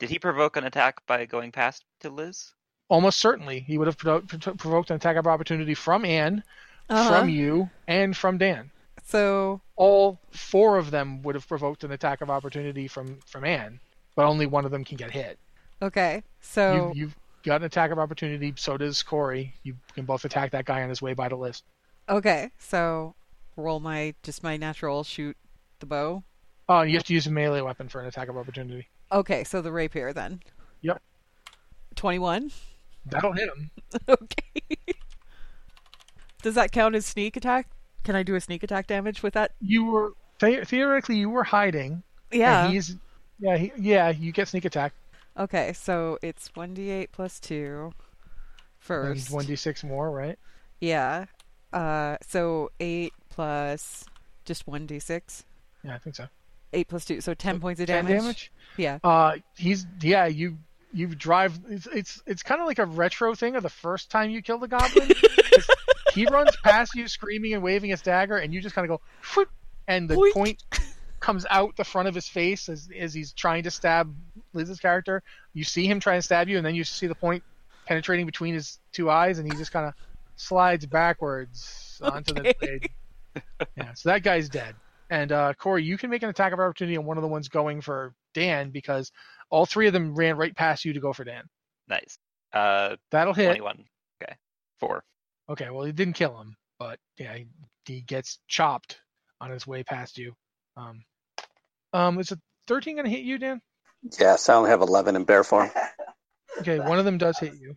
[SPEAKER 4] Did he provoke an attack by going past to Liz?
[SPEAKER 2] almost certainly, he would have provo- pro- provoked an attack of opportunity from Anne,
[SPEAKER 1] Uh-huh.
[SPEAKER 2] from you, and from Dan.
[SPEAKER 1] So,
[SPEAKER 2] all four of them would have provoked an attack of opportunity from from Anne, but only one of them can get hit.
[SPEAKER 1] okay. So,
[SPEAKER 2] You, you've got an attack of opportunity. So does Corey. You can both attack that guy on his way by the list.
[SPEAKER 1] okay. So, roll my, just my natural shoot the bow.
[SPEAKER 2] Oh, and you have to use a melee weapon for an attack of opportunity.
[SPEAKER 1] Okay, so the rapier then.
[SPEAKER 2] Yep,
[SPEAKER 1] 21.
[SPEAKER 2] that'll hit him.
[SPEAKER 1] Okay. Does that count as sneak attack? Can I do a sneak attack damage with that?
[SPEAKER 2] You were the- theoretically you were hiding.
[SPEAKER 1] Yeah.
[SPEAKER 2] and he's yeah he, yeah you get sneak attack.
[SPEAKER 1] Okay, so it's 1d8 plus 2
[SPEAKER 2] And
[SPEAKER 1] first.
[SPEAKER 2] he's one d six more, right?
[SPEAKER 1] Yeah. Uh, so 8 plus just 1d6.
[SPEAKER 2] Yeah, I think so.
[SPEAKER 1] 8 plus 2, so 10 points of
[SPEAKER 2] 10
[SPEAKER 1] damage.
[SPEAKER 2] damage.
[SPEAKER 1] Yeah.
[SPEAKER 2] Uh, he's yeah. You you drive. It's it's, it's kind of like a retro thing of the first time you kill the goblin. 'Cause he runs past you screaming and waving his dagger, and you just kind of go, "Phoop," and the
[SPEAKER 1] Boink.
[SPEAKER 2] point comes out the front of his face as as he's trying to stab Liz's character. You see him try and stab you, and then you see the point penetrating between his two eyes, and he just kind of slides backwards onto the blade. Yeah, so that guy's dead. And uh, Corey, you can make an attack of opportunity on one of the ones going for Dan because all three of them ran right past you to go for Dan.
[SPEAKER 4] Nice. Uh,
[SPEAKER 2] That'll hit.
[SPEAKER 4] 21. Okay. Four.
[SPEAKER 2] Okay, well, he didn't kill him, but yeah, he, he gets chopped on his way past you. Um, um, is a 13 going to hit you, Dan?
[SPEAKER 7] Yes, I only have 11 in bear form.
[SPEAKER 2] Okay, one of them does hit you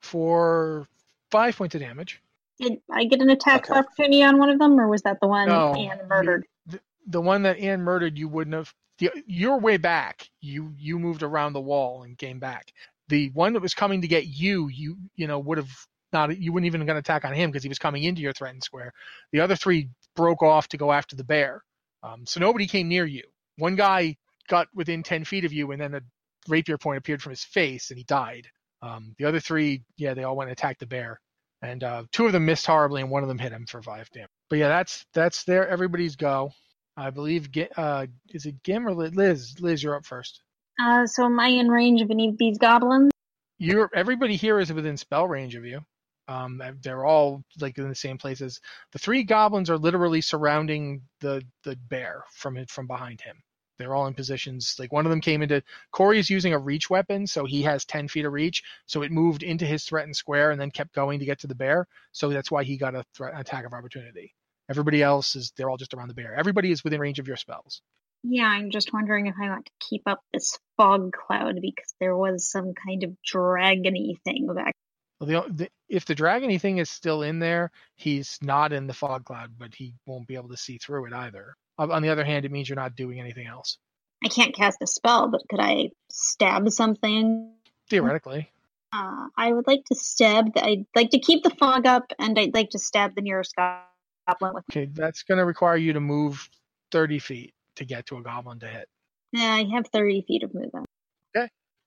[SPEAKER 2] for five points of damage.
[SPEAKER 8] Did I get an attack
[SPEAKER 7] Okay.
[SPEAKER 8] opportunity on one of them, or was that the one
[SPEAKER 2] No,
[SPEAKER 8] Anne murdered?
[SPEAKER 2] The, the one that Anne murdered, you wouldn't have. The, your way back, you you moved around the wall and came back. The one that was coming to get you, you you know would have not. You wouldn't even gonna attack on him because he was coming into your threatened square. The other three broke off to go after the bear. Um, so nobody came near you. One guy got within 10 feet of you, and then a rapier point appeared from his face, and he died. Um, the other three, yeah, they all went and attacked the bear, and uh, two of them missed horribly, and one of them hit him for five damage. But yeah, that's that's there. Everybody's go. I believe Gi- uh, is it Gim or Li- Liz? Liz, you're up first.
[SPEAKER 8] Uh, so am I in range of any of these goblins?
[SPEAKER 2] You're everybody here is within spell range of you. Um, they're all like in the same places. The three goblins are literally surrounding the the bear from from behind him. They're all in positions. Like one of them came into Corey's using a reach weapon, so he has ten feet of reach. So it moved into his threatened square and then kept going to get to the bear. So that's why he got a threat attack of opportunity. Everybody else is they're all just around the bear. Everybody is within range of your spells.
[SPEAKER 8] Yeah, I'm just wondering if I want to keep up this fog cloud because there was some kind of dragony thing back.
[SPEAKER 2] Well, the, the, if the dragony thing is still in there, he's not in the fog cloud, but he won't be able to see through it either. On on the other hand, it means you're not doing anything else
[SPEAKER 8] I can't cast a spell, but could I stab something?
[SPEAKER 2] theoretically.
[SPEAKER 8] Uh, I would like to stab. The, I'd like to keep the fog up, and I'd like to stab the nearest goblin with.
[SPEAKER 2] Okay, that's going to require you to move 30 feet to get to a goblin to hit.
[SPEAKER 8] Yeah, I have 30 feet of movement.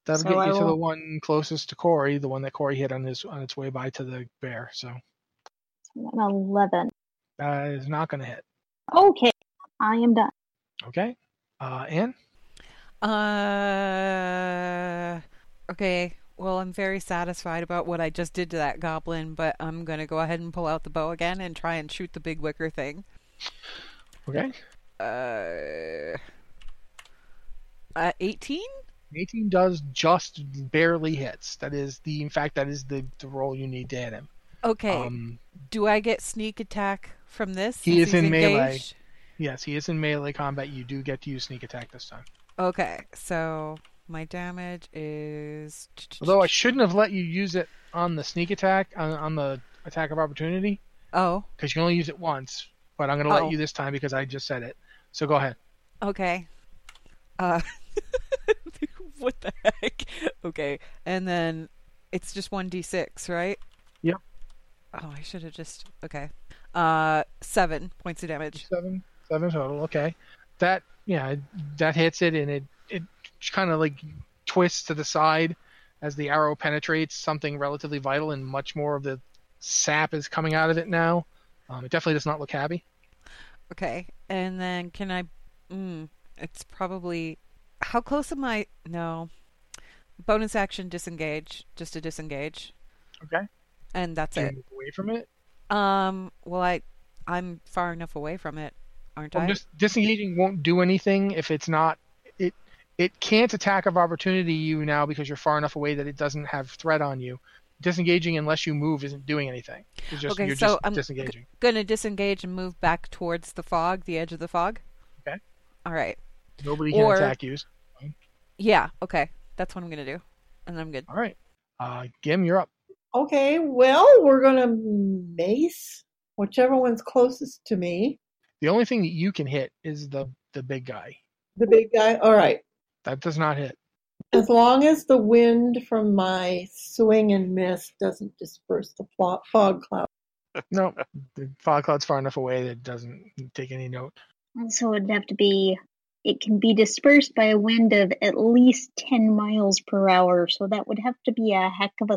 [SPEAKER 2] That'll
[SPEAKER 8] So
[SPEAKER 2] get
[SPEAKER 8] I
[SPEAKER 2] you to the
[SPEAKER 8] will-
[SPEAKER 2] one closest to Corey, the one that Corey hit on his on its way by to the bear. So
[SPEAKER 8] An 11.
[SPEAKER 2] that is not going to hit.
[SPEAKER 8] Okay, I am done.
[SPEAKER 2] Okay, uh, Anne.
[SPEAKER 1] Uh, okay. Well, I'm very satisfied about what I just did to that goblin, but I'm gonna go ahead and pull out the bow again and try and shoot the big wicker thing.
[SPEAKER 2] Okay.
[SPEAKER 1] Uh, uh 18?
[SPEAKER 2] 18 does just barely hits. That is the in fact that is the the roll you need to hit him.
[SPEAKER 1] Okay.
[SPEAKER 2] Um,
[SPEAKER 1] Do I get sneak attack from this?
[SPEAKER 2] He
[SPEAKER 1] since
[SPEAKER 2] is in
[SPEAKER 1] he's
[SPEAKER 2] melee.
[SPEAKER 1] engaged?
[SPEAKER 2] Yes, he is in melee combat. You do get to use sneak attack this time.
[SPEAKER 1] Okay, so my damage is
[SPEAKER 2] Although I shouldn't have let you use it on the sneak attack on, on the attack of opportunity
[SPEAKER 1] oh
[SPEAKER 2] because you can only use it once. But I'm going to
[SPEAKER 1] Oh.
[SPEAKER 2] let you this time because I just said it. So go ahead.
[SPEAKER 1] okay. Uh, what the heck? Okay, and then it's just one d six, right?
[SPEAKER 2] Yep.
[SPEAKER 1] Oh, I should have just okay. Uh, seven points of damage.
[SPEAKER 2] Seven, seven total. Okay, that yeah, that hits it, and it it kind of like twists to the side as the arrow penetrates something relatively vital, and much more of the sap is coming out of it now. Um, it definitely does not look happy.
[SPEAKER 1] Okay, and then can I? Mm, it's probably how close am I? No. Bonus action disengage, just to disengage,
[SPEAKER 2] Okay,
[SPEAKER 1] and that's
[SPEAKER 2] Do you
[SPEAKER 1] it.
[SPEAKER 2] move away from it.
[SPEAKER 1] Um. Well, I I'm far enough away from it, aren't
[SPEAKER 2] Well,
[SPEAKER 1] I?
[SPEAKER 2] dis- disengaging won't do anything if it's not it. It can't attack of opportunity you now because you're far enough away that it doesn't have threat on you. Disengaging unless you move isn't doing anything. It's just
[SPEAKER 1] okay.
[SPEAKER 2] you're
[SPEAKER 1] so
[SPEAKER 2] just
[SPEAKER 1] I'm g-
[SPEAKER 2] disengaging.
[SPEAKER 1] gonna disengage and move back towards the fog, the edge of the fog.
[SPEAKER 2] Okay.
[SPEAKER 1] All right.
[SPEAKER 2] Nobody can
[SPEAKER 1] Or-
[SPEAKER 2] attack you.
[SPEAKER 1] Yeah. Okay. That's what I'm gonna do, and I'm good.
[SPEAKER 2] All right. Uh, Gim, you're up.
[SPEAKER 9] Okay, well, we're gonna mace whichever one's closest to me.
[SPEAKER 2] The only thing that you can hit is the the big guy.
[SPEAKER 9] The big guy. All right.
[SPEAKER 2] That does not hit.
[SPEAKER 9] As long as the wind from my swing and miss doesn't disperse the fo- fog cloud.
[SPEAKER 2] No, the fog cloud's far enough away that it doesn't take any note.
[SPEAKER 8] Also, it'd have to be. It can be dispersed by a wind of at least 10 miles per hour, so that would have to be a heck of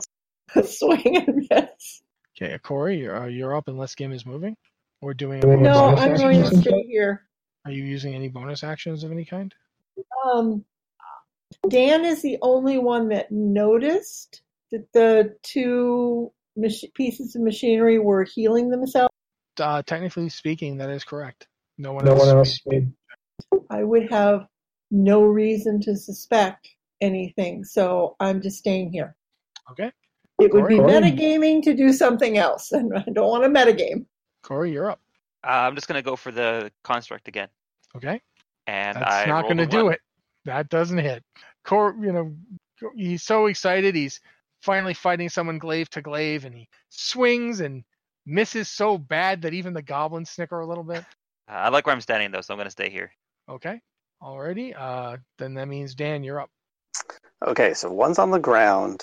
[SPEAKER 8] a
[SPEAKER 9] swing and miss.
[SPEAKER 2] Okay, Corey, you're, uh, you're up unless Gim is moving or doing. a bonus
[SPEAKER 9] No,
[SPEAKER 2] action.
[SPEAKER 9] I'm going to stay here.
[SPEAKER 2] Are you using any bonus actions of any kind?
[SPEAKER 9] Um, Dan is the only one that noticed that the two mach- pieces of machinery were healing themselves.
[SPEAKER 2] Uh, technically speaking, that is correct. No one
[SPEAKER 11] No
[SPEAKER 2] else.
[SPEAKER 11] one else made.
[SPEAKER 9] I would have no reason to suspect anything, so I'm just staying here.
[SPEAKER 2] Okay,
[SPEAKER 9] It would be
[SPEAKER 2] All right.
[SPEAKER 9] metagaming to do something else, and I don't want to metagame.
[SPEAKER 2] Corey, you're up.
[SPEAKER 4] Uh, I'm just gonna go for the construct again,
[SPEAKER 2] Okay,
[SPEAKER 4] and
[SPEAKER 2] that's
[SPEAKER 4] I
[SPEAKER 2] not
[SPEAKER 4] rolled
[SPEAKER 2] going to
[SPEAKER 4] a
[SPEAKER 2] do
[SPEAKER 4] one.
[SPEAKER 2] it. That doesn't hit. Cor, you know, he's so excited. He's finally fighting someone glaive to glaive, and he swings and misses so bad that even the goblins snicker a little bit.
[SPEAKER 4] Uh, I like where I'm standing though, so I'm gonna stay here.
[SPEAKER 2] Okay, alrighty. Uh, then that means Dan, you're up.
[SPEAKER 7] Okay, so one's on the ground,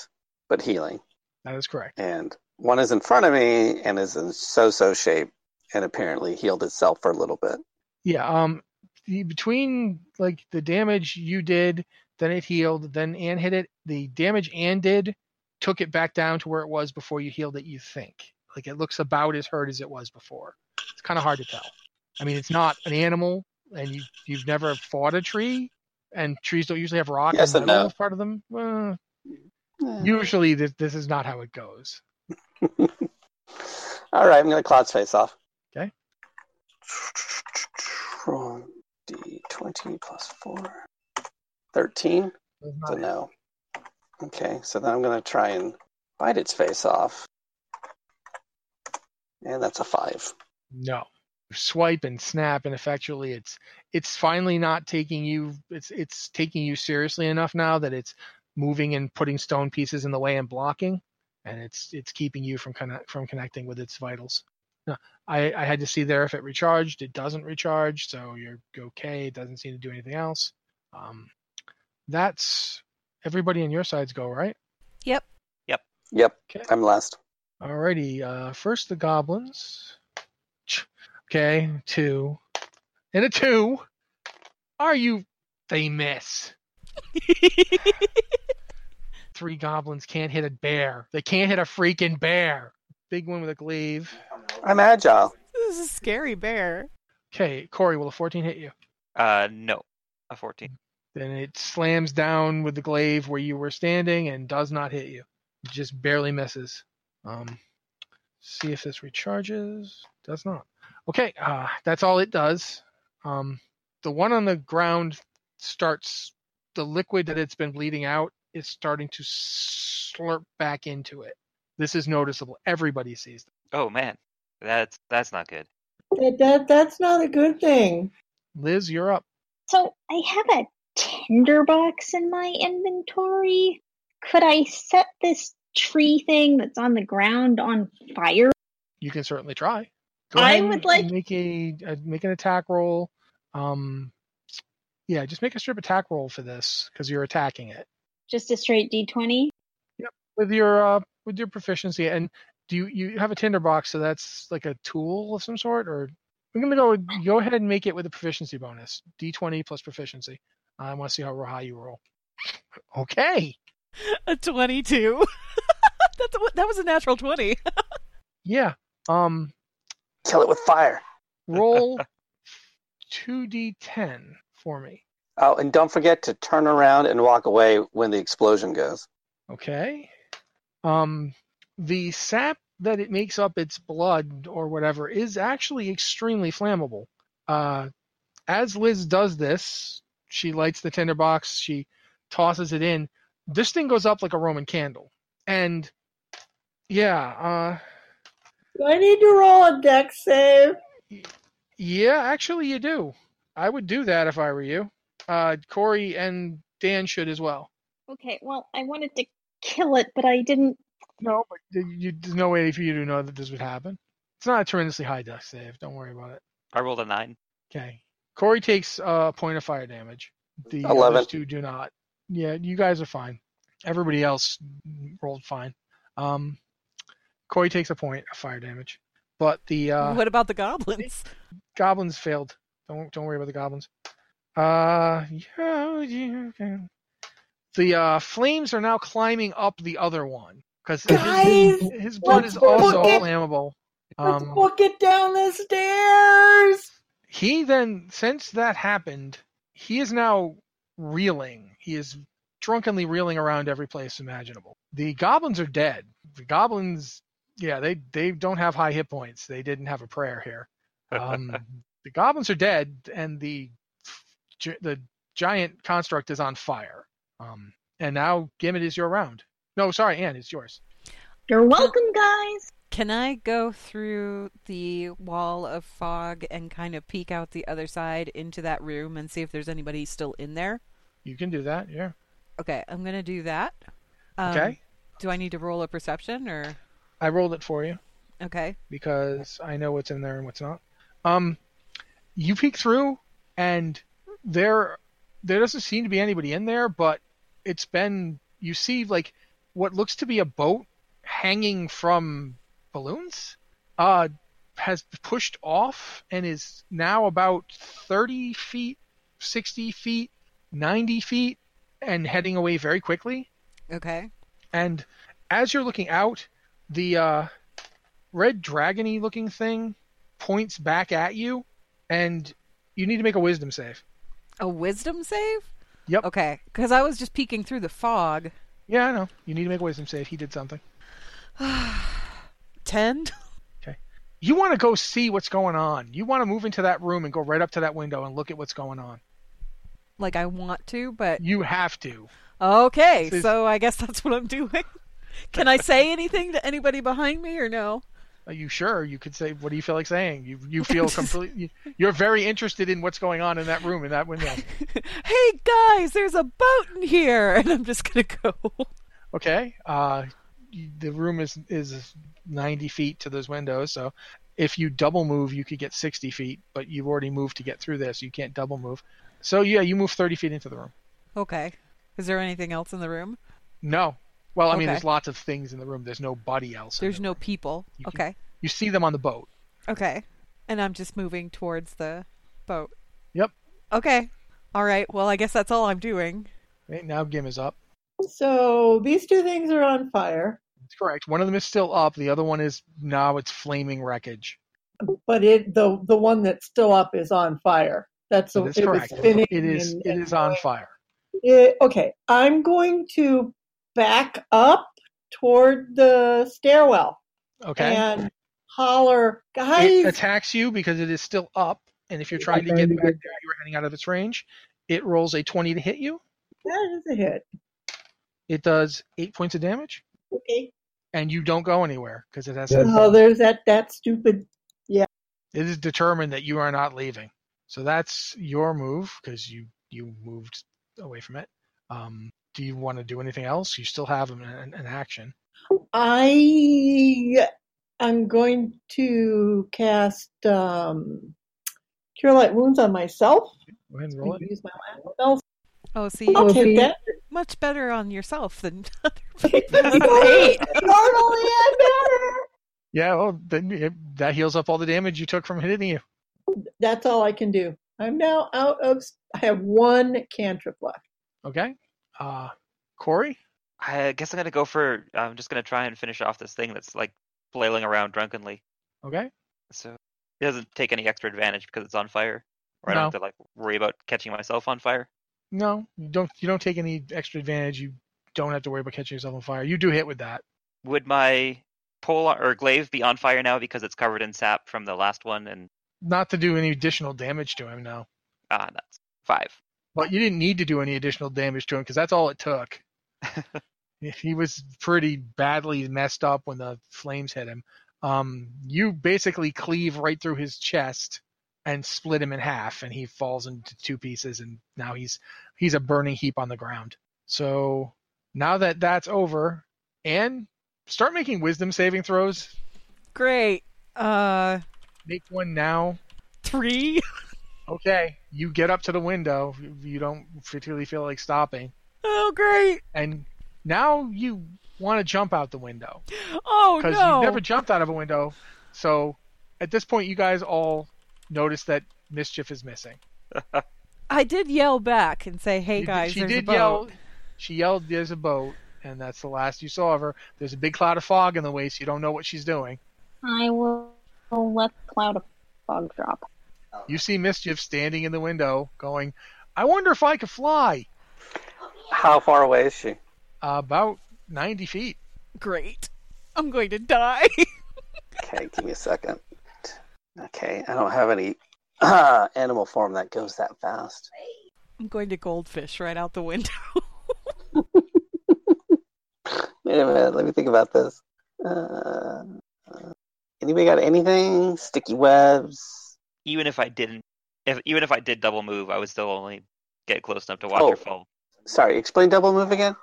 [SPEAKER 7] but healing,
[SPEAKER 2] That is correct.
[SPEAKER 7] and one is in front of me and is in so so shape and apparently healed itself for a little bit.
[SPEAKER 2] Yeah. Um, the, between like the damage you did, then it healed, then Anne hit it. The damage Anne did took it back down to where it was before you healed it. You think like it looks about as hurt as it was before. It's kind of hard to tell. I mean, it's not an animal, and you you've never fought a tree, and trees don't usually have rock
[SPEAKER 7] Yes
[SPEAKER 2] or
[SPEAKER 7] and
[SPEAKER 2] metal
[SPEAKER 7] no.
[SPEAKER 2] as part of them. Well,
[SPEAKER 7] Yeah.
[SPEAKER 2] usually this this is not how it goes.
[SPEAKER 7] All right, I'm going to Cloud's face off.
[SPEAKER 2] Okay.
[SPEAKER 7] D20 plus 4. 13?
[SPEAKER 2] Does
[SPEAKER 7] So
[SPEAKER 2] not hit.
[SPEAKER 7] no. Okay, so then I'm going to try and bite its face off. And that's a 5.
[SPEAKER 2] No. Swipe and snap and effectually it's it's finally not taking you it's it's taking you seriously enough now that it's moving and putting stone pieces in the way and blocking and it's it's keeping you from connect, from connecting with its vitals. No, I, I had to see there if it recharged. It doesn't recharge, so you're okay. It doesn't seem to do anything else. Um, that's everybody on your sides go right.
[SPEAKER 1] Yep.
[SPEAKER 7] Yep,
[SPEAKER 2] Okay.
[SPEAKER 7] I'm last.
[SPEAKER 2] Alrighty, uh, first the goblins. Ch- Okay, two. And a two. Are you. They miss. Three goblins can't hit a bear. They can't hit a freaking bear. Big one with a glaive.
[SPEAKER 7] I'm agile.
[SPEAKER 1] This is a scary bear.
[SPEAKER 2] Okay, Corey, will a 14 hit you?
[SPEAKER 4] Uh, no, a fourteen.
[SPEAKER 2] Then it slams down with the glaive where you were standing and does not hit you. Just barely misses. Um, see if this recharges. Does not. Okay, uh, that's all it does. Um, the one on the ground starts. The liquid that it's been bleeding out is starting to slurp back into it. This is noticeable. Everybody sees this.
[SPEAKER 4] Oh man, that's that's not good.
[SPEAKER 9] That, that that's not a good thing.
[SPEAKER 2] Liz, you're up.
[SPEAKER 8] So I have a tinderbox in my inventory. Could I set this tree thing that's on the ground on fire?
[SPEAKER 2] You can certainly try. Go
[SPEAKER 8] I
[SPEAKER 2] ahead
[SPEAKER 8] would
[SPEAKER 2] and
[SPEAKER 8] like-
[SPEAKER 2] make a, uh make an attack roll. Um, yeah, just make a strip attack roll for this because you're attacking it
[SPEAKER 8] Just a straight d20?
[SPEAKER 2] with your uh, with your proficiency. And do you you have a tinderbox? So that's like a tool of some sort, or I'm gonna go with, go ahead and make it with a proficiency bonus. D20 plus proficiency. I want to see how high you roll. Okay.
[SPEAKER 1] A 22. That's a, that was a natural 20.
[SPEAKER 2] Yeah. Um.
[SPEAKER 7] Kill it with fire.
[SPEAKER 2] Roll two d10 for me.
[SPEAKER 7] Oh, and don't forget to turn around and walk away when the explosion goes.
[SPEAKER 2] Okay. Um, the sap that it makes up its blood or whatever is actually extremely flammable. Uh, as Liz does this, she lights the tinderbox, she tosses it in. This thing goes up like a Roman candle. And yeah, uh,
[SPEAKER 9] Do I need to roll a deck save?
[SPEAKER 2] yeah, actually, you do. I would do that if I were you. Uh, Corey and Dan should as well.
[SPEAKER 8] Okay, well, I wanted to kill it, but I didn't.
[SPEAKER 2] No, but th- you, there's no way for you to know that this would happen. It's not a tremendously high death save. Don't worry about it.
[SPEAKER 4] I rolled a nine.
[SPEAKER 2] Okay. Corey takes a uh, point of fire damage. The
[SPEAKER 7] Eleven.
[SPEAKER 2] others two do not. Yeah, you guys are fine. Everybody else rolled fine. Um, Corey takes a point of fire damage, but the uh,
[SPEAKER 1] what about the goblins?
[SPEAKER 2] goblins failed. Don't don't worry about the goblins. Uh, yeah, yeah, okay. The uh, flames are now climbing up the other one because his,
[SPEAKER 9] Guys,
[SPEAKER 2] his blood
[SPEAKER 9] let's
[SPEAKER 2] is also Um,
[SPEAKER 9] book it.
[SPEAKER 2] flammable.
[SPEAKER 9] Let's book it down the stairs.
[SPEAKER 2] he then since that happened he is now reeling he is drunkenly reeling around every place imaginable the goblins are dead the goblins yeah they they don't have high hit points they didn't have a prayer here um, the goblins are dead and the gi- the giant construct is on fire um, and now gimmet is your round no sorry anne it's yours
[SPEAKER 8] You're welcome, guys!
[SPEAKER 1] Can I go through the wall of fog and kind of peek out the other side into that room and see if there's anybody still in there?
[SPEAKER 2] you can do that yeah
[SPEAKER 1] Okay, I'm going to do that. Um,
[SPEAKER 2] Okay.
[SPEAKER 1] Do I need to roll a perception or.
[SPEAKER 2] i rolled it for you
[SPEAKER 1] Okay.
[SPEAKER 2] because I know what's in there and what's not. Um, you peek through, and there there doesn't seem to be anybody in there, but it's been you see like what looks to be a boat hanging from balloons, uh, has pushed off and is now about 30 feet, 60 feet, 90 feet, and heading away very quickly.
[SPEAKER 1] Okay.
[SPEAKER 2] And as you're looking out, the uh, red dragony looking thing points back at you, and you need to make a wisdom save.
[SPEAKER 1] A wisdom save?
[SPEAKER 2] Yep.
[SPEAKER 1] Okay. Because I was just peeking through the fog.
[SPEAKER 2] Yeah, I know. You need to make a wisdom save. He did something.
[SPEAKER 1] Ten?
[SPEAKER 2] You want to go see what's going on. You want to move into that room and go right up to that window and look at what's going on.
[SPEAKER 1] Like I want to, but.
[SPEAKER 2] You have to.
[SPEAKER 1] Okay,
[SPEAKER 2] This is-
[SPEAKER 1] so I guess that's what I'm doing. Can I say anything to anybody behind me or no?
[SPEAKER 2] Are you sure? You could say, "What do you feel like saying?" You you feel completely. You're very interested in what's going on in that room in that window.
[SPEAKER 1] Hey guys, there's a boat in here, and I'm just gonna go.
[SPEAKER 2] Okay. Uh, you- the room is is 90 feet to those windows, so if you double move, you could get 60 feet, but you've already moved to get through this. You can't double move. So yeah, you move 30 feet into the room.
[SPEAKER 1] Okay. Is there anything else in the room?
[SPEAKER 2] No. Well, I mean,
[SPEAKER 1] Okay.
[SPEAKER 2] there's lots of things in the room. There's nobody else. in
[SPEAKER 1] There's
[SPEAKER 2] the
[SPEAKER 1] no
[SPEAKER 2] room.
[SPEAKER 1] people.
[SPEAKER 2] You can-
[SPEAKER 1] Okay.
[SPEAKER 2] you see them on the boat.
[SPEAKER 1] Okay. And I'm just moving towards the boat.
[SPEAKER 2] Yep.
[SPEAKER 1] Okay. All right. Well, I guess that's all I'm doing.
[SPEAKER 2] Right now, Gim is up.
[SPEAKER 9] So these two things are on fire,
[SPEAKER 2] That's correct. One of them is still up. The other one is now it's flaming wreckage.
[SPEAKER 9] but it the the one that's still up is on fire. That's
[SPEAKER 2] So
[SPEAKER 9] the
[SPEAKER 2] that's
[SPEAKER 9] it was
[SPEAKER 2] correct.
[SPEAKER 9] spinning
[SPEAKER 2] It is
[SPEAKER 9] and-
[SPEAKER 2] it is on fire.
[SPEAKER 9] Eh, okay, I'm going to back up toward the stairwell
[SPEAKER 2] Okay.
[SPEAKER 9] and holler,
[SPEAKER 2] it
[SPEAKER 9] guys.
[SPEAKER 2] attacks you because it is still up, and if you're trying to get back there, you're heading out of its range. It rolls a 20 to hit you.
[SPEAKER 9] That is a hit.
[SPEAKER 2] It does eight points of damage,
[SPEAKER 9] Okay.
[SPEAKER 2] and you don't go anywhere because it has.
[SPEAKER 9] Oh, there's that that stupid. Yeah.
[SPEAKER 2] It is determined that you are not leaving. So that's your move because you you moved away from it. Um, do you want to do anything else? You still have an, an, an action.
[SPEAKER 9] I I'm going to cast um, cure light wounds on myself.
[SPEAKER 2] Go ahead and roll it.
[SPEAKER 9] Use my last spell.
[SPEAKER 1] Oh, see,
[SPEAKER 9] I'll take
[SPEAKER 1] you're
[SPEAKER 9] that.
[SPEAKER 1] Much better on yourself than
[SPEAKER 9] Totally I'm better.
[SPEAKER 2] Yeah, well, then it, that heals up all the damage you took from hitting you.
[SPEAKER 9] That's all I can do. I'm now out of. I have one cantrip left.
[SPEAKER 2] Okay. Uh, Corey?
[SPEAKER 4] I guess I'm gonna go for. I'm just gonna try and finish off this thing that's like flailing around drunkenly.
[SPEAKER 2] Okay.
[SPEAKER 4] So it doesn't take any extra advantage because it's on fire, or
[SPEAKER 2] No.
[SPEAKER 4] I don't have to like worry about catching myself on fire.
[SPEAKER 2] No, you don't. You don't take any extra advantage. You don't have to worry about catching yourself on fire. You do hit with that.
[SPEAKER 4] Would my pole or glaive be on fire now because it's covered in sap from the last one? And
[SPEAKER 2] Not to do any additional damage to him, no.
[SPEAKER 4] ah, that's five.
[SPEAKER 2] But you didn't need to do any additional damage to him because that's all it took. he was pretty badly messed up when the flames hit him. Um, you basically cleave right through his chest and split him in half, and he falls into two pieces. And now he's he's a burning heap on the ground. So now that that's over, and start making wisdom saving throws.
[SPEAKER 1] great. Uh,
[SPEAKER 2] Make one now.
[SPEAKER 1] three.
[SPEAKER 2] Okay, you get up to the window. You don't particularly feel like stopping,
[SPEAKER 1] Oh, great.
[SPEAKER 2] and now you want to jump out the window
[SPEAKER 1] Oh
[SPEAKER 2] because
[SPEAKER 1] no.
[SPEAKER 2] you've never jumped out of a window. So, at this point, you guys all notice that mischief is missing.
[SPEAKER 1] I did yell back and say, "Hey
[SPEAKER 2] You-
[SPEAKER 1] guys,
[SPEAKER 2] she
[SPEAKER 1] there's
[SPEAKER 2] did
[SPEAKER 1] a boat."
[SPEAKER 2] yell. She yelled, "There's a boat," and that's the last you saw of her. There's a big cloud of fog in the way, so you don't know what she's doing.
[SPEAKER 8] I will let the cloud of fog drop.
[SPEAKER 2] You see mischief standing in the window, going, "I wonder if I could fly."
[SPEAKER 7] How far away is she?
[SPEAKER 2] about ninety feet.
[SPEAKER 1] Great. I'm going to die.
[SPEAKER 7] Okay, give me a second. Okay, I don't have any animal form that goes that fast.
[SPEAKER 1] I'm going to goldfish right out the window.
[SPEAKER 7] Wait a minute, let me think about this. Uh, uh, anybody got anything? Sticky webs?
[SPEAKER 4] Even if I didn't, if even if I did double move, I would still only get close enough to watch
[SPEAKER 7] Oh.
[SPEAKER 4] her fall.
[SPEAKER 7] Sorry, explain double move again.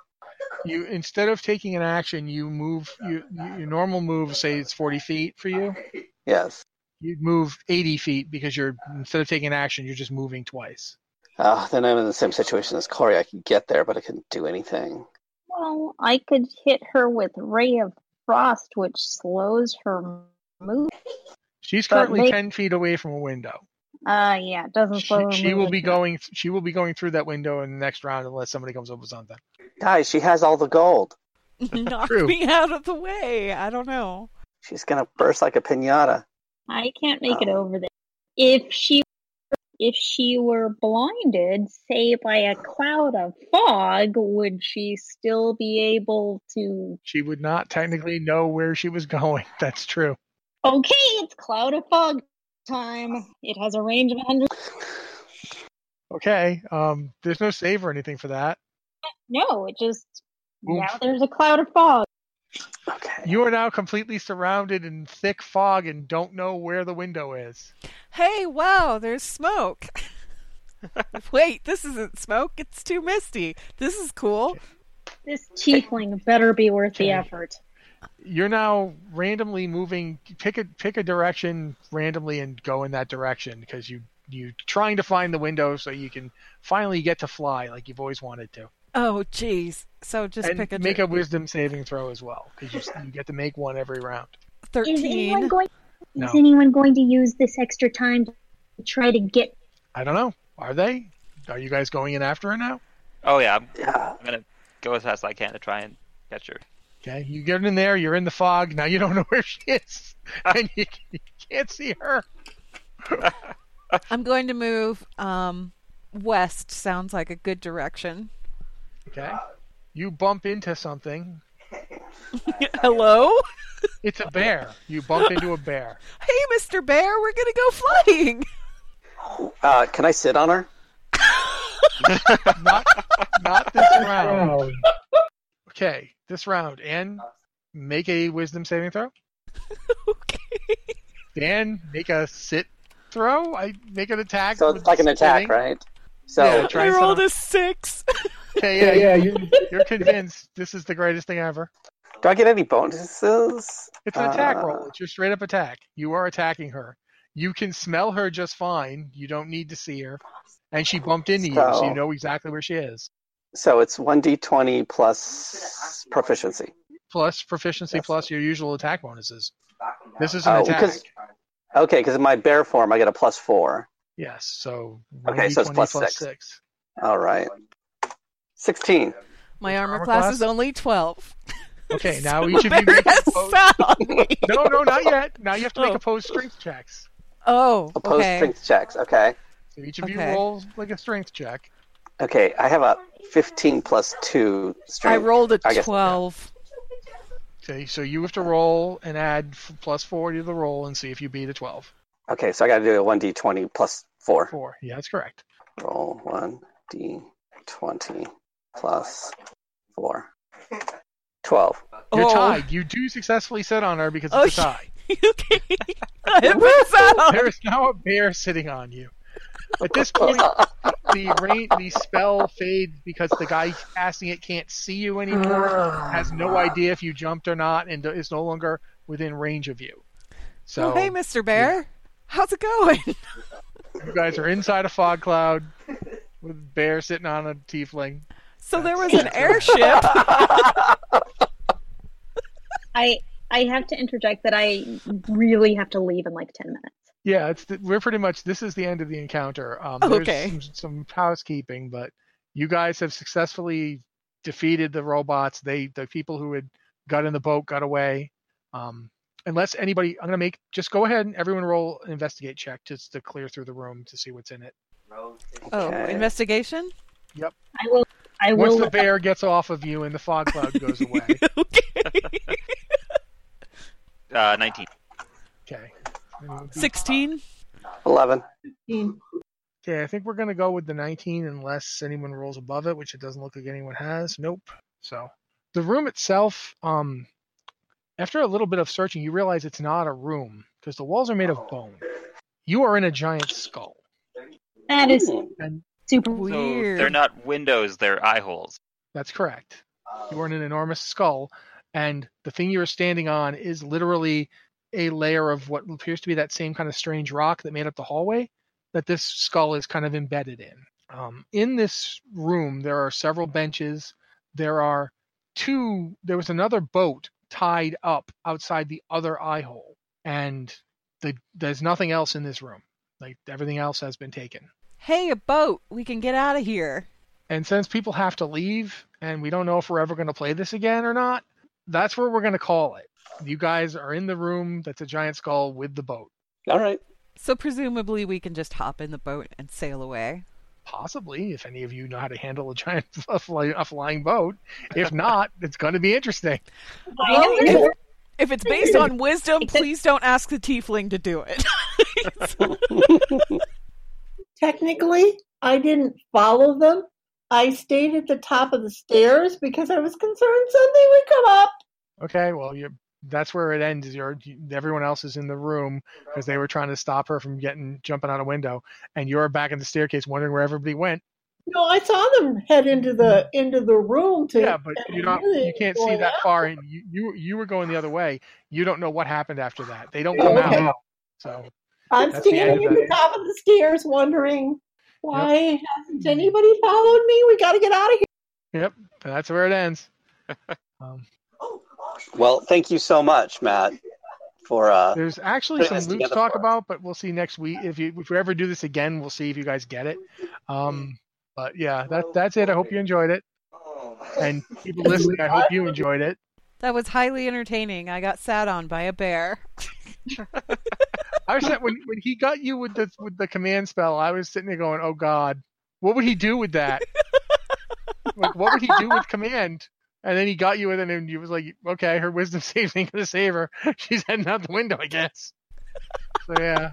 [SPEAKER 2] You instead of taking an action, you move. You, you- your normal move, say it's forty feet for you.
[SPEAKER 7] Yes.
[SPEAKER 2] You'd move eighty feet because you're instead of taking an action, you're just moving twice.
[SPEAKER 7] Oh, then I'm in the same situation as Corey. I could get there, but I couldn't do anything.
[SPEAKER 8] Well, I could hit her with Ray of Frost, which slows her move.
[SPEAKER 2] She's
[SPEAKER 8] But
[SPEAKER 2] currently
[SPEAKER 8] may-
[SPEAKER 2] ten feet away from a window.
[SPEAKER 8] Uh, yeah, it doesn't
[SPEAKER 2] She,
[SPEAKER 8] slow
[SPEAKER 2] she will be going. She will be going through that window in the next round unless somebody comes up with something.
[SPEAKER 7] Guys, she has all the gold.
[SPEAKER 1] Knock
[SPEAKER 7] True.
[SPEAKER 1] me out of the way. I don't know.
[SPEAKER 7] She's gonna burst like a pinata.
[SPEAKER 8] I can't make it over there. If she if she were blinded, say by a cloud of fog, would she still be able to?
[SPEAKER 2] She would not technically know where she was going. That's true.
[SPEAKER 8] Okay, it's cloud of fog time. It has a range of hundred.
[SPEAKER 2] Okay. Um. There's no save or anything for that.
[SPEAKER 8] No, it just
[SPEAKER 2] Oof.
[SPEAKER 8] now there's a cloud of fog.
[SPEAKER 2] You are now completely surrounded in thick fog and don't know where the window is.
[SPEAKER 1] Hey, wow, there's smoke. Wait, this isn't smoke. It's too misty. This is cool.
[SPEAKER 8] This tiefling better be worth the effort.
[SPEAKER 2] You're now randomly moving. Pick a pick a direction randomly and go in that direction because you you trying to find the window so you can finally get to fly like you've always wanted to.
[SPEAKER 1] Oh, jeez. So just
[SPEAKER 2] and
[SPEAKER 1] pick a
[SPEAKER 2] make
[SPEAKER 1] dir-
[SPEAKER 2] a wisdom saving throw as well because you, you get to make one every round.
[SPEAKER 8] Is anyone
[SPEAKER 1] 13.
[SPEAKER 8] going?
[SPEAKER 2] No.
[SPEAKER 8] Is anyone going to use this extra time to try to get?
[SPEAKER 2] I don't know. Are they? Are you guys going in after her now?
[SPEAKER 4] Oh yeah, I'm, I'm gonna go as fast as I can to try and catch her.
[SPEAKER 2] Okay, you get in there. You're in the fog now. You don't know where she is, and you, you can't see her.
[SPEAKER 1] I'm going to move um west sounds like a good direction.
[SPEAKER 2] Okay, you bump into something.
[SPEAKER 1] Hello?
[SPEAKER 2] It's a bear. You bump into a bear.
[SPEAKER 1] Hey, Mr. Bear, we're going to go flying.
[SPEAKER 7] Uh, can I sit on her?
[SPEAKER 2] Not, not this round. Okay, this round, and make a wisdom saving throw. Okay. Dan, make a sit throw. I make an attack.
[SPEAKER 7] So it's like an attack, right? So
[SPEAKER 2] yeah, try
[SPEAKER 1] I
[SPEAKER 2] and sit
[SPEAKER 1] rolled
[SPEAKER 2] on-
[SPEAKER 1] a 6.
[SPEAKER 2] Okay, yeah,
[SPEAKER 7] Yeah,
[SPEAKER 2] you, you're convinced this is the greatest thing ever.
[SPEAKER 7] do I get any bonuses?
[SPEAKER 2] It's an attack
[SPEAKER 7] Uh,
[SPEAKER 2] roll. It's your straight up attack. You are attacking her. You can smell her just fine. You don't need to see her. And she bumped into you, so you
[SPEAKER 7] So-
[SPEAKER 2] know exactly where she is.
[SPEAKER 7] So it's one d twenty plus proficiency.
[SPEAKER 2] Plus proficiency, plus your usual attack bonuses. This is an
[SPEAKER 7] Oh,
[SPEAKER 2] attack.
[SPEAKER 7] because okay, because in my bear form I get a plus four.
[SPEAKER 2] Yes. So
[SPEAKER 7] Okay, so it's
[SPEAKER 2] 1d20
[SPEAKER 7] plus
[SPEAKER 2] plus
[SPEAKER 7] six.
[SPEAKER 2] six.
[SPEAKER 7] All right, sixteen.
[SPEAKER 1] My armor,
[SPEAKER 2] armor
[SPEAKER 1] class,
[SPEAKER 2] class?
[SPEAKER 1] is only 12.
[SPEAKER 2] Okay, now
[SPEAKER 1] So
[SPEAKER 2] each
[SPEAKER 1] the
[SPEAKER 2] of you
[SPEAKER 1] bear
[SPEAKER 2] make
[SPEAKER 1] has
[SPEAKER 2] a pose.
[SPEAKER 1] found me.
[SPEAKER 2] No, no, not yet. Now you have to make
[SPEAKER 1] Oh.
[SPEAKER 2] opposed strength checks.
[SPEAKER 1] Oh,
[SPEAKER 7] Opposed
[SPEAKER 1] okay.
[SPEAKER 7] strength checks. Okay,
[SPEAKER 2] So each of
[SPEAKER 1] Okay.
[SPEAKER 2] you rolls like a strength check.
[SPEAKER 7] okay. I have a fifteen plus two
[SPEAKER 1] I
[SPEAKER 7] strength.
[SPEAKER 1] rolled a
[SPEAKER 7] I guess-
[SPEAKER 1] 12.
[SPEAKER 2] Okay, so you have to roll and add f- plus four to the roll and see if you beat a 12.
[SPEAKER 7] Okay, so I got to do a one d twenty plus four.
[SPEAKER 2] Four. Yeah, that's correct.
[SPEAKER 7] Roll one d twenty plus four. Twelve.
[SPEAKER 2] You're
[SPEAKER 1] Oh.
[SPEAKER 2] tied. You do successfully sit on her because
[SPEAKER 1] Oh,
[SPEAKER 2] it's a tie.
[SPEAKER 1] okay. It was out.
[SPEAKER 2] There is now a bear sitting on you. At this point, the rain, the spell fades because the guy casting it can't see you anymore, has no idea if you jumped or not, and is no longer within range of you. So
[SPEAKER 1] oh, hey, Mr. Bear. How's it going?
[SPEAKER 2] you guys are inside a fog cloud with a bear sitting on a tiefling.
[SPEAKER 1] So there was an airship.
[SPEAKER 8] I I have to interject that I really have to leave in like ten minutes.
[SPEAKER 2] Yeah, it's the, we're pretty much this is the end of the encounter. Um,
[SPEAKER 1] Oh,
[SPEAKER 2] there's
[SPEAKER 1] okay.
[SPEAKER 2] some, some housekeeping, but you guys have successfully defeated the robots. They the people who had got in the boat got away. Um, unless anybody, I'm gonna make just go ahead and everyone roll an investigate check just to clear through the room to see what's in it.
[SPEAKER 1] Oh,
[SPEAKER 7] Okay.
[SPEAKER 1] investigation?
[SPEAKER 2] Yep.
[SPEAKER 8] I will. I
[SPEAKER 2] Once
[SPEAKER 8] will.
[SPEAKER 2] the bear gets off of you and the fog cloud goes away.
[SPEAKER 4] Uh, 19.
[SPEAKER 2] Okay. And we'll be-
[SPEAKER 1] 16?
[SPEAKER 7] Eleven.
[SPEAKER 2] Okay, I think we're gonna go with the 19 unless anyone rolls above it, which it doesn't look like anyone has. Nope. So the room itself, um, after a little bit of searching, you realize it's not a room because the walls are made of bone. You are in a giant skull.
[SPEAKER 8] that is
[SPEAKER 2] And
[SPEAKER 8] super.
[SPEAKER 4] So
[SPEAKER 1] Weird.
[SPEAKER 4] they're not windows; they're eye holes.
[SPEAKER 2] that's correct. You are in an enormous skull, and the thing you are standing on is literally a layer of what appears to be that same kind of strange rock that made up the hallway that this skull is kind of embedded in. Um, in this room, there are several benches. There are two, there was another boat tied up outside the other eye hole. And The, there's nothing else in this room. Like everything else has been taken.
[SPEAKER 1] Hey, a boat. We can get out of here.
[SPEAKER 2] And since people have to leave, and we don't know if we're ever going to play this again or not, that's where we're going to call it. You guys are in the room that's a giant skull with the boat.
[SPEAKER 7] All right.
[SPEAKER 1] So presumably we can just hop in the boat and sail away.
[SPEAKER 2] Possibly, if any of you know how to handle a giant a fly- a flying boat. If not, it's going to be interesting.
[SPEAKER 1] Well, if, if it's based on wisdom, please don't ask the tiefling to do it.
[SPEAKER 9] Technically, I didn't follow them. I stayed at the top of the stairs because I was concerned something would come up.
[SPEAKER 2] Okay, well, you that's where it ends. Is your everyone else is in the room because they were trying to stop her from getting jumping out a window, and you're back in the staircase wondering where everybody went.
[SPEAKER 9] No, I saw them head into the into the room to.
[SPEAKER 2] Yeah, but you're not.
[SPEAKER 9] Really
[SPEAKER 2] You can't see
[SPEAKER 9] going
[SPEAKER 2] that
[SPEAKER 9] out.
[SPEAKER 2] far, and you, you you were going the other way. You don't know what happened after that. They don't come
[SPEAKER 9] Okay.
[SPEAKER 2] out. So
[SPEAKER 9] I'm
[SPEAKER 2] That's the
[SPEAKER 9] standing
[SPEAKER 2] end
[SPEAKER 9] at
[SPEAKER 2] of
[SPEAKER 9] the
[SPEAKER 2] it.
[SPEAKER 9] top of the stairs, wondering why hasn't anybody followed me? We got to get out of here.
[SPEAKER 2] yep, that's where it ends.
[SPEAKER 7] Well, thank you so much, Matt, for uh,
[SPEAKER 2] There's actually
[SPEAKER 7] putting
[SPEAKER 2] some
[SPEAKER 7] this
[SPEAKER 2] loot to
[SPEAKER 7] together
[SPEAKER 2] talk
[SPEAKER 7] for us.
[SPEAKER 2] about, but we'll see next week. If you if we ever do this again, we'll see if you guys get it. Um, but yeah, that that's it. I hope you enjoyed it, and people listening, I hope you enjoyed it.
[SPEAKER 1] That was highly entertaining. I got sat on by a bear.
[SPEAKER 2] I was sat- when when he got you with the with the command spell. I was sitting there going, "Oh God, what would he do with that? like, what would he do with command?" And then he got you with it, and you was like, "Okay, her wisdom save ain't gonna save her. She's heading out the window, I guess." So yeah,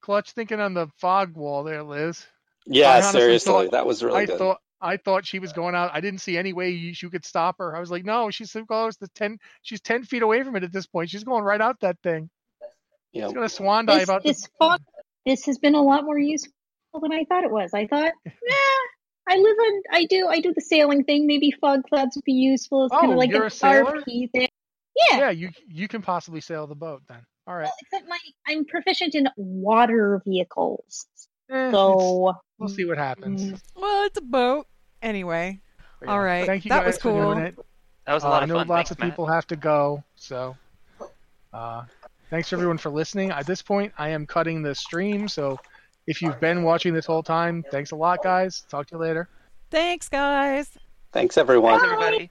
[SPEAKER 2] clutch thinking on the fog wall there, Liz.
[SPEAKER 7] Yeah,
[SPEAKER 2] I honestly
[SPEAKER 7] seriously,
[SPEAKER 2] thought-
[SPEAKER 7] that was really
[SPEAKER 2] I
[SPEAKER 7] good.
[SPEAKER 2] thought I thought she was going out. I didn't see any way you, you could stop her. I was like, "No, she's so close. The ten, she's ten feet away from it at this point. She's going right out that thing.
[SPEAKER 7] Yeah.
[SPEAKER 2] She's gonna swan dive
[SPEAKER 8] This,
[SPEAKER 2] out." the-
[SPEAKER 8] this, fog, this has been a lot more useful than I thought it was. I thought, yeah, I live on, I do, I do the sailing thing. Maybe fog clouds would be useful. It's kind
[SPEAKER 2] Oh,
[SPEAKER 8] of like
[SPEAKER 2] you're
[SPEAKER 8] an
[SPEAKER 2] a sailor?
[SPEAKER 8] RP thing. yeah.
[SPEAKER 2] yeah, you you can possibly sail the boat then. All right.
[SPEAKER 8] Well, except my I'm proficient in water vehicles.
[SPEAKER 2] Eh, it's- mm.
[SPEAKER 8] So
[SPEAKER 2] we'll see what happens.
[SPEAKER 1] well, it's a boat. Anyway.
[SPEAKER 2] But yeah,
[SPEAKER 1] All right.
[SPEAKER 2] Thank you
[SPEAKER 1] that
[SPEAKER 2] guys
[SPEAKER 1] was
[SPEAKER 2] for
[SPEAKER 1] cool.
[SPEAKER 2] doing it.
[SPEAKER 4] That was a
[SPEAKER 2] Uh,
[SPEAKER 4] lot
[SPEAKER 2] I
[SPEAKER 4] of
[SPEAKER 2] know
[SPEAKER 4] fun.
[SPEAKER 2] lots
[SPEAKER 4] Thanks,
[SPEAKER 2] of
[SPEAKER 4] Matt.
[SPEAKER 2] people have to go, so uh, thanks everyone for listening. At this point, I am cutting the stream, so if you've been watching this whole time, thanks a lot, guys. Talk to you later.
[SPEAKER 1] Thanks, guys.
[SPEAKER 7] Thanks, everyone.
[SPEAKER 4] Thanks, everybody.